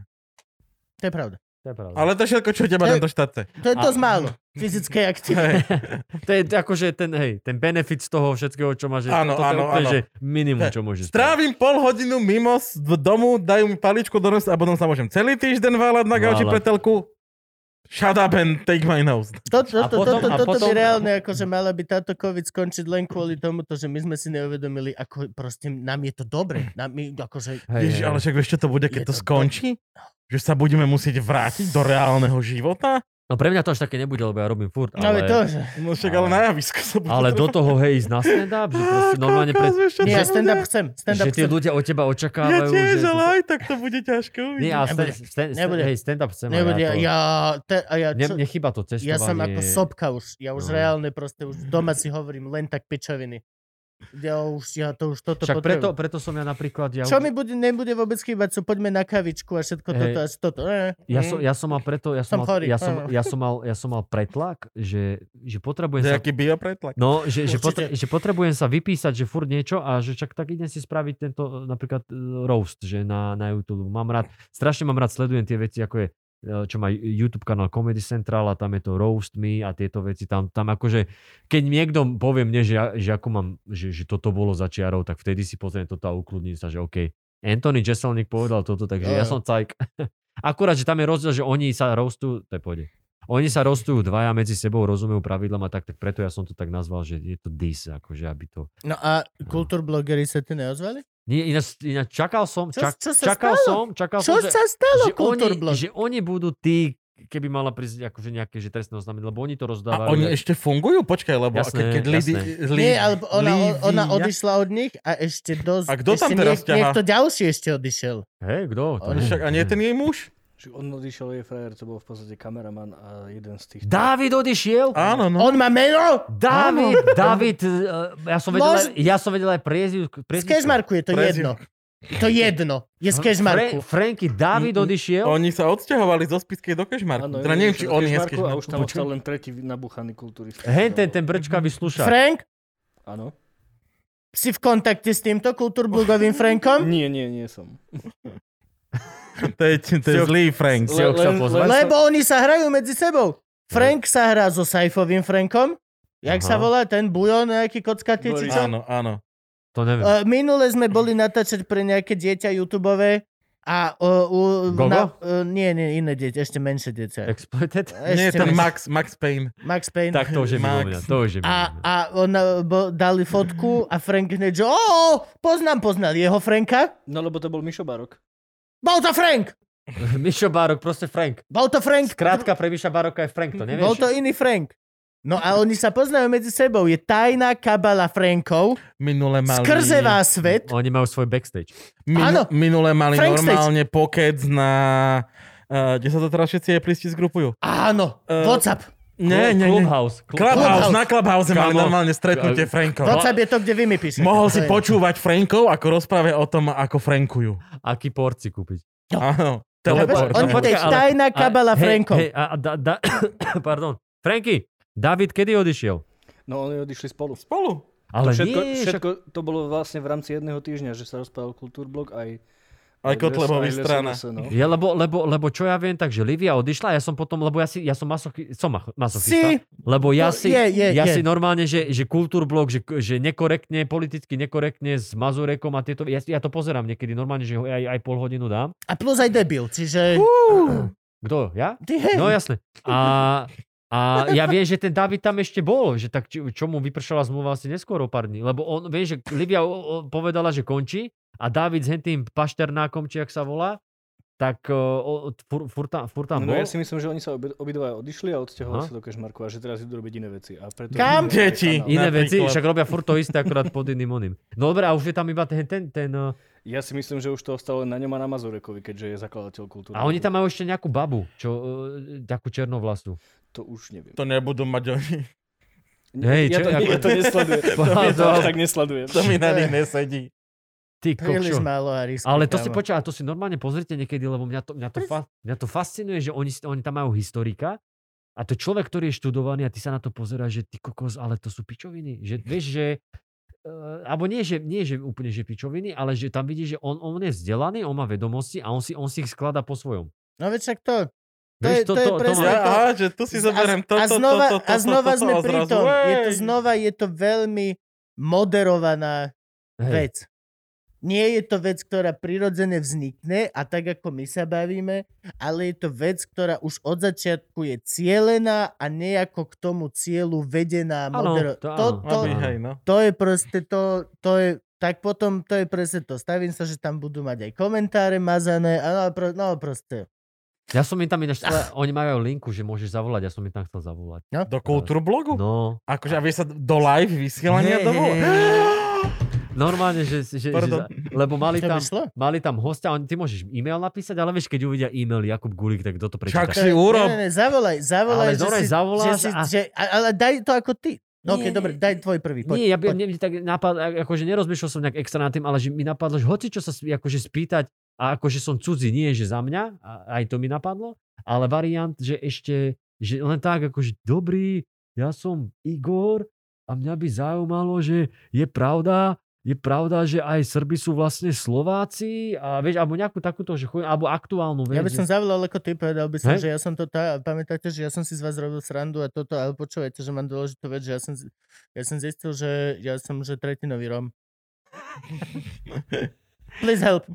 A: To je pravda.
C: To je pravda.
B: Ale to je všetko, čo teba
A: To je-
B: tam do
C: <laughs>
B: štáce.
A: To je
B: A-
A: dosť málo fyzickej aktivity.
B: Hej.
C: To je akože ten, hej, ten benefit z toho všetkého, čo máš, že
B: Áno,
C: toto
B: áno,
C: je úplne,
B: áno.
C: že minimum, čo môžeš spraviť.
B: Strávim pol hodinu mimo z v domu, dajú mi paličku do nosa a potom sa môžem celý týždeň váľať na gauči
C: Váľať.
B: pre telku. Shut up and take my nose.
A: To, to,
C: A
A: to,
C: potom-
A: to,
C: a
A: to, toto by
C: potom-
A: reálne, akože mala by táto COVID skončiť len kvôli tomuto, že my sme si neuvedomili, ako proste nám je to dobre. Nám, my, akože,
C: Hej,
B: Ježiš,
C: hej.
B: ale však vieš, čo to bude, keď
A: Je
B: to
A: to
B: skončí? Že sa budeme musieť vrátiť do reálneho života?
C: No pre mňa to až také nebude, lebo ja robím furt,
A: no ale...
C: ale,
A: to,
C: <laughs>
A: že...
B: No však ale,
C: Ale-
B: na javisko sa bude
C: ale do toho, hej, ísť na stand-up, že proste normálne pre,
A: Nie, ja
C: Že-
A: stand-up chcem.
C: že
A: Stand-up
C: tí
A: chcem.
C: ľudia od teba
B: Ja
C: očakávajú,
B: tiež,
C: že...
B: ale aj tak to bude ťažké
C: Nie,
B: uvidieť.
C: ale
A: Nebude.
C: stand, stand, stand,
A: Nebude.
C: hej, stand-up chcem. a
A: Nebude,
C: ja to,
A: ja, te, a ja,
C: ne,
A: čo,
C: nechyba to
A: ja
C: cestovanie.
A: som ako sopka už. Ja už
C: No.
A: reálne proste už doma si hovorím len tak pičoviny. Ja už, ja to už toto
C: Však
A: potrebujem.
C: preto, preto som ja napríklad... Ja,
A: Čo mi bude, nebude vôbec chýbať, sú poďme na kavičku a všetko
C: Hej.
A: toto a toto. Eh,
C: ja, som, ja som mal preto... Ja
A: Som
C: som, mal,
A: chorý,
C: ja som,
A: áno.
C: ja som, mal, ja som mal pretlak, že, že potrebujem sa
B: Nejaký biopretlak.
C: No, že,
A: Určite.
C: že, potre- že potrebujem sa vypísať, že furt niečo a že čak tak idem si spraviť tento e, napríklad e, roast, že na, na YouTube. Mám rád, strašne mám rád, sledujem tie veci, ako je e, čo má YouTube kanál Comedy Central a tam je to Roast Me a tieto veci tam, tam akože, keď niekto povie mne, že, ja- že ako mám, že, že toto bolo za čiarou, tak vtedy si pozriem toto a ukludním sa, že OK. Anthony Jeselnik povedal toto, takže
A: Jo,
C: ja
A: jo.
C: som cajk. <laughs> Akurát, že tam je rozdiel, že oni sa roastujú, to je pôjde. Oni sa rostujú dvaja medzi sebou, rozumejú pravidlám a tak, tak preto ja som to tak nazval, že je to dis, akože aby to...
A: No a kultúrblogery sa ti neozvali?
C: Nie, ináč, ináč čakal som,
A: Čo-
C: čak,
A: čo sa
C: čakal
A: stalo?
C: som, čakal
A: Čo
C: som, že,
A: sa stalo
C: že, oni,
A: kultúrblog?
C: že oni budú tí, keby mala prísť akože nejaké že trestné oznámenie, lebo oni
B: A
C: to rozdávajú.
B: oni ešte fungujú? Počkaj, lebo
C: Jasné,
B: keď, keď lidi,
C: jasné.
B: lidi,
A: Nie, ale ona,
B: lidi,
A: ona
B: ja-
A: odišla od nich a ešte dosť...
B: A kto tam
A: ešte
B: teraz ťahá?
A: Niekto ďalší ešte odišiel.
C: Hej, kto? To
A: Oni
C: neviem.
B: Však, a nie je ten jej muž?
D: Že on odišiel jej frajer, to bol v podstate kameraman a jeden z tých...
C: Dávid odišiel?
B: Áno, no.
A: On má meno?
C: Dávid, Dávid, eh, ja som vedel,
A: Mož-
C: aj- ja som vedel aj priezivku.
A: Z Kežmarku je to
B: Prezivko.
A: jedno. To jedno. Je z Kežmarku.
C: Franky, Dávid
B: Mm, mm.
C: odišiel?
B: Oni sa odsťahovali zo Spiskej do Kešmarku.
D: Áno,
B: teda neviem, či
D: išiel do
B: on je z
D: Kežmarku A
B: Kešmarku.
D: už tam ostal len tretí nabuchaný kulturista.
C: Hen ten, ten brčkavý slušák.
A: Frank?
D: Áno.
A: Si v kontakte s týmto kultúrblogovým Frankom?
D: <laughs> Nie, nie, nie som.
B: To je, to je zlý Frank.
C: Le- ho chcel pozvať.
A: Lebo oni sa hrajú medzi sebou. Frank sa hrá so Saifovým Frankom. Jak
C: Aha.
A: sa volá ten bujo, nejaký kockatý, či
D: Boris.
A: čo?
B: Áno, áno.
C: To neviem.
A: Uh, minule sme boli natáčať pre nejaké dieťa YouTubeové a uh, u,
C: Gogo?
A: uh, nie, nie, iné dieťa, ešte menšie dieťa.
C: <laughs> Exploited?
A: Ešte
B: Nie, ten
A: menšie.
B: Max, Max Payne.
A: Max Payne.
C: Tak to už je
B: Max.
C: mimo mňa. To už je mimo
A: A,
C: mňa.
A: a on, uh, bo, dali fotku a Frank hneď, že o, poznám, poznal jeho Franka.
D: No lebo to bol Mišo Barok.
A: Bol to Frank!
C: Mišo Barok, proste Frank.
A: Bol to Frank!
C: Skrátka pre Miša Baroka je Frank, to
A: Bol
C: nevieš?
A: to iný Frank. No a oni sa poznajú medzi sebou. Je tajná kabala Frankov.
B: Minule mali...
A: Skrzevá svet.
C: Oni majú svoj backstage.
A: Áno.
B: Minu, minule mali
A: Frank Stage.
B: normálne pokec na... Uh, kde sa to teraz všetci eplisti zgrupujú?
A: Áno,
B: Eh,
A: WhatsApp.
B: Nie, nie, nie.
C: Clubhouse. Club-
B: Clubhouse, na Clubhouse mali
C: Kamo.
B: normálne stretnutie Frankov.
A: WhatsApp je to, kde vy mi píšete.
B: Mohol
A: To
B: si
A: je-
B: počúvať Frankov, ako rozprávajú o tom, ako Frankujú.
C: Aký port si kúpiť?
B: Áno.
A: No. Ja viem,
B: Teleport.
A: On
C: No, počkaj,
A: tej
C: ale-
A: tajná kabala
C: A- hej,
A: Frankov.
C: hej, a, a da, da, <coughs> pardon. Franky, David kedy odišiel?
D: No oni odišli spolu.
B: Spolu.
C: Ale
D: všetko,
C: nie,
D: všetko to bolo vlastne v rámci jedného týždňa, že sa rozprával Kultúrblok aj...
B: Aj Kotlebový
D: aj
B: strana.
D: SNS, no.
C: Ja, lebo, lebo, lebo čo ja viem, takže Livia odišla, ja som potom, lebo ja, si, ja som, masochy, som macho-
A: Si,
C: masochista, lebo ja,
A: No,
C: si,
A: je, je,
C: ja
A: je.
C: si normálne, že, že kultúrblok, že, že nekorektne, politicky nekorektne s Mazurekom a tieto, ja, ja to pozerám niekedy normálne, že ho aj, aj pol hodinu dám.
A: A plus aj debil, čiže...
C: Kto, ja?
A: Ty hej.
C: No jasne. A, a ja viem, že ten David tam ešte bol, že tak či- čo mu vypršala zmluva asi neskôr o pár dní, lebo on, vie, že Livia o- o- povedala, že končí a David s hentým pašternákom, či jak sa volá, tak o, o, fur, fur, tam, fur tam
D: No
C: bol.
D: ja si myslím, že oni sa obi- obidva odišli a odsťahovali
C: Aha.
D: sa do Kešmarku a že teraz idú robiť iné veci. A preto
A: Kam?
B: Deti.
D: Áno.
C: Iné
B: Napríklad.
C: veci, však robia furt to isté, akorát pod iným oným. No dobre, a už je tam iba ten, ten, ten eh,
D: Ja si myslím, že už to ostalo len na ňom a na Mazurekovi, keďže je zakladateľ kultúry.
C: a oni tam majú ešte nejakú babu, čo, eh, takú černovlasu.
D: To už neviem.
B: To nebudú mať oni.
C: Hej,
D: ja,
C: čo-
D: to,
C: ako-
D: ja to
C: <laughs>
D: nesledujem. to, ja to až tak nesledujem.
B: To mi na nich nesedí.
C: Ty
A: Príliš
C: kokšo.
A: málo a risk.
C: Ale to si počúva, to si normálne pozrite niekedy, lebo mňa to, mňa to, fa- mňa to fascinuje, že oni, si- oni tam majú historika a to je človek, ktorý je študovaný a ty sa na to pozeráš, že ty kokos, ale to sú pičoviny. Že vieš, že Uh, alebo nie že, nie, že úplne že pičoviny, ale že tam vidíš, že on, on je vzdelaný, on má vedomosti a on si, on si ich skladá po svojom.
A: No veď však to. To
C: Vieš,
A: je, to, je presne
B: Ja,
A: to.
B: aha, že tu si
A: a,
B: zoberiem toto,
A: a znova,
B: toto, toto,
A: a znova
B: toto,
A: sme
B: a
A: pri
B: zrazu,
A: tom. Je to
B: hej.
A: znova, je to veľmi moderovaná
C: Hej,
A: vec. Nie je to vec, ktorá prirodzene vznikne a tak ako my sa bavíme, ale je to vec, ktorá už od začiatku je cielená a nejako k tomu cieľu vedená.
C: Áno,
A: modero-
C: to
A: to,
C: áno.
A: to,
B: Aby, hej, no.
A: to je proste to, to je, tak potom to je presne to. Stavím sa, že tam budú mať aj komentáre mazané, a no, pro, no proste.
C: Ja som im tam ináč,
A: Ah.
C: oni majú aj linku, že môžeš zavolať, ja som im tam chcel zavolať.
A: Uh.
B: Do kultúrblogu?
C: No,
B: Akože, aby sa do live vysielania
C: Hej,
B: dovolá?
C: hej,
B: <laughs>
C: normálne, že, že, že
B: Pardon.
C: lebo mali
A: Čo
C: tam,
A: by šlo?
C: Mali tam hostia, on, ty môžeš e-mail napísať, ale vieš, keď uvidia e-mail Jakub Gulik, tak kto to
B: Čak
C: prečíta?
B: si
A: Ne,
B: urob.
A: ne, ne, zavolaj, zavolaj.
C: Ale
A: že
C: dobre,
A: si,
C: zavoláš
A: že si,
C: a-
A: že, a, ale daj to ako ty. No okej,
C: Nie,
A: dobre, daj tvoj prvý. Poď,
C: Nie, ja by,
A: poď.
C: mne tak napadlo, akože nerozmýšľal som nejak extra nad tým, ale že mi napadlo, že hoci čo sa s- akože spýtať, a akože som cudzí, nie že za mňa, a aj to mi napadlo, ale variant, že ešte, že len tak akože dobrý, ja som Igor a mňa by zaujímalo, že je pravda, je pravda, že aj Srbi sú vlastne Slováci a vieš, alebo nejakú takúto, že chuj, alebo aktuálnu vec.
A: Ja by som zavolal ako ty, povedal by som,
C: Hej.
A: že ja som to tá, pamätáte, že ja som si z vás robil srandu a toto, ale počúvajte, že mám dôležitú vec, že ja som, z- ja som zistil, že ja som že tretinový
C: <laughs>
A: Róm. Please help.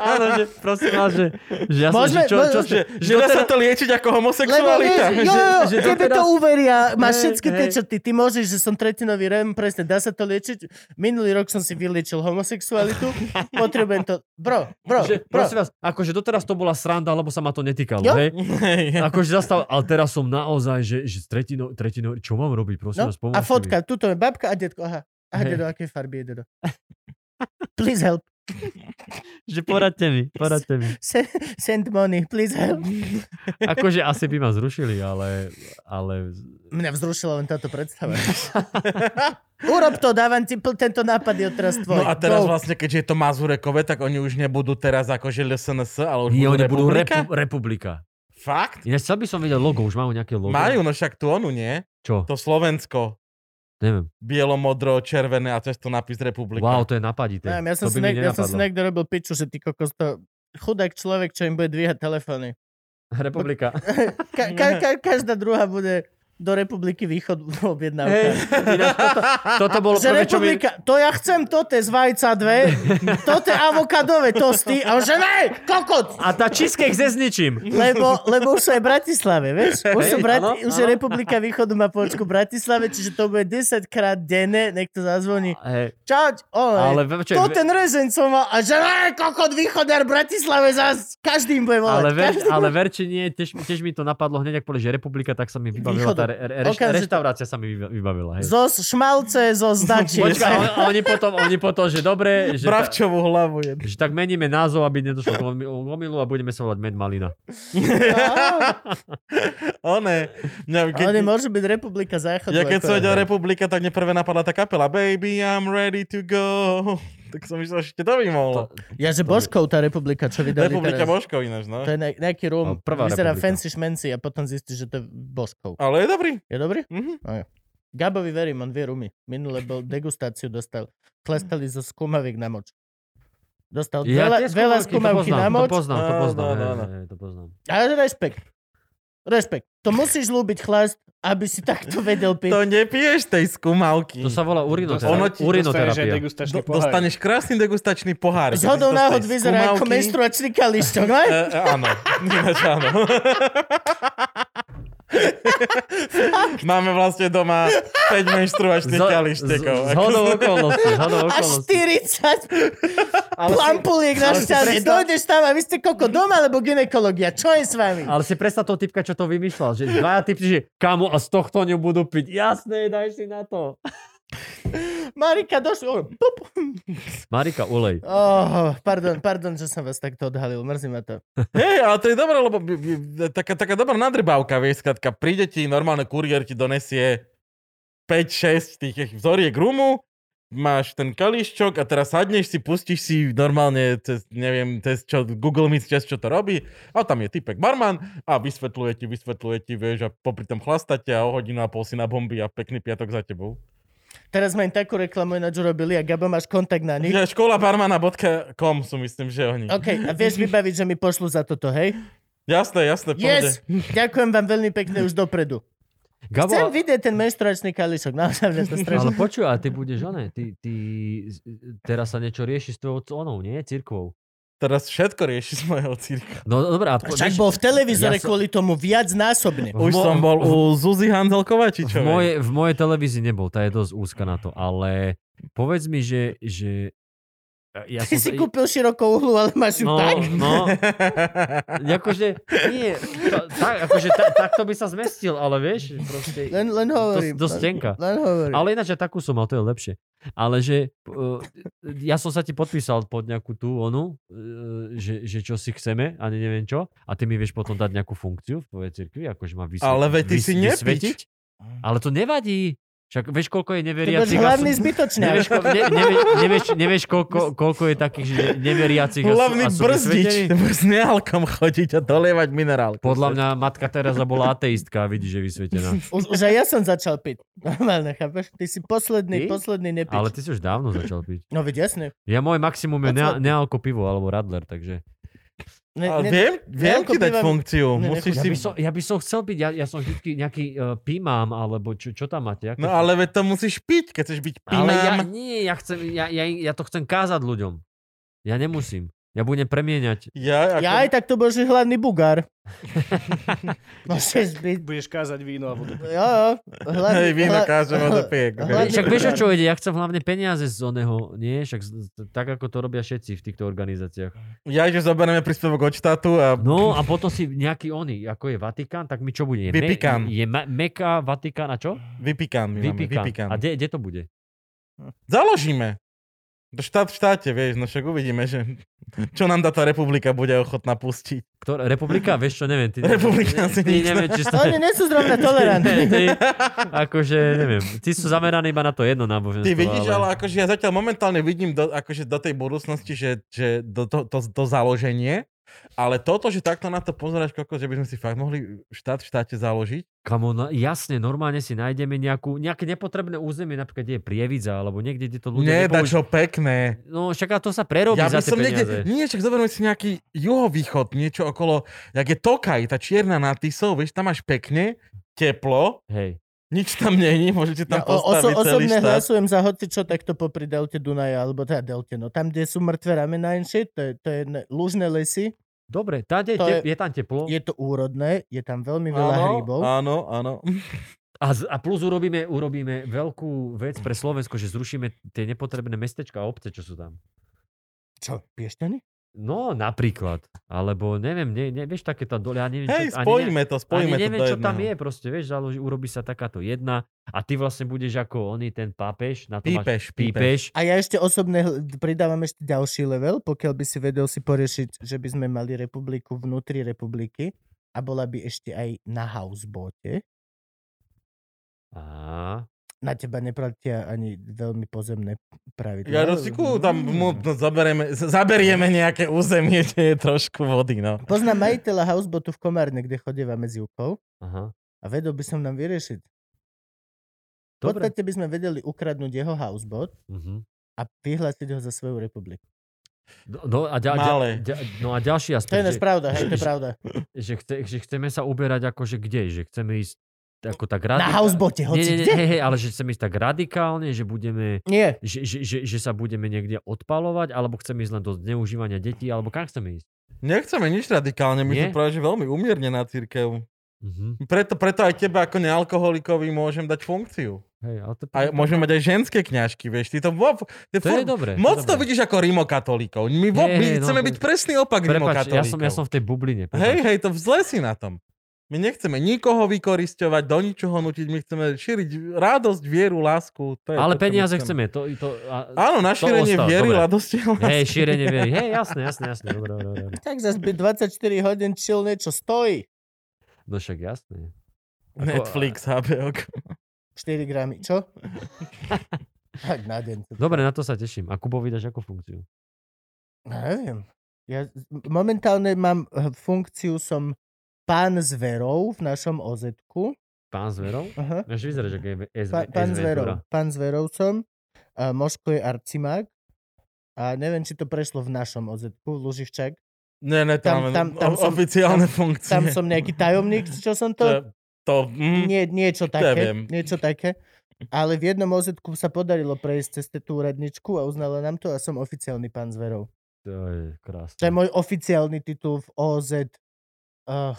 C: Áno,
A: <laughs>
C: že prosím vás, že, že ja som,
A: Môžeme-
C: že čo, čo,
A: môžeme-
C: že, že
B: Že dá sa
C: doteraz,
B: to liečiť ako
A: teda- Lebo vieš,
B: homosexualita.
A: jo, jo,
C: že- že
A: že tebe to
C: doteraz-
A: uveria, máš
C: Hej,
A: všetky tie
C: hej.
A: črty, ty môžeš, že som tretinový rem, presne, dá sa to liečiť. Minulý rok som si vyliečil homosexualitu, potrebujem to, bro, bro,
C: že,
A: bro.
C: prosím vás, akože doteraz to bola sranda, lebo sa ma to netýkalo,
A: Jo.
C: hej?
A: <laughs>
B: Hej, hej.
C: Akože zastal, ale teraz som naozaj, že, že tretino, tretino, čo mám robiť, prosím
A: No,
C: vás, pomôžte
A: a
C: mi.
A: fotka, tuto je babka a detko, aha. Aha,
C: Hej.
A: dedo, aké farby je dedo? Please help.
C: Že poradte mi, poradte mi.
A: Se- Send money, please help.
C: <laughs> Akože asi by ma zrušili, ale, ale
A: Mňa vzrušila len táto
C: <laughs>
A: predstava. Urob to, dávam ti, pl- tento nápad je teraz tvoj.
B: No a teraz
A: Go.
B: vlastne, keďže je to Mazurekové, tak oni už nebudú teraz akože SNS, ale už
C: nie,
B: budú
C: oni budú
B: republika?
C: repu, republika.
B: Fakt?
C: Ináč chcel by som vidieť logo, už majú nejaké logo.
B: Majú, no však tu onu, nie?
C: Čo?
B: To Slovensko.
C: Neviem.
B: Bielo, modro, červené a cez to nápis republika.
C: Wow, to je napadité.
A: Neviem, ja, som
C: to
A: si nek-
C: by mi
A: ja som si
C: nenapadlo.
A: niekde robil piču, že ty kokos to... Chudák človek, čo im bude dvíhať telefóny.
C: Republika. <laughs>
A: Ka- ka- ka- každá druhá bude do Republiky Východ <laughs> objednávka.
C: Hej, ináč toto, toto bolo
A: Že
C: prvé, čo mi...
A: republika, to ja chcem tote z vajca
C: <laughs>
A: dve, tote avokadové tosty, a on že ne, kokot!
C: A tá cheesecake ze
A: <laughs>
C: zničím.
A: Lebo, lebo už sú aj v Bratislave, vieš? Už, sú
C: Hej, áno,
A: Brati- už je
C: áno.
A: Republika Východu má počku v Bratislave, čiže to bude 10 krát denne, niekto zazvoní.
C: Hej,
A: Čau,
C: ale,
A: ole,
C: ve- čo,
A: to ten rezencov má, a že ne, kokot východar v Bratislave, zás každým bude volať.
C: ale, ver,
A: každým.
C: ale ver, či nie, tiež, tiež mi to napadlo hneď, ak povedali, že republika, tak sa mi vybavila, tá re, re, reš,
A: Okamžite.
C: reštaurácia sa mi vyba- vybavila. Hej.
A: Zo šmalce, zo značiek.
C: Počkaj, on, oni, potom, oni potom, že dobre, že, ta,
B: Bravčovú hlavu je.
C: že tak meníme názov, aby nedošlo k omi- k omilu a budeme sa volať Med Malina.
B: <laughs> One. Mňa, No, keď,
A: Ale môže byť Republika Záchodu.
B: ja keď som
A: akorát.
B: vedel Republika, tak mne prvé napadla tá kapela Baby, I'm ready to go. <laughs> Tak som myslel, že to by mohlo.
A: Ja, že Božkov tá republika, čo vydali
B: Republika
A: teraz.
B: Božkov ináč, no.
A: To je ne- nejaký
C: No,
A: rum,
C: prvá
A: vyzerá
C: republika.
A: fancy šmenci a potom zistíš, že to je Božkov.
B: Ale je dobrý.
A: Je dobrý?
B: Mhm.
A: Gabovi verím, on vie rumy. Minule
C: <laughs>
A: bol degustáciu dostal. Chlestali zo skumaviek na moč. Dostal
C: Ja
A: No, veľa,
C: tie
A: veľa skumavky
C: skúmavky, to
A: na
C: poznám, to
A: moč.
C: poznám, to
B: Áno,
C: poznám,
B: áno,
C: hej,
B: áno.
C: hej, to poznám.
A: Ale rešpekt. Rešpekt. To musíš ľúbiť chlast, aby si
C: <laughs>
A: takto vedel piť.
B: To nepiješ tej skumavky.
C: To sa volá urinoterapia.
B: Mm. Ono
C: Ono
B: ti
D: dostaneš aj
C: urinoterapia.
D: degustačný
B: Do,
D: pohár.
B: dostaneš krásny degustačný pohár.
A: Z hodou
B: Dostaneš
A: náhod vyzerá ako
B: skumavky.
A: menstruačný kališťok,
C: <laughs>
A: ne?
B: E, e, áno, <laughs> ináč
A: <laughs>
B: áno. Máme vlastne doma 5 menštruačných
C: Zo-
B: kalištekov. <laughs>
C: z- Zhodou okolností, zhodou
A: A
C: okolností.
A: 40
C: <laughs> Ale si-
A: plampuliek na
C: ale si
A: šťastie.
C: predstav-
A: Dojdeš tam a vy ste koko doma, alebo ginekológia. Čo je s vami?
C: Ale si predstav toho typka, čo to vymýšľal. Že dvaja typci, že kamo a z tohto nebudú piť. Jasné, daj si na to.
A: Marika došla. o, pup.
C: Marika, ulej.
A: Oh, pardon, pardon, že som vás takto odhalil. Mrzí ma to.
B: Hej, ale to je dobré, lebo by- by- taká, taká dobrá nadrbávka, vieš, skratka, príde ti normálne kuriér, ti donesie 5-6 tých vzoriek rumu, máš ten kališčok a teraz sadneš si, pustíš si normálne cez, neviem, cez čo, Google Meet, cez čo to robí a tam je typek barman a vysvetľuje ti, vysvetľuje ti, vieš, a popri tom chlastate a o hodinu a pol si na bomby a pekný piatok za tebou.
A: Teraz ma im takú reklamu ináč urobili a Gabo máš kontakt na nich.
B: Ja, škola barmana.com sú myslím, že oni.
A: OK, a vieš vybaviť, že mi pošlu za toto, hej?
B: Jasné, jasné, pohode.
A: Yes! Ďakujem vám veľmi pekne už dopredu.
C: Gabo,
A: Chcem vidieť ten menštruačný kališok, <laughs> naozaj mňa to strašne.
C: ale počuj, a ty budeš, oné, ty, ty, teraz sa niečo rieši s tvojou onou, nie? Cirkvou.
B: Teraz všetko rieši z mojho cirka.
C: No dobré, a po-
A: Však
C: vieš,
A: bol v televízore
C: Ja som-
A: kvôli tomu viacnásobne.
B: Už
C: mo-
B: som bol
C: v-
B: u Zuzi Hanzelkova, či
C: V
B: čo?
C: mojej, v mojej televízii nebol, tá je dosť úzka na to, ale povedz mi, že... že ja
A: Ty
C: som
A: si
C: sa-
A: kúpil širokou uhlu, ale máš ju
C: No,
A: tak?
C: no, akože, nie, to, tak, akože ta, takto by sa zmestil, ale vieš, proste,
A: Len, len hovorím.
C: dosť tenká.
A: Len hovorím.
C: ale ináč, ja takú som mal, to je lepšie. Ale že, uh, ja som sa ti podpísal pod nejakú tú onu, uh, že, že čo si chceme, ani neviem čo, a ty mi vieš potom dať nejakú funkciu v tvojej cirkvi, akože ma vysvetliť.
B: Ale veď ty si nepič.
C: vysvetiť. Ale to nevadí. Však vieš, koľko je
A: Ty budeš
C: neveriacich. a
A: hlavný
C: sú-
A: zbytočný.
C: <laughs> Nevieš, ko- ne, nevie, nevieš, nevieš koľko, koľko je takých že neveriacich a sú-
B: Hlavný
C: a sú vysvetení?
B: brzdič. S nealkom chodiť a dolievať minerál.
C: Podľa mňa matka Teresa bola ateistka a vidíš, že je
B: <laughs>
C: vysvetená.
A: Už, už aj ja som začal piť. Normálne, chápeš? Ty si posledný,
C: Ty?
A: posledný nepič.
C: Ale ty si už dávno začal piť.
A: No veď jasne.
C: Ja môj
A: A
C: maximum je nea-
A: co?
C: nealko pivo alebo radler, takže...
A: Ne,
B: Ale
A: ne,
B: viem, viem
A: Nealko
B: ti dať
A: býva-
B: funkciu.
A: Ne,
B: Musíš
C: Ja
B: si...
C: by som, ja by som chcel byť, ja, ja som vždy nejaký uh, pimám, alebo čo, čo tam máte? Ako
B: No ale veď to musíš piť, keď chceš byť
C: ale ja,
B: pinám.
C: nie, ja, chcem, ja, ja, ja to chcem kázať ľuďom. Ja nemusím. Ja budem premieňať.
B: Ja, ako...
A: Ja aj tak to bol že hladný
B: <laughs>
A: bugár. Môžeš byť.
D: Budeš kázať víno a vodu.
A: Jo, jo. Hladný,
B: Hej, víno
A: hla-
B: kážem
A: <laughs>
B: od opiek.
A: hla-
C: Však vieš, o čo ide? Ja chcem hlavne peniaze z oného, nie? Však z- z- tak, ako to robia všetci v týchto organizáciách.
B: Ja, že zoberieme príspevok od štátu a...
C: No a potom si nejaký oný, ako je Vatikán, tak mi čo bude? Je,
B: Vypikán.
C: je ma- Meka, Vatikán a čo?
B: Vypikám. my máme,
C: Vypikán.
B: Vypikám.
C: A kde, kde to bude?
B: Založíme. To štát v štáte, vieš, no však uvidíme, že čo nám tá republika bude ochotná pustiť.
C: Ktorá, republika? Vieš čo, neviem. Ty,
B: Republika si
C: <laughs> ty,
B: nič
C: neviem, či sta-
A: Oni nie sú zrovna
C: ty,
A: tolerantní.
C: ty, akože, neviem. Ty sú zameraní iba na to jedno náboženstvo.
B: Ty vidíš, ale... akože ja zatiaľ momentálne vidím do, akože do tej budúcnosti, že, že do, to, to, to založenie, ale toto, že takto na to pozeráš, koko, že by sme si fakt mohli štát v štáte založiť.
C: Kamo, na- no, jasne, normálne si nájdeme nejakú, nejaké nepotrebné územie, napríklad kde je Prievidza, alebo niekde, kde to ľudia
B: Nie,
C: nepoužívajú.
B: dačo pekné.
C: No, však a to sa prerobí
B: Ja by
C: za tie
B: som
C: peniaze.
B: niekde, nie, však zoberme si nejaký juhovýchod, niečo okolo, jak je Tokaj, tá čierna na Tisou, vieš, tam máš pekne teplo,
C: Hej.
B: nič tam není, môžete <laughs> tam
A: Ja
B: ja,
A: o, oso,
B: postaviť celý
A: osobne
B: štát.
A: hlasujem za hoci čo takto popri delte Dunaja, alebo teda delte, no tam, kde sú mŕtve ramena and shit, to je, to je ne, lužné lesy,
C: Dobre, tade je,
A: To
C: te,
A: je-
C: je tam teplo
A: je
C: je...
A: to úrodné, je tam veľmi veľa
B: áno,
A: hríbov.
B: áno, áno.
C: Hm, a, z, a plus urobíme, urobíme veľkú vec pre Slovensko, že zrušíme tie nepotrebné mestečka a obce, čo sú tam.
A: Čo, piešťany?
C: No, napríklad. Alebo neviem, ne, ne, vieš, také tá dole, ja neviem,
B: Hej,
C: čo, ani ne-
B: spojíme to,
C: Ani
B: spojíme to
C: neviem,
B: do
C: čo tam je,
B: jedného.
C: proste, vieš, založí, urobí sa takáto jedna a ty vlastne budeš ako oný ten pápež, na to máš
B: Pípeš, pípeš.
C: pípeš.
A: A ja ešte osobne hl- pridávam ešte ďalší level, pokiaľ by si vedel si poriešiť, že by sme mali republiku vnútri republiky a bola by ešte aj na housebote.
C: Á,
A: Na teba neplatia ani veľmi pozemné pravidlá.
B: Ja Rosiku, tam mu no, zaberieme, z- zaberieme nejaké územie, <laughs> kde je trošku vody, no.
A: Mm. Poznám majiteľa housebotu v Komárne, kde chodeva medzi jukou
C: aha.
A: a vedel by som nám vyriešiť. V
C: Dobre.
A: podstate by sme vedeli ukradnúť jeho housebot
C: Mhm.
A: a vyhlásiť ho za svoju republiku.
C: No- No a, ďa, ďa,
B: Malé.
C: ďa, no a
A: To je
C: ďalší aspekt,
A: nás
C: že,
A: pravda, hej, to je pravda.
C: že, chce, že chceme sa uberať akože kde, že chceme ísť ako tak
A: Na
C: radikálne.
A: housebote,
C: nie, nie,
A: hoci
C: nie,
A: kde.
C: hej, hej, ale že chceme ísť tak radikálne, že budeme
A: Nie,
C: že, že, že, že sa budeme niekde odpalovať, alebo chceme ísť len do zneužívania detí, alebo kam chceme ísť.
B: Nechceme nič radikálne, my
C: Nie?
B: sme práve že veľmi umierne na církev.
C: Mhm.
B: Preto, preto aj tebe ako nealkoholikovi môžem dať funkciu.
C: Hej, ale to,
B: A môžeme mať aj ženské kňažky, vieš, ty to vôb... Ty
C: No, to je dobre.
B: Moc
C: je
B: to
C: dobre.
B: vidíš ako rimokatolíkov. My, vo,
C: Hej,
B: my
C: hej, no,
B: chceme
C: to-
B: byť presný opak
C: Prepač,
B: rimokatolíkov.
C: ja som, ja som v tej
B: Hej,
C: bubline. prepáč.
B: hej, to vzle si na tom. My nechceme nikoho vykoristovať, do ničoho nutiť, my chceme šíriť radosť, vieru, lásku. To je
C: Ale
B: to, čo my
C: peniaze chceme. To, to, a,
B: Áno, na
C: To
B: šírenie
C: ostal,
B: viery,
C: dobre.
B: radosti a lásky.
C: hej, šírenie viery. Hej, jasné, jasné, jasné. Dobre, dobre, dobre.
A: tak zase by 24 hodín chill niečo stojí.
C: No však jasné. Ako-
B: <laughs> Netflix, HBO.
A: 4 gramy,
C: <laughs>
A: čo? tak na deň. to-
C: Dobre, na to sa teším. A Kubovi dáš ako funkciu?
A: Neviem. No, Ja z- momentálne mám eh, funkciu, som pán zverov v našom ozetku.
C: Pán Zverov?
A: Aha.
C: Až vyzeráš, ako je
A: Pa, pán
B: no.
A: zverov. Pán zverov som. A Moško je arcimák. A neviem, či to prešlo v našom ozetku, v Luživčak.
B: Nie, ne, tam,
A: Tam- tam- tam
B: o-
A: som-
B: oficiálne funkcie.
A: Tam som nejaký
B: <laughs>
A: tajomník, čo som to?
B: To, to, mm,
A: Nie, niečo
B: ja
A: také.
B: viem.
A: Niečo také. Ale v jednom ozetku sa podarilo prejsť cez tú úradničku a uznala nám to a som oficiálny pán zverov.
C: To je krásne.
A: To je môj oficiálny titul v OZ uh,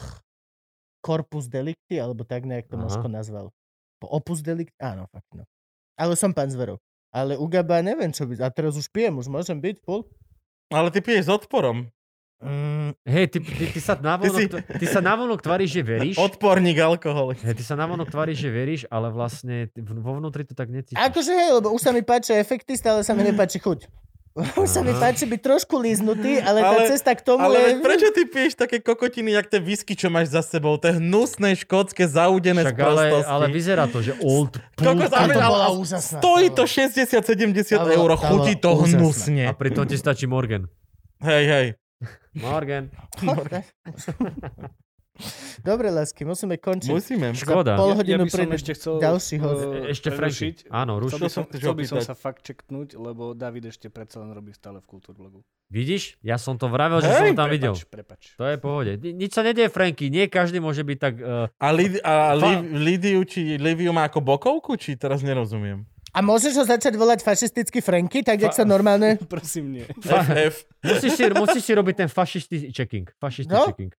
A: Corpus Delicti, alebo tak nejak to
C: Aha.
A: Moško nazval. Po Opus Delicti? Áno, fakt no. Ale som pán zverov. Ale u Gaba neviem, čo byť. A teraz už pijem, už môžem byť full.
B: Ale ty piješ s odporom.
A: Mm,
C: Hej, ty, ty, ty sa navonok,
B: si-
C: ty, ty sa navonok tvaríš, že veríš.
B: Odporník alkoholik.
C: Hej, ty sa navonok tvaríš, že veríš, ale vlastne ty v- vo vnútri to tak necítiš.
A: akože hej, lebo už sa mi páči efekty, stále
B: <laughs>
A: sa mi nepáči chuť. <laughs> Už sa mi
C: Aha.
A: páči byť trošku líznutý, ale, tá
B: Ale-
A: cesta k tomu
B: Ale
A: je...
B: veď
A: <laughs>
B: prečo ty piješ také kokotiny, jak tie whisky, čo máš za sebou? To je hnusné, škótske, zaudené z
C: Však ale,
B: prostosti.
C: ale vyzerá to, že old
B: Kokos,
A: Tam to
B: ale,
A: bola
B: ale
A: úžasná.
B: stojí to
A: bola-
B: 60-70
A: Tá bola- tá
B: eur,
A: bola
B: chutí to
A: úžasná.
B: hnusne.
C: A pritom ti stačí Morgan.
B: Hej, hej.
C: Morgan.
B: <laughs>
A: Dobre, lásky, musíme končiť.
B: Musíme.
C: Škoda.
A: Pol
D: Ja- ja
A: hodinu
D: by som
A: príde
D: ešte chcel,
A: ďalší
D: eh,
A: host.
C: E- Ešte
D: prerušiť.
C: Franky. Áno,
D: Chcel
C: ruš.
B: To
D: by, som,
B: som chcel
D: chcel by som
B: opýtať.
D: sa fakt čeknúť, lebo David ešte predsa len robí stále v Kultúrblogu.
C: Vidíš? Ja som to vravel,
B: Hej,
C: že som ho tam videl.
D: Prepač, prepač.
C: To je v pohode. Ni- Nič sa nedieje, Franky. Nie každý môže byť tak... Uh,
B: A, Lid- a
C: Fa-
B: Liv- Lidiu, či Liviu má ako bokovku, či teraz nerozumiem?
A: A môžeš ho začať volať fašisticky Franky, tak jak sa normálne...
B: No.
D: <laughs> Prosím, nie.
B: FF.
C: musíš, si, musíš si robiť ten fašistický checking. Fašistický
A: No.
C: checking.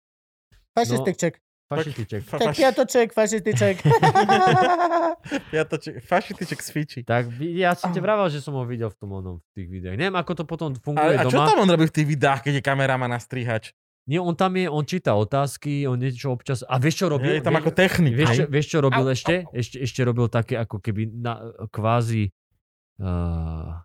A: Fašistik ček.
C: Fašistický check.
A: Tak
B: <laughs>
A: piatoček, fašističek.
B: Piatoček, fašističek svičí.
C: Tak vi-
B: Ah.
C: ja som ti vravel, že som ho videl v tom onom, v tých videách. Neviem, ako to potom funguje
B: A, a čo
C: doma.
B: tam on robí v tých videách, keď je kamera má na strihač?
C: Nie, on tam je, on číta otázky, on niečo občas... A vieš, čo robil?
B: Je tam
C: Vie-
B: ako technik.
C: Vieš, čo,
B: hej?
C: vieš, čo robil ešte? ešte? Ešte robil také ako keby na, kvázi... Uh,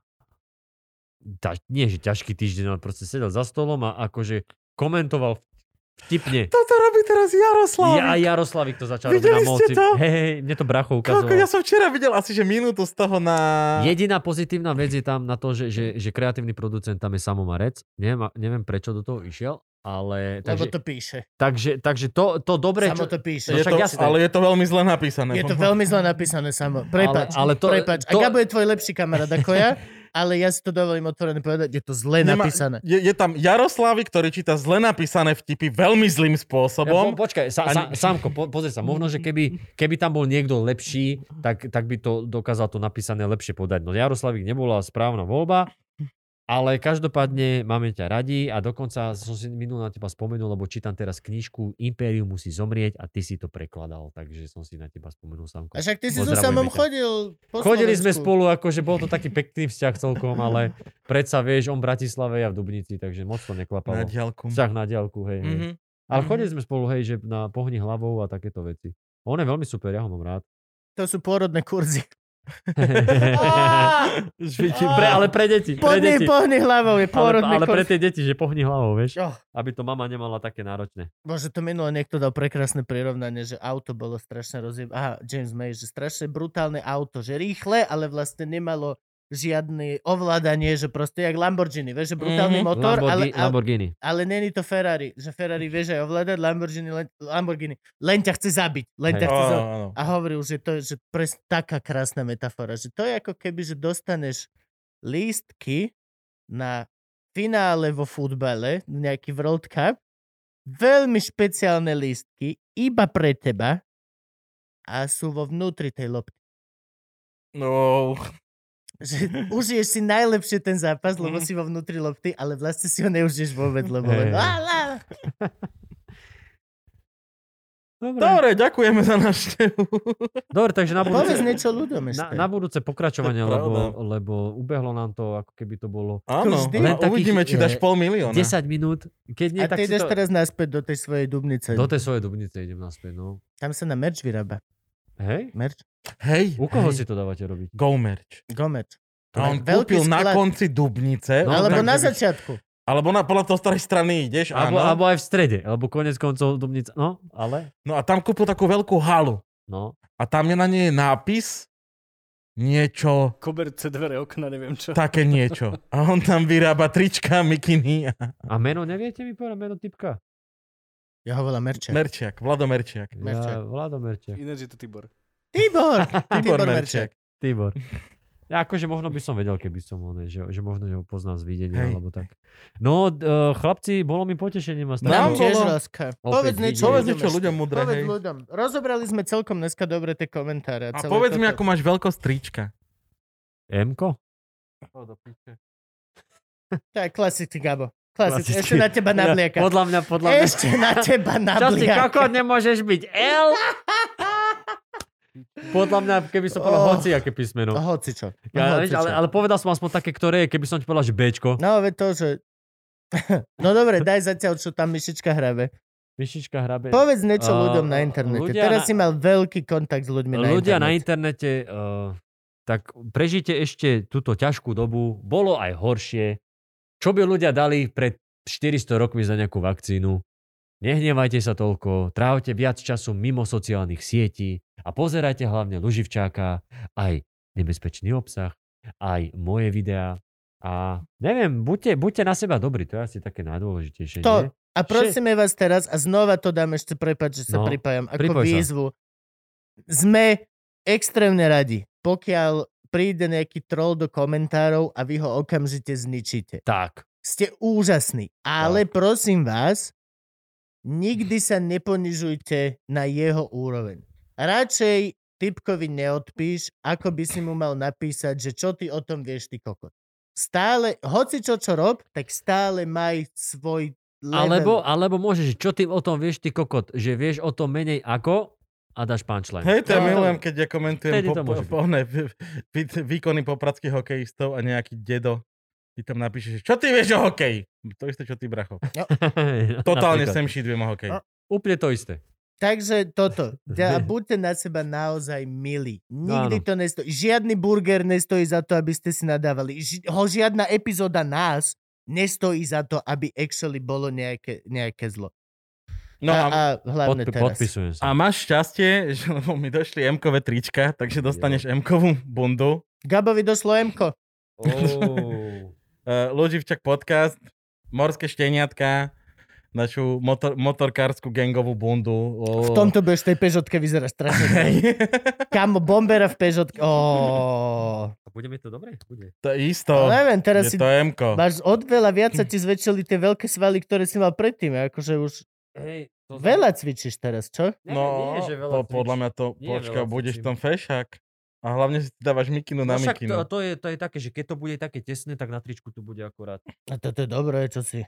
C: ta, nie, že ťažký týždeň, ale proste sedel za stolom a akože komentoval
B: <laughs>
C: vtipne.
B: Toto robí teraz Jaroslav.
C: Ja, Jaroslavik to začal robiť na
B: Videli
C: moci.
B: ste to?
C: Hej, hej, mne to bracho
B: Koľko, ja
C: ukazoval.
B: som včera videl asi, že minútu z toho na...
C: Jediná pozitívna vec je tam na to, že, že, že kreatívny producent tam je samomarec. Neviem, a- neviem prečo do toho išiel, ale...
A: Lebo
C: Takže,
A: to píše.
C: takže, takže to, to dobre...
A: Samo
C: čo-
A: to píše.
C: No
B: je
C: však
B: to,
C: jasné.
B: ale je to veľmi zle napísané.
A: Je to veľmi zle napísané samo. Prepač.
C: Ale- ale to-
A: prepač. A
C: to- <laughs>
A: Gabo je tvoj lepší kamarát ako ja. ale ja si to dovolím otvorene povedať, je to zle
B: Nemá-
A: napísané.
B: Je, je tam Jaroslavy, ktorý číta zle napísané vtipy veľmi zlým
C: Ja, po,
B: spôsobom.
C: počkaj, sa, sa, Sámko, po, pozri sa, možno, že keby, keby tam bol niekto lepší, tak, tak by to dokázal to napísané lepšie podať. No Jaroslavík nebola správna voľba, ale každopádne máme ťa radi a dokonca som si minul na teba spomenul, lebo čítam teraz knižku Impérium musí zomrieť a ty si to prekladal, takže som si na teba spomenul, Sámko.
A: A však ty si so
C: Pozdravujeme
A: samom
C: ťa.
A: chodil po
C: Chodili sme
A: Slovensku.
C: spolu, akože bol to taký pekný vzťah celkom, ale predsa vieš, on v Bratislave, ja v Dubnici, takže moc to
B: Na
C: neklapalo.
B: diaľku.
C: Vzťah na diálku, hej. hej.
B: Mhm.
C: Ale
B: Mhm.
C: chodili sme spolu, hej, že na pohni hlavou a takéto veci. On je veľmi super, ja ho mám
B: <laughs>
C: rád. <laughs>
A: To sú pôrodné kurzy.
C: pre, ale pre deti,
A: Pohni,
C: pre deti.
A: pohni hlavou, je
C: Ale,
A: pôrodný
C: ale pre
A: kurz.
C: tie deti, že pohni hlavou, vieš.
A: Oh,
C: Aby to mama nemala také náročné.
A: bože, to minule niekto dal prekrásne prirovnanie, že auto bolo strašne rozjeb... Aha, James May, že strašne brutálne auto, že rýchle, ale vlastne nemalo žiadne ovládanie, že proste jak Lamborghini, vieš, že brutálny
B: Mhm.
A: motor, ale,
C: Lamborghini, Lamborghini.
A: Ale není to Ferrari, že Ferrari vieš aj ovládať, Lamborghini len, Lamborghini len ťa chce zabiť, len ťa
C: Hej.
A: chce
B: Áno,
A: zabiť.
B: áno.
A: A hovoril, že to je že pres, taká krásna metafora, že to je ako keby, že dostaneš lístky na finále vo futbale, nejaký World Cup, veľmi špeciálne lístky, iba pre teba a sú vo vnútri tej lopty. <laughs>
B: No,
A: Že užiješ si najlepšie ten zápas, lebo
B: Mhm.
A: si vo vnútri lopty, ale vlastne si ho neužiješ vôbec, lebo len...
C: Hej.
A: "Á, lá."
C: Dobre,
B: dobre, ďakujeme za návštevu.
C: Dobre takže na budúce,
A: Povedz niečo ľuďom ešte.
C: na, na budúce pokračovanie,
B: To je
C: lebo,
B: pravda.
C: lebo ubehlo nám to, ako keby to bolo
B: Áno,
A: vždy.
B: a
C: Len takých,
B: uvidíme, či dáš
C: eh,
B: pol milióna.
C: 10 minút. Keď nie,
A: A ty
C: tak si
A: ideš
C: to...
A: teraz naspäť do tej svojej dubnice.
C: Do tej svojej dubnice idem naspäť, no.
A: Tam sa na merch vyrába.
C: Hej?
A: Merch?
B: Hej,
C: U koho
B: hej.
C: si to dávate robiť?
B: Go merch.
A: Gomerč.
B: A on
A: Veľký
B: kúpil na
A: sklad.
B: konci Dubnice.
C: No,
A: Alebo
B: tak,
A: na
B: že by-
A: začiatku.
B: Alebo na, podľa toho starej strany ideš, áno.
C: Alebo, alebo aj v strede, alebo konec koncov Dubnica. No, ale?
B: No a tam kúpil takú veľkú halu.
C: No.
B: A tam je na nej nápis niečo,
D: Koberce, dvere, okna, neviem čo.
B: také niečo. A on tam vyrába trička, mikiny a
C: A meno neviete mi povedať? Meno typka?
A: Ja ho volám Merče. Mer-
B: merčiak, Vlado Merčiak.
A: Merček.
C: Ja, Vlado Merček.
D: Ináč je to Tibor.
A: Tibor! Tibor
B: <laughs> Tibor
A: Merček.
B: Merčiak.
C: Tibor. Ja akože možno by som vedel, keby som on, že, že možno že ho poznám z videnia,
B: Hej.
C: alebo tak. No, d- e, chlapci, bolo mi potešením vás.
A: Nám
B: Nám
C: stretnúť.
A: tiež
B: bolo-
A: rozka.
C: Opäť
A: Povedz
C: vidíme.
A: niečo,
B: Povedz
A: ľuďom
B: niečo
A: ešte.
B: ľuďom mudré,
A: Povedz
B: hej.
A: ľuďom. Rozobrali sme celkom dneska dobre tie komentáre.
B: A
A: celé
B: povedz mi, ako
A: toto.
B: máš veľkosť trička.
C: Emko?
A: To je klasický Gabo. Klasický.
C: Klasický.
A: Ešte na teba
C: Ja,
A: nablieka.
C: podľa mňa, podľa mňa.
A: Ešte na teba
C: Čo si koko,
A: nablieka.
C: nemôžeš byť L? Podľa mňa, keby som povedal
A: Oh.
C: hoci, aké písmeno.
A: Hocičo.
C: Ja, vieš,
A: Hocičo.
C: ale, ale povedal som aspoň také, ktoré je, keby som ti povedal, že Bčko.
A: No, veď to, že... <laughs> No dobre, daj zatiaľ, čo tam myšička hrabe.
C: Myšička hrabe.
A: Povedz niečo
C: A,
A: ľuďom na
C: a,
A: internete.
C: ľudia
A: Teraz
C: na-
A: si mal veľký kontakt s ľuďmi
C: Ľudia
A: na
C: na
A: internete.
C: internete, uh, tak prežite ešte túto ťažkú dobu. Bolo aj horšie. Čo by ľudia dali pred 400 rokmi za nejakú vakcínu? Nehnevajte sa toľko, trávte viac času mimo sociálnych sietí a pozerajte hlavne Luživčáka, aj nebezpečný obsah, aj moje videá. A neviem, buďte, buďte na seba dobrí, to je asi také najdôležitejšie.
A: To-
C: nie?
A: A prosíme vás teraz, a znova to dám ešte, prepáč, že sa
C: No,
A: pripájam, ako
C: pripoj sa.
A: výzvu. Sme extrémne radi, pokiaľ príde nejaký troll do komentárov a vy ho okamžite zničíte.
C: Tak.
A: Ste úžasní, ale prosím vás, nikdy sa neponižujte na jeho úroveň. Radšej typkovi neodpíš, ako by si mu mal napísať, že čo ty o tom vieš, ty kokot. Stále, hoci čo čo rob, tak stále maj svoj level.
C: Alebo, alebo môžeš, čo ty o tom vieš, ty kokot, že vieš o tom menej ako a dáš punchline.
B: Hej, to ja
A: No,
B: milujem,
C: to-
B: keď ja komentujem
C: vtedy
B: po,
C: to
B: po,
C: môže
B: po, ne, v- v- výkony popradských hokejistov a nejaký dedo ty tam napíšeš, čo ty vieš o hokeji? To isté, čo ty,
A: <laughs>
B: bracho.
C: <laughs>
B: Totálne
C: Napríklad.
B: sem šídviem o hokeji.
A: A-
C: Úplne to isté.
A: Takže
B: <laughs>
A: toto, ja, buďte na seba naozaj milí. Nikdy
C: áno.
A: to nestojí. Žiadny burger nestojí za to, aby ste si nadávali. Ži- ho žiadna epizóda nás nestojí za to, aby actually bolo nejaké, nejaké zlo.
B: No
A: a,
B: a,
A: a hlavne
C: Podpi-
A: teraz.
C: podpisujem
B: a
C: sa.
B: máš šťastie, <laughs> že lebo mi došli M-kové trička, takže dostaneš M-kovú bundu.
A: Gabovi došlo Emko.
C: Oh.
B: Eh, Uh, Luživčak podcast, Morské šteniatka, našu motor, motorkárskú gangovú bundu. O...
A: V tomto budeš v tej Peugeotke vyzerá strašne.
B: <laughs> Hej.
A: Kamo, bombera v Peugeotke. Oh.
C: A bude mi to dobre? Bude.
B: To je isto.
A: Neviem, teraz si
B: No, Je to M-ko.
A: máš od veľa viac
B: <clears throat>
A: sa ti zväčšili tie veľké svaly, ktoré si mal predtým. Akože už
C: Hej, to
A: veľa cvičíš teraz, čo?
B: No,
C: nie, že veľa
B: po, podľa mňa to,
C: Nie je
B: počka,
C: veľa
B: budeš v
C: cvičím.
B: tom fešák. A hlavne si dávaš mikinu na
C: No však to,
B: mikinu.
C: to, je, to je také, že keď to bude také tesné, tak na tričku to bude akorát.
A: A toto je dobré, čo si.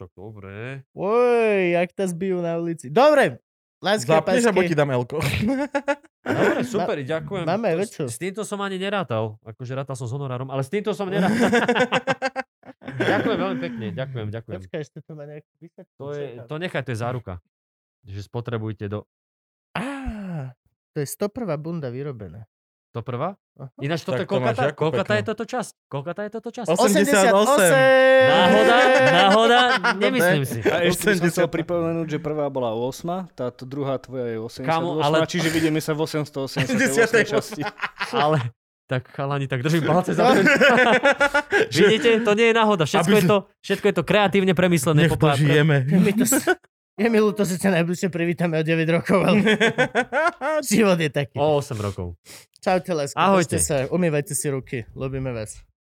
C: Tak dobre.
A: Oj, jak ta zbijú na ulici. Dobre, lásky a
B: Zapneš, alebo
A: pásky.
B: ti dám L-ko.
C: Dobre, super, ďakujem.
A: máme
C: To-
A: väčšiu.
C: S týmto som ani nerátal. Akože rátal som s honorárom, ale s týmto som
B: <laughs>
C: nerátal. ďakujem veľmi pekne, ďakujem, ďakujem.
A: Počkaj, ešte tu má nejaký vysvetlý.
C: To, je, to nechaj, to je záruka. Že spotrebujte do...
A: Á, to je 101. bunda vyrobená.
C: To prvá?
A: Aha.
C: Ináč toto
B: Tak
C: je
B: to máš
C: kolkata,
B: ako
C: kolkata
B: pekno.
C: je toto časť? Kolkata je toto časť?
B: Os- 88. <laughs>
C: Náhoda, náhoda, nemyslím si.
D: A ešte by som
B: 80.
D: chcel pripomenúť, že prvá bola 8, táto druhá tvoja je 88,
C: Kamo, ale-
D: čiže vidíme sa v 888 časti.
C: Ale tak chalani, tak držím palce za <laughs>
B: <laughs>
C: Vidíte, to nie je náhoda. Všetko,
B: Aby
C: je
B: sme-
C: to, všetko je to kreatívne premyslené.
B: Nech
C: popra- pre-
B: dožijeme.
C: <laughs>
A: Je mi to, s- je mi ľúto, že sa najbližšie privítame o 9 rokov,
C: <laughs>
A: ale život je taký.
C: O 8 rokov.
A: Čaute, lásky. držte
C: Ahojte.
A: Sa, umývajte si ruky. Ľubíme vás.